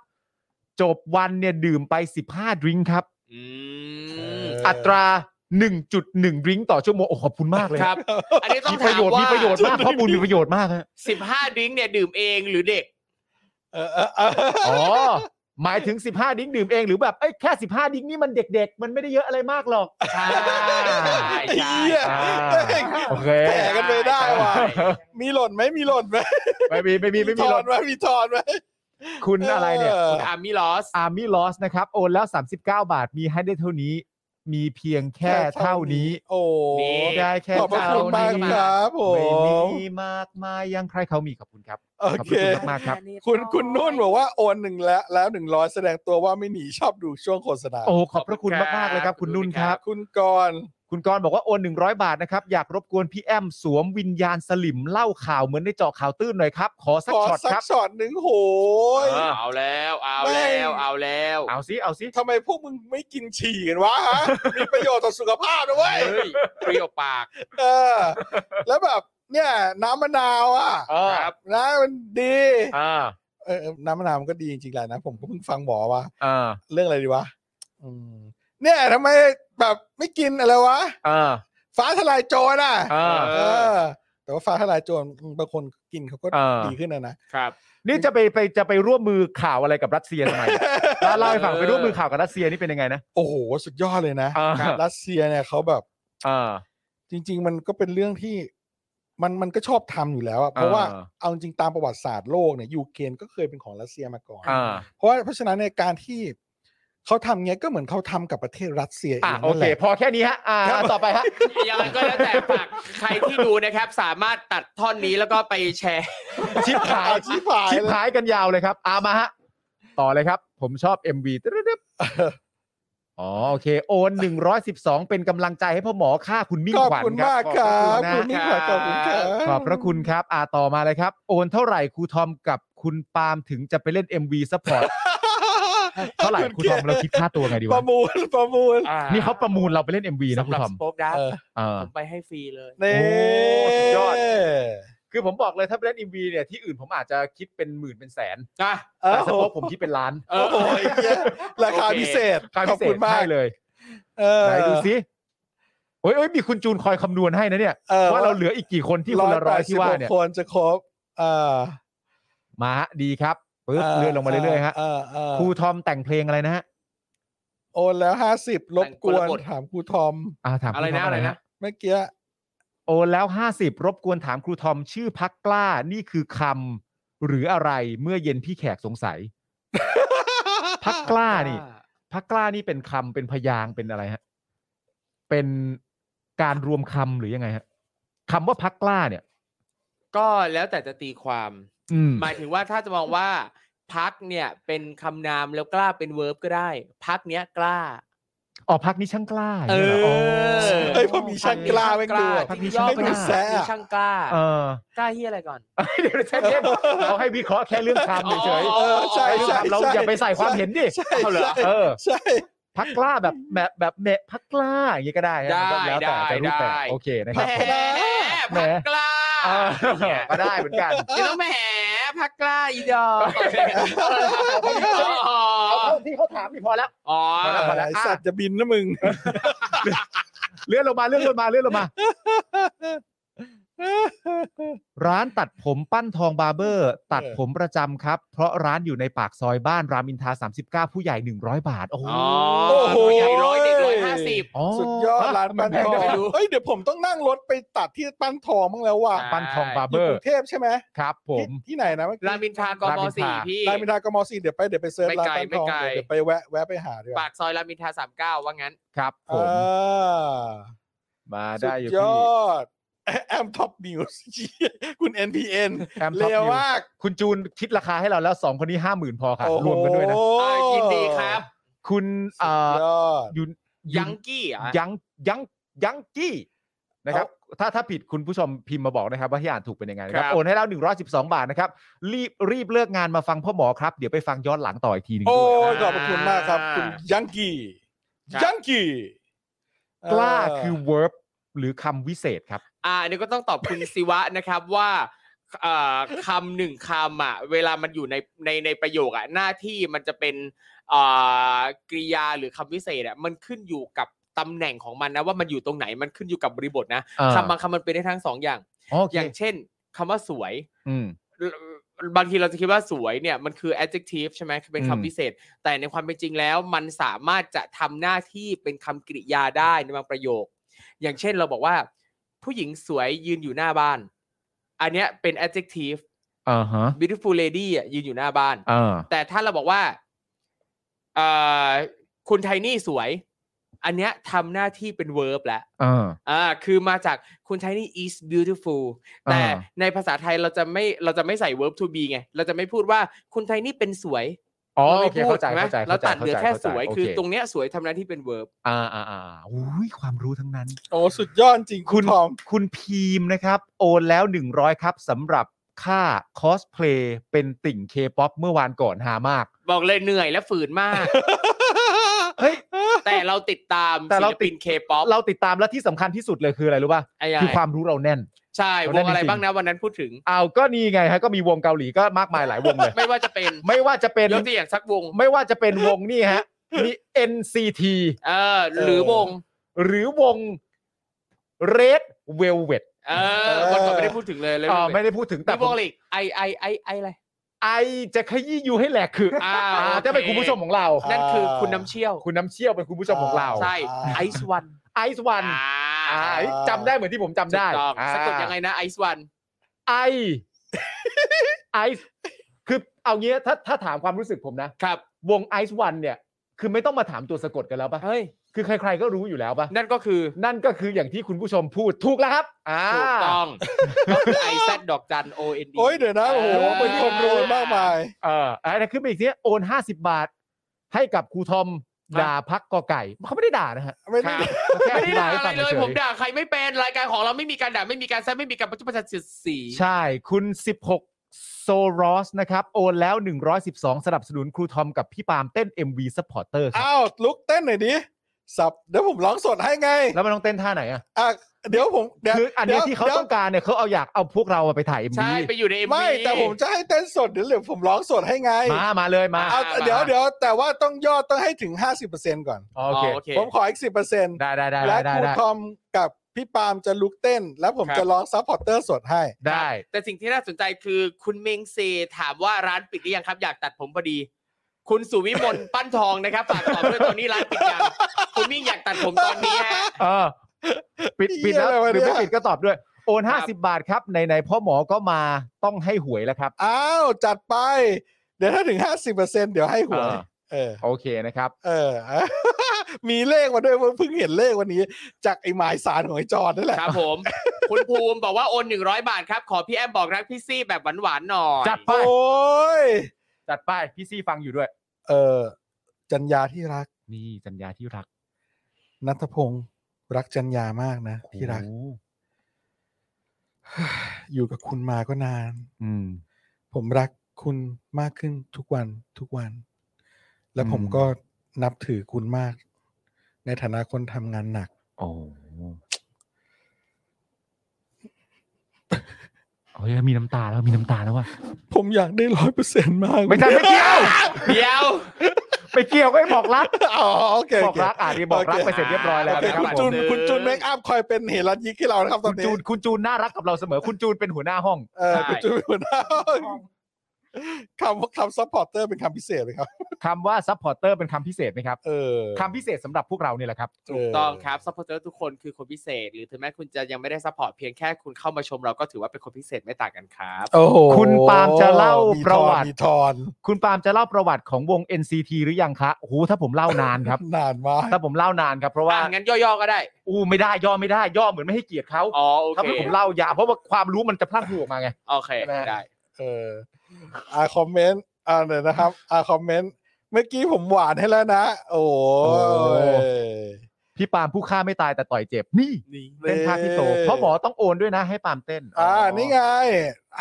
S4: จบวันเนี่ยดื่มไปสิบห้าดริงครับ
S5: อืม
S3: เออ
S4: อัตราหนึ่งจุดหนึ่งดริงต่อชั่วโมงโอ้ขอบคุณมากเลย
S5: ครับ อันนี้ต้อ
S4: มี
S5: ง
S4: ป
S5: ถา
S4: ระ
S5: ม
S4: โยชน์
S5: ว่า
S4: มีประโยชน์มากข้อมูลมีประโยชน์มากฮะ
S5: สิบห้าดิ้งเนี่ยดื่มเองหรือเด็ก
S3: เออเออเออ
S4: อ๋อหมายถึง 15 ดิ้งดื่มเองหรือแบบเอ้ยแค่ 15 ดิ้งนี่มันเด็ก ๆ มันไม่ได้เยอะอะไรมากหรอก
S5: ใช่
S3: ไอ้
S5: ใช่
S3: เหี้ย
S5: ใช่
S4: อ่า
S3: แม่ง
S4: โอเค
S3: แผ่กันไปได้ว่ะ
S5: ใช่
S3: มีหล่นไหมมีหล่นไหม
S4: ไม่มีไม่มีไม่
S3: ท
S4: มีหร
S3: อ
S4: อน ก
S3: ไหมมีทอนไหม
S4: คุณอะไรเนี่ย
S3: ออ
S5: อามิลอส
S4: อาร์มี่ลอสนะครับ โอนแล้ว 39 บาทมีให้ได้เท่านี้ มีเพียงแค่เท่านี้
S3: โอ้
S5: นี่
S4: ได้แค่
S3: ขอบพระ
S4: เท่า
S3: คุณมา
S4: นี้
S3: กครับผ
S4: ไม่
S3: ม
S4: มีมากมายยังใครเขามีขอบคุณครับ
S3: โอ
S4: ขอบ
S3: เค
S4: คุณมากๆครับ
S3: คุณคุณนุ่นบอกว่าโอนหนึ่งแล้วแล้วหนึ่งร้อยแสดงตัวว่าไม่หนีชอบดูช่วงโฆษณา
S4: โอ้ขอบพระคุณมากๆเลยครับ คุณนุ่นครับ
S3: คุณกรณ์
S4: คุณกรณ์บอกว่าโอน 100 บาทนะครับ อยากรบกวนพี่แอมสวมวิญญาณสลิมเล่าข่าวเหมือนในเจอข่าวตื้นหน่อยครับ ขอสั
S3: ข
S4: ก
S3: อ
S4: ช็อต
S3: สัก
S4: ครับ
S3: ช็อตหนึ่งโหย
S5: เอาแล้ว เอาแล้ว
S3: ไม่
S5: เอาแล้ว
S4: เอาสิเอาสิ
S3: ทำไมพวกมึงไม่กินฉี่กันวะฮะ มีประโยชน์ต่อสุขภาพนะเว้ย
S5: เฮ้ยเปรี้ยวปาก
S3: เออ แล้วแบบเนี่ย น้ำมะนาวอ่ะ
S5: ครับ
S3: นะมันดี
S4: อ่า
S3: เออน้ำมะนาวมันก็ดีจริงๆแหละนะ ผมก็เพิ่งฟังหมอว่า
S4: อ่า
S3: เรื่องอะไรดีวะอืมเนี่ยทำไมแบบไม่กินอะไรวะ
S4: อ่า
S3: ฟ้าทลายโจรอ่ะ
S4: อ่า
S3: เอ
S5: เออ
S3: อ แต่ว่าฟ้าทลายโจรบางคนกินเขาก็
S4: เออ
S3: ดีขึ้นนะนะครับ
S4: นี่จะไปไปจะไปร่วมมือข่าวอะไรกับรัสเซียทำไมแล้วเล่าให้ฟังไปร่วมมือข่าวกับรัสเซียนี่เป็นยังไงนะ
S3: โอ้โห สุดยอดเลยนะ
S4: อ่า
S3: รัสเซียเนี่ยเขาแบบ
S4: อ่า
S3: จริง ๆ มันก็เป็นเรื่องที่มันมันก็ชอบทำอยู่แล้วอะเพราะ
S4: เออ
S3: ว่าเอาจริงๆตามประวัติศาสตร์โลกเนี่ยยูเครนก็เคยเป็นของรัสเซียมาก่อน
S4: อ่า
S3: เพราะว่าเพราะฉะนั้นในยการที่เขาทำเงี้ยก็เหมือนเขาทำกับประเทศรัสเซียเอ
S4: อ่ะ
S3: ง
S4: โอ
S3: นั่น
S4: เค
S3: แหละ
S4: พอแค่นี้ฮะอ่า
S3: ครับ
S4: ต่อไปฮะ
S5: ยังไงก็แล้วแต่ฝากใครที่ดูนะครับ สามารถตัดท่อนนี้แล้วก็ไปแชร์
S4: ชิปหาย
S3: เอา ชี้ผ่าย
S4: ชิป
S3: เลย
S4: หายกันยาวเลยครับอามาฮะ ต่อเลยครับ ผมชอบ MV ตึ๊ดตึ๊ดอ๋อโอเค โอน 112 เป็นกำลังใจให้พ่อหมอค่าคุณมิ่ง
S3: ขอบ
S4: ขวัญ
S3: คุณ
S4: ครั
S3: มา
S4: บ
S3: กครับ
S4: ขอบพระ
S3: คุ
S4: คุณนะ
S3: ณมิ่งขวัญขอบคุณครับ
S4: ขอบพระคุณครับอาต่อมาเลยครับ โอนเท่าไหร่ครูทอมกับคุณปาล์มถึงจะไปเล่น MV ซัพพอ ร์ตเท่าไหร่ครูทอมเราคิดค่าตัวไงดี
S3: ประ
S4: วะ
S3: มูลประมูล
S4: นี่เขาประมูลเราไปเล่น MV นะ
S5: สำ
S4: ครู
S5: หรั
S4: ทอ
S5: บส
S4: ม
S5: ป็อกดัก
S3: เออ
S4: เออ
S5: ผมไปให้ฟรีเลย
S3: นี่
S4: โอ้สุดยอด คือผมบอกเลยถ้าไปเล่น MV เนี่ยที่อื่นผมอาจจะคิดเป็นหมื่นเป็นแสน
S5: อ่ะ
S3: เออ
S4: แต่สป
S3: โอ้
S4: อคผมคิดเป็นล้าน
S5: เออ
S3: โหเหี้ยราคาพิเศษ
S4: การ
S3: ข
S4: พิ
S3: อบ
S4: เศ
S3: คุ
S4: ษ
S3: ณมาก
S4: ให้เลย
S3: เออ
S4: ไหนดูซิโอ้ยเอ้ยมีคุณจูนคอยคำนวณให้นะเนี่ย
S3: เออ
S4: ว่าเราเหลืออีกกี่คนที่คนละร้อยที่ว่าเนี่ย
S3: 186คนจะครบเอ่อ
S4: มาฮะดีครับปึ๊บเลื่อนลงมาเรื่อยๆฮะ
S3: เอเออ
S4: ครูทอมแต่งเพลงอะไรนะฮะ
S3: โอนแล้วห้าสิบรบกวน
S5: แต่งคนละบท
S3: ถามครูทอม
S4: อ่าถามค
S5: อะไร
S4: ท
S5: นะ
S4: ม
S5: อะไรนะ
S3: เมื่อกี้
S4: โอนแล้ว 50 รบกวนถามครูทอมชื่อพักกล้านี่คือคำหรืออะไรเมื่อเย็นพี่แขกสง สัย พักกล้านี่ พักกล้านี่เป็นคำเป็นพยางค์เป็นอะไรฮะเป็นการรวมคำหรือยังไงฮะคำว่าพักกล้าเนี่ย
S5: ก็แล้วแต่จะตีความ
S4: อืม
S5: หมายถึงว่าถ้าจะมองว่า พักเนี่ยเป็นคำนามแล้วกล้าเป็นเวิร์บก็ได้ พักเนี้ยกล้า
S4: อ๋อพักนี้ช่างกล้าย่าง
S5: เอ
S4: งี้ยหร
S5: อ
S4: อ
S3: เฮ้ยพอมีช่างกล้า
S5: พร
S3: ไม่
S5: รค
S3: กลัว
S4: พรรคนี้
S5: ย่อ
S4: ช่างกล้า
S5: เป็นแซะ
S3: พรรคนี้ช่า
S5: ช่าง ง
S3: ก
S5: ก
S3: ล้า
S5: ล้า
S4: เออก
S5: ล้าเฮียอะไรก่อน
S4: เดี๋ยวใช่เเราให้วิเคราะห์แค่เรื่องคำเฉยๆ
S5: อ๋อ
S3: เออใช่
S4: เรื่อง
S3: ใช่
S4: คำเรา
S3: ใช่
S4: อย่าไปใส่ความเห็นดิ
S3: ใช่
S4: เอาเหรอ
S3: ใช่
S4: เออ
S3: ใช่
S4: พักกล้า แบบแบบแบบเนะพักกล้าอย่างงี้ก็ได้นะ
S5: ได้
S4: แล้วแต่
S5: ได้
S4: จะรูปแบบ
S5: ได้
S4: โอเคนะ
S5: แห
S4: ครับผม
S5: ม
S4: แหม
S5: พักกล้า
S4: เออก็ได้เหมือนกัน
S5: จะต้องแหมพักกล้าอีดอก
S4: เอาเท่าที่เขาถามนี่พอแล้ว
S5: อ๋อ
S4: พอแล้วพอแล้ว
S3: ไอ้สัตว์จะบินนะมึง
S4: เลื่อนลงมาเลื่อนลงมาเลื่อนลงมา ร้านตัดผมปั้นทองบาร์เบอร์ ตัดผมประจำครับ เพราะร้านอยู่ในปากซอยบ้านรามอินทรา39 ผู้ใหญ่ 100 บาท โอ้โห
S5: อ๋อตัวใหญ่ร้อยเด็กร้อยห้าสิบ
S3: สุดยอดร้านปั้นทอง
S5: ไม่รู้
S3: เฮ้ยเดี๋ยวผมต้องนั่งรถไปตัดที่ปั้นทองบ้างแล้วว่ะ
S5: ใช่
S4: ปั้นทองบาร์
S3: อ
S4: เบ
S3: ยู่
S4: อกร์
S3: รุงเทพใช่ไหม
S4: ครับผม
S3: ที่ที่ไหนนะเมื่อกี้
S5: รามอินทราก
S4: ราม
S5: ม
S4: อินทรา
S5: สี่พี่
S3: รามอินทรากมสี่เดี๋ยวไปเดี๋ยวไปเซิร์ช
S5: ไม่
S3: ร้าน
S5: ไกล
S3: ปั้นทอง
S5: ไม่ไกล
S3: เดี๋ยวไปแวะแวะไปหาดีก
S5: ปา
S3: ว่าก
S5: ซอยรามอินทราสามเก้าว่างั้น
S4: ครับผ
S3: เอ
S4: ม
S3: อ
S4: มา
S3: สุ
S4: ได้
S3: ด
S4: อยู่
S3: ย
S4: ที่
S3: อดแอมท็อปนิวส์ คุณ NPN
S4: แอม
S3: เล
S4: ท็อป
S3: ว
S4: นิว
S3: มาก
S4: คุณจูนคิดราคาให้เราแล้ว 2 คนนี้ 5 0,000 พอค่ะ
S3: โอ้โห
S4: รวมกันด้วยนะ
S5: เออยินดีครับ
S4: คุณเอ่อย
S3: อด
S4: ยุน
S5: ยังกี้เหรอ่ะ
S4: ยังยังยังกี้นะครับ ถ้าถ้าผิดคุณผู้ชมพิมพ์มาบอกนะครับ ว่าที่อ่านถูกเป็นยังไงนะค
S5: ครั
S4: รับ
S5: บ
S4: โอนให้แล้ว 112 บาทนะครับ รีบรีบเลิกงานมาฟังพ่อหมอครับ เดี๋ยวไปฟังย้อนหลังต่ออีกทีหนึง
S3: โอ้
S4: ด้วย
S3: ยขอบพระคุณมากครับ คุณยังกี้
S5: ครับ
S3: ยังกี้
S4: กล้า
S3: เ
S4: คือ verb หรือคำวิเศษครับ
S5: อ่าอันนี้ก็ต้องตอบคุณ ศิวะนะครับว่าเอ่อคำหนึ่งคำอ่ะเวลามันอยู่ในในในประโยคอ่ะหน้าที่มันจะเป็นเอ่อกริยาหรือคำวิเศษอ่ะมันขึ้นอยู่กับตำแหน่งของมันนะว่ามันอยู่ตรงไหนมันขึ้นอยู่กับบริบทนะ
S4: อ่า
S5: คำบางคำมันเป็นได้ทั้งสองอย่าง
S4: โอเค
S5: อย่างเช่นคำว่าสวย
S4: อืม
S5: บางทีเราจะคิดว่าสวยเนี่ยมันคือ adjective ใช่ไหมคือเป็น
S4: อืม
S5: คำพิเศษ แต่ในความเป็นจริงแล้วมันสามารถจะทำหน้าที่เป็นคำกริยาได้ในบางประโยค อย่างเช่นเราบอกว่า ผู้หญิงสวยยืนอยู่หน้าบ้าน อันเนี้ยเป็น adjective
S4: อ่าฮะ
S5: beautiful lady อ่ะยืนอยู่หน้าบ้าน
S4: อ่า
S5: แต่ถ้าเราบอกว่าเอ่อคุณไทนี่สวย อันเนี้ยทำหน้าที่เป็น verb แล้ว
S4: อ่า
S5: อ่าคือมาจากคุณใช้นี่ is beautiful แต่
S4: อ่า
S5: ในภาษาไทยเราจะไม่เราจะไม่ใส่ verb to be ไง เราจะไม่พูดว่าคุณไทยนี่เป็นสวย
S4: อ๋อ
S5: เรา
S4: โอ
S5: ไม่
S4: เค
S5: พูด
S4: เข้าใจ
S5: ใช่ไหม
S4: เข้าใจ
S5: เราตัดเหลือแค่สวย คือตรง งเนี้ยสวยทำหน้าที่เป็น verb
S4: อ่าอ่าอ่าอุ้ยความรู้ทั้งนั้น
S3: โอ้สุดยอดจริงคุณทอม
S4: คุณพีมนะครับ โอนแล้ว 100 ครับสำหรับค่าคอสเพลย์เป็นติ่งเคป๊อปเมื่อวานก่อนหามาก
S5: บอกเลยเหนื่อยและฝืนมาก
S4: เฮ้ย
S5: แต่เราติดตาม
S4: แต่
S5: ศิ
S4: เรา
S5: ล
S4: ติ
S5: ปิ
S4: ด
S5: นเคป๊อป
S4: เราติดตามและที่สำคัญที่สุดเลยคืออะไรรู้ป่ะ คือความรู้เราแน่น
S5: ใช่ว
S4: เราได้
S5: งอะไร
S4: จริงๆ
S5: บ้างนะวันนั้นพูดถึง
S4: เอาก็นี่ไงฮะก็มีวงเกาหลีก็มากมายหลายวงเลย
S5: ไม่ว่าจะเป็น
S4: ไม่ว่าจะเป็น
S5: ยกตัวอย่างสักวง
S4: ไม่ว่าจะเป็นวงนี่ ฮะมี NCT
S5: เออ หรือวง
S4: หรือวง Red Velvet
S5: เอ
S3: เอ
S5: อ
S3: อ
S5: วันก่อนไม่ได้พูดถึงเลยเลย
S4: อ๋อ
S5: ไม่
S4: ไม่
S5: ได้
S4: ได้พูดถึงแต่
S5: มี
S4: ผ
S5: ว
S4: ม
S5: งอะไรอีกไอไอไอไออะไร
S4: ไอจะขยี้อยู่ให้แหลกคือ
S5: อ่า
S4: อ่า
S5: โอ
S4: จะเป็นคุณผู้ชมของเรา
S5: นั่นคือคุณน้ำเชี่ยว
S4: คุณน้ำเชี่ยวเป็นคุณผู้ชมของเรา
S5: ใช่ไอซ์วัน
S4: ไอซ์วัน
S5: อ่า
S4: จำได้เหมือนที่ผมจำได้
S5: ถูกต้องสะกดยังไงนะไอซ์วัน
S4: ไอไอซ์คือเอางี้ถ้าถ้าถามความรู้สึกผมนะ
S5: ครับ
S4: วงไอซ์วันเนี่ย คือไม่ต้องมาถามตัวสะกดกันแล้วปะ
S5: เฮ้ย
S4: คือใครๆก็รู้อยู่แล้วปะ
S5: นั่นก็คือ
S4: นั่นก็คืออย่างที่คุณผู้ชมพูดถูกแล้วครับอ่า
S5: ถูกต้องไอแซดดอกจัน O N D
S3: โอ้ยเดี๋ยวนะโอ้โหเป็นคนรวยมากมาย
S4: เอออะไรขึ้นไปอีกเนี้ยโอนห้าสิบาท ให้กับครูทอมด่าพักกอไก่เขาไม่ได้ด่านะฮะ
S3: ไม่ได้
S4: แค่
S5: ไม่ได้ด่า
S4: อธิบยให้
S5: อะ
S4: ฟัง
S5: ไรเลย
S4: ฉๆ
S5: ผมด่าใครไม่เป็นรายการของเราไม่มีการด่าไม่มีการแซดไม่มีการประชดประชันเสียดสี
S4: ใช่ คุณ 16 โซรอสนะครับ โอนแล้ว 112 สนับสนุนครูทอมกับพี่ปาล์มเต้น MV Supporter ครับ
S3: อ้าวลุกเต้นหน่อยดิสับเดี๋ยวผมร้องสดให้ไง
S4: แล้วมันต้องเต้นท่าไหนอ่ะ
S3: อ่ะเดี๋ยวผมเดี๋ยว
S4: คืออันเนี้ย
S3: ดี๋ยว
S4: ที่เขา
S3: ดี๋ยว
S4: ต้องการเนี่ยเขาเอาอยากเอาพวกเราอะไปถ่าย MV
S5: ใช่ไปอยู่ใน MV
S3: ไม่แต่ผมจะให้เต้นสดเดี๋ยวเหลือผมร้องสดให้ไง
S4: มามาเลยมา
S3: เอาเดี๋ยวเดี๋ยวแต่ว่าต้องยอดต้องให้ถึง 50%ก่อน
S4: โอ
S5: อ๋อ
S4: เค
S5: โอเค
S3: ผมขออีก 10%
S4: ได้ได้ได้
S3: และ
S4: ได้
S3: ครู
S4: ได้
S3: ทอมกับพี่ปาล์มจะลุกเต้น แล้วผม
S5: ครับ
S3: จะร้องซัพพอร์เตอร์สดให้
S4: ได้
S5: แต่สิ่งที่น่าสนใจคือคุณเมงเซถามว่าร้านปิดหรือยังครับ อยากตัดผมพอดี คุณสุวิมลปั้นทองนะครับฝากตอบด้วยตอนนี้ร้านปิดยังคุณมิ่งอยากตัดผมตอนนี้ฮะ
S4: เออปิด
S3: เหี้ย
S4: ปิดแล้ว
S3: อะไรวะ
S4: หรือไม่
S3: เนี่ย
S4: ปิดก็ตอบด้วย โอน
S5: ครับ
S4: 50 บาทครับไหนๆพ่อหมอก็มาต้องให้หวยแล้วครับ
S3: อ้าวจัดไป เดี๋ยวถ้าถึง 50%เดี๋ยวให้หวย
S4: อ่า
S3: เออ
S4: โอเคนะครับ
S3: เอ อ มีเลขมาด้วยเพิ่งเห็นเลขวันนี้ จากไอ้หมายสารของไอ้จอนนั่นแหละ
S5: ครับ ผม คุณภูมิบอกว่าโอน 100 บาทครับ ขอพี่แอมบอกรักพี่ซี่แบบหวานๆหน่อย
S4: จัดไป
S3: โอ้ย
S4: จัดไปพี่ซี่ฟังอยู่ด้วย
S3: เออ จันยาที่รัก
S4: นี่จัญญาที่รัก
S3: นัทพงศ์รักจันยามากนะ ที่รัก
S4: โอ้โห
S3: อยู่กับคุณมาก็นาน
S4: อืม
S3: ผมรักคุณมากขึ้นทุกวันทุกวัน และ
S4: อืม
S3: ผมก็นับถือคุณมาก ในฐานะคนทำงานหนัก
S4: โอ้โอ้ยมีน้ำตาแล้วมีน้ำตาแล้วว่ะ
S3: ผมอยากได้ร้อยเปอร์เซ็นต์มาก
S4: ไม่ใช่ไม่เกี่ยว
S5: เดี๋ยว
S4: ไปเกี่ยวก็ให้บอกรัก
S3: อ๋อโอเค
S4: บ
S3: โอ
S4: อก
S3: เค
S4: รักอ่ะนี่บอกรัก
S3: โอเค
S4: ไปเสร็จเรียบร้อยแล้ว
S3: โอเค
S4: นะครั
S3: คุ
S4: บ
S3: ณจูน
S4: ผม
S3: คุณจูนเมคอัพคอยเป็นเหรันยิกให้เรานะครับต
S4: คุ
S3: อน
S4: ณ
S3: นี้
S4: จูนคุณจูนน่ารักกับเราเสมอ คุณจูนเป็นหัวหน้าห้อง
S3: เออคุณจูนเป็นหัวหน้า คำว่าคำซัพพอร์เตอร์เป็นคำพิเศษเลยครับ
S4: คำว่าซัพพอร์เตอร์เป็นคำพิเศษไหมครับ
S3: เออ
S4: คำพิเศษสำหรับพวกเราเนี่ยแหละครับ
S5: ถูกต้องครับซัพพอร์เตอร์ทุกคนคือคนพิเศษ หรือถึงแม้คุณจะยังไม่ได้ซัพพอร์ตเพียงแค่คุณเข้ามาชมเราก็ถือว่าเป็นคนพิเศษไม่ต่างกันครับ
S3: โอ้โห
S4: คุณปาล์มจะเล่าประวัติ
S3: มีทอน
S4: คุณปาล์มจะเล่าประวัติของวง NCT หรือยังคะโอ้โหถ้าผมเล่านาน ครับ
S3: นานมาก
S4: ถ้าผมเล่านานครับเพราะว่า
S5: ว่างั้นย่อๆก็ได้
S4: อู้ไม่ได้ย่อไม่ได้ย่อเหมือนไม่ให้เกียรติเขา
S5: อ๋อโอ
S4: ถ้า
S5: เค
S4: เป็นผมเล่ายาวเพราะว่าความรู้มันจะพลั้งพลูออกมาไง
S5: โอเคได้
S3: เอออ่าคอมเมนต์อ่าเดี๋ยวนะครับ อ่าคอมเมนต์เมื่อกี้ผมหวานให้แล้วนะ โอ้
S4: โอ้
S3: ย
S4: พี่ปาล์มผู้ฆ่าไม่ตายแต่ต่อยเจ็บนี่
S5: นี่
S4: เต้นท่าพี่โตเพราะหมอต้องโอนด้วยนะให้ปาล์มเต้น
S3: อ่านี่ไง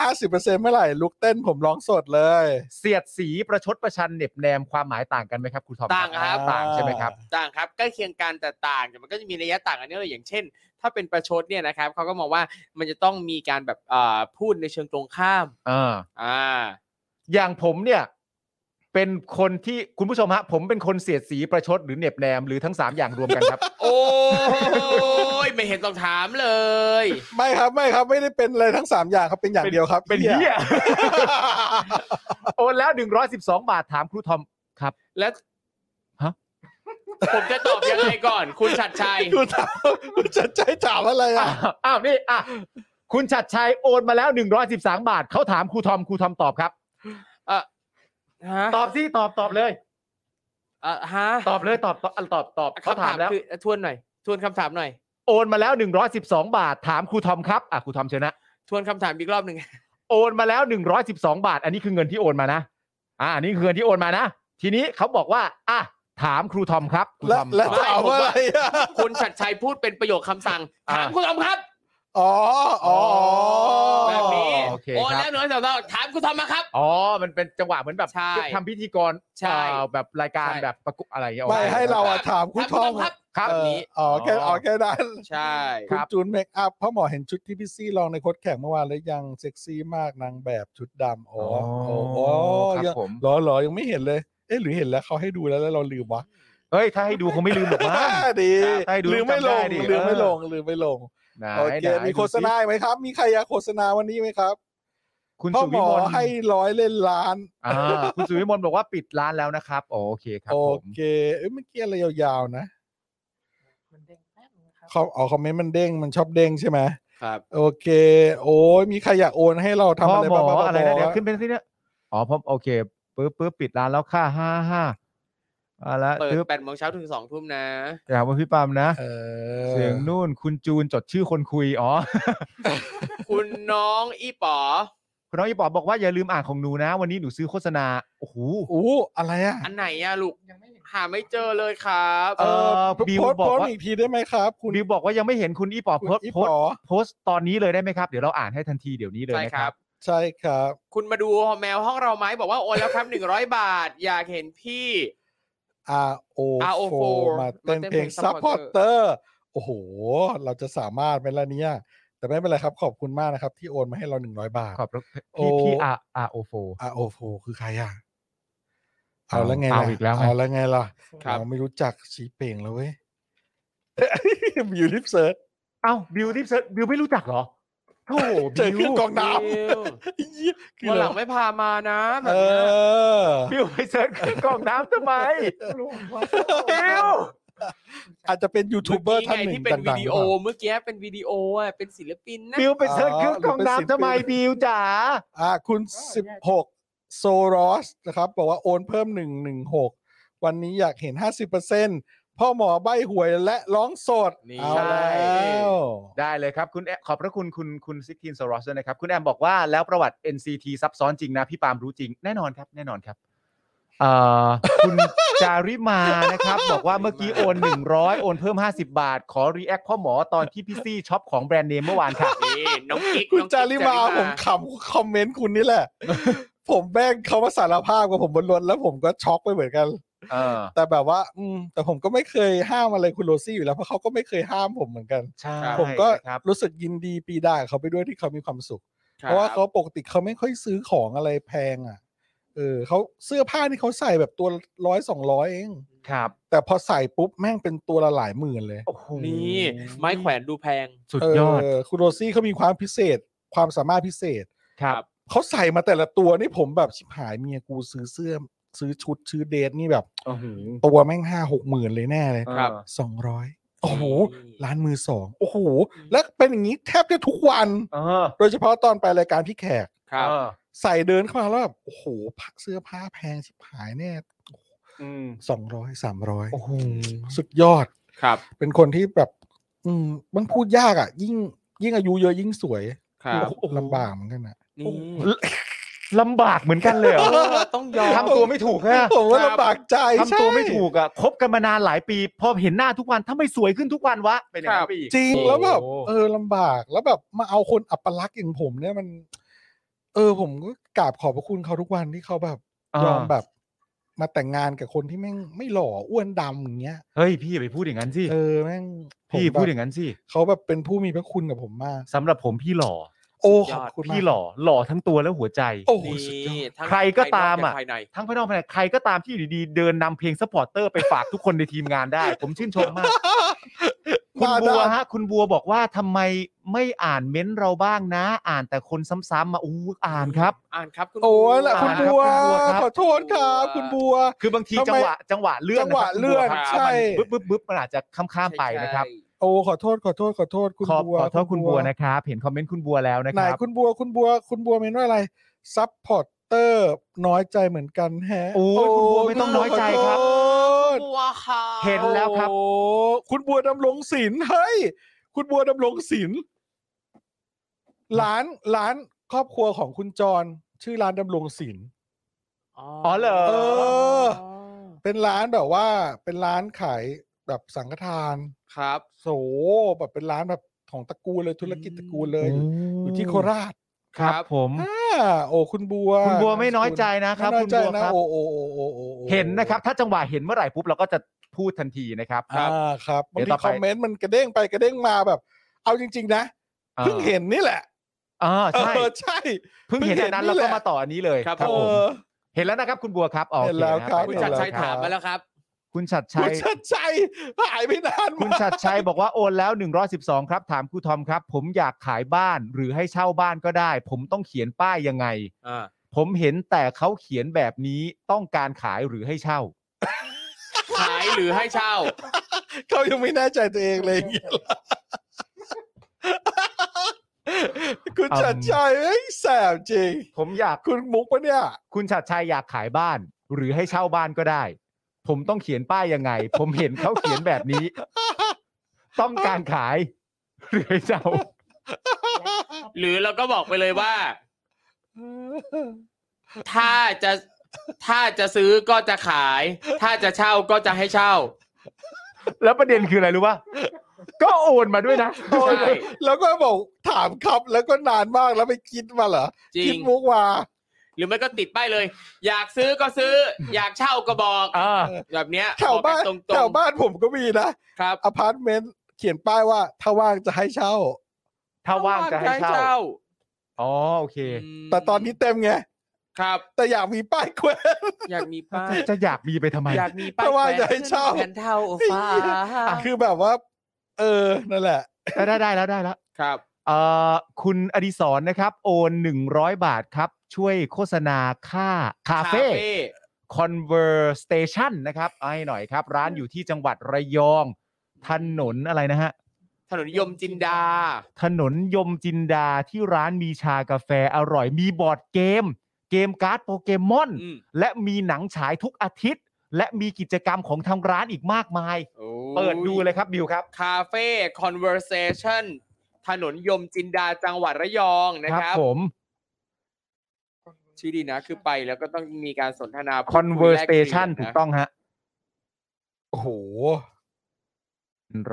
S3: ห้าสิบเปอร์เซ็นเมื่อไหร่ลุกเต้นผมร้องสดเลย
S4: เสียดสีประชดประชันเหน็บแนมความหมายต่างกันไหมครับครูทอม
S5: ต่างครับ
S4: ต่างใช่ไหมครับ
S5: ต่างครับใกล้เคียงกันแต่ต่างแต่มันก็จะมีระยะต่างกันเยอะอย่างเช่น ถ้าเป็นประชดเนี่ยนะครับเขาก็มองว่ามันจะต้องมีการแบบอ่าพูดในเชิงตรงข้าม
S4: เออ
S5: อ่า
S4: อย่างผมเนี่ยเป็นคนที่คุณผู้ชมฮะผมเป็นคนเสียดสีประชดหรือเหน็บแนมหรือทั้งสามอย่างรวมกันครับ
S5: โอ้ยไม่เห็นต้องถามเลย
S3: ไม่ครับไม่ครับไม่ได้เป็นเลยทั้งสามอย่างครับเป็นอย่างเดียวครับ
S4: เป็น
S3: หี้
S4: เหี้ยโอนแล้ว 112 บาทถามครูทอม
S5: แล้ว
S4: ฮะ
S5: ผมจะตอบยังไงก่อน คุณชัดชัย
S3: คุณถาม คุณจะใจถามอะไร
S4: อ้า
S3: อ่ะ
S4: วอ้าวนี่อ่ะคุณชัดชัยโอนมาแล้ว 113 บาทเขาถามครูทอมครูทอมตอบครับ
S5: ฮะ
S4: ตอบสิตอบตอบเลย
S5: เอ่อฮะ
S4: ตอบเลยตอบตอบตอบตอบเขาถามแล้ว
S5: คือทวนหน่อย ทวนคำถามหน่อย
S4: โอนมาแล้ว 112 บาท ถามครูทอมครับอ่ะครูทอมเชิญนะ
S5: ทวนคำถามอีกรอบหนึ่ง
S4: โอนมาแล้ว 112 บาท อันนี้คือเงินที่โอนมานะ อ่าอันนี่คือเงินที่โอนมานะ ทีนี้เขาบอกว่า อ่ะ ถามครูทอมครับครู
S3: และ
S4: ทอม
S3: และ
S4: ตอบ
S3: ถามว่าอะไรอ่ะ
S5: คุณชัดชัยพูดเป็นประโยคคำสั่ง
S4: อ่า
S5: ถามคุณทอมครับ
S3: อ๋ออ๋ออ๋อ
S5: แบบนี้
S4: โอเค
S5: โอ้
S4: ครับ
S5: แล้วหน่อยสาวๆถามคุณทอมมาครับ
S4: อ๋อ มันเป็นจังหวะเหมือนแบบ
S5: ใช่
S4: ทำพิธีกร
S5: ใช่
S4: เอ่อแบบรายการ
S5: ใช่
S4: แบบประกุอะไรอย่างเงี้ย
S3: ไม่
S4: ออก
S3: ให้เราอะถามคุณ
S5: ถาม
S3: ท
S5: คุณ
S3: อ
S5: ท
S3: ม
S5: อมครับ
S4: ครับ
S3: เอออ๋อแค่
S4: อ๋ออ๋
S3: อ๋อแค่นั้น
S5: ใช่
S4: ค
S3: คุ
S4: รับ
S3: ณจูนเมคอัพพ่อหมอเห็นชุดที่พี่ซี่ลองในโคดแข่งเมื่อวานแล้วยังเซ็กซี่มากนางแบบชุดดำอ๋ออ๋ออ๋อ
S4: ครับ
S3: ยัง
S4: ผม
S3: เหรอเหรอยังไม่เห็นเลย เอ๊ะหรือเห็นแล้วเขาให้ดูแล้วแล้วเราลืมวะ
S4: เฮ้ย ถ้าให้ดูคงไม่ลืมหรอกมั้ง
S3: ดี
S4: ให้ดู
S3: ลืมไม่ลง
S4: จำได้ดิ
S3: ลืมไม่
S4: เออ
S3: ลงลืมไม่ลง
S4: ไหน
S3: โอเค
S4: ไหน
S3: มีโฆษณา
S4: ดูสิ
S3: ไหมครับ มีใครอยากโฆษณาวันนี้ไหมครับ
S4: คุณ
S3: พ่อ
S4: สุ
S3: หม
S4: วิ
S3: อ
S4: มล
S3: ให้ร้อยเล่นล้าน
S4: อ่าคุณสุวิมลบอกว่าปิดร้านแล้วนะครับอ๋อโอเคครับ
S3: โอ
S4: ผม
S3: เคเอ้ยเมื่อกี้อะไรยาวๆนะเขาอ๋อคอมเมนต์มันเด้งมันชอบเด้งใช่ไหม
S5: ครับ
S3: โอเค โอ้ยมีใครอยากโอนให้เราทำ
S4: พ่อ
S3: อะไร
S4: หม
S3: บ้าง
S4: อ
S3: บ้าง
S4: อะไรนะเดี๋ยว
S3: บ้าง
S4: ขึ้นเป็นที่เนี้ยอ๋อพอโอเคปึ๊บปึ๊บปิดร้านแล้วค่ะห้าห้าเอาละ
S5: เปิด
S4: ปึ๊บ
S5: แปดโมงเช้าถึงสองทุ่มนะ
S4: อยากว่าพี่ปามนะ
S3: เออ
S4: เสียงนู่นคุณจูนจดชื่อคนคุยอ๋อ
S5: คุณน้องอีป๋อ
S4: คุณน้องอีปอบบอกว่าอย่าลืมอ่านของหนูนะ วันนี้หนูซื้อโฆษณาโอ้โห
S3: อู้อะไรอ่ะ
S5: อันไหนอะลูกหาไม่เจอเลยครับ
S4: เออ บิว
S3: โพสต์
S4: บอก
S3: โพสต์
S4: ว่า
S3: อีกทีได้ไหมครับ คุณ
S4: บิวบอกว่ายังไม่เห็นคุณอีปอบ
S3: คุณ
S4: โพสต์
S3: อี
S4: โพส
S3: ป๋
S4: ต์
S3: อ
S4: โพสต์ตอนนี้เลยได้ไหมครับ เดี๋ยวเราอ่านให้ทันทีเดี๋ยวนี้เลย
S5: ใช่
S4: นะค
S5: ครั
S4: รับ บ
S3: ใช่ครับ
S5: คุณมาดูแมวห้องเราไหมบอกว่าโอนแล้ว ครับหนึ่งร้อยบาท อยากเห็นพี่
S3: R O
S5: RO4
S3: มาเต้น
S5: มาเต้น
S3: เพลง
S5: เพลง
S3: Supporter
S5: Supporter
S3: โอ้โห เราจะสามารถไหมล่ะเนี่ย แต่ไม่เป็นไรครับ ขอบคุณมากนะครับ ที่โอนมาให้เราหนึ่งร้อยบาท
S4: ขอบพระ
S3: โอ้
S4: พี่พี่อาอาโอโฟ
S3: R O 4คือใครอ่ะเอาแล้วไงล่ะ
S4: เอาอีกแล้วไง
S3: เอาแล้วไงล่ะ
S5: ครับ
S3: เราไม่รู้จักสีเป่งแล้วเว้ ย อยู่ลิฟเซิร์ช
S4: เอ้าบิวที่เซิร์ชบิวไม่รู้จักเหรอโอ้โห
S3: เจอ
S4: บิ
S3: ขึ้น
S4: ว
S3: กองน้
S5: บิว
S3: ำเหี้ยคือ
S5: วันหลัง
S3: อะไร
S5: ไม่พามานะแบ
S3: เอบ
S5: เนี้ย
S3: อ
S4: บิวไปเซิร์ชเครื่องกรองน้ำทำไมบิว
S3: อาจจะเป็นยูทูบเบอร์ท่านหนึ่ง
S5: ที่เป็นวิ
S3: ดัง
S5: ดี
S3: ๆหรือ
S5: โอ
S3: เปล่า
S5: เมื่อกี้เป็นวิดีโออ่ะเป็นศิลปินนะ
S4: บิวไปเซิร์ชเครื่องกรองน้ำทำไม
S3: หรือเป็นศิลปิน
S4: บิวจ๋า
S3: อ่าคุณ 16 โซรอสนะครับ บอกว่าโอนเพิ่ม 116 วันนี้อยากเห็น 50%พ่อหมอใบหวยและร้องสด
S5: นี่
S3: เอาแล้ว
S4: ได้เลยครับคุณแอขอบพระคุณคุณคุณซิกทีนสโรสนะครับ คุณแอมบอกว่าแล้วประวัติ NCT ซับซ้อนจริงนะ พี่ปาล์มรู้จริงแน่นอนครับ แน่นอนครับเอ่อคุณ จาริมานะครับ บอกว่าเมื่อกี้โอน 100 โอนเพิ่ม 50 บาท ขอรีแอคพ่อหมอตอนที่พี่ซี่ช็อปของแบรนด์เนมเมื่อวานค่ะ
S5: นี่น้องกิ๊ก
S3: คุณ
S5: น้อง
S3: จา
S5: กิ๊ก
S3: ริมาผมขำคอมเมนต์คุณนี่แหละ ผมแบ่งเขามาสารภาพกับผมบนรถแล้วผมก็ช็อกไปเหมือนกัน
S4: เออ
S3: แต่แบบว่า อืม แต่ผมก็ไม่เคยห้ามอะไรคุณโรซี่อยู่แล้วเพราะเขาก็ไม่เคยห้ามผมเหมือนกัน
S4: ใช่
S3: ผมก็
S4: นะครับ
S3: รู้สึกยินดีปีดากับเขาไปด้วยที่เขามีความสุข เพราะว่าเขาปกติเขาไม่ค่อยซื้อของอะไรแพงอ่ะ เออเขาเสื้อผ้านี่เขาใส่แบบตัวร้อยสองร้อยเอง
S4: ครับ
S3: แต่พอใส่ปุ๊บแม่งเป็นตัวละหลายหมื่นเลย
S4: โอ้โห
S5: นี่ไม้แขวนดูแพง
S4: สุด
S3: เอย
S4: อด
S3: อคุณโรซี่เขามีความพิเศษ ความสามารถพิเศษ
S4: ครับ
S3: เขาใส่มาแต่ละตัวนี่ผมแบบชิบหายเมียกูซื้อเสื้อ ซื้อชุดซื้อเดทนี่แบบ
S4: โอ้โห
S3: ตัวแม่งห้าหกหมื่นเลยแน่เลย
S5: ครับ
S3: สองร้อยโอ้โหร้านมือสองโอ้โหแล้วเป็นอย่างนี้แทบจะทุกวัน
S4: เออ
S3: โดยเฉพาะตอนไปรายการพี่แขก
S5: ครับ
S4: เออ
S3: ใส่เดินเข้ามาแล้วแบบโอ้โหผ้าเสื้อผ้าแพงชิบหายแน่
S4: อืม
S3: สองร้อยสามร้อย
S4: โอ้โห
S3: สุดยอด
S5: ครับ
S3: เป็นคนที่แบบ อืมมันพูดยากอ่ะ ยิ่งยิ่งอายุเยอะยิ่งสวย
S5: ครับ
S3: ลำบากเหมือนกันนะ
S5: นี่
S4: ลำบากเหมือนกันเลยเหรอ
S5: เออต้องยอม
S4: ทำตัวไม่ถูกฮะ
S3: ผมว่าลำบากใจ
S4: ทำตัว
S3: ใช่
S4: ไม่ถูกอ่ะคบกันมานานหลายปี พอเห็นหน้าทุกวันถ้าไม่สวยขึ้นทุกวันวะเป็นอย่าง
S5: ครั
S4: นั้น
S5: บ
S4: ไปอีก
S3: จริงแล้วแบบ
S4: โอ้
S3: เออลำบากแล้วแบบมาเอาคนอัปลักษณ์อย่างผมเนี่ยมัน เออ ผมก็กราบขอบพระคุณเขาทุกวันที่เขาแบบยอมแบบ มาแต่งงานกับคนที่แม่งไม่หล่ออ้วนดำอย่างเงี้ย
S4: เฮ้ยพี่อย่าไปพูดอย่างนั้นสิ
S3: เออแม่งผม
S4: พี่
S3: แบบ
S4: พูดอย่างนั้นสิ
S3: เขาแบบเป็นผู้มีพระคุณกับผมมาก
S4: สำหรับผมพี่หล่อ
S3: โอ้
S5: สุ
S3: ข
S5: ดย
S3: อ
S5: อด
S3: บคุณมาก
S4: พี่หล่อหล่อทั้งตัวและหัวใจ
S3: โอ้โห
S5: นี
S3: สุดยอด่
S5: ทั้ง
S4: ใครก็ตามอะ
S5: ภยนกและภายใน
S4: ทั้งภายนอกภายในใครก็ตามที่อยู่ดีๆเดินนำเพลงสปอร์ตเตอร์ไปฝากทุกคนในทีมงานได้ ผมชื่นชมมาก คุณ
S3: มา
S4: บั
S3: ได้
S4: วฮะ คุณบัวบอกว่าทำไมไม่อ่านเม้นต์เราบ้างนะ อ่านแต่คนซ้ำๆมาอู้อ่านครับ
S5: อ่านครับคุณ
S3: โอ้ยละคุณ
S4: ครั
S3: บั
S4: บ
S3: ว
S4: คุณบัวครับ
S3: ขอโทษครับ คุณบัว
S4: คือบางที
S3: ทำ
S4: จั
S3: ไม
S4: งหวะจังหวะเลื่อน
S3: จังหวะ
S4: ครับ
S3: เลื่อน
S4: คุณบัวครับ
S3: ใช่
S4: มันบึ๊บบึ๊บมันอาจจะข้ามๆไปนะครับ
S3: โอ้ขอโทษขอโทษขอโทษคุณ
S4: ขอบ
S3: บัว
S4: ขอโทษคุณบัวนะครับ เห็นคอมเมนต์คุณบัวแล้วนะ
S3: ไห
S4: คน รับ
S3: คุณบัวคุณบัว คุณบัวเมนว่าอะไรซัพพอร์เตอร์น้อยใจเหมือนกันแฮะ
S4: โอ้ยคุณบัวไม่ต้องน้อยใจครับ
S3: ขอโทษ
S5: บัวค่ะ
S4: เห็นแล้วครับ
S3: โอ้คุณบัวดำรงศิลป์เฮ้ยคุณบัวดำรงศิลป์ร้านร้านครอบครัวของคุณจร ชื่อร้านดำรงศิลป์
S4: อ๋อเหรอ
S3: เออ เป็นร้านแบบว่าเป็นร้านขายแบบสังฆทาน
S5: ครับ
S3: โสแบบเป็นร้านแบบของตระกูลเลยธุรกิจตระกูลเลย
S4: โ
S3: อยู่ที่โคราช
S4: ครับผม
S3: อ่าโอ้คุณบัว
S4: คุณบัวไม่น้อยใจนะครับ
S3: ไม่น้อยใจ
S4: คุณบัว
S3: นะครับ โอ้โอ้โอ้โอ้โอ้โอ้
S4: เห็นนะครับ ถ้าจังหวะเห็นเมื่อไหร่ปุ๊บเราก็จะพูดทันทีนะครับ
S3: อ่าครับ
S4: เดี๋
S3: บาง
S4: ยว
S3: ที
S4: ต่อไป
S3: คอมเมนต์มันกระเด้งไปกระเด้งมาแบบ เอาจริง ๆ นะเพิ่งเห็นนี่แหละ
S4: อ่า
S3: เอ
S4: ใช่
S3: อใช่
S4: เพิ่งเห็นอันนั้น
S3: เพิ่
S4: แล้ว
S3: ง
S4: ก็
S3: เห็นนี่แหละ
S4: มาต่ออันนี้เลย
S5: ครับ
S3: เอ
S4: ผม
S3: อ
S4: เห็นแล้วนะครับ คุณบัวครับอ๋อโอ
S3: เห็น
S4: เค
S3: แล้ว
S4: นะ
S3: ค
S4: ค
S3: รั
S4: รับบ
S5: คุณจัดชัยถามมาแล้วครับ
S4: คุณชัดชั
S3: คุณ
S4: ย
S3: ชัดชัยหายไปนาน
S4: คุณ
S3: มาก
S4: ชัดชัยบอกว่าโอนแล้ว 112 ครับถามครูทอมครับ ผมอยากขายบ้านหรือให้เช่าบ้านก็ได้ ผมต้องเขียนป้ายยังไง
S5: อ่า
S4: ผมเห็นแต่เขาเขียนแบบนี้ต้องการขายหรือให้เช่า
S5: ขายหรือให้เช่า
S3: เขายังไม่แน่ใจตัวเองเลยอย่างเงี้ยคุณ
S4: อืม
S3: ชัดชัยเอ้ยแสบจริง
S4: ผมอยาก
S3: คุณมุกปะเนี่ย
S4: คุณชัดชัยอยากขายบ้าน หรือให้เช่าบ้านก็ได้ ผมต้องเขียนป้ายยังไง ผมเห็นเขาเขียนแบบนี้ ต้องการขาย หรือให้เช่า
S5: หรือเราก็บอกไปเลย ว่า ถ้าจะถ้าจะซื้อก็จะขาย ถ้าจะเช่าก็จะให้เช่า
S4: แล้วประเด็นคืออะไรรู้ป่ะก็โอนมาด้วยนะ
S5: โอนมา
S3: แล้วก็บอกถามครับแล้วก็นานมากแล้วไปคิดมาเหรอ
S5: จริ
S3: คิด
S5: ง
S3: มุกมา
S5: หรือไม่ก็ติดป้ายเลย อยากซื้อก็ซื้อ อยากเช่าก็บอก
S4: อ่า
S5: แบบเนี้ย
S3: แถวบ้าน
S5: อกกัตรงๆ
S3: แถวบ้านผมก็มีนะครับ อพาร์ตเมนต์เขียนป้ายว่า ถ้าว่างจะให้เช่า
S4: ถ้าว่างจะให้เช่าอ๋อโอเค
S5: อืม
S3: แต่ตอนนี้เต็มไง
S5: ครับ
S3: แต่อยากมีป้ายแขวน
S5: อยากมีป้าย
S4: จะอยากมีไปทำไม
S5: อยากมีป้าย
S3: ถ้าว่า
S5: แขวน
S3: จะให้เช่า
S5: แขวนเท่าฟ้า
S3: คือแบบว่า เออนั่นแหละ
S4: ได้ได้แล้วได้แล้ว
S5: ครับ
S4: เอ่อคุณอดิศรนะครับ โอน100 บาทครับ ช่วยโฆษณาค่าคาเฟ่ Conversation นะครับเอาให้หน่อยครับ ร้านอยู่ที่จังหวัดระยอง ถนนอะไรนะฮะ
S5: ถนนยมจินดา
S4: ถนนยมจินดาที่ร้านมีชากาแฟอร่อยมีบอร์ดเกม เกมการ์ดโปเกมอน
S5: อืม
S4: และมีหนังฉายทุกอาทิตย์ และมีกิจกรรมของทางร้านอีกมากมาย
S5: โอ้ย
S4: เปิดดูเลยครับบิวครับ
S5: คาเฟ่ conversation ถนนยมจินดาจังหวัดระยองนะครับ
S4: ผม
S5: ชื่อดีนะ คือไปแล้วก็ต้องมีการสนทนาพูดคุยแลกเปลี่ย
S4: Conversation
S5: นะ
S4: ถูกต้องฮะ
S3: โอ้โห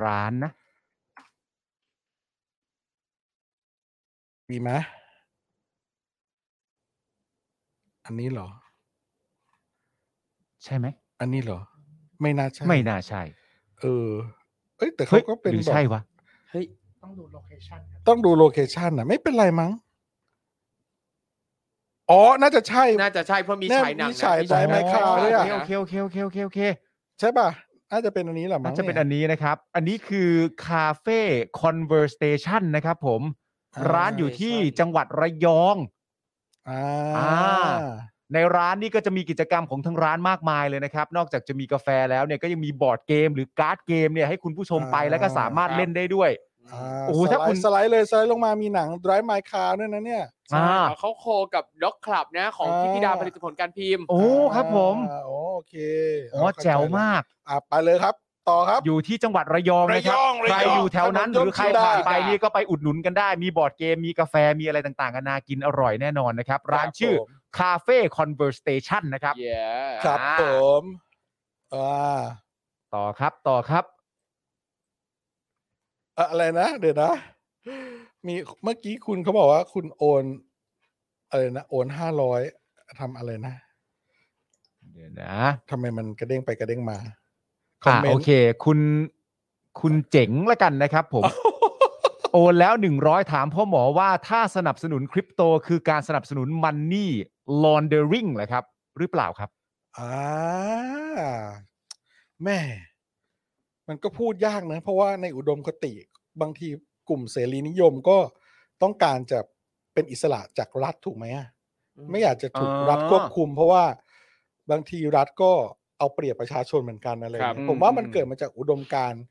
S4: ร้านนะ
S3: มีไหมอันนี้เหรอ
S4: ใช่ไหม
S3: อันนี้เหรอ ไม่น่าใช่
S4: ไม่น่าใช่
S3: เออ เอ้ยแต่เขา
S4: เฮ้ย
S3: ก็เป็น
S4: หรือ
S3: แบบ
S4: ใช่วะ
S5: เฮ้ย
S7: ต้องดูโลเคชั่นครับ
S3: ต้องดูโลเคชันนะไม่เป็นไรมั้งอ๋อน่าจะใช่
S5: น่าจะใช่เพราะมี
S3: แน่
S5: ฉายหนัง
S3: มี
S5: นะ
S3: ฉาย
S5: ที่
S3: ฉายไม้คาวด้วยอะ
S5: นะ
S4: โอเคโอเคโอเคโอเคโอเค
S3: ใช่ป่ะน่าจะเป็นอันนี้แหละมั้
S4: น่าง จะเป็นอันนี้นะครับ อันนี้คือคาเฟ่ Conversation นะครับผม
S3: อ่
S4: ร้านอยู่ที่จังหวัดระยอง
S3: อ่า
S4: อ่า ในร้านนี่ก็จะมีกิจกรรมของทางร้านมากมายเลยนะครับ นอกจากจะมีกาแฟแล้วเนี่ยก็ยังมีบอร์ดเกมหรือการ์ดเกมเนี่ยให้คุณผู้ชมไปแล้วก็สามารถเล่นได้ด้วย
S3: อ่า
S4: โอ้โห
S3: สไลด์
S4: ถ้าคุณ
S3: สไลด์เลยสไลด์ลงมามีหนัง Drive My Car ด้วยนะเนี่ย
S5: ใช่
S4: อ่า
S5: เขาโคกับด็อกคลับนะ ของพี่พิดา
S3: อ่า
S5: ผลิตผลการพิมพ์
S4: โอ้ครับผม
S3: อ่าโอเค
S4: โอ้แจ๋วมาก
S3: อ่ะไปเลยครับ ต่อครับ
S4: อยู่ที่จังหวัดระยองนะครับ
S3: ระยองระยอง
S4: ใครอยู่แถวนั้น ห
S3: ถนน
S4: รือใคร
S3: ยมจินดา
S4: ผ่านไปนี่ก็ไปอุดหนุนกันได้ มีบอร์ดเกมมีกาแฟมีอะไรต่างๆนานากินอร่อยแน่นอนนะครับ ร้านชื่อ
S3: คบผม
S4: คาเฟ่คอนเวอร์สเตชันนะครับ
S5: เย้
S3: ครับ
S4: อ่า
S3: ผมอ่า
S4: ต่อครับต่อครับ
S3: เอ่ออะไรนะเดี๋ยวนะ มีเมื่อกี้คุณเขาบอกว่าคุณโอน อะไรนะโอนห้าร้อยทำอะไรนะ
S4: เดี๋ยวนะ
S3: ทำไมมันกระเด้งไปกระเด้งมา
S4: อ่ะ
S3: มมนต์
S4: โอเค คุณคุณเจ๋งละกันนะครับ ผม โอนแล้ว 100 ถามพ่อหมอว่าถ้าสนับสนุนคริปโตคือการสนับสนุนมันนี่ลอนเดอริงเหรอครับ หรือเปล่าครับ
S3: อ่าแม่ มันก็พูดยากนะ เพราะว่าในอุดมคติบางทีกลุ่มเสรีนิยมก็ต้องการจะเป็นอิสระจากรัฐถูกไหมอะไม่อยากจะถูก
S4: อ๋อ
S3: รัฐควบคุม เพราะว่าบางทีรัฐก็เอาเปรียบประชาชนเหมือนกันอะไรอย่าง
S4: ครั
S3: เงี้
S4: บ
S3: ยผมว่ามัน
S4: อืม
S3: เกิดมาจากอุดมการณ์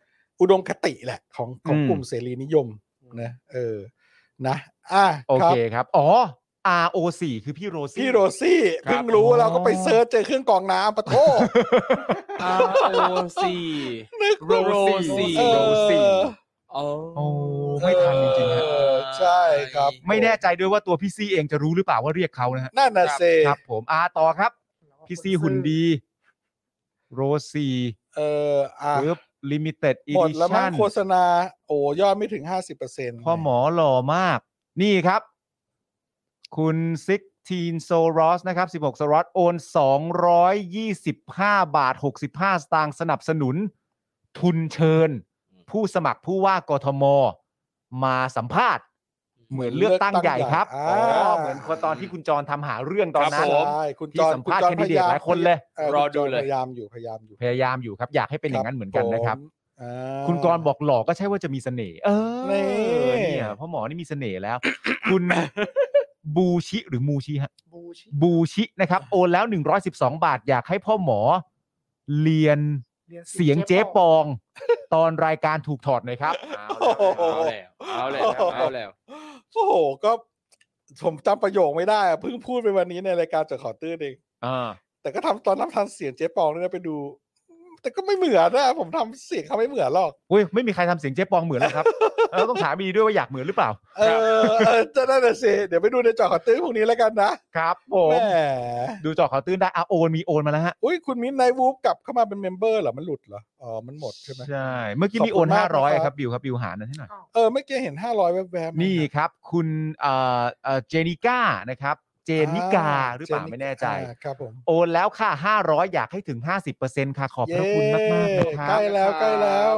S3: อุดมคติแหละ ของของ
S4: อืม
S3: กลุ่มเสรีนิยมนะเออ นะอ่ะ
S4: โอ
S3: ครับ
S4: เคครับ อ๋อ RO4 คือพี่โรซี่
S3: พี่โรซี่
S4: ครับ
S3: เพิ่งรู้
S4: อ๋อ
S3: เราก็ไปเซิร์ชเจอเครื่องกรองน้ำปะโท
S5: อาโอซี
S3: นึกว่า
S5: โรซี่
S3: เออ
S4: โรซี่
S5: โอ้
S4: โอ้ไม่ทันจริงๆฮะ
S3: เออใช่ครับ
S4: ไม่แน่ใจด้วยว่าตัวพี่ซีเองจะรู้หรือเปล่าว่าเรียกเขานะฮะ
S3: นั่นน่ะเซ
S4: ครับผมอาต่อครับ พี่ซีหุ่นดี โรซี่
S3: เอออ่ะ
S4: ปึ๊บลิมิเต็ดอี
S3: หมด
S4: ดิ
S3: แล้วมั้
S4: ชั่
S3: ง
S4: น
S3: โฆษณา โอ้ยอดไม่ถึงห้าสิบเปอร์เซ็นต์
S4: พ่อหมอหล่อมาก นี่ครับ คุณซิกทีนโซรอสนะครับ 16โซรอสโอน 225 บาท 65 สตางค์สนับสนุน ทุนเชิญ ผู้สมัครผู้ว่ากทม มาสัมภาษณ์ เหมือนเลือกตั้งใหญ่ครับ
S3: อ่า
S4: อ๋อเหมือนคนตอนที่คุณจรทำหาเรื่องตอนนั้น
S3: ใช่คุณจอห์
S4: ที่
S3: น
S4: สัมภาษณ์
S3: คุณจอห์น
S4: แคนดิเดตหลายคนเลย
S3: ออ
S5: รอ
S3: คุณจ
S5: ดูเลย
S3: พยายามอยู่พยายามอยู่
S4: พยายามอยู่ครับ อยากให้เป็นอย่างนั้นเหมือนกันนะครับ
S3: ผมอ่า
S4: คุณกรณ์บอกหล่อก็ใช่ว่าจะมีเสน่ห์เออ
S3: นี่
S4: เนี่ยพ่อหมอนี่มีเสน่ห์แล้ว คุณ บูชิหรือมูชิฮะ
S5: บูชิ
S4: บูชินะครับ โอนแล้ว 112 บาท อยากให้พ่อหมอ เรียนเสียงเจ๊ปอง ตอนรายการถูกถอดหน่อยครับ
S5: เอาแล้วเอาแล้วเอาแล้ว
S3: โอ้โห ก็ผมจำประโยคไม่ได้อะเพิ่งพูดไปวันนี้ในรายการจากขอตื้นเอง
S4: อ่า
S3: แต่ก็ทำตอนน้ำทันเสียงเจ๊ปองด้วยนะไปดู แต่ก็ไม่เหมือนนะผมทำเสียงเขาไม่เหมือนหรอก
S4: อุ้ยไม่มีใครทำเสียงเจ๊ปองเหมือนแล้วครับ เราต้องถามอีด้วยว่าอยากเหมือนหรือเปล่า
S3: เออเออจะนั่นน่ะสิเดี๋ยวไปดูในจอข่าวตื้อพวกนี้แล้วกันนะครับ
S4: ผ
S3: แหม
S4: ม ดูจอขอตื้นได้อ่ะโอนมีโอนมาแล้วฮะ
S3: อุ้ยคุณมิ้นไนวูฟกลับเข้ามาเป็นเมมเบอร์เหรอ มันหลุดเหรอ อ๋อ มันหมดใช่ไหม
S4: ใช่ เมื่อกี้มีโอ
S3: ขอบ
S4: น
S3: คุณมาก
S4: 500
S3: นะค
S4: ค
S3: รับ
S4: รับบิวครับบิวหารนั้นให้หน่อย
S3: เออเมื่อกี้เห็นห้าร้อยแวบๆมา
S4: นี่ครับ คุณเอ่อเอ่อเจนิก้านะครับ เจนิกาหรือเปล่า
S3: จนิ
S4: ไม่แน่ใจ
S3: อ่าครับผม
S4: โอนแล้วค่ะ 500 อยากให้ถึง 50%ค่ะขอบพระคุณมากมากๆนะค
S3: ใก
S4: รับ
S3: ล้แล้วใกล้แล้ว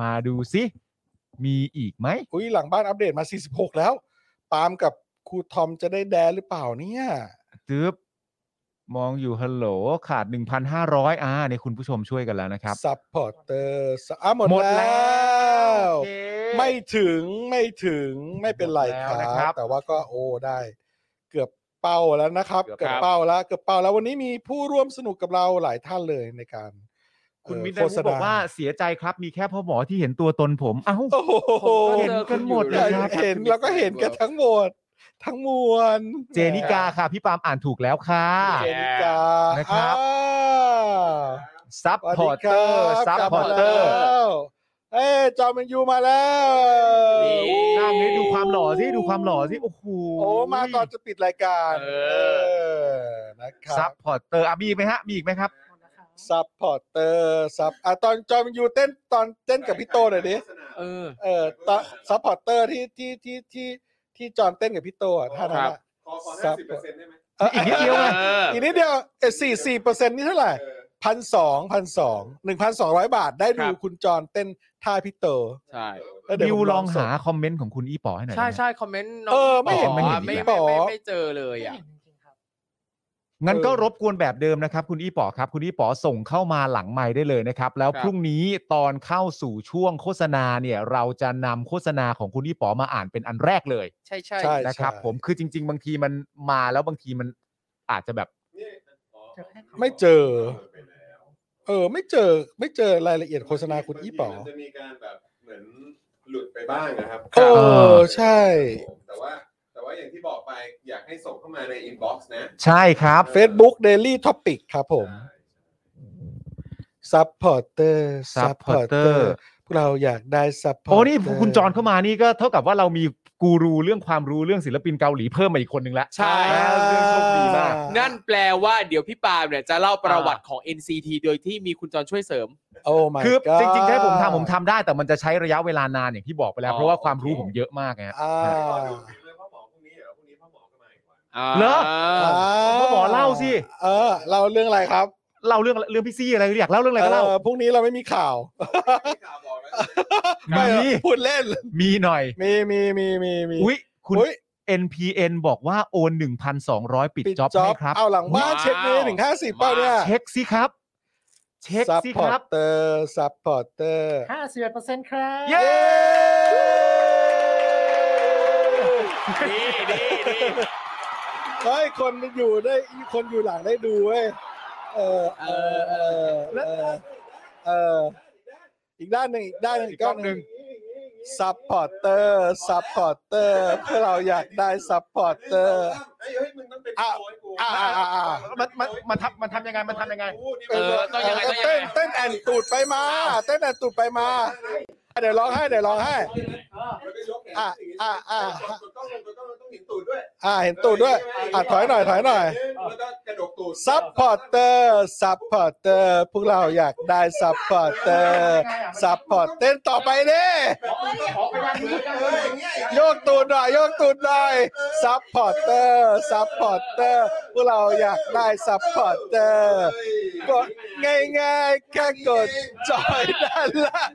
S4: มาดูสิมีอีกไหม
S3: อุ้ยหลังบ้านอัปเดตมา 46 แล้ว ปาล์มกับครูทอมจะได้แดนหรือเปล่าเนี่ย
S4: ตึ๊บมองอยู่ฮัลโหลขาด 1,500อ่าในยคุณผู้ชมช่วยกันแล้วนะครับ
S3: ซัพพอร์เตอร์อ่ะหมด
S4: หมดแล้
S3: แล้ว ว
S4: โอเค
S3: ไม่ถึงไม่ถึงไม่เป็นไร
S4: หมด
S3: ค
S4: แล้วนะครั
S3: รั
S4: บบ
S3: แต่ว่าก็โอ้ได้ เกือบเป้าแล้วนะครับ
S4: เกือบ
S3: เกือบ
S4: ครับ
S3: เป้าแล้วเกือบเป้าแล้ววันนี้มีผู้ร่วมสนุกกับเราหลายท่านเลยในการ
S4: ุณ
S3: เอ่อ
S4: มิตร
S3: โฆ
S4: ได้
S3: ษณ
S4: บอกว่าเสียใจครับมีแค่พ่อหมอที่เห็นตัวตนผม เอ้า
S3: โอ้โห
S4: เห็นกันหมดล
S5: ผมก็
S4: ย
S5: จอ
S4: ครับ
S5: คุณอยู่
S3: เห็นเราก็เห็นกันทั้งหมด ทั้งมวล
S4: เจนิกาค่ะ พี่ปาล์มอ่านถูกแล้วค่ะ
S3: เจนิกา
S4: นะครับ
S3: อ้าว
S4: ซับ
S3: สวัส
S4: พอ
S3: ดี
S4: ร์เต
S3: ค
S4: อ
S3: รั
S4: ร์ซับ
S3: บกลับ
S4: พอ
S3: มา
S4: ร์เตอ
S3: แล้
S4: ร์
S3: วเอ้ยจอมันยูมาแล้ว
S4: หน้านี้ดูความหล่อสิดูความหล่อสิโอ้โห
S3: โอ้มาก่อนจะปิดรายการ
S5: เออ
S3: อนะค
S4: ซั
S3: รั
S4: บบ พอร์เตอร์อ่ะมีอีกไหมฮะ มีอีกไหมครับ
S3: ซับพอร์เตอร์ซับอ่ะตอนจอมยูเต้นตอนเต้นกับพี่โตหน่อยดิ
S5: เออ
S3: เออตอนซับพอร์เตอร์ที่ที่ที่ที่ที่จอมเต้นกับพี่โตอ่ะท่านนั้น
S5: ครับ
S3: อะซับเ
S4: อีกนิดเดียว
S5: เออ
S3: อีกนิดเดียวเอสี่สี่เปอร์เซ็นต์นี่เท่าไหร่พันสองพันสองหนึ่งพันสองร้อยบาทได้ดู
S5: ครับ
S3: คุณจอมเต้นท่าพี่โต
S5: ใช่
S3: แว
S4: ดิว
S3: ผม
S4: ลองหา
S3: สด
S4: คอมเมนต์ของคุณอีป๋อให้หน่อย
S5: ใช่
S4: ได้ไหม
S5: ใช่คอมเมนต์น้ง
S3: เออไม่เห็น
S5: ปะ
S4: ไม่
S5: ไม่
S4: เห็น
S5: ไม่ไม่
S3: ปะ
S5: ไม่เจอเลยอ่ะ
S4: งั้นก็
S3: เออ
S4: รบกวนแบบเดิมนะครับ คุณอีป๋อครับ คุณอีป๋อส่งเข้ามาหลังไม้ได้เลยนะครับ แล้ว
S5: ครับ
S4: พรุ่งนี้ตอนเข้าสู่ช่วงโฆษณาเนี่ย เราจะนำโฆษณาของคุณอีป๋อมาอ่านเป็นอันแรกเลย
S5: ใช่ใช่
S3: ใช่
S4: นะครับ
S3: ใช่
S4: ผมคือจริง ๆ บางทีมันมาแล้วบางทีมันอาจจะแบบ
S3: ไม่เจอ เออ ไม่เจอไม่เจอรายละเอียดโฆษณาคุณอีป๋อ
S8: มันจะมีการแบบเหมือนหลุดไปบ้างนะครับ
S3: เออใช่
S8: แต่ว่า แต่ว่าอย่างที่บอกไปอยากให้ส่งเข้ามาในอินบ็อกซ์นะ
S4: ใช่ครับ
S3: Facebook Daily Topic ครับผม Supporter
S4: Supporter
S3: พวกเราอยากได้ Supporter
S4: โอ้นี่คุณจรเข้ามานี่ก็เท่ากับว่าเรามี กูรูเรื่องความรู้เรื่องศิลปินเกาหลีเพิ่มมาอีกคนนึงละ
S5: ใช่
S4: เรื่องโชคดีมาก
S5: นั่นแปลว่าเดี๋ยวพี่ปาล์มเนี่ยจะเล่าประวัติของ NCT โดยที่มีคุณจรช่วยเสริม
S3: โอ้ my
S4: คือจริงๆ
S3: God
S4: ถ้าให้ผมทำผมทำได้แต่มันจะใช้ระยะเวลานานอย่างที่บอกไปแล้ว
S5: อ๋อ
S4: เพราะว่าความรู้ผมเยอะมากไงฮะ
S3: อ่า
S8: ขอดูฟิลเลยพ่อหมอพรุ่งนี้เหรอพรุ่งนี้พ่อหมอก็มาอีกวัน
S5: อ่า
S4: เหรอ
S3: า
S4: พ่อหมอเล่าสิ
S3: เออเล่าเรื่องอะไรครับ
S4: เล่าเรื่องเรื่องพี่ซี่อะไรอยากเล่าเรื่องอะไรก็เล่า
S3: ออพรุ่งนี้เราไม่มีข่าว
S8: ไม่มีข่าวบอกแล้ว
S4: มี
S3: ไม่หรอกพูดเล่น
S4: มีหน่อย
S3: มีมีมีมีมี
S4: อุ้ยคุณ
S3: อุ๊ย
S4: NPN บอกว่าโอน 1,200 ปิด
S3: ปิด
S4: จ็อบ
S3: จ็อบ
S4: ให้ครับ
S3: เอาหลังบ้าน
S5: ว้าว
S3: เช็คนี้ถึงห้าสิบเปล่าเนี่ย
S4: เช็คสิครับ เช็คสิค
S3: พอ
S4: รั
S3: ร์
S4: บ
S3: เตอร์ซัพพอร์เตอร์
S9: ห้าสิบเอ็ดเปอร์เซ็นต์ครับ
S4: เย้
S5: ดีดีดี
S3: เฮ้ยคนมันอยู่ได้คนอยู่หลังได้ดูเว้ยเออเออเออเออเอออีกด้านหนึ่งอีกด้านหนึ่งอีกด้านหนึ่งซัพพอร์เตอร์ซัพพอร์เตอร์เพื่อเราอยากได้ซัพพอร์เตอร์
S8: เฮ้ยเฮ้ยมึงต้องเป็น
S3: อ่ะ
S8: โค้ชกู
S3: อ่ะอ่ะอ่ะอ่ะ
S4: มันมันมันทำมันทำยังไงมันทำยังไง
S8: นี่
S5: เอ
S8: มัน
S5: อต้องยังไงต้องยัง
S3: เต้น
S5: ไง
S3: เต้นแอนตูดไปมา เต้นแอนตูดไปมา เดี๋ยวร้องให้เดี๋ยวร้องให้
S8: มันไม่ยกแขน
S3: อ่ะ
S8: สี
S3: อ่ะอ่ะ
S8: กดกล้องลงกดกล้องลงต้องเห็นตูดด้วย
S3: อ่าเห็นตูดด้วยอ่ะถอยหน่อยถอยหน่อย
S8: แล้วก็กระดกตูด
S3: ซัพพอร์เตอร์ซัพพอร์เตอร์พวกเราอยากได้ซัพพอร์เตอร์ซัพพอร์เต้นต่อไปเด้โยกตูดหน่อยโยกตูดหน่อยซัพพอร์เตอร์ซัพพอร์เตอร์พวกเราอยากได้ซัพพอร์เตอร์กดง่ายๆแค่กดจอยด้านล่าง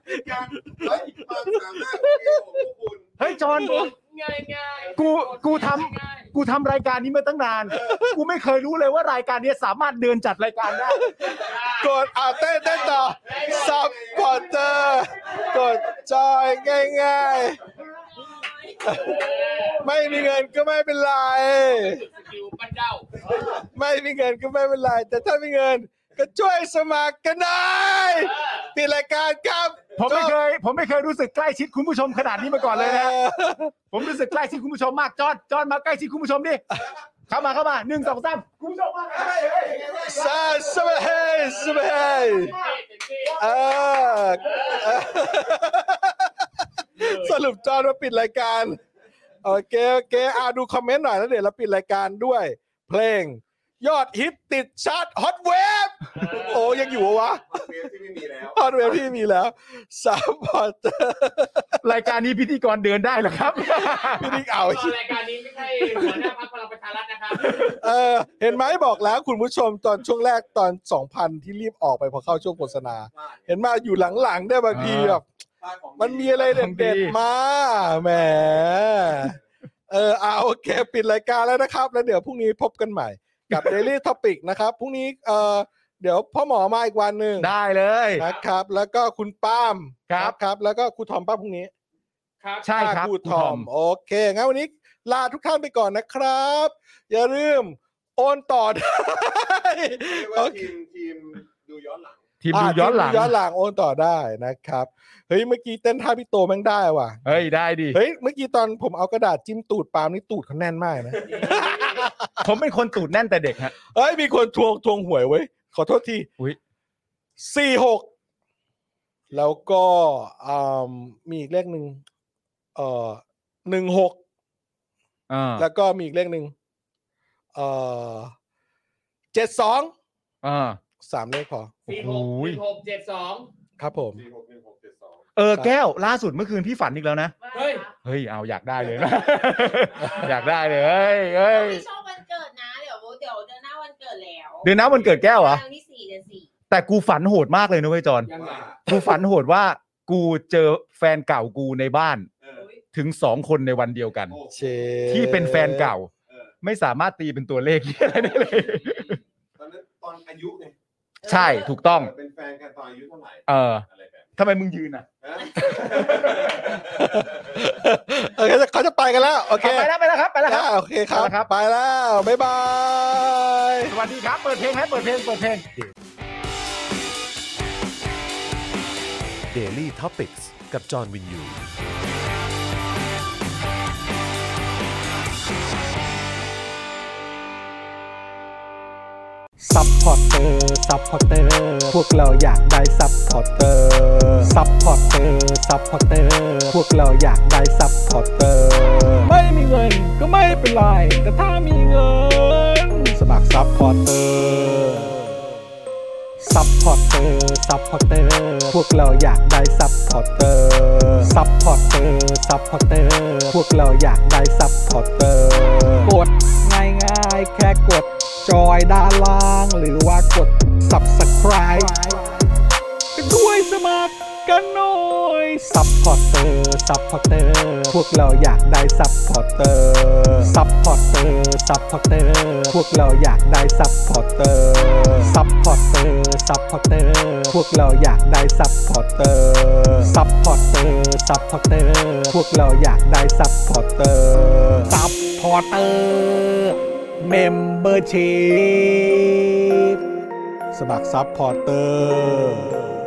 S8: เฮ้ยความสามารถของคุณ
S4: เฮ้ยจอน
S5: ง่ายง่าย
S4: กูกูทำกูทำรายการนี้มาตั้งนาน กูไม่เคยรู้เลยว่ารายการเนี้ยสามารถเดินจัดรายการได้
S3: กดอ่าเต้นเต้นต่อซัพพอร์เตอร์กดจอยง่ายๆ ไม่มีเงินก็ไม่เป็นไร
S5: สกิลปั้นเด้า
S3: ไม่มีเงินก็ไม่เป็นไร แต่ถ้ามีเงินก็ช่วยสมัครกันได้ปิดรายการครับ
S4: ผมไม่เคย ผมไม่เคยรู้สึกใกล้ชิดคุณผู้ชมขนาดนี้มาก่อนเลย นะ
S3: เอ่อ
S4: ผมรู้สึกใกล้ชิดคุณผู้ชมมากจอนจอนมาใกล้ชิดคุณผู้ชมดิ เข้ามาเข้ามาหนึ่งสองสามคุณผู้ชมมา
S3: ซาสบายเฮสบายเฮเออเออ สรุปจอห์นมาปิดรายการโอเคโอเคอ่าดูคอมเมนต์หน่อยแล้วเดี๋ยวเราปิดรายการด้วย เพลง ยอดฮิตติดชาร์ตฮอตเวฟโอ้ยังอยู่วะ
S8: เรียนที่ไม่มีแล้ว
S3: ฮอตเวฟที่มีแล้วสามพอร์เตอร์
S4: รายการนี้พิธีกรเดินได้เหรอครับ
S3: พี่นิกเอา
S5: รายการนี้ไม่ใช่หัวหน้าพรรคพลังประชารัฐนะครับ
S3: เออเห็นไหมบอกแล้วคุณผู้ชมตอนช่วงแรกตอน 2,000 ที่รีบออกไปพอเข้าช่วงโฆษณา เห็นไหมาอยู่หลังๆได้บางที
S4: อ่า
S3: แบบมันมีอะไร
S4: ของดี
S3: เด็ดๆมาแหมเออเอาโอเค ปิดรายการแล้วนะครับ แล้วเดี๋ยวพรุ่งนี้พบกันใหม่ กับ Daily Topic นะครับพรุ่งนี้เออเดี๋ยวพ่อหมอมาอีกวันหนึ่ง
S4: ได้เลย
S3: นะครับ แล้วก็คุณป้าม
S4: ครับ
S3: ครับ แล้วก็ครูทอมป้าพรุ่งนี้
S5: ครับ
S4: ใช่ครับ
S3: ครูท
S4: ณ
S3: อมโอเคงั้นวันนี้ลาทุกท่านไปก่อนนะครับ อย่าลืมโอนต่อได้
S8: เรียกว่าทีมทีมดูย้อนหลัง
S4: ทีมดูย้อนหลัง
S3: ะทีมดูย้อนหลังโอนต่อได้นะครับ เฮ้ยเมื่อกี้เต้นท่าพี่โตแม่งได้ว่ะ
S4: เฮ้ยได้ดิ
S3: เฮ้ยเมื่อกี้ตอนผมเอากระดาษจิ้มตูดปาล์มนี่ตูดเขาแน่นมากนะ
S4: ผมเป็นคนตูดแน่นแต่เด็กฮะ
S3: เฮ้ยมีคนทวงทวงหวยไว้ยขอโทษที
S4: อุ๊ย
S3: สี่หกแล้วก็อืมมีอีกเลขหนึ่งเอ่อหนึ่งหก
S4: อ่า
S3: แล้วก็มีอีกเลขหนึ่งเอ่อเจ็ดสอง
S4: อ่า
S3: สามเลขพอ
S5: สี่
S4: โอ้
S5: ห
S4: โห
S5: กสี่หกเจ็ดสอง
S3: ครับผม
S8: 4 6 1 6 7 2
S4: เออแก้วล่าสุดเมื่อคืนพี่ฝันอีกแล้วนะ
S5: เฮ้ย
S4: เฮ้ยเอาอยากได้เลยนะ อยากได้เลยเฮ้ยเฮ้ย
S10: ไม่ชอบวันเกิดนะ เดี๋ยวเดี๋ยวเดือนหน้าวันเกิดแล้ว
S4: เดือนหน้าวันเกิดแก้วเหรอ
S10: ครั้งที่สี่เดือนสี่
S4: แต่กูฝันโหดมากเลยนะเว้ยจอน
S5: ยังไง
S4: กูฝันโหดว่ากูเจอแฟนเก่ากูในบ้าน
S8: เออ
S4: ถึงสองคนในวันเดียวกัน
S8: โอ้
S3: เช
S4: ที่เป็นแฟนเก่า
S8: เออ
S4: ไม่สามารถตีเป็นตัวเลข อะไรได้เลย
S8: ตอนนั้นตอนอายุไง
S4: ใช่ถูกต้อง
S8: เป็นแฟนกันตอนอายุเท่าไหร่
S4: เออ
S8: อะไรแบบนี้
S4: ทำไมมึงยืนอ่ะ
S8: ฮะ
S3: โอเคเขาจะไปกันแล้ว โอเค
S4: เอาไปแล้วไปแล้วครับไปแล้วครับ
S3: อ่าโอเคครับ
S4: ไปแล้วครับ
S3: ไปแล้ว บ๊ายบาย
S4: สวัสดีครับเปิดเพลงให้เปิดเพลงเปิดเพลง
S2: เดลี่ท็อปิกส์กับจอห์นวินยู
S1: ซัพพอร์เตอร์ซัพพอร์เตอร์พวกเราอยากได้ซัพพอร์เตอร์ซัพพอร์เตอร์ซัพพอร์เตอร์พวกเราอยากได้ซัพพอร์เตอร์ไม่มีเงินก็ไม่เป็นไร แต่ถ้ามีเงิน สมัครซัพพอร์เตอร์ซัพพอร์เตอร์ซัพพอร์เตอร์พวกเราอยากได้ซัพพอร์เตอร์ซัพพอร์เตอร์ซัพพอร์เตอร์พวกเราอยากได้ซัพพอร์เตอร์กดง่ายๆ แค่กด จอยด้านล่าง หรือว่ากด subscribe ก็ด้วยสมัครกันหน่อย ซัพพอร์เตอร์ ซัพพอร์เตอร์ พวกเราอยากได้ซัพพอร์เตอร์ ซัพพอร์เตอร์ ซัพพอร์เตอร์ พวกเราอยากได้ซัพพอร์เตอร์ ซัพพอร์เตอร์ ซัพพอร์เตอร์ พวกเราอยากได้ซัพพอร์เตอร์ ซัพพอร์เตอร์ ซัพพอร์เตอร์ พวกเราอยากได้ซัพพอร์เตอร์ ซัพพอร์เตอร์ เมมเบอร์ชีพสมัครซัพพอร์เตอร์